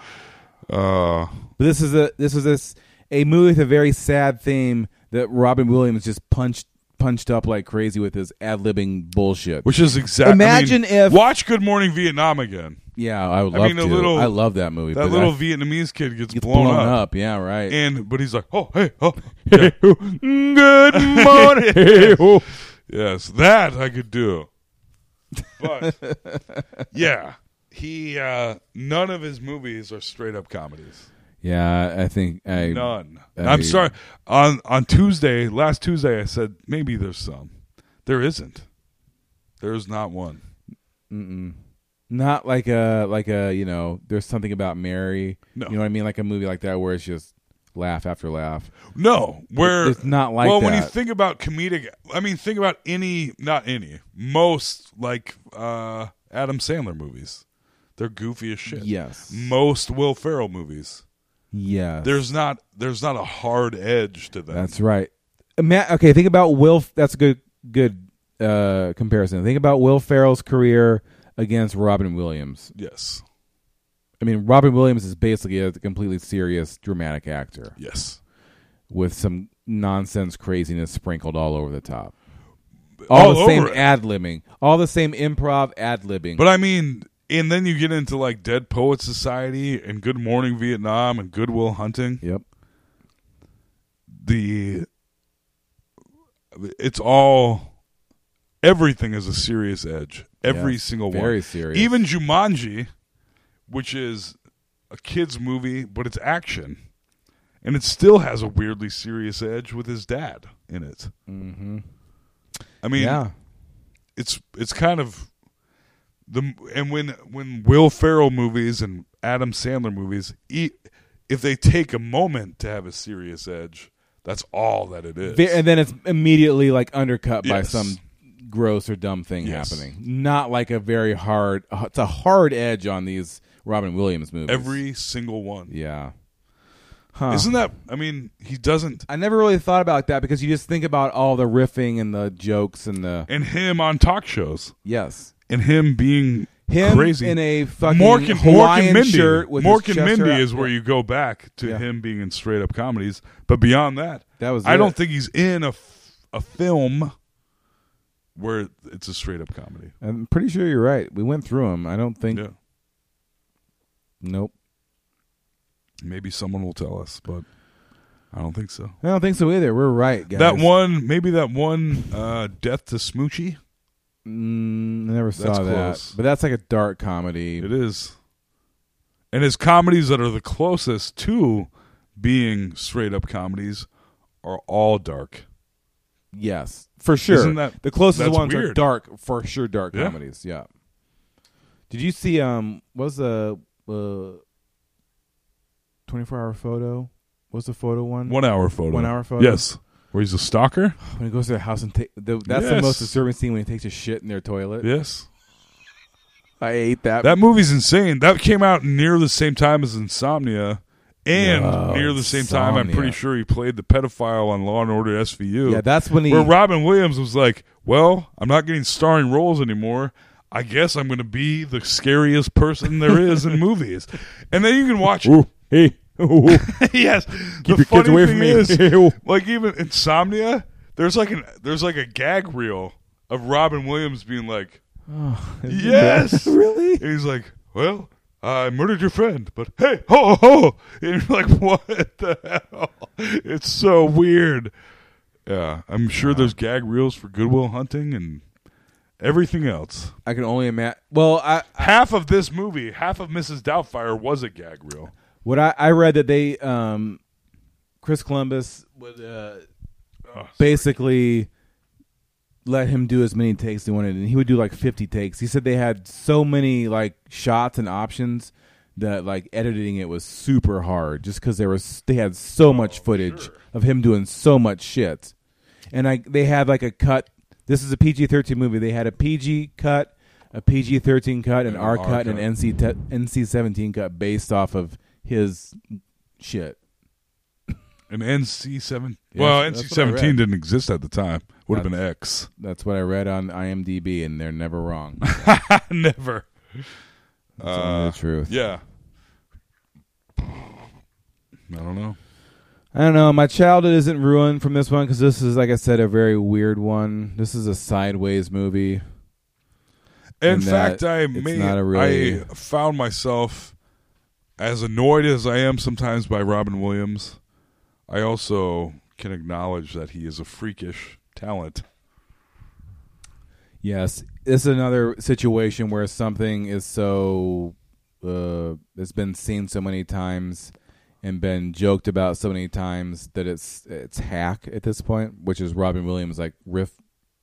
Speaker 13: Uh, but this is a this is this a movie with a very sad theme that Robin Williams just punched punched up like crazy with his ad libbing bullshit,
Speaker 11: Which is exactly.
Speaker 13: Imagine if
Speaker 11: watch Good Morning Vietnam again.
Speaker 13: Yeah, I would love
Speaker 11: mean, a
Speaker 13: to.
Speaker 11: Little,
Speaker 13: I love that movie,
Speaker 11: That
Speaker 13: but
Speaker 11: little
Speaker 13: I-
Speaker 11: Vietnamese kid gets, blown,
Speaker 13: blown
Speaker 11: up.
Speaker 13: up, yeah, right.
Speaker 11: And but he's like, oh hey, oh, yeah. good
Speaker 13: morning.
Speaker 11: yes. Yes, that I could do. But yeah, he uh, none of his movies are straight up comedies.
Speaker 13: yeah, I think I
Speaker 11: None.
Speaker 13: I-
Speaker 11: I, am sorry. On on Tuesday, last Tuesday, I said maybe there's some. There isn't. There's not one.
Speaker 13: Mm-mm. Not like a like a you know. There's something about Mary.
Speaker 11: No.
Speaker 13: You know what I mean? Like a movie like that where it's just laugh after laugh.
Speaker 11: No, where
Speaker 13: it's not like
Speaker 11: well,
Speaker 13: that.
Speaker 11: when you think about comedic, I mean, think about any, not any, most like uh Adam Sandler movies. They're goofy as shit.
Speaker 13: Yes.
Speaker 11: most Will Ferrell movies.
Speaker 13: Yes.
Speaker 11: There's not there's not a hard edge to them.
Speaker 13: That's right. Ima- okay, think about Will. F- That's a good good uh, comparison. Think about Will Farrell's career against Robin Williams.
Speaker 11: Yes.
Speaker 13: I mean, Robin Williams is basically a completely serious dramatic actor.
Speaker 11: Yes.
Speaker 13: With some nonsense craziness sprinkled all over the top. All,
Speaker 11: All
Speaker 13: the same
Speaker 11: over it.
Speaker 13: ad libbing. All the same improv ad libbing.
Speaker 11: But I mean, and then you get into like Dead Poet Society and Good Morning Vietnam and Goodwill Hunting.
Speaker 13: Yep.
Speaker 11: The it's all everything is a serious edge. Every
Speaker 13: Yeah,
Speaker 11: single one.
Speaker 13: very serious.
Speaker 11: Even Jumanji, which is a kids movie, but it's action. And it still has a weirdly serious edge with his dad in it.
Speaker 13: Mm-hmm.
Speaker 11: I mean,
Speaker 13: Yeah.
Speaker 11: it's it's kind of the and when when Will Ferrell movies and Adam Sandler movies, e- if they take a moment to have a serious edge, that's all that it is.
Speaker 13: Ve- and then it's immediately like undercut by
Speaker 11: Yes.
Speaker 13: some gross or dumb thing
Speaker 11: Yes.
Speaker 13: happening. Not like a very hard. uh, It's a hard edge on these Robin Williams movies.
Speaker 11: Every single one.
Speaker 13: yeah. Huh.
Speaker 11: Isn't that? I mean, he doesn't.
Speaker 13: I never really thought about that because you just think about all the riffing and the jokes and the
Speaker 11: And him on talk shows.
Speaker 13: Yes.
Speaker 11: And him being
Speaker 13: Him
Speaker 11: crazy
Speaker 13: in a fucking
Speaker 11: Mork and, Mork
Speaker 13: Hawaiian
Speaker 11: and Mindy.
Speaker 13: shirt with his
Speaker 11: Mork and
Speaker 13: chest
Speaker 11: Mindy
Speaker 13: out.
Speaker 11: is where you go back to
Speaker 13: Yeah.
Speaker 11: him being in straight up comedies. But beyond that,
Speaker 13: That was
Speaker 11: I
Speaker 13: it.
Speaker 11: don't think he's in a f- a film where it's a straight up comedy.
Speaker 13: I'm pretty sure you're right. We went through them. I don't think.
Speaker 11: Yeah.
Speaker 13: Nope.
Speaker 11: Maybe someone will tell us, but I don't think so.
Speaker 13: I don't think so either. We're right, guys.
Speaker 11: That one, maybe that one, uh, Death to Smoochie.
Speaker 13: Mm, I never saw
Speaker 11: That's
Speaker 13: that.
Speaker 11: close.
Speaker 13: But that's like a dark comedy.
Speaker 11: It is. And his comedies that are the closest to being straight up comedies are all dark.
Speaker 13: Yes, for sure.
Speaker 11: Isn't that-
Speaker 13: the closest
Speaker 11: that's
Speaker 13: ones are
Speaker 11: weird.
Speaker 13: dark, for sure. Dark
Speaker 11: Yeah.
Speaker 13: comedies. Yeah. Did you see? Um, what was the uh, twenty-four hour photo? What was the photo one?
Speaker 11: One hour photo.
Speaker 13: One hour photo.
Speaker 11: Yes. Where he's a stalker?
Speaker 13: When he goes to the house and take the, that's the
Speaker 11: Yes.
Speaker 13: most disturbing scene when he takes a shit in their toilet.
Speaker 11: Yes.
Speaker 13: I hate that.
Speaker 11: That movie's insane. That came out near the same time as Insomnia. And
Speaker 13: No,
Speaker 11: near the same time, I'm pretty
Speaker 13: Insomnia.
Speaker 11: sure he played the pedophile on Law and Order SVU.
Speaker 13: Yeah, that's when he-
Speaker 11: Where Robin Williams was like, "Well, I'm not getting starring roles anymore. I guess I'm going to be the scariest person there is in movies." And then you can watch.
Speaker 13: hey.
Speaker 11: yes.
Speaker 13: Keep
Speaker 11: the
Speaker 13: your kids
Speaker 11: funny
Speaker 13: away
Speaker 11: thing
Speaker 13: from me.
Speaker 11: is, like even Insomnia, there's like an there's like a gag reel of Robin Williams being like,
Speaker 13: Oh,
Speaker 11: "Yes,
Speaker 13: really?"
Speaker 11: And he's like, "Well, I murdered your friend, but hey, ho ho!" ho. And you're like, "What the hell?" It's so weird. Yeah, I'm sure there's gag reels for Goodwill Hunting and Everything else.
Speaker 13: I can only imagine. Well, I,
Speaker 11: half of this movie, half of Mrs. Doubtfire was a gag reel.
Speaker 13: What I, I read that they, um, Chris Columbus would uh,
Speaker 11: Oh,
Speaker 13: basically let him do as many takes he wanted, and he would do like fifty takes. He said they had so many like shots and options that like editing it was super hard, just because there was they had so
Speaker 11: Oh,
Speaker 13: much footage of him doing so much shit, and I they had like a cut. This is a PG thirteen movie. They had a PG cut, a PG thirteen cut, an
Speaker 11: R
Speaker 13: R, cut, and
Speaker 11: cut.
Speaker 13: an NC te- NC seventeen cut based off of his shit.
Speaker 11: An NC seven.
Speaker 13: Yeah,
Speaker 11: well,
Speaker 13: that's
Speaker 11: NC
Speaker 13: what I read.
Speaker 11: seventeen didn't exist at the time. Would have been
Speaker 13: That's-
Speaker 11: X.
Speaker 13: That's what I read on IMDb, and they're never wrong.
Speaker 11: never.
Speaker 13: That's only
Speaker 11: Uh,
Speaker 13: the truth.
Speaker 11: Yeah. I don't know.
Speaker 13: I don't know. My childhood isn't ruined from this one because this is, like I said, a very weird one. This is a sideways movie.
Speaker 11: In,
Speaker 13: And that
Speaker 11: fact, I
Speaker 13: it's
Speaker 11: made
Speaker 13: not a really.
Speaker 11: I found myself as annoyed as I am sometimes by Robin Williams. I also can acknowledge that he is a freakish talent.
Speaker 13: yes, this is another situation where something is so uh, it's been seen so many times and been joked about so many times that it's it's hack at this point, which is Robin Williams like riff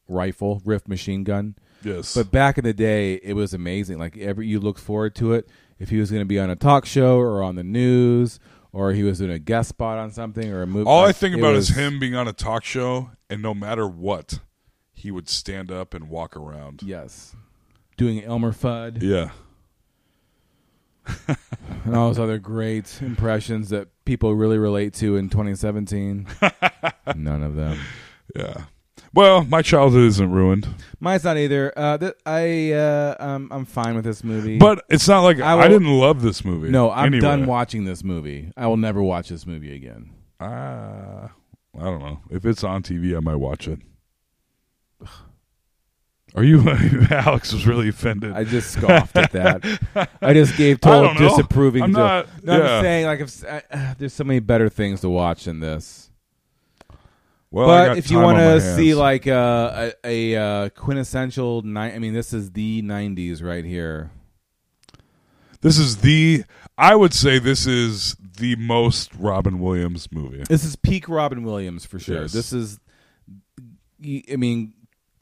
Speaker 13: rifle, riff machine gun.
Speaker 11: Yes.
Speaker 13: But back in the day, it was amazing. Like every you looked forward to it. If he was going to be on a talk show or on the news, or he was doing a guest spot on something or a movie.
Speaker 11: All I
Speaker 13: like,
Speaker 11: think
Speaker 13: it
Speaker 11: about is
Speaker 13: was-
Speaker 11: him being on a talk show, and no matter what, he would stand up and walk around.
Speaker 13: Yes. doing Elmer Fudd.
Speaker 11: Yeah.
Speaker 13: and all those other great impressions that people really relate to in 2017. None of them.
Speaker 11: Yeah. Well, my childhood isn't ruined.
Speaker 13: Mine's not either. Uh, th- I uh, um, I'm fine with this movie,
Speaker 11: But it's not like I
Speaker 13: will-
Speaker 11: didn't love this movie
Speaker 13: No, I'm
Speaker 11: anyway.
Speaker 13: done watching this movie. I will never watch this movie again.
Speaker 11: Ah, I don't know. If it's on TV, I might watch it. Are you? Alex was really offended.
Speaker 13: I just scoffed at that. I just gave total
Speaker 11: I don't know.
Speaker 13: disapproving.
Speaker 11: I'm
Speaker 13: to-
Speaker 11: not.
Speaker 13: No, I'm
Speaker 11: yeah.
Speaker 13: just saying like if s- uh, there's so many better things to watch than this.
Speaker 11: Well, I
Speaker 13: but
Speaker 11: got
Speaker 13: if you
Speaker 11: time on
Speaker 13: want
Speaker 11: my
Speaker 13: to
Speaker 11: hands.
Speaker 13: see like uh, a, a uh, quintessential, ni- I mean, this is the '90s right here.
Speaker 11: This is the. I would say this is the most Robin Williams movie.
Speaker 13: This is peak Robin Williams for sure.
Speaker 11: Yes.
Speaker 13: This is, I mean,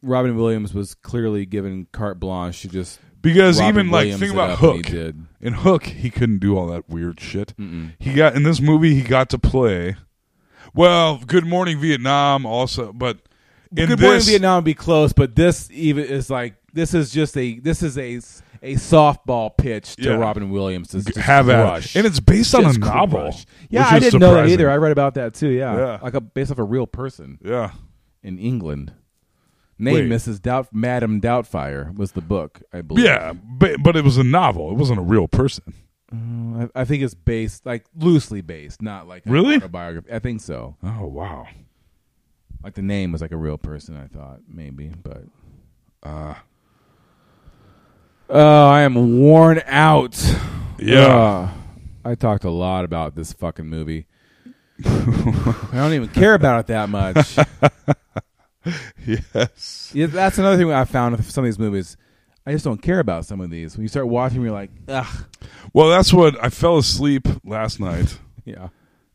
Speaker 13: Robin Williams was clearly given carte blanche to just
Speaker 11: Because
Speaker 13: Robin
Speaker 11: even like
Speaker 13: Williams
Speaker 11: think
Speaker 13: it
Speaker 11: about
Speaker 13: up and he
Speaker 11: Hook.
Speaker 13: did.
Speaker 11: In Hook, he couldn't do all that weird shit. He got in this movie. He got to play. Well, Good Morning Vietnam also, but in
Speaker 13: Good
Speaker 11: this,
Speaker 13: Morning Vietnam would be close, but this even is like this is just a this is a a softball pitch to
Speaker 11: Yeah.
Speaker 13: Robin Williams to
Speaker 11: G-
Speaker 13: just
Speaker 11: have at it.
Speaker 13: crush.
Speaker 11: And it's based on a novel,
Speaker 13: Yeah,
Speaker 11: which
Speaker 13: I
Speaker 11: is
Speaker 13: didn't know that
Speaker 11: surprising.
Speaker 13: either. I read about that too. Yeah,
Speaker 11: Yeah.
Speaker 13: like a, based off a real person.
Speaker 11: Yeah,
Speaker 13: in England. Name
Speaker 11: Wait.
Speaker 13: Mrs. Doubt, Madam Doubtfire was the book, I believe.
Speaker 11: yeah, but, but it was a novel. It wasn't a real person.
Speaker 13: Uh, I, I think it's based, like loosely based, not like a
Speaker 11: Really?
Speaker 13: autobiography. I think so.
Speaker 11: Oh wow!
Speaker 13: Like the name was like a real person. I thought maybe, but
Speaker 11: uh,
Speaker 13: oh, I am worn out.
Speaker 11: Yeah.
Speaker 13: Ugh. I talked a lot about this fucking movie. I don't even care about it that much.
Speaker 11: yes,
Speaker 13: yeah, that's another thing I found with some of these movies. I just don't care about some of these. When you start watching, you're like, ugh.
Speaker 11: Well, that's what I fell asleep last night.
Speaker 13: Yeah.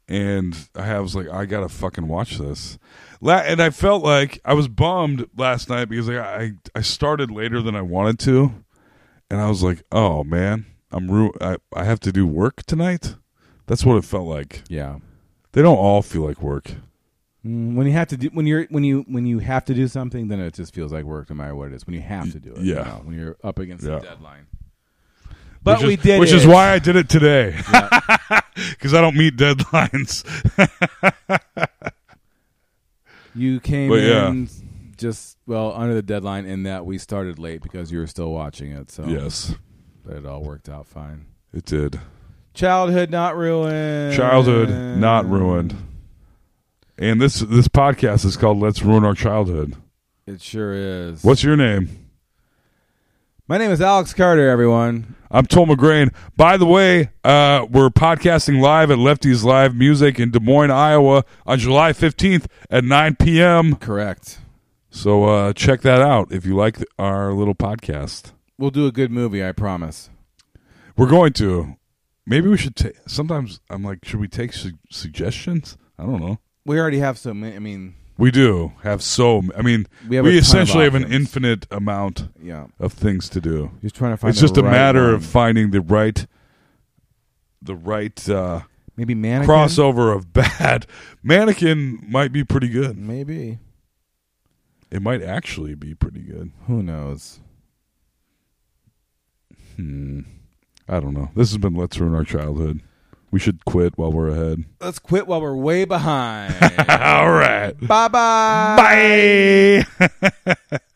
Speaker 11: And I have- was like, I gotta fucking watch this. La- and I felt like I was bummed last night because like, I I started later than I wanted to, and I was like, oh man, I'm ru- I I have to do work tonight. That's what it felt like.
Speaker 13: Yeah.
Speaker 11: They don't all feel like work.
Speaker 13: Mm, When you have to do when you're when you when you have to do something, then it just feels like work, no matter what it is. When you have to do it, you
Speaker 11: yeah.
Speaker 13: know, when you're up against
Speaker 11: Yeah.
Speaker 13: the deadline. But
Speaker 11: Which is-
Speaker 13: we did,
Speaker 11: which
Speaker 13: is
Speaker 11: is why I did it today, because I don't meet deadlines.
Speaker 13: you came
Speaker 11: But, yeah.
Speaker 13: in just well under the deadline, in that we started late because you were still watching it. So
Speaker 11: Yes.
Speaker 13: but it all worked out fine.
Speaker 11: it did.
Speaker 13: Childhood not ruined.
Speaker 11: Childhood not ruined. And this this podcast is called "Let's Ruin Our Childhood."
Speaker 13: It sure is.
Speaker 11: What's your name?
Speaker 13: My name is Alex Carter. Everyone,
Speaker 11: I'm Tom McGrain. By the way, uh, we're podcasting live at Lefties Live Music in Des Moines, Iowa, on July 15th at 9 p.m.
Speaker 13: Correct.
Speaker 11: So uh, check that out if you like th- our little podcast.
Speaker 13: We'll do a good movie, I promise.
Speaker 11: We're going to. Maybe we should take. Sometimes I'm like, should we take su- suggestions? I don't know.
Speaker 13: We already have so many. I mean,
Speaker 11: We do have so. m- I mean,
Speaker 13: We
Speaker 11: we,
Speaker 13: have a ton of
Speaker 11: essentially have an infinite amount
Speaker 13: Yeah.
Speaker 11: of things to do.
Speaker 13: Just trying to find
Speaker 11: It's
Speaker 13: the
Speaker 11: just a
Speaker 13: right
Speaker 11: matter
Speaker 13: one.
Speaker 11: of finding the right, the right. uh
Speaker 13: Maybe mannequin?
Speaker 11: crossover of bad mannequin might be pretty good.
Speaker 13: Maybe
Speaker 11: it might actually be pretty good.
Speaker 13: Who knows?
Speaker 11: Hmm. I don't know. This has been Let's Ruin Our Childhood. We should quit while we're ahead.
Speaker 13: let's quit while we're way behind.
Speaker 11: All right.
Speaker 13: Bye bye. Bye. eh? eh?